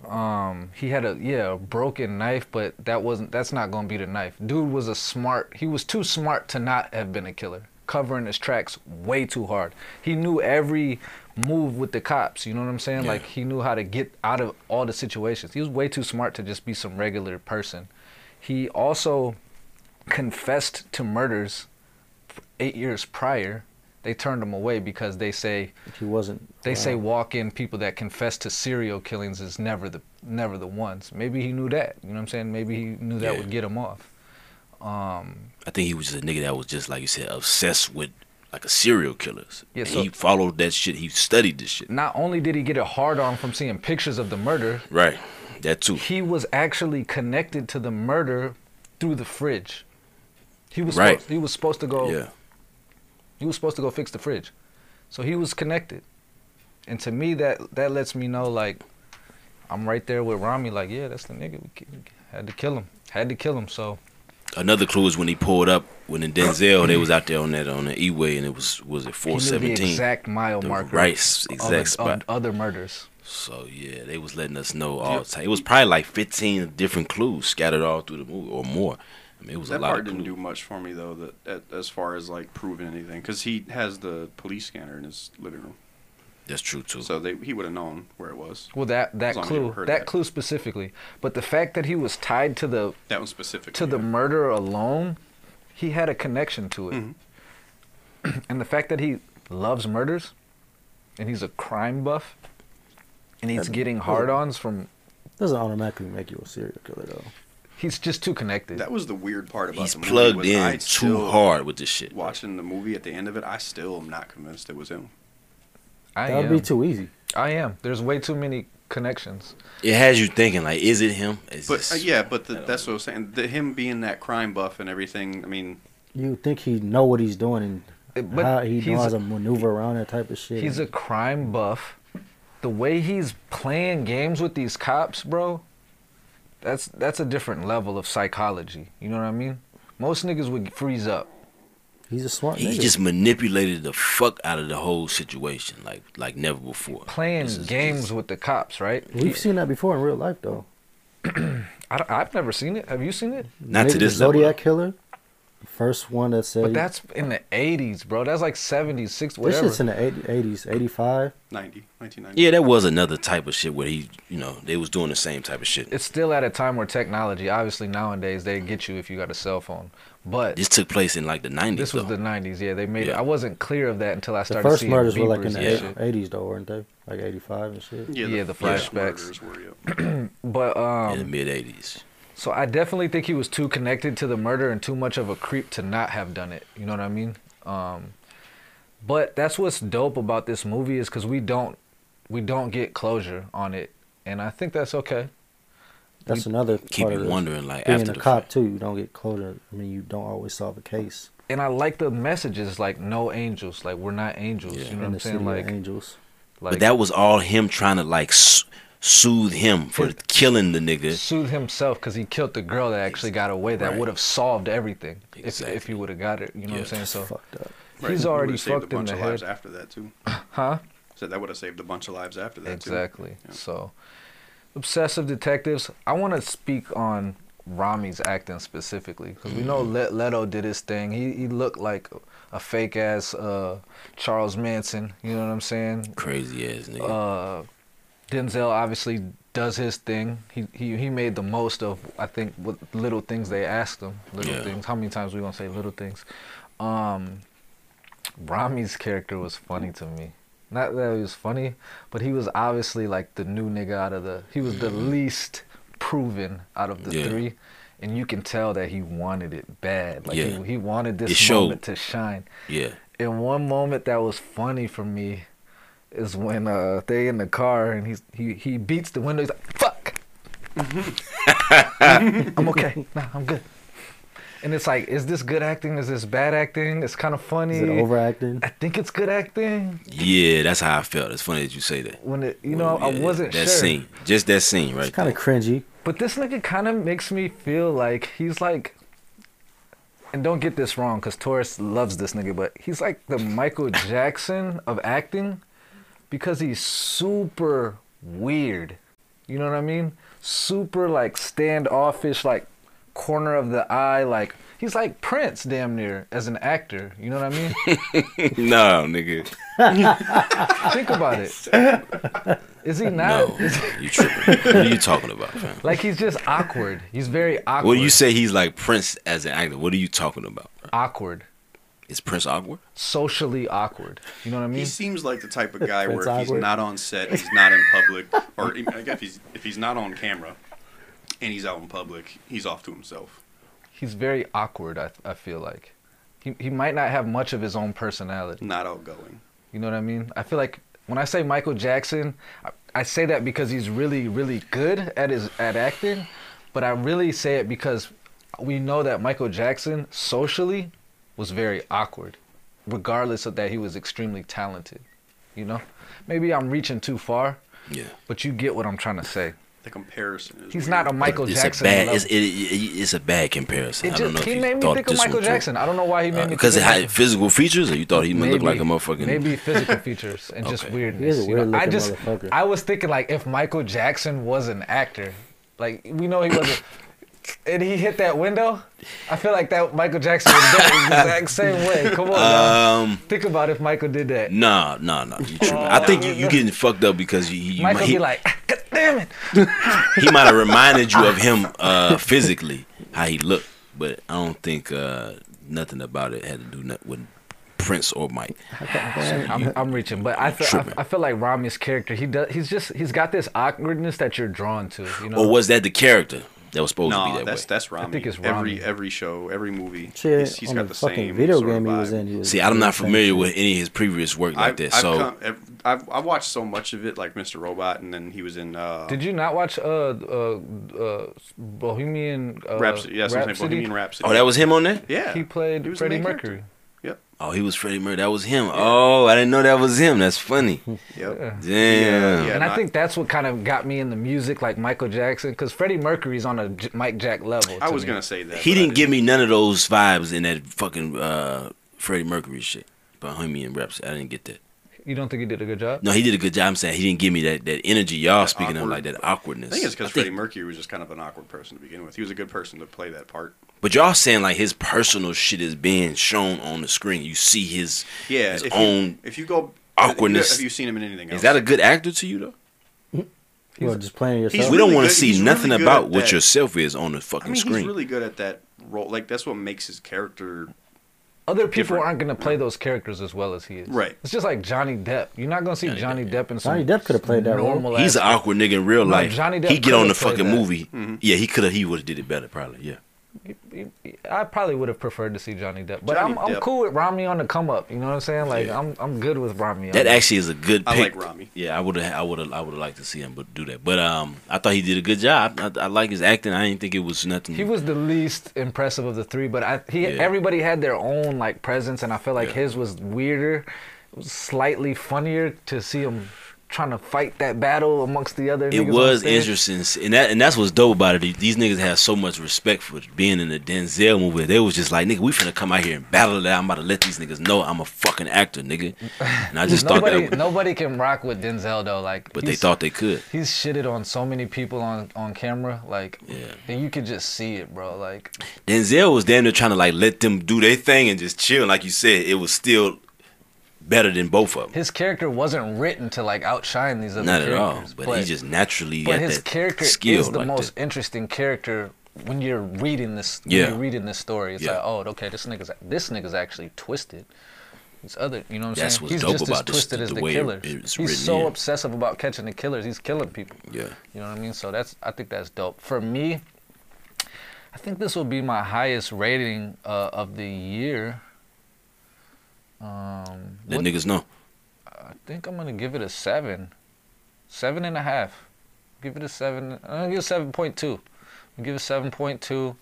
Speaker 1: Um, he had a yeah a broken knife, but that wasn't that's not gonna be the knife. Dude was a smart. He was too smart to not have been a killer. Covering his tracks way too hard. He knew every move with the cops. You know what I'm saying? Like he knew how to get out of all the situations. He was way too smart to just be some regular person. He also confessed to murders eight years prior. They turned him away because they say
Speaker 3: He wasn't.
Speaker 1: they say
Speaker 3: around.
Speaker 1: walk-in people that confess to serial killings is never the never the ones. Maybe he knew that. You know what I'm saying? Maybe he knew that
Speaker 2: Yeah.
Speaker 1: would get him off. Um,
Speaker 2: I think he was just a nigga that was just like you said, obsessed with like a serial killer.
Speaker 1: Yeah,
Speaker 2: and
Speaker 1: so-
Speaker 2: he followed that shit. He studied this shit.
Speaker 1: not only did he get a hard on from seeing pictures of the murder,
Speaker 2: Right. That too.
Speaker 1: he was actually connected to the murder through the fridge. He was
Speaker 2: Right.
Speaker 1: supposed, he was supposed to go
Speaker 2: Yeah.
Speaker 1: he was supposed to go fix the fridge. So he was connected. And to me that that lets me know like I'm right there with Rami like yeah, that's the nigga we ki- had to kill him. Had to kill him. So
Speaker 2: Another clue is when he pulled up when in Denzel they was out there on that on the E way and it was was it four
Speaker 1: He knew the
Speaker 2: seventeen.
Speaker 1: exact mile
Speaker 2: The
Speaker 1: marker.
Speaker 2: right
Speaker 1: of-
Speaker 2: exact
Speaker 1: of
Speaker 2: spot.
Speaker 1: um, other murders.
Speaker 2: So yeah, they was letting us know all the time. It was probably like fifteen different clues scattered all through the movie or more. I mean, it was
Speaker 4: that
Speaker 2: a lot
Speaker 4: part
Speaker 2: of
Speaker 4: didn't
Speaker 2: clues.
Speaker 4: do much for me though. That, that as far as like proving anything, because he has the police scanner in his living room.
Speaker 2: That's true too.
Speaker 4: So they, he would have known where it was.
Speaker 1: Well, that that
Speaker 4: As long as you
Speaker 1: clue,
Speaker 4: heard
Speaker 1: that,
Speaker 4: that.
Speaker 1: clue specifically, but the fact that he was tied to the
Speaker 4: That one specifically.
Speaker 1: to the murder alone, he had a connection to it,
Speaker 4: Mm-hmm.
Speaker 1: and the fact that he loves murders, and he's a crime buff, and he's
Speaker 3: That-
Speaker 1: getting hard-ons from.
Speaker 3: Doesn't automatically make you a serial killer though.
Speaker 1: He's just too connected.
Speaker 4: That was the weird part about
Speaker 2: He's
Speaker 4: the movie
Speaker 2: plugged
Speaker 4: was
Speaker 2: in
Speaker 4: I
Speaker 2: too
Speaker 4: still-
Speaker 2: hard with this shit.
Speaker 4: Watching the movie at the end of it, I still am not convinced it was him.
Speaker 1: I
Speaker 3: That would
Speaker 1: am.
Speaker 3: be too easy.
Speaker 1: I am. There's way too many connections.
Speaker 2: It has you thinking like, is it him? Is
Speaker 4: But
Speaker 2: this-
Speaker 4: uh, yeah, but the, that's what I was saying. The, him being that crime buff and everything. I mean,
Speaker 3: You think he know what he's doing and
Speaker 1: Uh, but
Speaker 3: how he
Speaker 1: he's-
Speaker 3: knows how to maneuver around that type of shit.
Speaker 1: He's a crime buff. The way he's playing games with these cops, bro, that's that's a different level of psychology. You know what I mean? Most niggas would freeze up.
Speaker 3: he's a smart
Speaker 2: He
Speaker 3: nigga.
Speaker 2: just manipulated the fuck out of the whole situation like like never before.
Speaker 1: Playing
Speaker 2: This is-
Speaker 1: games with the cops, right?
Speaker 3: We've seen that before in real life though.
Speaker 1: I, have never seen it. Have you seen it?
Speaker 2: Not to
Speaker 3: Nigga,
Speaker 2: this
Speaker 3: the
Speaker 2: level.
Speaker 3: Zodiac killer, the first one that said
Speaker 1: But that's in the 80s, bro. That's like 70s, 60s,
Speaker 3: this
Speaker 1: whatever.
Speaker 3: shit's in the eighties, eighty five.
Speaker 4: 90, 1990.
Speaker 2: Yeah, that was another type of shit where he, you know, they was doing the same type of shit.
Speaker 1: It's still at a time where technology, obviously nowadays, they get you if you got a cell phone. But
Speaker 2: This took place in like the nineties
Speaker 1: this was
Speaker 2: though.
Speaker 1: the 90s. Yeah, they made it.
Speaker 2: Yeah.
Speaker 1: I wasn't clear of that until I
Speaker 3: The
Speaker 1: started
Speaker 3: first
Speaker 1: seeing
Speaker 3: murders were like in
Speaker 1: beepers
Speaker 3: the
Speaker 1: and
Speaker 3: eight-
Speaker 1: shit.
Speaker 3: 80s though, weren't they? Like eighty five and shit.
Speaker 1: Yeah, the
Speaker 4: first
Speaker 1: flashbacks.
Speaker 4: murders were, yeah.
Speaker 1: But um,
Speaker 2: in the mid eighties.
Speaker 1: So I definitely think he was too connected to the murder and too much of a creep to not have done it. You know what I mean? Um, but that's what's dope about this movie is because we don't we don't get closure on it, and I think that's okay.
Speaker 3: That's another
Speaker 2: Keep
Speaker 3: part
Speaker 2: you
Speaker 3: of this.
Speaker 2: wondering like
Speaker 3: being
Speaker 2: after
Speaker 3: a
Speaker 2: the
Speaker 3: cop
Speaker 2: fact.
Speaker 3: too, you don't get closure. I mean, you don't always solve a case
Speaker 1: And I like the messages like no angels, like we're not angels. You know
Speaker 2: Yeah.
Speaker 3: in
Speaker 1: what I'm
Speaker 3: the city
Speaker 1: saying? Like,
Speaker 3: of angels.
Speaker 1: like
Speaker 2: but that was all him trying to like s- soothe him for killing the nigga.
Speaker 1: soothe himself because he killed the girl that actually got away. That
Speaker 2: Right.
Speaker 1: would have solved everything if if
Speaker 2: Exactly.
Speaker 1: he would have got it. You know what
Speaker 2: Yeah.
Speaker 1: I'm saying?
Speaker 3: It's
Speaker 1: So
Speaker 3: fucked up.
Speaker 4: Right.
Speaker 1: he's
Speaker 4: He
Speaker 1: already
Speaker 4: would've saved a
Speaker 1: fucked in
Speaker 4: bunch
Speaker 1: the
Speaker 4: of
Speaker 1: head,
Speaker 4: lives after that too.
Speaker 1: huh?
Speaker 4: So that would have saved a bunch of lives after that
Speaker 1: Exactly.
Speaker 4: Yeah.
Speaker 1: So, obsessive detectives. I want to speak on Rami's acting specifically because we know
Speaker 4: Mm-hmm.
Speaker 1: Let Leto did his thing. He he looked like a fake ass uh, Charles Manson. You know what I'm saying?
Speaker 2: Crazy ass nigga.
Speaker 1: Uh, Denzel obviously does his thing. He he he made the most of I think what little things they asked him. Little
Speaker 2: Yeah.
Speaker 1: things. How many times we gonna say little things? Um, Rami's character was funny to me. Not that he was funny, but he was obviously like the new nigga out of the. He was the least proven out of the
Speaker 2: Mm-hmm. Yeah.
Speaker 1: three, and you can tell that he wanted it bad. Like
Speaker 2: Yeah.
Speaker 1: he, he wanted
Speaker 2: It
Speaker 1: this
Speaker 2: showed.
Speaker 1: moment to shine.
Speaker 2: yeah.
Speaker 1: And one moment that was funny for me is when uh they in the car and he's he he beats the window. He's like, "Fuck,
Speaker 3: Mm-hmm.
Speaker 1: I'm okay. Nah, I'm good." And it's like, is this good acting? Is this bad acting? It's kind of funny.
Speaker 3: Is it overacting?
Speaker 1: I think it's good acting.
Speaker 2: Yeah, that's how I felt. It's funny that you say that.
Speaker 1: When it, you know, I
Speaker 2: Yeah,
Speaker 1: wasn't
Speaker 2: that
Speaker 1: sure.
Speaker 2: scene. Just that scene right
Speaker 3: It's kind of cringy.
Speaker 1: But this nigga kind of makes me feel like he's like, and don't get this wrong, because Taurus loves this nigga, but he's like the Michael Jackson of acting because he's super weird. You know what I mean? Super like standoffish, like corner of the eye, like he's like Prince damn near as an actor. You know what I mean?
Speaker 2: there. no, nigga.
Speaker 1: Think about it. Is he not?
Speaker 2: No. you tripping. what are you talking about, fam?
Speaker 1: Like he's just awkward. He's very awkward.
Speaker 2: What do you say he's like Prince as an actor? What are you talking about? bro?
Speaker 1: Awkward.
Speaker 2: Is Prince awkward?
Speaker 1: socially awkward. You know what I
Speaker 4: He
Speaker 1: mean?
Speaker 4: seems like the type of guy where
Speaker 3: That's
Speaker 4: if he's
Speaker 3: awkward.
Speaker 4: not on set, he's not in public, or even- I guess if he's if he's not on camera, and he's out in public, he's off to himself.
Speaker 1: He's very awkward. I I feel like he he might not have much of his own personality.
Speaker 4: Not outgoing.
Speaker 1: You know what I mean? I feel like when I say Michael Jackson, I, I say that because he's really really good at his at acting, but I really say it because we know that Michael Jackson socially was very awkward, regardless of that he was extremely talented. You know, maybe I'm reaching too far,
Speaker 2: Yeah.
Speaker 1: but you get what I'm trying to say.
Speaker 4: The comparison is.
Speaker 1: He's
Speaker 4: weird.
Speaker 1: not a Michael
Speaker 2: it's
Speaker 1: Jackson.
Speaker 2: a bad.
Speaker 1: level.
Speaker 2: It's, it, it- it's a bad comparison.
Speaker 1: It
Speaker 2: I don't know
Speaker 1: just, he
Speaker 2: if you
Speaker 1: made me
Speaker 2: thought
Speaker 1: think of
Speaker 2: this
Speaker 1: Michael
Speaker 2: one through.
Speaker 1: Jackson. I don't know why he made me think
Speaker 2: because
Speaker 1: of
Speaker 2: it had
Speaker 1: Michael-
Speaker 2: physical features, or you thought he looked like a
Speaker 1: Maybe-
Speaker 2: motherfucking
Speaker 1: Maybe physical features and just
Speaker 2: Okay.
Speaker 1: weirdness.
Speaker 3: He is a
Speaker 1: you know?
Speaker 3: weird-looking
Speaker 1: I just,
Speaker 3: motherfucker.
Speaker 1: I was thinking like if Michael Jackson was an actor, like we know he wasn't. and he hit that window, I feel like that Michael Jackson would do it the exact same way. Come on, now.
Speaker 2: Um,
Speaker 1: think about if Michael did that.
Speaker 2: Nah, nah, nah. You tripping. I think you, you getting fucked up because you, you
Speaker 1: Michael
Speaker 2: he,
Speaker 1: be like, God damn it.
Speaker 2: he might have reminded you of him uh, physically how he looked, but I don't think uh, nothing about it had to do not- with Prince or Mike.
Speaker 1: I'm, I'm reaching, but I feel, I, I feel like Rami's character. He does. He's just. He's got this awkwardness that you're drawn to. You know.
Speaker 2: Or was that the character that was supposed to
Speaker 4: No,
Speaker 2: be that
Speaker 4: that's
Speaker 2: way?
Speaker 4: that's Rami.
Speaker 1: think it's
Speaker 4: Every every show, every movie,
Speaker 3: Shit,
Speaker 4: he's, he's
Speaker 3: on
Speaker 4: got
Speaker 3: the
Speaker 4: the
Speaker 3: fucking
Speaker 4: same
Speaker 3: video
Speaker 4: sort of
Speaker 3: game he was
Speaker 4: vibe.
Speaker 3: in, he was-
Speaker 2: See, I'm not
Speaker 3: Same
Speaker 2: familiar
Speaker 3: shit.
Speaker 2: with any of his previous work like
Speaker 4: I've,
Speaker 2: that.
Speaker 4: I've
Speaker 2: so
Speaker 4: come- ev- I've, I've watched so much of it, like Mr. Robot, and then he was in. Uh,
Speaker 1: Did you not watch uh uh, uh Bohemian uh,
Speaker 4: Rhapsody? Yeah, something Bohemian Rhapsody.
Speaker 2: Oh, that was him on there?
Speaker 4: Yeah,
Speaker 1: He played
Speaker 4: He was the
Speaker 1: Freddie
Speaker 4: main
Speaker 1: Mercury.
Speaker 2: Oh, he was Freddie Mercury. That was him. Oh, I didn't know that was him. That's funny.
Speaker 4: Yep.
Speaker 2: Damn.
Speaker 4: Yeah,
Speaker 1: and I
Speaker 4: not-
Speaker 1: think that's what kind of got me in the music, like Michael Jackson, because Freddie Mercury's on a J- Mike Jack level.
Speaker 4: I
Speaker 1: to
Speaker 4: was
Speaker 1: me.
Speaker 4: gonna say that.
Speaker 2: He
Speaker 4: but I
Speaker 2: didn't give me none of those vibes in that fucking uh, Freddie Mercury shit. Bohemian Rhapsody. I didn't get that.
Speaker 1: You don't think he did a good job?
Speaker 2: No, he did a good job. I'm saying he didn't give me that, that energy y'all speaking of like
Speaker 4: awkward-
Speaker 2: that awkwardness.
Speaker 4: I think it's
Speaker 2: I
Speaker 4: because
Speaker 2: think-
Speaker 4: Freddie Mercury was just kind of an awkward person to begin with. He was a good person to play that part.
Speaker 2: But y'all saying like his personal shit is being shown on the screen. You see his
Speaker 4: Yeah,
Speaker 2: his
Speaker 4: if you,
Speaker 2: own.
Speaker 4: if you go uh,
Speaker 2: awkwardness.
Speaker 4: Have you seen him in anything else?
Speaker 2: is that a good actor to you though?
Speaker 3: Well, just playing
Speaker 4: He's
Speaker 3: yourself.
Speaker 2: we
Speaker 4: really
Speaker 2: don't want to
Speaker 4: good-
Speaker 2: see
Speaker 4: he's
Speaker 2: nothing
Speaker 4: really good
Speaker 2: about
Speaker 4: at
Speaker 2: what
Speaker 4: that.
Speaker 2: yourself is on the fucking
Speaker 4: I mean,
Speaker 2: screen.
Speaker 4: he's really good at that role. Like that's what makes his character.
Speaker 1: Other people
Speaker 4: different.
Speaker 1: aren't gonna play those characters as well as he is.
Speaker 4: Right.
Speaker 1: It's just like Johnny Depp. You're not gonna see Johnny, Depp in some
Speaker 3: Johnny Depp could have played that role.
Speaker 1: normal.
Speaker 2: He's an awkward nigga in real
Speaker 1: No,
Speaker 2: life.
Speaker 1: Johnny Depp
Speaker 2: he get on
Speaker 1: could've
Speaker 2: the
Speaker 1: played
Speaker 2: fucking
Speaker 1: that.
Speaker 2: movie.
Speaker 4: Mm-hmm.
Speaker 2: Yeah, he could have. He would have did it better, probably. Yeah.
Speaker 1: I probably would have preferred to see Johnny Depp, but
Speaker 4: Johnny
Speaker 1: I'm, I'm
Speaker 4: Depp.
Speaker 1: cool with Rami on the come up. You know what I'm saying? Like I'm I'm good with Rami. on
Speaker 2: That actually is a good
Speaker 4: I
Speaker 2: pick.
Speaker 4: like Rami.
Speaker 2: Yeah, I would have. I would have. I would have liked to see him, but do that. But um, I thought he did a good job. I, I like his acting. I didn't think it was nothing.
Speaker 1: He was the least impressive of the three, but I, he
Speaker 2: Yeah.
Speaker 1: everybody had their own like presence, and I feel like
Speaker 2: Yeah.
Speaker 1: his was weirder, slightly funnier to see him trying to fight that battle amongst the other. niggas
Speaker 2: it
Speaker 1: on
Speaker 2: was
Speaker 1: stage.
Speaker 2: interesting, and that and that's what's dope about it. These niggas had so much respect for being in the Denzel movie. They was just like, nigga, we finna come out here and battle that. I'm about to let these niggas know I'm a fucking actor, nigga. And I just thought
Speaker 1: nobody
Speaker 2: that,
Speaker 1: nobody can rock with Denzel though. Like,
Speaker 2: but they
Speaker 1: he's-
Speaker 2: thought they could.
Speaker 1: he's shitted on so many people on on camera. Like,
Speaker 2: Yeah.
Speaker 1: and you could just see it, bro. Like,
Speaker 2: Denzel was damn near trying to like let them do their thing and just chill. Like you said, it was still better than both of them.
Speaker 1: his character wasn't written to like outshine these other
Speaker 2: Not at
Speaker 1: characters.
Speaker 2: all, but, he just naturally
Speaker 1: but
Speaker 2: had
Speaker 1: his
Speaker 2: that
Speaker 1: character
Speaker 2: skill
Speaker 1: is the
Speaker 2: like
Speaker 1: most
Speaker 2: that.
Speaker 1: interesting character when you're reading this.
Speaker 2: Yeah.
Speaker 1: When you're reading this story, it's
Speaker 2: Yeah.
Speaker 1: like, oh, okay, this nigga's this nigga's actually twisted. These other, you know what I'm
Speaker 2: That's
Speaker 1: saying?
Speaker 2: what's
Speaker 1: He's
Speaker 2: dope
Speaker 1: just
Speaker 2: about
Speaker 1: as
Speaker 2: this,
Speaker 1: twisted
Speaker 2: the-
Speaker 1: as
Speaker 2: the
Speaker 1: the,
Speaker 2: way it-
Speaker 1: killers.
Speaker 2: it's
Speaker 1: He's
Speaker 2: written
Speaker 1: so
Speaker 2: in.
Speaker 1: obsessive about catching the killers. He's killing people.
Speaker 2: Yeah.
Speaker 1: You know what I mean? So that's I think that's dope. For me, I think this will be my highest rating uh, of the year. Um,
Speaker 2: Let
Speaker 1: what-
Speaker 2: niggas know.
Speaker 1: I think I'm gonna give it a seven, seven and a half. Give it a seven. I'm gonna give it seven point two. I'm gonna give it seven point two.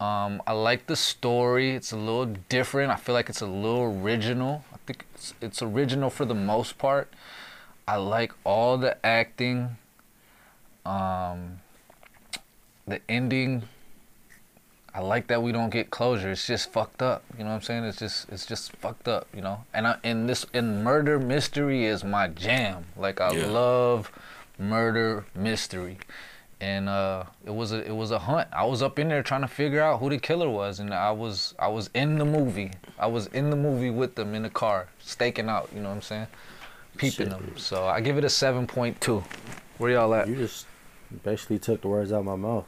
Speaker 1: Um, I like the story. It's a little different. I feel like it's a little original. I think it's, it's original for the most part. I like all the acting. Um, the ending. I like that we don't get closure. It's just fucked up. You know what I'm saying? It's just it's just fucked up. You know. And I and this and murder mystery is my jam. Like I
Speaker 2: Yeah.
Speaker 1: love murder mystery. And uh, it was a it was a hunt. I was up in there trying to figure out who the killer was, and I was I was in the movie. I was in the movie with them in the car, staking out. You know what I'm saying? Peeping them. So I give it a seven point two. Where y'all at?
Speaker 3: You just basically took the words out of my mouth.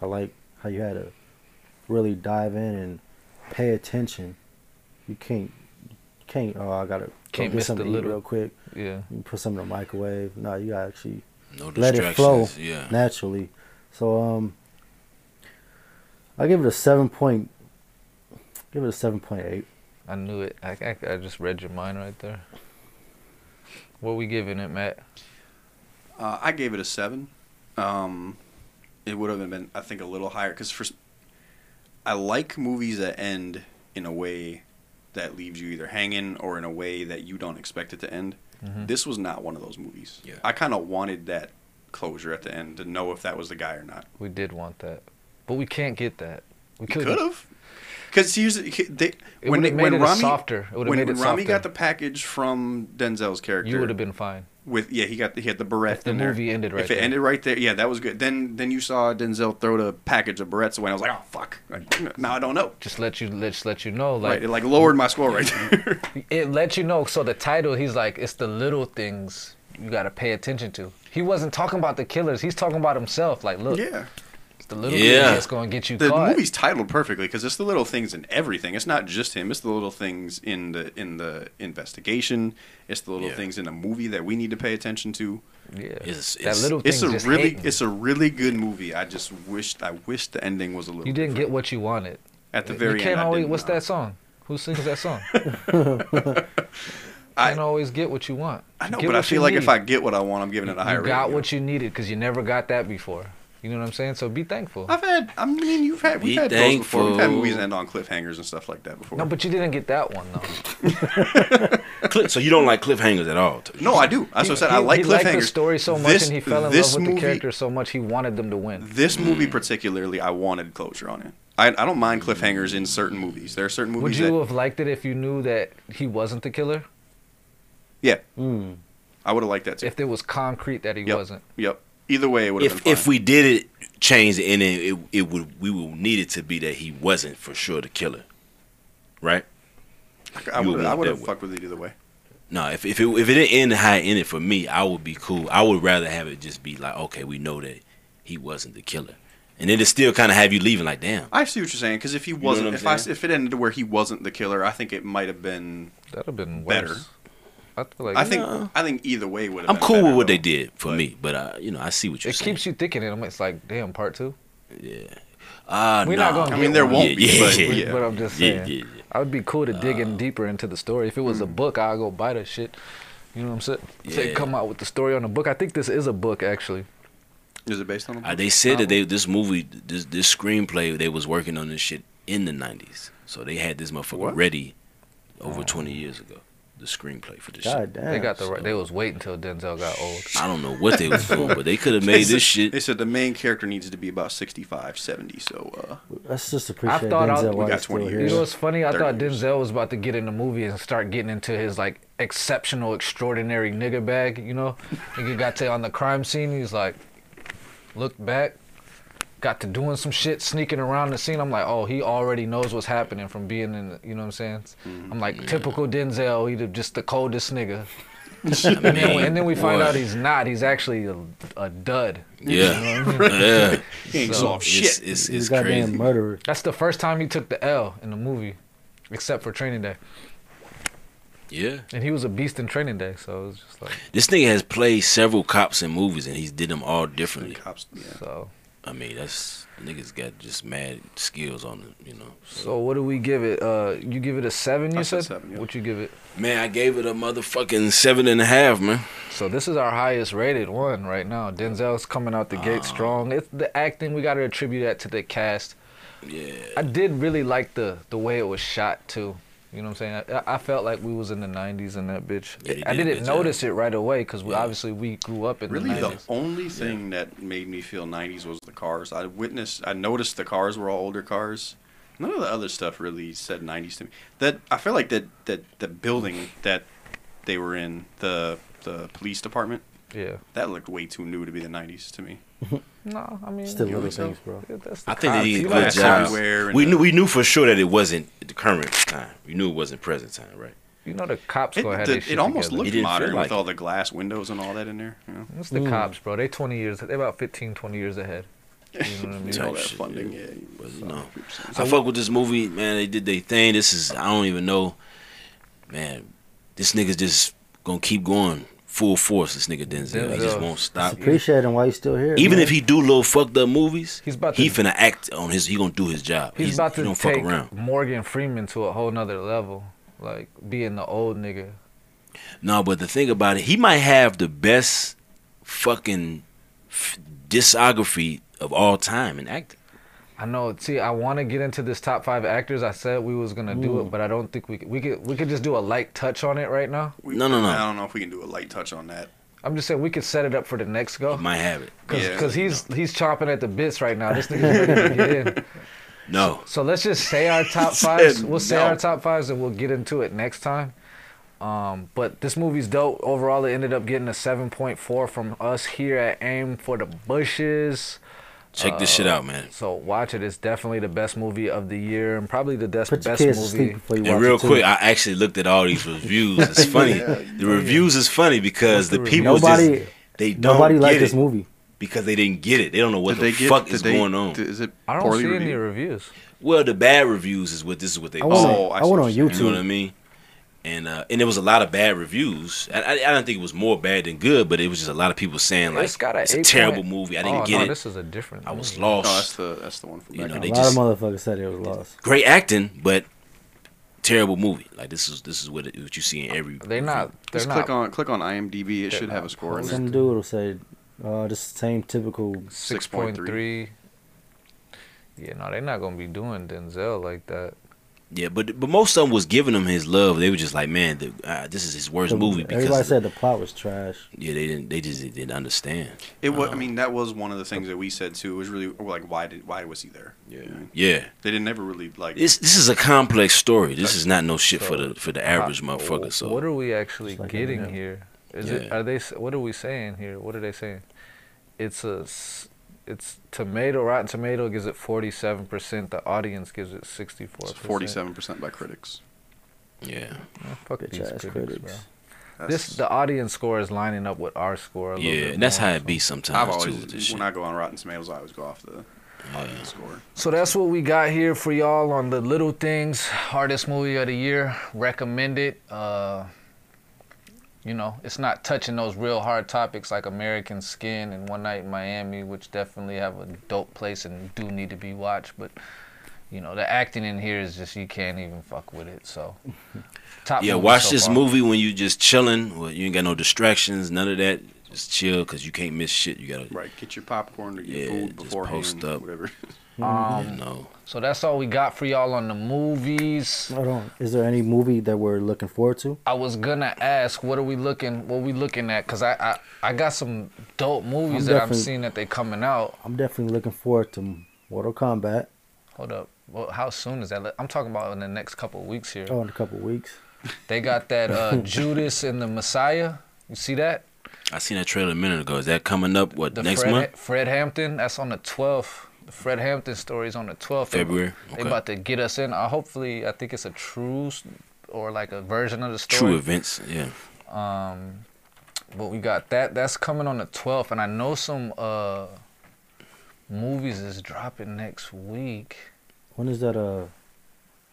Speaker 3: I like how you had to really dive in and pay attention. You can't, you can't. Oh, I gotta go
Speaker 1: Can't
Speaker 3: get
Speaker 1: miss
Speaker 3: something
Speaker 1: the
Speaker 3: to eat
Speaker 1: little-
Speaker 3: real quick.
Speaker 1: Yeah.
Speaker 3: You put something in the microwave. No, you gotta actually
Speaker 2: No
Speaker 3: let it flow
Speaker 2: distractions. Yeah.
Speaker 3: naturally. So um, I give it a seven point. Give it a seven point eight.
Speaker 1: I knew it. I, I, I just read your mind right there. What we giving it, Matt?
Speaker 4: Uh, I gave it a seven. Um, it would have been, I think, a little higher because for s- I like movies that end in a way that leaves you either hanging or in a way that you don't expect it to end.
Speaker 1: Mm-hmm.
Speaker 4: This was not one of those movies.
Speaker 2: Yeah.
Speaker 4: I kind of wanted that closure at the end to know if that was the guy or not.
Speaker 1: We did want that, but we can't get that. We
Speaker 4: Could
Speaker 1: couldn't.
Speaker 4: have. Because here's they,
Speaker 1: It would've
Speaker 4: when they-
Speaker 1: made
Speaker 4: when
Speaker 1: it a
Speaker 4: Rami
Speaker 1: softer. It would've
Speaker 4: when
Speaker 1: made it
Speaker 4: Rami
Speaker 1: softer.
Speaker 4: got the package from Denzel's character,
Speaker 1: You would have been fine.
Speaker 4: With yeah, he got he had the barrette.
Speaker 1: If the
Speaker 4: in there.
Speaker 1: movie ended right
Speaker 4: If it
Speaker 1: there.
Speaker 4: ended right there, yeah, that was good. Then then you saw Denzel throw the package of barrettes away. and I was like, oh fuck. Like, now I don't know.
Speaker 1: Just let you let just let you know, like
Speaker 4: right, it like lowered my score right there.
Speaker 1: it let you know. So the title, he's like, it's the little things you gotta pay attention to. He wasn't talking about the killers. He's talking about himself. Like, look,
Speaker 4: Yeah.
Speaker 1: it's the little
Speaker 4: Yeah.
Speaker 1: things that's gonna get you
Speaker 4: the
Speaker 1: caught.
Speaker 4: movie's titled perfectly because it's the little things in everything. It's not just him. It's the little things in the in the investigation. It's the little
Speaker 1: Yeah.
Speaker 4: things in the movie that we need to pay attention to.
Speaker 1: Yeah, It's- That it's- little
Speaker 4: It's
Speaker 1: thing's
Speaker 4: a
Speaker 1: just
Speaker 4: really
Speaker 1: hating.
Speaker 4: it's a really good movie. I just wished I wished the ending was a little.
Speaker 1: you didn't get what you wanted.
Speaker 4: At the
Speaker 1: You
Speaker 4: very
Speaker 1: can't
Speaker 4: end, I
Speaker 1: always.
Speaker 4: didn't
Speaker 1: What's that song? Who sings that song? can't always get what you want.
Speaker 4: I know,
Speaker 1: Get
Speaker 4: but I
Speaker 1: what you
Speaker 4: feel like if
Speaker 1: need.
Speaker 4: I get what I want, I'm giving it a higher
Speaker 1: you
Speaker 4: rating.
Speaker 1: got what you needed because you never got that before. You know what I'm saying? So be thankful.
Speaker 4: I've had. I mean, you've had.
Speaker 1: Be
Speaker 4: We've had those before. We've had
Speaker 1: thankful.
Speaker 4: movies end on cliffhangers and stuff like that before.
Speaker 1: No, but you didn't get that one though.
Speaker 2: Cliff- so you don't like cliffhangers at all?
Speaker 4: No, I do. That's what I said. I
Speaker 1: he
Speaker 4: like cliffhangers.
Speaker 1: liked the story so much,
Speaker 4: This-
Speaker 1: and he fell in love
Speaker 4: this
Speaker 1: with the
Speaker 4: movie-
Speaker 1: character so much, he wanted them to win.
Speaker 4: This movie
Speaker 2: Hmm.
Speaker 4: particularly, I wanted closure on it. I, I don't mind cliffhangers in certain movies. There are certain
Speaker 1: Would
Speaker 4: movies
Speaker 1: you
Speaker 4: that
Speaker 1: have liked it if you knew that he wasn't the killer?
Speaker 4: yeah,
Speaker 3: Mm,
Speaker 4: I would have liked that too.
Speaker 1: If it was concrete that he wasn't.
Speaker 4: Yep. Either way, it would have
Speaker 2: If
Speaker 4: been
Speaker 2: if we did it change the ending, it it would we would need it to be that he wasn't for sure the killer, right?
Speaker 4: I
Speaker 2: You
Speaker 4: would I
Speaker 2: want
Speaker 4: would
Speaker 2: that
Speaker 4: have
Speaker 2: way.
Speaker 4: fucked with it either way.
Speaker 2: No, if if it if it didn't end how it ended for me, I would be cool. I would rather have it just be like, okay, we know that he wasn't the killer, and then it still kind of have you leaving like, damn.
Speaker 4: I see what you're saying because if he
Speaker 2: know what
Speaker 4: wasn't,
Speaker 2: I'm
Speaker 4: if I,
Speaker 2: saying?
Speaker 4: if it ended to where he wasn't the killer, I think it might have been
Speaker 1: that'd have been
Speaker 4: better.
Speaker 1: worse. I feel like
Speaker 4: I think
Speaker 1: Nah.
Speaker 4: I think either way would.
Speaker 2: I'm cool with what they did for me, but uh, you know, I see what you're
Speaker 1: it
Speaker 2: saying.
Speaker 1: keeps you thinking, and it's like, damn, part two.
Speaker 2: Yeah. Uh,
Speaker 1: We're
Speaker 2: nah.
Speaker 1: not gonna.
Speaker 2: I mean,
Speaker 1: get
Speaker 2: there
Speaker 1: one.
Speaker 2: won't Yeah, be, yeah, but-
Speaker 1: But,
Speaker 2: yeah.
Speaker 1: but I'm just
Speaker 2: Yeah,
Speaker 1: saying,
Speaker 2: yeah, Uh, mm.
Speaker 1: I would be cool to dig in deeper into the story. If it was a book, I'd go buy that shit. You know what I'm saying? If They
Speaker 2: Yeah.
Speaker 1: come out with the story on the book. I think this is a book actually.
Speaker 4: Is it based on?
Speaker 2: Uh, they said that they this movie this this screenplay they was working on this shit in the '90s, so they had this motherfucker
Speaker 1: What?
Speaker 2: ready over 20 years ago. The screenplay for this shit.
Speaker 1: They got the right. They was waiting until Denzel got old.
Speaker 2: I don't know what they was doing, but they could have made
Speaker 4: said-
Speaker 2: this shit.
Speaker 4: They said the main character needs to be about 65, 70, So uh,
Speaker 3: Let's just
Speaker 1: I
Speaker 3: appreciate
Speaker 1: thought
Speaker 3: Denzel
Speaker 1: I,
Speaker 3: while he's still here.
Speaker 1: You know what's funny? I
Speaker 4: 30
Speaker 1: thought Denzel was about to get in the movie and start getting into his like exceptional, extraordinary nigga bag. You know, nigga got to on the crime scene. He's like, looked back, got to doing some shit, sneaking around the scene. I'm like, oh, he already knows what's happening from being in. The, you know what I'm saying? I'm like, typical Denzel. He the, just the coldest nigga. and, then, we- and then we find
Speaker 2: boy.
Speaker 1: out he's not. He's actually a, a dud.
Speaker 2: Yeah.
Speaker 1: what I mean?
Speaker 2: Yeah. He ain't solved
Speaker 1: it's-
Speaker 2: shit. It's-
Speaker 3: He's a goddamn murderer.
Speaker 1: That's the first time he took the L in the movie, except for Training Day.
Speaker 2: Yeah.
Speaker 1: And he was a beast in Training Day, so it was just like
Speaker 2: This nigga has played several cops in movies, and he's did them all differently.
Speaker 4: Cops, yeah.
Speaker 1: So,
Speaker 2: I mean, that's niggas got just mad skills on them, you know.
Speaker 1: So what do we give it? Uh, you give it a seven? You
Speaker 2: I
Speaker 1: said,
Speaker 2: said seven, yeah.
Speaker 1: what you give it?
Speaker 2: Man, I gave it a motherfucking seven and a half, man.
Speaker 1: So this is our highest rated one right now. Denzel's coming out the gate strong. It's the acting we got to attribute that to the cast.
Speaker 2: Yeah.
Speaker 1: I did really like the the way it was shot too. You know what I'm saying? I, I felt like we was in the '90s in that bitch.
Speaker 4: they
Speaker 1: I
Speaker 4: did a
Speaker 1: didn't
Speaker 4: good job.
Speaker 1: notice it right away because we obviously we grew up in
Speaker 4: Really,
Speaker 1: the
Speaker 4: the
Speaker 1: 90s.
Speaker 4: only thing that made me feel 90s was the cars. I witnessed, I noticed the cars were all older cars. None of the other stuff really said 90s to me. That I feel like that that the building that they were in, the the police department,
Speaker 1: yeah,
Speaker 4: that looked way too new to be the 90s to me.
Speaker 1: No, I mean,
Speaker 3: Still
Speaker 1: you
Speaker 3: little
Speaker 1: know,
Speaker 3: things, bro.
Speaker 1: yeah, that's the
Speaker 2: I think they
Speaker 1: cops.
Speaker 2: did
Speaker 1: You
Speaker 2: a
Speaker 1: like
Speaker 2: good job.
Speaker 4: hardware and
Speaker 2: We
Speaker 4: the-
Speaker 2: knew we knew for sure that it wasn't the current time. We knew it wasn't present time, right?
Speaker 1: You know the cops
Speaker 4: It,
Speaker 1: gonna have
Speaker 4: the-
Speaker 1: their
Speaker 4: it
Speaker 1: shit
Speaker 4: almost
Speaker 1: together.
Speaker 4: looked modern with all the glass windows and all that in there. You know?
Speaker 1: It's the cops, bro. They 20 years. They about 15, 20 years ahead. You know what I mean?
Speaker 4: Type all that
Speaker 2: shit,
Speaker 4: funding,
Speaker 2: yeah.
Speaker 4: yeah.
Speaker 2: But, you know, I fuck with this movie, man. They did their thing. This is I don't even know, man. This nigga's just gonna keep going full force. This nigga Denzel, he just
Speaker 1: Denzel.
Speaker 2: won't stop.
Speaker 3: Appreciate him while he's still here.
Speaker 2: Even
Speaker 3: man.
Speaker 2: if he do little fucked up movies,
Speaker 1: He's about
Speaker 2: he
Speaker 1: to-
Speaker 2: finna act on his. He gonna do his job.
Speaker 1: He's, about
Speaker 2: he
Speaker 1: to
Speaker 2: don't fuck
Speaker 1: take
Speaker 2: around.
Speaker 1: Morgan Freeman to a whole nother level, like being the old nigga.
Speaker 2: No, but the thing about it, he might have the best fucking f- discography of all time in acting.
Speaker 1: I know. See, I want to get into this top five actors. I said we was gonna do
Speaker 2: Ooh.
Speaker 1: it, but I don't think we could, we could we could just do a light touch on it right now.
Speaker 2: No, no, no.
Speaker 4: I don't know if we can do a light touch on that.
Speaker 1: I'm just saying we could set it up for the next go.
Speaker 2: might have it.
Speaker 1: Cause,
Speaker 4: Yeah.
Speaker 1: 'cause he's he's chomping at the bits right now. This nigga's ready to get in.
Speaker 2: No.
Speaker 1: So let's just say our top
Speaker 2: Said
Speaker 1: fives. We'll say
Speaker 2: no.
Speaker 1: our top fives and we'll get into it next time. Um, but this movie's dope. Overall, it ended up getting a 7.4 from us here at Aim for the Bushes.
Speaker 2: Check this shit out,
Speaker 3: uh,
Speaker 2: man.
Speaker 1: So watch it. It's definitely the best movie of the year and probably the best,
Speaker 2: your
Speaker 1: best
Speaker 2: kids to
Speaker 1: movie.
Speaker 2: And real quick, I actually looked at all these reviews. It's funny.
Speaker 1: Yeah,
Speaker 2: the reviews is funny because the people
Speaker 3: Nobody-
Speaker 2: just they don't
Speaker 3: nobody liked
Speaker 2: get
Speaker 3: this
Speaker 2: it
Speaker 3: movie.
Speaker 2: because they didn't get it. They don't know what
Speaker 3: Did
Speaker 2: the
Speaker 3: they get-
Speaker 2: fuck
Speaker 3: did
Speaker 2: is
Speaker 3: they-
Speaker 2: going on.
Speaker 3: did-
Speaker 4: is it
Speaker 1: I don't poorly see any reviewed? reviews.
Speaker 2: Well, the bad reviews is what this is what they.
Speaker 3: I went on-
Speaker 2: oh,
Speaker 3: I went
Speaker 2: see what
Speaker 3: on
Speaker 2: you're saying. You know
Speaker 3: YouTube.
Speaker 2: what I mean? And uh, and there was a lot of bad reviews. I, I, I don't think it was more bad than good, but it was just a lot of people saying like
Speaker 1: It's got an
Speaker 2: it's a
Speaker 1: 8
Speaker 2: terrible
Speaker 1: point-
Speaker 2: movie. I didn't
Speaker 1: Oh,
Speaker 2: get
Speaker 1: no,
Speaker 2: it.
Speaker 1: this is a different
Speaker 2: I was
Speaker 1: movie.
Speaker 2: lost.
Speaker 4: No, that's the that's the one
Speaker 2: Oh,
Speaker 4: from
Speaker 2: You
Speaker 4: back.
Speaker 2: know,
Speaker 3: a
Speaker 2: they
Speaker 3: lot
Speaker 2: just
Speaker 3: of motherfuckers said it was lost.
Speaker 2: great acting, but terrible movie. Like this is this is what it, what you see in every.
Speaker 1: They're not. They're
Speaker 4: Just
Speaker 1: not.
Speaker 4: click on click on IMDb. It should have a score in there.
Speaker 3: Some dude will say, uh, just same typical.
Speaker 1: Six point three. Yeah, no, they're not gonna be doing Denzel like that.
Speaker 2: Yeah, but but most of them was giving him his love. They were just like, man, the, uh, this is his worst
Speaker 3: The-
Speaker 2: movie because
Speaker 3: Everybody said the plot was trash.
Speaker 2: yeah, they didn't they just didn't understand.
Speaker 4: It was. I mean, that was one of the things that we said too. It was really like, why did why was he there? Yeah.
Speaker 2: Yeah,
Speaker 4: They didn't ever really like.
Speaker 2: this this is a complex story. This is not no shit for the for the average motherfucker. So
Speaker 1: What are we actually getting
Speaker 2: yeah.
Speaker 1: here? Is it are they? s- What are we saying here? What are they saying? It's a. s- It's tomato. Rotten Tomato gives it forty seven percent. The audience gives it sixty four.
Speaker 4: It's forty-seven percent by critics.
Speaker 2: Yeah.
Speaker 1: Fuck
Speaker 4: Bitch
Speaker 1: these
Speaker 4: ass
Speaker 1: critics,
Speaker 4: critics.
Speaker 1: bro. This the audience score is lining up with our score. A little
Speaker 2: yeah,
Speaker 1: bit
Speaker 2: and that's
Speaker 1: more,
Speaker 2: how it
Speaker 1: so.
Speaker 2: be sometimes
Speaker 4: I've
Speaker 2: too.
Speaker 4: always
Speaker 2: with
Speaker 4: when
Speaker 2: this shit. Oh,
Speaker 4: I go on Rotten Tomatoes, I always go off the audience score.
Speaker 1: So that's what we got here for y'all on the little things, hardest movie of the year, recommended. Uh, you know, it's not touching those real hard topics like American Skin and One Night in Miami, which definitely have a dope place and do need to be watched. But you know, the acting in here is just you can't even fuck with it. So, top
Speaker 2: yeah,
Speaker 1: movie
Speaker 2: watch
Speaker 1: so
Speaker 2: this
Speaker 1: far.
Speaker 2: movie when you just chilling. Well, you ain't got no distractions, none of that. Just chill because you can't miss shit. You gotta
Speaker 4: right. Get your popcorn or your
Speaker 2: yeah,
Speaker 4: food
Speaker 2: just
Speaker 4: beforehand,
Speaker 2: post up.
Speaker 4: whatever.
Speaker 1: Um, So that's all we got for y'all on the movies.
Speaker 3: Hold on. Is there any movie that we're looking forward to?
Speaker 1: I was gonna ask, what are we looking? What we looking at? Cause I I, I got some dope movies
Speaker 3: I'm
Speaker 1: that I'm
Speaker 3: definitely-
Speaker 1: seeing that they coming out.
Speaker 3: I'm definitely looking forward to Mortal Kombat.
Speaker 1: Hold up, well, how soon is that? I'm talking about in the next couple of weeks here.
Speaker 3: Oh, in a couple weeks.
Speaker 1: They got that uh, Judas and the Messiah. You see that?
Speaker 2: I seen that trailer a minute ago. Is that coming up? What
Speaker 1: The
Speaker 2: next
Speaker 1: Fred,
Speaker 2: month?
Speaker 1: Fred Hampton. That's on the 12th. The Fred Hampton story is on the 12th. They-
Speaker 2: February,
Speaker 1: They,
Speaker 2: okay.
Speaker 1: about to get us in. I hopefully I think it's a true s- or like a version of the story.
Speaker 2: True events. Yeah.
Speaker 1: Um, but we got that. That's coming on the 12th, and I know some uh movies is dropping next week.
Speaker 3: When does that uh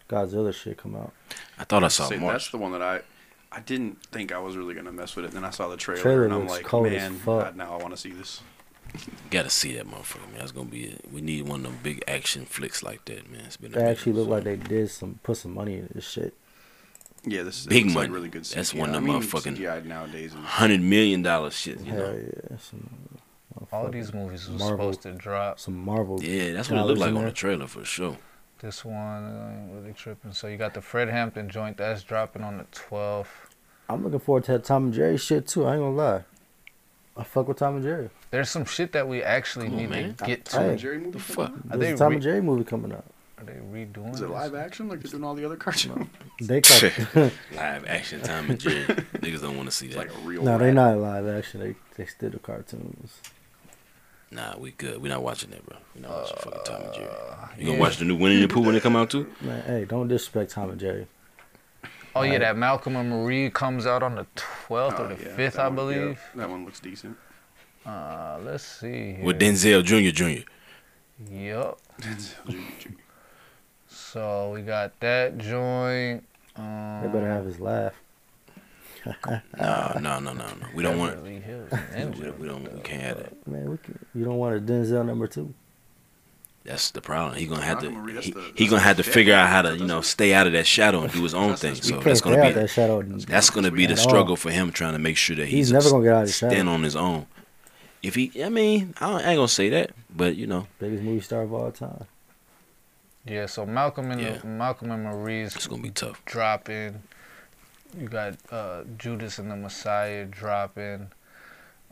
Speaker 3: Godzilla shit come out?
Speaker 2: I thought I saw
Speaker 4: See,
Speaker 2: March.
Speaker 4: That's the one that I, I didn't think I was really gonna mess with it. Then I saw the trailer,
Speaker 3: Trailer
Speaker 4: and I'm
Speaker 3: looks
Speaker 4: like,
Speaker 3: cold as
Speaker 4: man,
Speaker 3: fuck.
Speaker 4: God, now I want to see this.
Speaker 2: Gotta see that motherfucker, man. That's gonna be it. We need one of them big action flicks like that, man. It's been
Speaker 3: They
Speaker 2: a
Speaker 3: actually look like they did some put some money in this shit.
Speaker 4: Yeah, this is
Speaker 2: Big
Speaker 4: looks
Speaker 2: money.
Speaker 4: Like really good. CGI.
Speaker 2: That's one of
Speaker 4: I
Speaker 2: them
Speaker 4: mean,
Speaker 2: motherfucking
Speaker 4: CGI nowadays. Is,
Speaker 2: hundred million dollar shit. You know?
Speaker 3: Hell yeah. Some
Speaker 1: All
Speaker 3: motherfucking
Speaker 1: these movies was
Speaker 3: Marvel,
Speaker 1: supposed to drop.
Speaker 3: some Marvel.
Speaker 2: Yeah, that's what it
Speaker 3: dollars
Speaker 2: looked like
Speaker 3: in
Speaker 2: on the
Speaker 3: there.
Speaker 2: trailer for sure.
Speaker 1: This one I ain't really tripping. So you got the Fred Hampton joint that's dropping on the 12th.
Speaker 3: I'm looking forward to that Tom and Jerry shit too. I ain't gonna lie. I fuck with Tom and Jerry.
Speaker 1: There's some shit that we actually need to get to.
Speaker 3: Tom and
Speaker 4: Jerry movie? The
Speaker 2: fuck?
Speaker 1: Are
Speaker 3: There's
Speaker 1: they,
Speaker 3: a Tom
Speaker 1: re-
Speaker 3: and Jerry movie coming out.
Speaker 1: are they redoing
Speaker 4: is it
Speaker 1: this?
Speaker 4: live action like they're doing all the other cartoons?
Speaker 3: They cut.
Speaker 2: Live action time and Jerry. Niggas don't want to see that.
Speaker 4: like a real.
Speaker 3: no, they not live action. They they still the cartoons.
Speaker 2: Nah, we good. We not watching that, bro. We not watching fucking Tom and Jerry.
Speaker 1: Uh,
Speaker 2: You
Speaker 3: yeah.
Speaker 2: gonna watch the new Winnie the Pooh when it come out too?
Speaker 3: Man, hey, don't disrespect Tom and Jerry.
Speaker 1: Oh yeah, that Malcolm and Marie comes out on the 12th or the 5th, I believe.
Speaker 4: Oh, that one looks decent.
Speaker 1: Uh, let's see. Here.
Speaker 2: With Denzel Jr. Jr.
Speaker 1: Yup. So we got that joint. Um,
Speaker 3: They
Speaker 2: Uh,
Speaker 3: better have his laugh.
Speaker 2: No, no, no, no, no. We don't want.
Speaker 1: Beverly
Speaker 2: We
Speaker 1: Hills
Speaker 2: don't.
Speaker 1: Ninja.
Speaker 2: We, don't, we can't have that.
Speaker 3: Man, we can, you don't want a Denzel number two.
Speaker 2: That's the problem. He gonna have
Speaker 4: Malcolm
Speaker 2: to.
Speaker 4: Marie,
Speaker 2: He,
Speaker 4: that's the-
Speaker 2: he gonna have to
Speaker 4: that's
Speaker 2: figure out how to, you know, stay out of that shadow and do his own thing. So
Speaker 3: can't
Speaker 2: that's
Speaker 3: stay
Speaker 2: gonna
Speaker 3: out
Speaker 2: be.
Speaker 3: that shadow
Speaker 2: That's gonna be the
Speaker 3: at all.
Speaker 2: struggle for him trying to make sure that he's,
Speaker 3: He's never gonna get out of the shadow.
Speaker 2: stand on his own. If he, I mean, I, don't- I ain't gonna say that, but you know,
Speaker 3: Biggest movie star of all time.
Speaker 1: Yeah, so Malcolm and Malcolm and Marie's
Speaker 2: it's gonna be tough.
Speaker 1: dropping. You got uh, Judas and the Messiah dropping.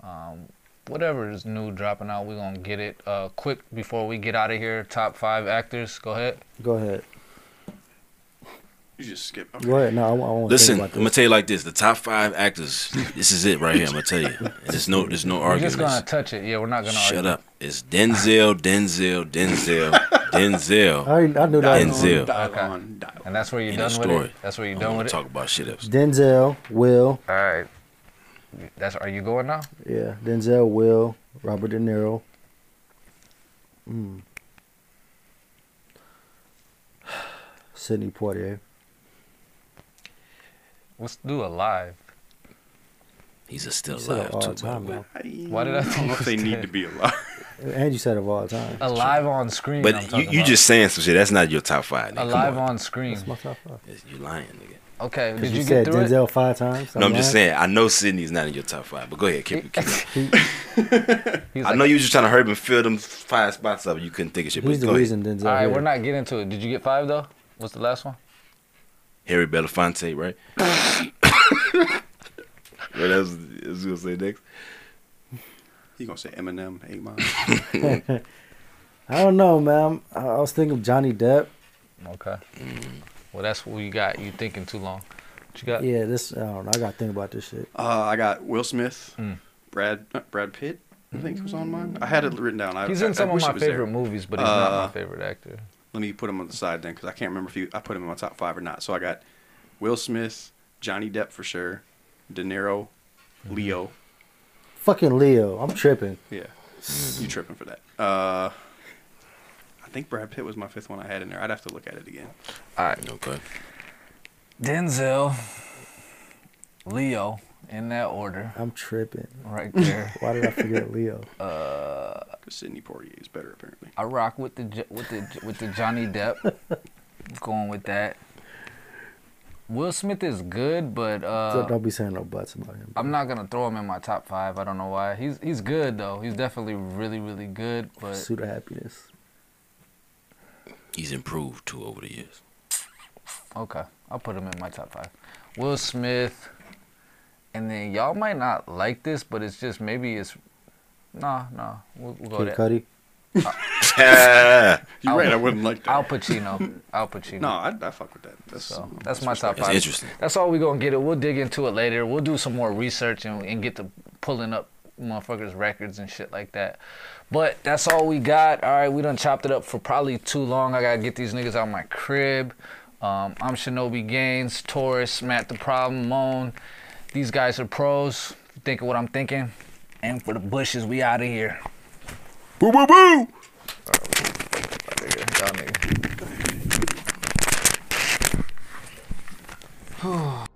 Speaker 1: Um, whatever is new dropping out, we're gonna get it. Uh, quick before we get out of here, top five actors. Go ahead.
Speaker 3: Go ahead.
Speaker 4: You just skip.
Speaker 3: Go ahead. No, I, wa- I want.
Speaker 2: Listen, I'm gonna tell you like this: the top five actors. This is it right here. I'm gonna tell you. And There's no, there's no
Speaker 1: We're just
Speaker 2: arguments.
Speaker 1: gonna touch it. Yeah, we're not gonna
Speaker 2: Shut
Speaker 1: argue.
Speaker 2: up! It's Denzel, Denzel, Denzel, Denzel.
Speaker 3: I, I knew that.
Speaker 2: Denzel.
Speaker 1: Okay. And that's where you're
Speaker 2: End
Speaker 1: done
Speaker 2: of
Speaker 1: with
Speaker 2: story.
Speaker 1: it. That's where
Speaker 2: I
Speaker 1: you're
Speaker 2: don't
Speaker 1: done
Speaker 2: wanna
Speaker 1: with it.
Speaker 2: Talk about shit ups.
Speaker 3: Denzel, Will,
Speaker 1: All right. That's are you going now?
Speaker 3: yeah, Denzel, Will, Robert De Niro. Mm. Sidney Poitier.
Speaker 1: Let's do a live.
Speaker 2: He's a still
Speaker 3: You said it
Speaker 2: alive
Speaker 3: all
Speaker 2: too.
Speaker 3: the time,
Speaker 2: by the way.
Speaker 3: man.
Speaker 1: Why did I
Speaker 4: I don't know if they need to be alive.
Speaker 3: And you said it all the time.
Speaker 1: Alive on screen. I'm
Speaker 2: But you,
Speaker 1: talking
Speaker 2: you
Speaker 1: about.
Speaker 2: just saying some shit. That's not your top five. Nigga.
Speaker 1: alive
Speaker 2: Come on.
Speaker 1: on. screen.
Speaker 3: That's my top five.
Speaker 2: You lying, nigga.
Speaker 1: Okay, did
Speaker 3: Because
Speaker 1: you,
Speaker 3: you,
Speaker 1: get
Speaker 3: said
Speaker 1: through it?
Speaker 3: Denzel five times.
Speaker 2: No, I'm just
Speaker 3: lying?
Speaker 2: saying. I know Sydney's not in your top five. But go ahead, keep it. Keep it.
Speaker 1: He's
Speaker 2: I
Speaker 1: like,
Speaker 2: know you was just trying to hurry and fill them five spots up. and You couldn't think of shit.
Speaker 3: He's
Speaker 2: But
Speaker 3: the
Speaker 2: go ahead.
Speaker 3: reason Denzel.
Speaker 1: All right,
Speaker 3: here.
Speaker 1: we're not getting to it. Did you get five though? What's the last one?
Speaker 2: Harry Belafonte, right? Well, that's that's what I was gonna say next.
Speaker 4: You gonna say Eminem, Eight Mile?
Speaker 3: I don't know, man. I'm, I I was thinking of Johnny Depp.
Speaker 1: Okay. Well, that's what you got. You thinking too long. What you got?
Speaker 3: Yeah, this. I don't know. I got to think about this shit.
Speaker 4: Uh, I got Will Smith,
Speaker 1: Mm.
Speaker 4: Brad uh, Brad Pitt. I think was on mine. I had it written down. I,
Speaker 1: He's
Speaker 4: I-
Speaker 1: in
Speaker 4: I
Speaker 1: some of
Speaker 4: wish
Speaker 1: my
Speaker 4: it was there.
Speaker 1: favorite movies, but he's not
Speaker 4: Uh,
Speaker 1: my favorite actor.
Speaker 4: Let me put him on the side then, because I can't remember if you I put him in my top five or not. So I got Will Smith, Johnny Depp for sure, De Niro,
Speaker 1: Mm-hmm.
Speaker 4: Leo.
Speaker 3: Fucking Leo. I'm tripping.
Speaker 4: Yeah, you tripping for that? Uh, I think Brad Pitt was my fifth one I had in there. I'd have to look at it again.
Speaker 1: All right.
Speaker 2: Okay.
Speaker 1: Denzel, Leo, in that order,
Speaker 3: I'm tripping.
Speaker 1: right there.
Speaker 3: Why did I forget Leo?
Speaker 4: Because Sidney Poitier is better apparently.
Speaker 1: I rock with the Jo- with the with the Johnny Depp. Going with that. Will Smith is good, but
Speaker 3: So
Speaker 1: uh,
Speaker 3: don't be saying no buts about him.
Speaker 1: I'm not gonna throw him in my top five. I don't know why. He's he's good though. He's definitely really really good. But
Speaker 3: Pursuit of happiness.
Speaker 2: He's improved too over the years.
Speaker 1: okay, I'll put him in my top five. Will Smith, and then y'all might not like this, but it's just maybe it's nah nah. We'll, we'll go
Speaker 3: Kid
Speaker 1: there.
Speaker 3: Cudi.
Speaker 2: Ah,
Speaker 4: You're
Speaker 1: I'll-
Speaker 4: right. I wouldn't like that.
Speaker 1: Al Pacino. Al Pacino.
Speaker 4: no, I, I fuck with that. That's
Speaker 1: So that's my top
Speaker 2: that's
Speaker 1: five.
Speaker 2: interesting.
Speaker 1: That's all we're gonna get it. We'll dig into it later. We'll do some more research and, and get to pulling up motherfuckers' records and shit like that. But that's all we got. All right, we done chopped it up for probably too long. I gotta get these niggas out of my crib. Um, I'm Shinobi Gaines, Taurus, Matt the Problem, Moan. These guys are pros. Think of what I'm thinking. And for the bushes, we out of here. Oh,
Speaker 2: Boo boo boo.
Speaker 1: Outta here. Y'all niggas.